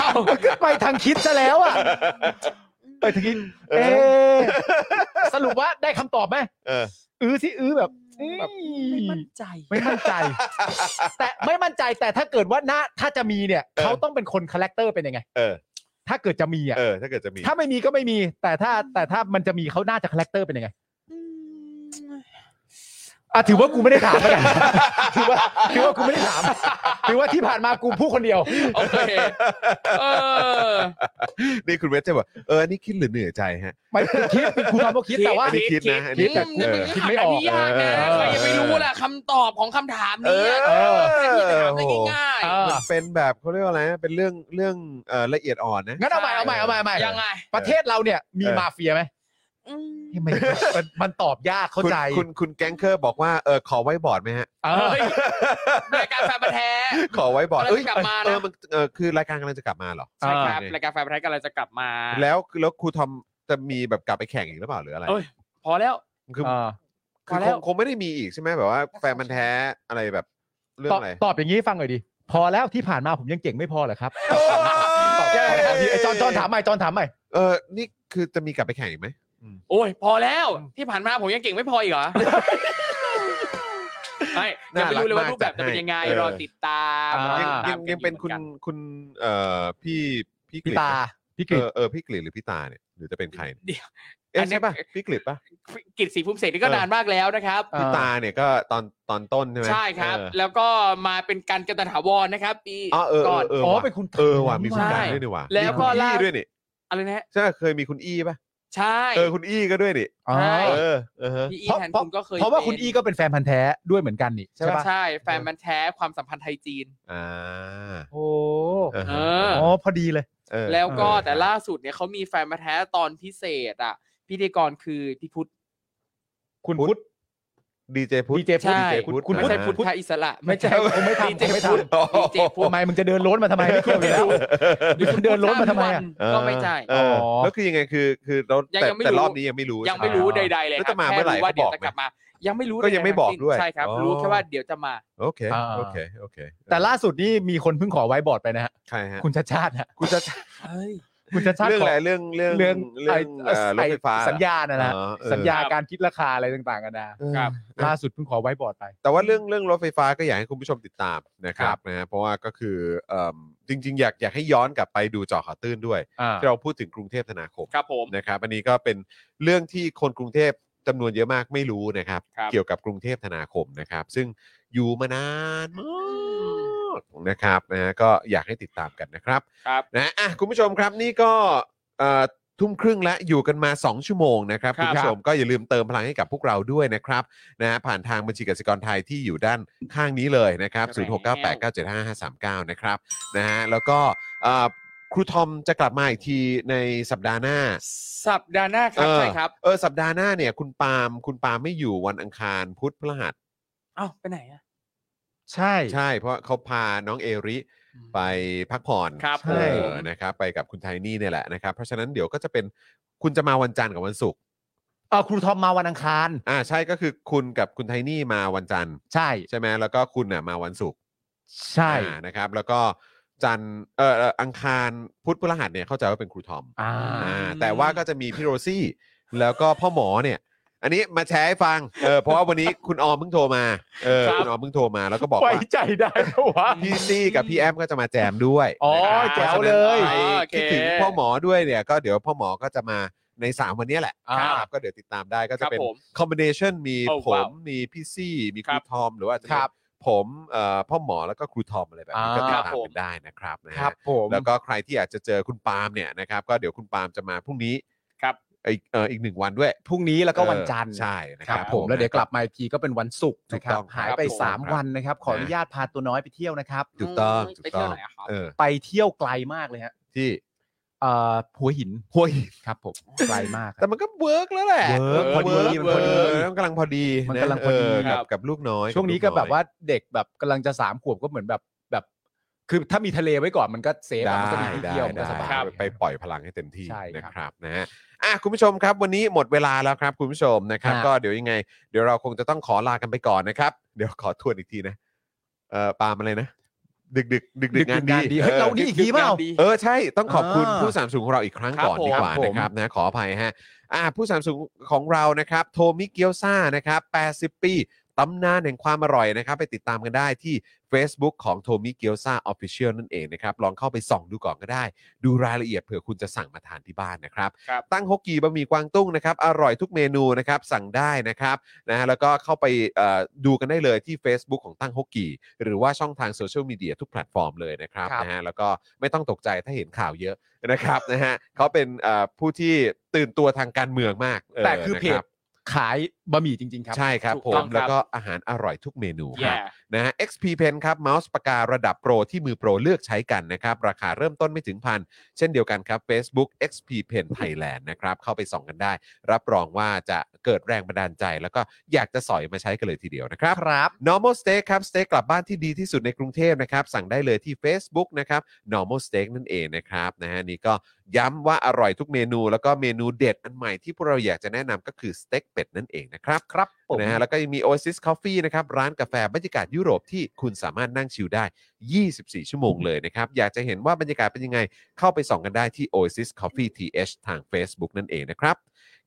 B: เอาไปทางคิดซะแล้วอ่ะไปทางคิด
A: เอ
B: เอ๊
A: อ
B: ะสรุปว่าได้คำตอบไหม
A: เออ
B: อื้อที่อื้อแบบอื้อ
C: ไม่มั่นใจ
B: ไม่มั่น (laughs) ใจ แต่ไม่มั่นใจแต่ถ้าเกิดว่าหน้าถ้าจะมีเนี่ย
A: เออ
B: เขาต้องเป็นคนคาแรคเตอร์เป็นยังไง
A: เออ
B: ถ้าเกิดจะมีอ่ะ
A: เออ ถ้าเกิดจะมี
B: ถ้าไม่มีก็ไม่มี แต่ถ้าแต่ถ้ามันจะมีเขาน่าจะคาแรคเตอร์เป็นยังไงอ่ะถือว่ากูไม่ได้ถามแล้วกัน (laughs) ถือว่าถือว่ากูไม่ได้ถามถือว่าที่ผ่านมากูพูดคนเดียว
C: โอเค เออ
A: นี่คุณเวสจะบอกเอออันนี่คิดหรือเหนื่อยใจฮะ
B: ไม่คิดกูทำว่าคิดแต่ว่า
A: อันนี้คิดนะ อันนี้
B: คิดแต่
A: เออ
B: คิดไม่ออก
C: นนี้ยากนะ
A: เออ
C: ใครจะไปรู้ล่ะคำตอบของคำถาม
A: เอ
C: นี้
A: อ
C: อะที่จะถามได้ง่าย
B: เออ
A: มันเป็นแบบเขาเรียกว่าอะไรนะเป็นเรื่องเรื่องเอ่อละเอียดอ่อนนะ
B: งั้นเอาใหม่เอาใหม่เอาใหม่เอาใหม่
C: ๆยังไง
B: ประเทศเราเนี่ยมี
A: เออ
B: มาเฟียไหม
C: อืม
B: ที่ไม่มันมันตอบยากเข้าใจ
A: คุณคุณคุณแก๊งเกอร์บอกว่าเออขอไว้บอร์ดไหมฮะ
B: เออ
C: เฮ้ยรายการแฟนพันธ์แท้
A: ขอไว้บอร์ด
C: กำ
A: เอ้
C: ลังจะ
A: ย
C: กลับมานะ
A: เออมันเออคือรายการกำลังจะกลับมาเหรอ
C: ใช่ครับ
A: เออ
C: รายการแฟนพันธ์แท้กำลังจะกลับมา
A: แล้วแล้วครูทอมจะมีแบบกลับไปแข่งอีกหรือเปล่าหรืออะไร
C: เอ้ยพอแล้ว
A: คือ
B: เออ
A: คือ
C: พอแล้
A: คว งคงไม่ได้มีอีกใช่ไหมแบบว่าแฟนมันธุ์แท้อะไรแบบเรื่อง
B: ตอบ
A: อะไร
B: ตอบอย่างนี้ให้ฟังหน่อยดิพอแล้วที่ผ่านมาผมยังเก่งไม่พอเหรอครับ
A: ตอบแย่
B: ไอ้จอนจอนถามใหม่จอนถามใหม่
A: เออนี่คือจะมีกลับไปแข่งอีกไหม
C: โอ้ยพอแล้วที่ผ่านมาผมยังเก่งไม่พออีกเหรอ ไม่ยังไม่รู้เลยว่ารูปแบบจะเป็นยังไง
A: น่ารักมาก
C: รอติดตาม
B: ายั
A: ยัง
C: รอติดตาม
A: ยังยังเป็นคุณ
C: กัอ
A: คุณเอ่อพี่พี่ก
B: พี่
A: ลิบ
B: ตาพี่ก
A: เอ
B: ฤษ
A: อเออพี่กลิบหรือพี่ตาเนี่ยหรือจะเป็นใคร
C: เดี๋ยว
A: เอ๊ะ
C: อันนี้
A: ใช่ป่ะพี่กลิบป่ะ
C: กิจสีภูมิเสกนี่ก็
A: เออ
C: นานมากแล้วนะครับ
B: เอ
A: พี่
B: อ
A: ตาเนี่ยก็ตอนตอนต้นใช่ไหม
C: ใช่ครับ
A: เออ
C: แล้วก็มาเป็นการกันตถาวรนะครับปี
A: อ๋อเออเอ
C: ก่อ
A: อน เออ
B: อ๋อ
A: ว่ะ
B: เป็นคุณ
A: เออว่ะมีคุณ
C: ใช่
A: ตาด้วยนี่ว่ะ
C: แล้วก็
A: มีคุณ
C: ล่า
A: อี้ด้วยนี่
C: อะไรนะฮะ
A: ใช่เคยมีคุณอี้ป่ะ
C: ใช่
A: เออคุณอี้ก็ด้วยนี่
B: อ๋อ
C: ใช่
A: เออเออฮะ
C: พี่อี
B: เพราะ
C: แทน
B: เพราะ
C: คุณก็เคย
B: เพราะว่าคุณ
C: ป็น
B: อีก็เป็นแฟนพันธ์แท้ด้วยเหมือนกันนี่ใช่
C: ใช่
B: ปะ
C: ใช่ แฟนมันแท้ความสัมพันธ์ไทยจีน
A: อ่า
B: โอ้
A: เออ
C: เอ
A: ฮะ
C: อ
B: อ๋อพอดีเลย
A: เออ
C: แล้วก็
A: เออ
C: แต่ล่าสุดเนี่ยเขามีแฟนมันแท้ตอนพิเศษอ่ะ พิธีกรคือพี่พุทธ
B: คุณพุทธ
A: ดีเจพุทธ
B: DJ พุทธ
C: ใช่
A: DJ พุทธ
B: คุณ
C: ไม่
B: พุทธ
C: ใช่พุทธอิสระ
B: ไม่ใช่ผมไม่ทำ
C: ดีเจ
B: ผมไม่ท
C: พุทธ
A: โอ้
C: ดี
A: โห
B: ำ
C: เจพุทธ
B: ทำไมมึงจะเดินโล้นมาทำไมไม่เกี่ยวอยู่แล้วนี่คุณเดินโล้นมาทำไมอะ
A: เออ
C: ก็ไม่ใช่
A: เออ
B: อ๋อ
A: แล้วคือยังไงคือคือเราย
C: ง
A: แต่
C: ยังไม่
A: แต่
C: รู้
A: รอบนี้ยังไม่รู้
C: ยัง
A: ใช่
C: ไม่
A: ห
C: รู้ใดๆเลย
A: แล้ว
C: ครั
A: จะมาเมื่อไหร่
C: แค่ว่า
A: เขา
C: เดี๋
A: บ
C: ย
A: อ
C: ว
A: กไหม
C: จะกลับมา ยังไม่รู้
A: ก็ยังไม่บอกด้วย
C: ใช่ครับ
A: อ๋อ
C: รู้แค่ว่าเดี๋ยวจะมา
A: โอเค
B: อ่า
A: โอเคโอเค
B: แต่ล่าสุดนี่มีคนเพิ่งขอไว้บอร์ดไปนะฮะ
A: ใครฮะ
B: คุณชาติชาติฮะ
A: คุณจะ
C: เฮ้ย
B: คุณชัดชาติ
A: เรื่อง
B: ข
A: อะไรเรื่องเรื่อง
B: เรื่อง
A: เรื่องเอ่อรถไฟฟ้าเหรอ
B: สัญญานะนะ
A: อ๋อเออ
B: สัญญาการคิดราคาอะไรต่างๆกันนะครับ ล่าสุดเพิ่งขอไว้บอร์ดไป
A: แต่ว่าเรื่องเรื่องรถไฟฟ้าก็อยากให้คุณผู้ชมติดตามนะค
B: ค
A: รั
B: รั
A: บบ นะฮะเพราะว่าก็คือเอิ่มจริง ๆ อยากอยากให้ย้อนกลับไปดูเจอข่าวตื้นด้วย
B: อ่า
A: ที่เราพูดถึงกรุงเทพธนาคม
C: ครับผม
A: นะครับอันนี้ก็เป็นเรื่องที่คนกรุงเทพจำนวนเยอะมากไม่รู้นะครับ
C: ครับ
A: เกี่ยวกับกรุงเทพธนาคมนะครับ ซึ่งอยู่มานานมากนะครับนะฮะก็อยากให้ติดตามกันนะครับ
C: ครับ
A: นะอ่ะคุณผู้ชมครับนี่ก็เอ่อทุ่มครึ่งแล้วอยู่กันมา 2 ชั่วโมงนะครับ
C: ครั
A: คุ
C: บ
A: ณผู้ชมก็อย่าลืมเติมพลังให้กับพวกเราด้วยนะครับนะฮะผ่านทางบัญชีกสิกรไทยที่อยู่ด้านข้างนี้เลยนะครับ
C: ครับ
A: 0698975539 นะครับนะฮะแล้วก็เอ่อครูทอมจะกลับมาอีกทีในสัปดาห์หน้า
C: สัปดาห์หน้าครับ
A: เออ
C: ใช่ครับ
A: เออสัปดาห์หน้าเนี่ยคุณปาล์มคุณปาล์มไม่อยู่วันอังคารพุธพฤหัส
C: เอ้าไปไหนอ่ะ
B: ใช่
A: ใช่ เพราะเขาพาน้องเอริ ไปพักผ่อน
C: ครับ
A: เออ
C: ผม
A: นะครับไปกับคุณไทนี่เนี่ยแหละนะครับ เพราะฉะนั้นเดี๋ยวก็จะเป็นคุณจะมาวันจันทร์กับวันศุกร์
B: เออครูทอมมาวันอังคาร
A: อ่าใช่ก็คือคุณกับคุณไทนี่มาวันจันทร์
B: ใช่
A: ใช่ไหมแล้วก็คุณน่ะมาวันศุกร์
B: ใช่
A: อ่านะครับ แล้วก็จันทร์เออเอ่ออังคารพุธพฤหัสเนี่ยเข้าใจว่าเป็นครูทอม
B: อ่า
A: อ่าแต่ว่าก็จะมีพี่โรซี่แล้วก็พ่อหมอเนี่ย อันนี้มาแชร์ให้ฟังเออเพราะว่าวันนี้คุณออมเพิ่งโทรมาเออ
C: ครับ
A: คุณออมเพิ่งโทรมาแล้วก็บอก
B: ไว้
A: ว่า
B: ใจได้ปะวะ
A: พี่ซี่กับพี่แอมก็จะมาแจมด้วย
B: อ๋อ
A: นะครับ
B: แจ๋วเลย
A: พราะฉะนั้น
C: อ๋
A: ใคร
C: อโอเค
A: คิดถึงพ่อหมอด้วยเนี่ย ก็เดี๋ยวพ่อหมอก็จะมาใน 3 วันเนี้ยแหละ
B: อ่า
A: ครับก็เดี๋ยวติดตามได้ก็
C: ค
A: จะ
C: รับ
A: เป็น
C: ผม
A: คอมบิเนชันมี
C: โอ้
A: ผ
C: ว้าม ว
A: มีพี่ซี่มีค
C: ครั
A: รู
C: บ
A: ทอม หรือว่าจะเป็
B: คน รับ
A: ผมเอ่อพ่อหมอแล้วก็ครูทอมอะไรแบบนี้
B: อ่า
A: ก็ติด
C: ครั
A: ตาม
C: บผม
A: กันได้นะครับนะฮะ
B: ครับผม
A: แล้วก็ใครที่อยากจะเจอคุณปาล์มเนี่ยนะครับก็เดี๋ยวคุณปาล์มจะมาพรุ่งนี้
C: ครับ
A: อีกเอ่ออีกหนึ่งวันด้วย
B: พรุ่งนี้แล้วก็วันจันทร์
A: เออใช่นะ
B: ค
A: ค
B: รั
A: รั
B: บบ ผมแล้วเดี๋ยวกลับมาอีกทีก็เป็นวันศุกร์
A: ถูก
B: นะครับ
A: ต้อง
B: หายไป
C: ครับผม
B: 3 วันนะครับ ขออนุ
A: นะ
B: ญาตพาตัวน้อยไปเที่ยวนะครับ
A: ถูกต้อง
C: อืม
A: ถู
C: ไป
A: กต้
C: เที่ย
A: อง
C: วไหนอะครับ
A: เออ
B: ไปเที่ยวไกลมากเลยฮะ
A: ที่
B: เอ่อหัวหินหัวหินครับผมไกลมาก
A: แต่มันก็เวิร์กแล้วแหละ
B: เวิร์กพอดี
A: เวิร์ก
B: มันพอดี
A: เวิร์กมันกำลังพอดี
B: มัน
A: นะ
B: กำลังพอดี
C: ครับ
A: เกับกับลูกน้อย
B: ช่วงนี้ก็แบบว่าเด็กแบบกำลังจะสามขวบก็เหมือนแบบแบบ คือถ้ามีทะเลไว้ก่อนมันก็เซฟ
A: ได้
B: อะมันก็มี
A: ได้ได้
B: ที่เที่ยวมันก็สบาย
A: ครับไปปล่อยพลังให้เต็มที่
B: ใช่
A: นะครับ ครับนะฮะอ่ะคุณผู้ชมครับวันนี้หมดเวลาแล้วครับคุณผู้ชมนะครับ
B: ฮะ
A: ก็เดี๋ยวยังไง เดี๋ยวเราคงจะต้องขอลากันไปก่อนนะครับ เดี๋ยวขอทวนอีกทีนะเอ่อปาล์มอะไรนะ ดึกดึกดึกดึกงานดี
B: เฮ้ย
A: ออ
B: เรานี่อีกทีเปล่า
C: ดี
A: เออใช่ต้องขอบคุณ
B: อ่า
A: ผู้สามสูงของเราอีกครั้ง
C: ครับ
A: ก่อนดีกว่า
B: ผม
A: นะครับนะขออภัยฮะอ่าผู้สามสูงของเรานะครับโทมิเกียวซ่านะครับ 80 ปีตำนานแห่งความอร่อยนะครับ ไปติดตามกันได้ที่ Facebook ของโทมิเกียวซ่าออฟฟิเชียลนั่นเองนะครับ ลองเข้าไปส่องดูก่อนก็ได้ ดูรายละเอียดเผื่อคุณจะสั่งมาทานที่บ้านนะครับ
C: ครับ
A: ตั้งฮกกีบะหมี่กวางตุ้งนะครับ อร่อยทุกเมนูนะครับ สั่งได้นะครับนะฮะแล้วก็เข้าไปเอ่อดูกันได้เลยที่ Facebook ของตั้งฮกกีหรือว่าช่องทางโซเชียลมีเดียทุกแพลตฟอร์มเลยนะครับ
B: ครับ
A: นะฮะแล้วก็ไม่ต้องตกใจถ้าเห็นข่าวเยอะนะครับ (laughs) นะฮะเขาเป็นเอ่อผู้ที่ตื่นตัวทางการเมืองมาก
B: แต่คือเพ
A: นะ
B: จ
A: รับ
B: ขายบะหมี่จริง ๆ ครับ
A: ใช่ครับ
C: ถูก
A: ผ
C: ต้
A: ม
C: องครับ
A: แล้วก็อาหารอร่อยทุกเมนูครับ
C: แย่
A: นะฮะ XP Pen ครับเมาส์ปากการะดับโปรที่มือโปรเลือกใช้กันนะครับ ราคาเริ่มต้นไม่ถึงพัน เช่นเดียวกันครับ Facebook XP Pen Thailand นะครับ เข้าไปส่องกันได้ รับรองว่าจะเกิดแรงบันดาลใจ แล้วก็อยากจะสอยมาใช้กันเลยทีเดียวนะครับ
B: ครับ
A: Normal Steak ครับสเต็กกลับบ้านที่ดีที่สุดในกรุงเทพนะครับ สั่งได้เลยที่ Facebook นะครับ Normal Steak นั่นเองนะครับนะฮะนี่ก็ย้ำว่าอร่อยทุกเมนู แล้วก็เมนูเด็ดอันใหม่ที่พวกเราอยากจะแนะนำก็คือสเต็กเป็ดนั่นเองนะครับ
B: ครับผม
A: นะฮะแล้วก็ยังมี Oasis Coffee นะครับ ร้านกาแฟบรรยากาศยุโรปที่คุณสามารถนั่งชิลได้ 24 ชั่วโมงเลยนะครับ อยากจะเห็นว่าบรรยากาศเป็นยังไง เข้าไปส่องกันได้ที่ Oasis Coffee TH ทาง Facebook นั่นเองนะครับ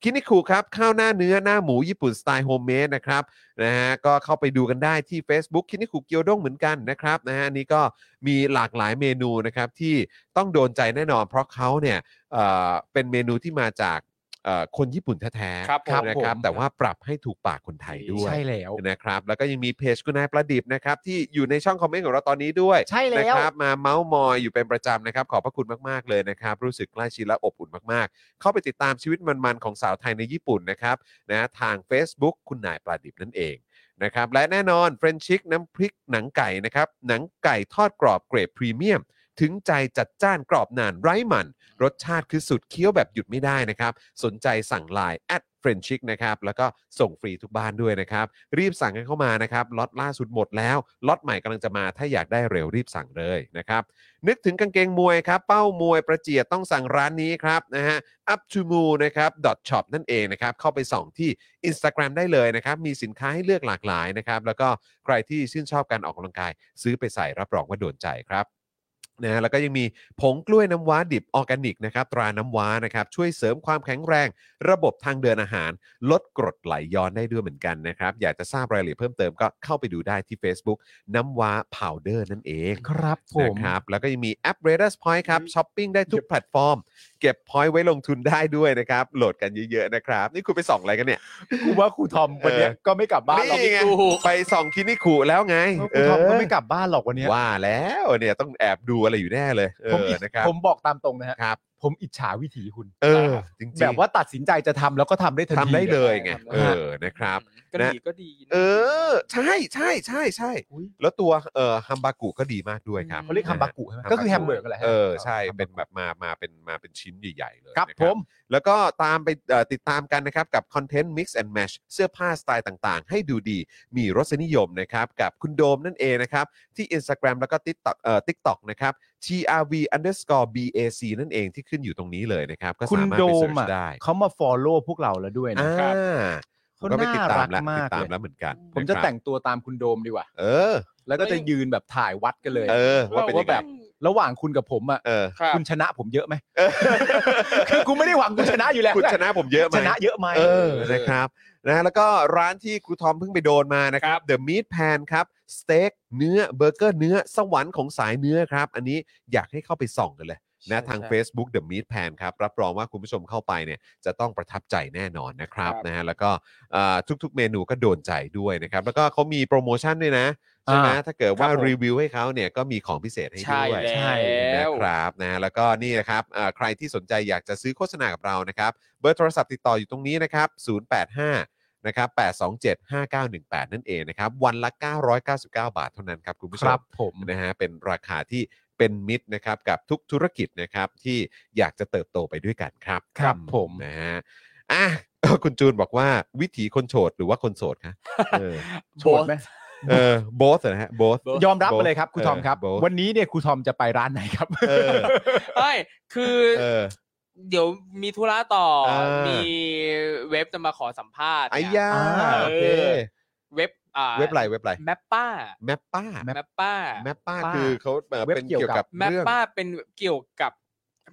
A: คินิคูครับ ข้าวหน้าเนื้อหน้าหมูญี่ปุ่นสไตล์โฮมเมดนะครับนะฮะก็เข้าไปดูกันได้ที่ Facebook คินิคูเกียวด้งเหมือนกันนะครับนะฮะอันนี่ก็มีหลากหลายเมนูนะครับที่ต้องโดนใจแน่นอน เพราะเขาเนี่ยเอ่อเป็นเมนูที่มาจากเอ่อคนญี่ปุ่นแท้ๆ
C: ครับผม
A: นะครับแต่ว่าปรับให้ถูกปากคนไทยด้วย
B: ใช่แล้ว
A: นะครับแล้วก็ยังมีเพจคุณนายประดิบนะครับที่อยู่ในช่องคอมเมนต์ของเราตอนนี้ด้วย
B: ใช่แล้ว
A: นะครับมาเมาส์มอยอยู่เป็นประจำนะครับขอบพระคุณมากๆเลยนะครับรู้สึกใกล้ชิดและอบอุ่นมากๆ เข้าไปติดตามชีวิตมันๆของสาวไทยในญี่ปุ่นนะครับนะทาง Facebook คุณนายประดิบนั่นเองนะครับและแน่นอนเฟรนชิกน้ำพริกหนังไก่นะครับหนังไก่ทอดกรอบเกรดพรีเมียม ถึงใจจัดจ้านกรอบนานไร้มัน รสชาติคือสุดเคี้ยวแบบหยุดไม่ได้นะครับ สนใจสั่งไลน์ at f r e n c h i c นะครับ แล้วก็ส่งฟรีทุกบ้านด้วยนะครับ รีบสั่งกันเข้ามานะครับ ล็อตล่าสุดหมดแล้ว ล็อตใหม่กำลังจะมา ถ้าอยากได้เร็วรีบสั่งเลยนะครับ นึกถึงกางเกงมวยครับ เป้ามวยประเจียดต้องสั่งร้านนี้ครับนะฮะ up to m o นะครับ dot shop นั่นเองนะครับ เข้าไปส่องที่ Instagram ได้เลยนะครับ มีสินค้าให้เลือกหลากหลายนะครับ แล้วก็ใครที่ชื่นชอบการออกกำลังกาย ซื้อไปใส่รับรองว่าโดนใจครับ นะฮะแล้วก็ยังมีผงกล้วยน้ำว้าดิบออร์แกนิกนะครับตราน้ำว้านะครับช่วยเสริมความแข็งแรง ระบบทางเดินอาหาร ลดกรดไหลย้อนได้ด้วยเหมือนกันนะครับ อยากจะทราบรายละเอียดเพิ่มเติมก็เข้าไปดูได้ที่ Facebook น้ำว้าพาวเดอร์นั่นเอง
B: ครับผม
A: นะครับแล้วก็ยังมีแอป r a d a r Point ครับช้อปปิ้งได้ทุกแพลตฟอร์ม เก็บ point ไว้ลงทุนได้ด้วยนะครับ โหลดกันเยอะๆนะครับ นี่คุณไปส่องอะไรกันเนี่ย
B: กูว่าครูทอมวันเนี้ยก็ไม่กลับบ้านหรอก
A: นี่ไง ไปส่องคินิคูแล้วไง
B: ครูทอมก็
A: เออ
B: ไม่กลับบ้านหรอกวันเนี้ย
A: ว่าแล้วเนี่ยต้องแอบดูอะไรอยู่แน่เลย เอ
B: ผม
A: อ
B: อิจ
A: นะครับ
B: ผมบอกตามตรงนะฮะ
A: ครับ
B: ผมอิจฉาวิถีคุณ
A: เออ จริงๆ
B: แบบว่าตัดสินใจจะทำแล้วก็ทำได้ทันที
A: ทำได้เลยไง
C: ทำได้
A: เออนะครับ
C: ก็ดีก็ดีนะ
A: เออ ใช่ใช่ใช่ใช่
B: อุ๊ย
A: แล้วตัวเอ่อฮัมบากุก็ดีมากด้วยครับ
B: เขาเรียกฮัมบากุใช่ไหมก็คือแฮมเบอร์กแหละฮะ
A: เออใช่เป็นแบบมามาเป็นมาเป็นชิ้นใหญ่ ๆ เลย
B: ครับ
A: นะ
B: ผม
A: แล้วก็ตามไปเอ่อติดตามกันนะครับ กับคอนเทนต์ Mix and Match เสื้อผ้าสไตล์ต่างๆ ให้ดูดีมีรสนิยมนะครับ กับคุณโดมนั่นเองนะครับ ที่ Instagram แล้วก็ TikTok เอ่อ TikTok นะครับ trv underscore bac นั่นเองที่ขึ้นอยู่ตรงนี้เลยนะครับ ก็
B: คุณ
A: สามารถ
B: โด
A: ไปเสิ
B: ม
A: ร์ช
B: อ่ะ
A: ได้
B: เขามาฟอลโล่พวกเราแล้วด้วย
A: อ่า
B: นะครับ
A: ผมก็ไปติดตามแล้ว
B: เขาน่ารักมาก
A: ติดตาม
B: เลย
A: แล้วเหมือนกัน
B: ผมจะ
A: นครับ
B: แต่งตัวตามคุณโดมดีกว่า
A: เออ
B: แล้วก็จะยืนแบบถ่ายวัดกันเลย
A: เออ ว่าเป็นยัง
B: ว่าแบ
A: ไง
B: บ ระหว่างคุณกับผมอ่ะ
A: เออ (laughs)
C: ครับ
B: คุณชนะผมเยอะไหม (laughs)
A: เออ
B: คือกูไม่ได้หวังคุณชนะอยู่แล้ว
A: คุณชนะผมเยอะไหม
B: ชนะเยอะไหม
A: เออ นะครับนะแล้วก็ร้านที่ครูทอมเพิ่งไปโดนมานะครับ The Meat Pan ครับสเต็กเนื้อเบอร์เกอร์เนื้อสวรรค์ของสายเนื้อครับ อันนี้อยากให้เข้าไปส่องกันเลยนะทาง Facebook The Meat Pan ครับ รับรองว่าคุณผู้ชมเข้าไปเนี่ยจะต้องประทับใจแน่นอนนะครับ
C: ครับ
A: นะฮะแล้วก็เอ่อทุกๆเมนูก็โดนใจด้วยนะครับ แล้วก็เขามีโปรโมชั่นด้วยนะใช่ไหม
B: อ่า
A: ถ้าเกิดว่า
B: ครับผม
A: รีวิวให้เขาเนี่ยก็มีของพิเศษให้
C: ใช่
A: ด้วย
B: ใช่
C: แล้ว
A: นะครับนะแล้วก็นี่นะครับอ่าใครที่สนใจอยากจะซื้อโฆษณากับเรานะครับ เบอร์โทรศัพท์ติดต่ออยู่ตรงนี้นะครับ 085 นะครับ 827 5918 นั่นเองนะครับ วันละ 999 บาทเท่านั้นครับคุณผู้ช
B: ครั
A: ม
B: บผม
A: นะฮะเป็นราคาที่เป็นมิตรนะครับ กับทุกธุรกิจนะครับที่อยากจะเติบโตไปด้วยกันครับ
B: ครับผม
A: นะฮะอ่ะ (coughs) คุณจูนบอกว่าวิถีคนโฉดหรือว่าคนโสดคะเอ
B: (laughs)
A: อ
B: โฉดไหม
A: เออ both นะฮะ both
B: ยอมรับมาเลยครับครูทอมครับ
A: เ both
B: วันนี้เนี่ยครูทอมจะไปร้านไหนครับ
A: เออ
C: เอ้ยคือ
A: เออ
C: เดี๋ยวมีธุระต่อ
A: เออ
C: มีเว็บจะมาขอสัมภาษณ์
A: ไอ้
C: เนี่ย
A: ยา
B: อ่า
A: โอเค
C: เว็บอ่า
A: เว็บไรเว็บไร
C: แมปป้า
A: แมปป้า
C: แมปป้า
A: แมปป้า
B: แมปป้า
A: คือเขาเอ่อ
B: เว็บ
A: เป็นเกี่ยวกับ
C: แมป
A: เรื่อง
C: ป้าเป็นเกี่ยวกับ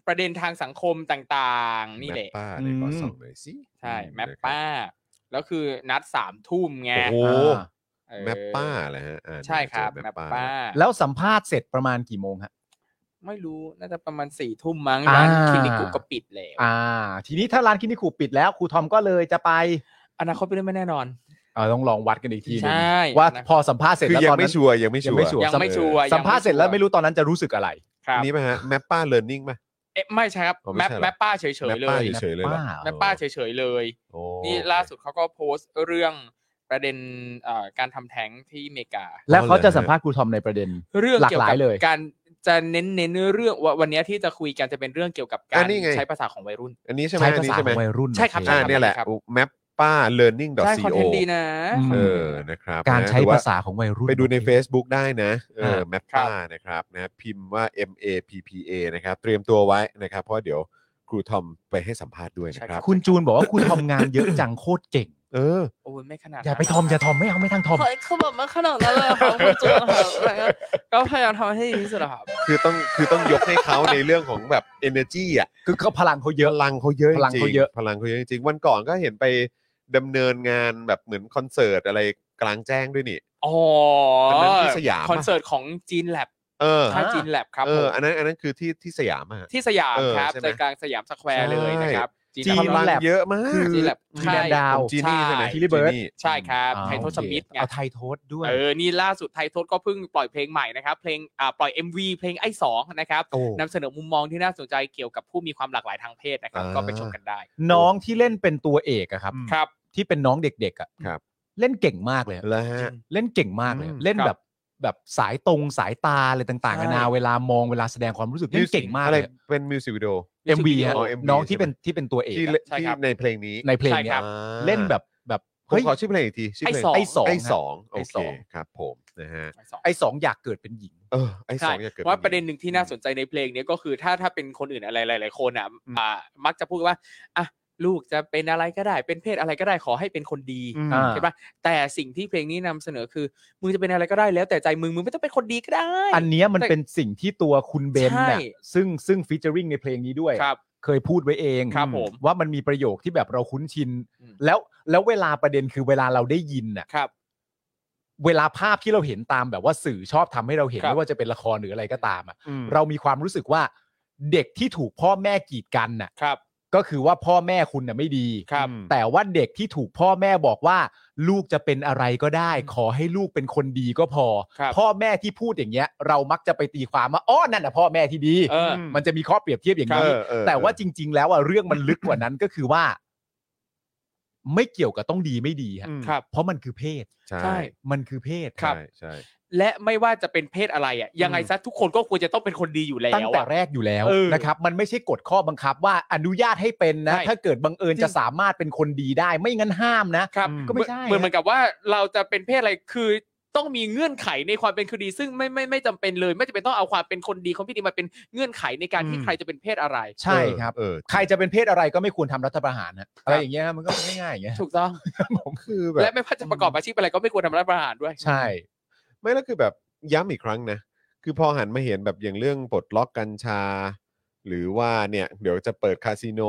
C: ประเด็นทางสังคมต่างๆ นี่แหละ
A: แมปป้าไหนขอ
B: อืม
A: ส่องหน่อยสิ
C: ใช่ แมป
A: นะครับ
C: ป้า แล้วคือนัดสามทุ่มไง
A: โอ้โห
B: อ่า
C: เออ
A: แมปป้าเหรอฮะอ่า
C: ใช่ครับ
A: เจอ
C: แมปป้า
B: แล้วสัมภาษณ์เสร็จประมาณกี่โมงฮะ
C: ไม่รู้น่าจะประมาณสี่ทุ่มมั้ง
B: อ่า
C: ร้านคลินิกกูก็ปิดแล้ว
B: อ่า ทีนี้ถ้าร้านคินิคูปิดแล้วครูทอมก็เลยจะไป
C: อนาคตเป็นเรื่องไม่แน่นอน
B: เออต้องลองวัดกันอีกทีหนึง
C: ใช่
B: ว่า
C: นะครับ
B: พอสัมภาษณ์เสร็จ
A: คือ
B: แล้ว
A: ยัง
B: ตอน
A: ไม่
B: นั้น
A: ชัวร์ยังไม่ชัวร์
B: ยังไม่ชัวร์
C: ยังไม่ชัวร์
B: สัมภาษณ์เสร็จแล้วไม่รู้ตอนนั้นจะรู้สึกอะไร
C: ครับ
A: นี่ไหมฮะแมปป้าเลิร์นนิ่งไหม
C: เอ๊ะไม่ใช่ครับ
A: อ๋อไม่
C: แมป
A: ใช่เหรอ
C: แมป
A: แมป
C: ป้าเฉยๆเล
A: ป้าย เฉยๆเลยเหรอ
C: แมปป้าเฉยๆเลย
A: โอ้
C: นี่ล่าสุดเขาก็โพสต์เรื่องประเด็นเอ่อการทำแท้งที่อเมริกา
B: แล้วเขาจะสัมภาษณ์ครูทอมในประเด็น
C: เรื่อง
B: หลาก
C: เกี่ย
B: ห
C: ว
B: ลา
C: กั
B: ย
C: บ
B: เลย
C: การจะเน้นเน้นๆเรื่องว่าวันเนี้ยที่จะคุยกันจะเป็นเรื่องเกี่ยวกับกา
A: อั
C: ร
A: นนี้ไง
C: ใช้ภาษาของวัยรุ่น
A: อันนี้ใช่ไหม
B: ใช้
A: อั
B: ภาน
A: นี้
B: ษา
A: ใช่ไหม
B: ของวัยรุ่น
C: ใช่ครับ
B: โอ
C: ใช่
B: เ
A: อ่า
C: ครับ
A: เนี่ยแหละแมปป้า learning
C: ใช่คอน
A: co
C: เทนต์ดีนะ
B: อืม
A: เออนะครับ
B: การ
A: นะ
B: ใช้
A: หอว่
B: ภาษาของวัยรุ่น
A: ไปดูใน Facebook ได้นะเออ
B: ฮะ
A: แมปป้านะครับนะพิมพ์ว่า M A P P A นะครับเตรียมตัวไว้นะครับ เพราะเดี๋ยวครูทอมไปให้สัมภาษณ์ด้วยนะครับ
B: คุณจูนบอกว่าครูทอมงานเยอะจังโคตรเก่ง (laughs)
A: เออ
C: โอ้ยไม่ขนาดนั้น
B: อย่าไปทอมอย่าทอมไม่เอาไม่ทางทอม
D: เฮ้ยคือแบบไม่ขนาดนั้นเลยเหรอครับคุณจูนครับอะไรเงี้ย
C: ก็พยายามทำให้ดีที่สุดอะครับ
A: คือต้องคือต้องยกให้เขาในเรื่องของแบบ energy อ่ะ
B: คือเขาพลังเขาเยอะ
A: พลังเขาเยอะจ
B: พลัง
A: ริง
B: เขาเยอะ
A: พลังเขาเยอะจริงวันก่อนก็เห็นไปดำเนินงานแบบเหมือนคอนเสิร์ตอะไรกลางแจ้งด้วยนี่
C: อ๋อน
A: นั้นที่สยาม
C: คอนเสิร์ตของจีนแลบ
A: เออ
C: ค่ายจีนแลบครับ
A: เอ
C: ผ
A: อ
C: ม
A: อันนั้นอันนั้นคือที่ที่สยามอ่ะ
C: ที่สยาม
A: เออ
C: ครับ
A: ใช่ไหม
C: ใจกลางสยามสแควร์เลยนะครับ
B: จีน
A: พลัง
B: แลบ
A: เยอะมาก
C: จีนแลบ
B: จีนแลนดาว
C: ใช่
A: จีนี่ใช่ไหม
B: ที่ Bird
A: จีนี่
C: ใช่ครับ
B: อ่า
C: ไทยโทสมิธไง
B: เอาไทยโทษด้วย
C: เออ นี่ล่าสุดไทยทศก็เพิ่งปล่อยเพลงใหม่นะครับ เพลง อ่า ปล่อย MV เพลงไอ้สองนะครับ
A: โอ้
C: นำเสนอมุมมองที่น่าสนใจเกี่ยวกับผู้มีความหลากหลายทางเพศนะครับ
A: อ่า
C: ก็ไปชมกันได้
B: น้องที่เล่นเป็นตัวเอกอะครับ
C: ครับ
B: ที่เป็นน้องเด็กๆอะ
A: ครับ
B: เล่นเก่งมากเลย
A: แล้วฮะ
B: เล่นเก่งมากเลย
A: อืม
B: เล่น
C: ครับ
B: แบบแบบสายตรงสายตาอะไรต่างๆ
A: ใช่
B: นานาเวลามองเวลาแสดงความรู้สึกเล่นเก่งมาก
A: อะไร
B: เลย
A: เป็นมิวสิกวิดีโอ
B: เอ็มวีฮะ
A: อ๋อ MV
B: น้องที่
A: ใช่ไหม
B: เป็นที่เป็นตัวเอก
A: ที่
B: อะ
A: เล่น
C: ใช่
A: ที่
C: ครับ
A: ในเพลงนี้
B: ในเพลงเนี้
C: ใช่ครั
B: ย
C: บ
A: อ่า
B: เล่นแบบแบบ
A: ผม
B: เฮ้ย
A: ขอชื่อเพลงอีกทีชื่เพล
C: ไอ้สอง
A: ไอ้สอง
B: ไอ้
A: ไอ้
B: ส
A: ส
B: อ
A: อง งโอเคครับผมนะฮะ
C: ไอ้สอง
B: ไอสองอยากเกิดเป็นหญิง
A: เออไอ้ส
C: ใช่
A: องอยากเกิด
C: เพราะว่าประเด็นหนึ่งที่น่าสนใจในเพลงเนี้ยก็คือถ้าถ้าเป็นคนอื่นอะไรหลาย ๆ คนอ่ะ อ่า มักจะพูดว่า อ่ะ ลูกจะเป็นอะไรก็ได้ เป็นเพศอะไรก็ได้ขอให้เป็นคนดี
A: อืม
B: อ่า
C: ใช่ปะแต่สิ่งที่เพลงนี้นำเสนอคือมึงจะเป็นอะไรก็ได้แล้วแต่ใจมึงมึงไม่ต้องเป็นคนดีก็ได้
B: อันเนี้ยมัน
C: แต่
B: เป็นสิ่งที่ตัวคุณเบนเนี่ย
C: ใช่
B: ซึ่งซึ่งฟีเจอริงในเพลงนี้ด้วย
C: ครับ
B: เคยพูดไว้เอง
C: ครับผม
B: ว่ามันมีประโยคที่แบบเราคุ้นชิน
C: อืม
B: แล้วแล้วเวลาประเด็นคือเวลาเราได้ยินน่ะ
C: ครับ
B: เวลาภาพที่เราเห็นตามแบบว่าสื่อชอบทำให้เราเห็น
C: ครับ
B: ไม่ว่าจะเป็นละครหรืออะไรก็ตามอ่ะ
A: อืม
B: เรามีความรู้สึกว่าเด็กที่ถูกพ่อแม่กีดกันน่ะ
C: ครับ
B: ก็คือว่าพ่อแม่คุณน่ะไม่ดี
C: ครับ
A: อืม
B: แต่ว่าเด็กที่ถูกพ่อแม่บอกว่า ลูกจะเป็นอะไรก็ได้ ขอให้ลูกเป็นคนดีก็พอ
C: ครับ
B: พ่อแม่ที่พูดอย่างเงี้ย เรามักจะไปตีความว่าอ๋อนั่นน่ะพ่อแม่ที่ดี
C: เออ
B: มันจะมีข้อเปรียบเทียบอย่างนี้
A: เออเออ
B: แต่ว่าจริง ๆ แล้วอ่ะเรื่องมันลึกกว่านั้นก็คือว่า ไม่เกี่ยวกับต้องดีไม่ดีฮะ
A: อืม
C: ครับ
B: เพราะมันคือเพศ
A: ใช่
C: ใช่
B: มันคือเพศ
C: ครับ
A: ใช่ใช่
C: และไม่ว่าจะเป็นเพศอะไรอ่ะยังไงซะทุกคนก็ควรจะต้องเป็นคนดีอยู่แล้ว
B: ตั้งแต่
C: อะ
B: แรกอยู่แล้ว
C: เออ
B: นะครับ มันไม่ใช่กฎข้อบังคับว่าอนุญาตให้เป็นนะ
C: ใช่
B: ถ้าเกิดบังเอิญจะสามารถเป็นคนดีได้ ไม่งั้นห้ามนะ
C: ครับ
A: อืม
B: ก็ไม่ใช่
C: เหมือนเหมือ
B: ฮะ
C: นกับว่าเราจะเป็นเพศอะไรคือต้องมีเงื่อนไขในความเป็นคนดี ซึ่งไม่ไม่ไม่จำเป็นเลย ไม่จำเป็นต้องเอาความเป็นคนดีของพี่ดีมาเป็นเงื่อนไขในการที่
A: อืม
C: ใครจะเป็นเพศอะไร
B: ใช่ครับ
A: เอ
B: (laughs)
A: อ
B: ใครจะเป็นเพศอะไรก็ไม่ควรทำรัฐประหารนะอะไรอย่างเงี้ยฮะมันก็ง่ายๆอย่างเงี้ย
C: ถูกต้อง
A: ผมคือแบบ
C: และไม่ว่าจะประกอบอาชีพอะไรก็ไม่ควรทำรัฐประหารด้วย
B: ใช่
A: ไม่แล้วคือแบบย้ำอีกครั้งนะ คือพอหันมาเห็นแบบอย่างเรื่องปลดล็อกกัญชา หรือว่าเนี่ยเดี๋ยวจะเปิดคาสิโน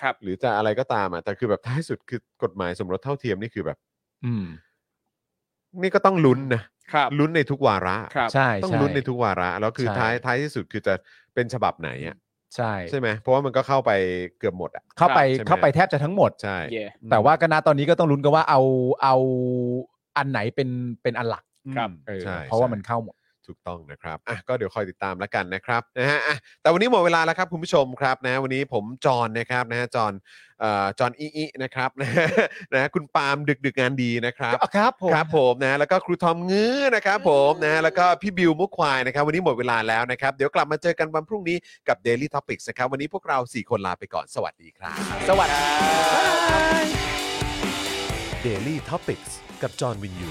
C: ครับ
A: หรือจะอะไรก็ตามอ่ะแต่คือแบบท้ายสุดคือกฎหมายสมรสเท่าเทียมนี่คือแบบ
B: อืม
A: นี่ก็ต้องลุ้นนะครับ ลุ้นในทุกวาระ
C: ครับ
B: ใช่
A: ต้อง
B: ช่
A: ลุ้นในทุกวาระ แล้วคือ
B: ใช่
A: ท้ายท้ายที่สุดคือจะเป็นฉบับไหนอ่ะ
B: ใช่
A: ใช่ไหมเพราะว่ามันก็เข้าไปเกือบหมดอ่ะ
B: เข้าไป
A: ใช่ไหม
B: เข้าไปแทบจะทั้งหมด
A: ใช่
C: เย่
B: แต่ว่าก็นะตอนนี้ก็ต้องลุ้นกันว่าเอาเอาอันไหนเป็นเป็นอันหลัก
C: ครับ
B: เออ
A: ใช่
B: เพราะว่า
A: ใช่
B: มันเข้าหมด
A: ถูกต้องนะครับ อ่ะ ก็เดี๋ยวคอยติดตามแล้วกันนะครับนะฮะอ่ะแต่วันนี้หมดเวลาแล้วครับคุณผู้ชมครับนะวันนี้ผมจอห์นนะครับนะฮะจอห์นเอ่อจอห์นอีอีนะครับ (laughs) นะฮะนะฮะคุณปาล์มดึกดึกงานดีนะครับ
B: ครับผม
A: ครับผมนะแล้วก็ครูทอมงื้อนะครับผมนะแล้วก็พี่บิวมุกควายนะครับ วันนี้หมดเวลาแล้วนะครับ เดี๋ยวกลับมาเจอกันวันพรุ่งนี้กับ Daily Topics นะครับ วันนี้พวกเรา 4 คนลาไปก่อนสวัสดีครับ
C: สวัสดีครับ
E: Daily Topics กับจอห์นวินยู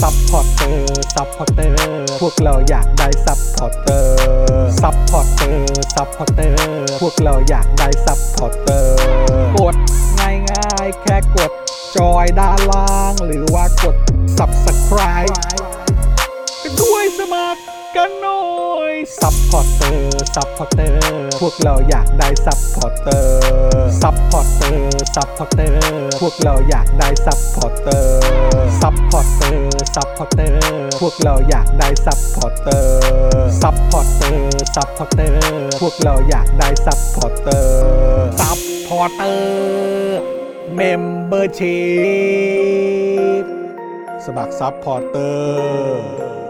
F: ซัพพอร์เตอร์ ซัพพอร์เตอร์ พวกเราอยากได้ซัพพอร์เตอร์ ซัพพอร์เตอร์ ซัพพอร์เตอร์ พวกเราอยากได้ซัพพอร์เตอร์ กดง่ายๆ แค่กด จอยด้านล่าง หรือว่ากด subscribe กันด้วยสมัครกันหน่อย ซัพพอร์เตอร์ ซัพพอร์เตอร์ พวกเราอยากได้ซัพพอร์เตอร์ ซัพพอร์เตอร์ ซัพพอร์เตอร์ พวกเราอยากได้ซัพพอร์เตอร์ ซัพพอร์เตอร์ ซัพพอร์เตอร์ พวกเราอยากได้ซัพพอร์เตอร์ ซัพพอร์เตอร์ ซัพพอร์เตอร์ พวกเราอยากได้ซัพพอร์เตอร์ ซัพพอร์เตอร์ เมมเบอร์ชีพสมัครซัพพอร์เตอร์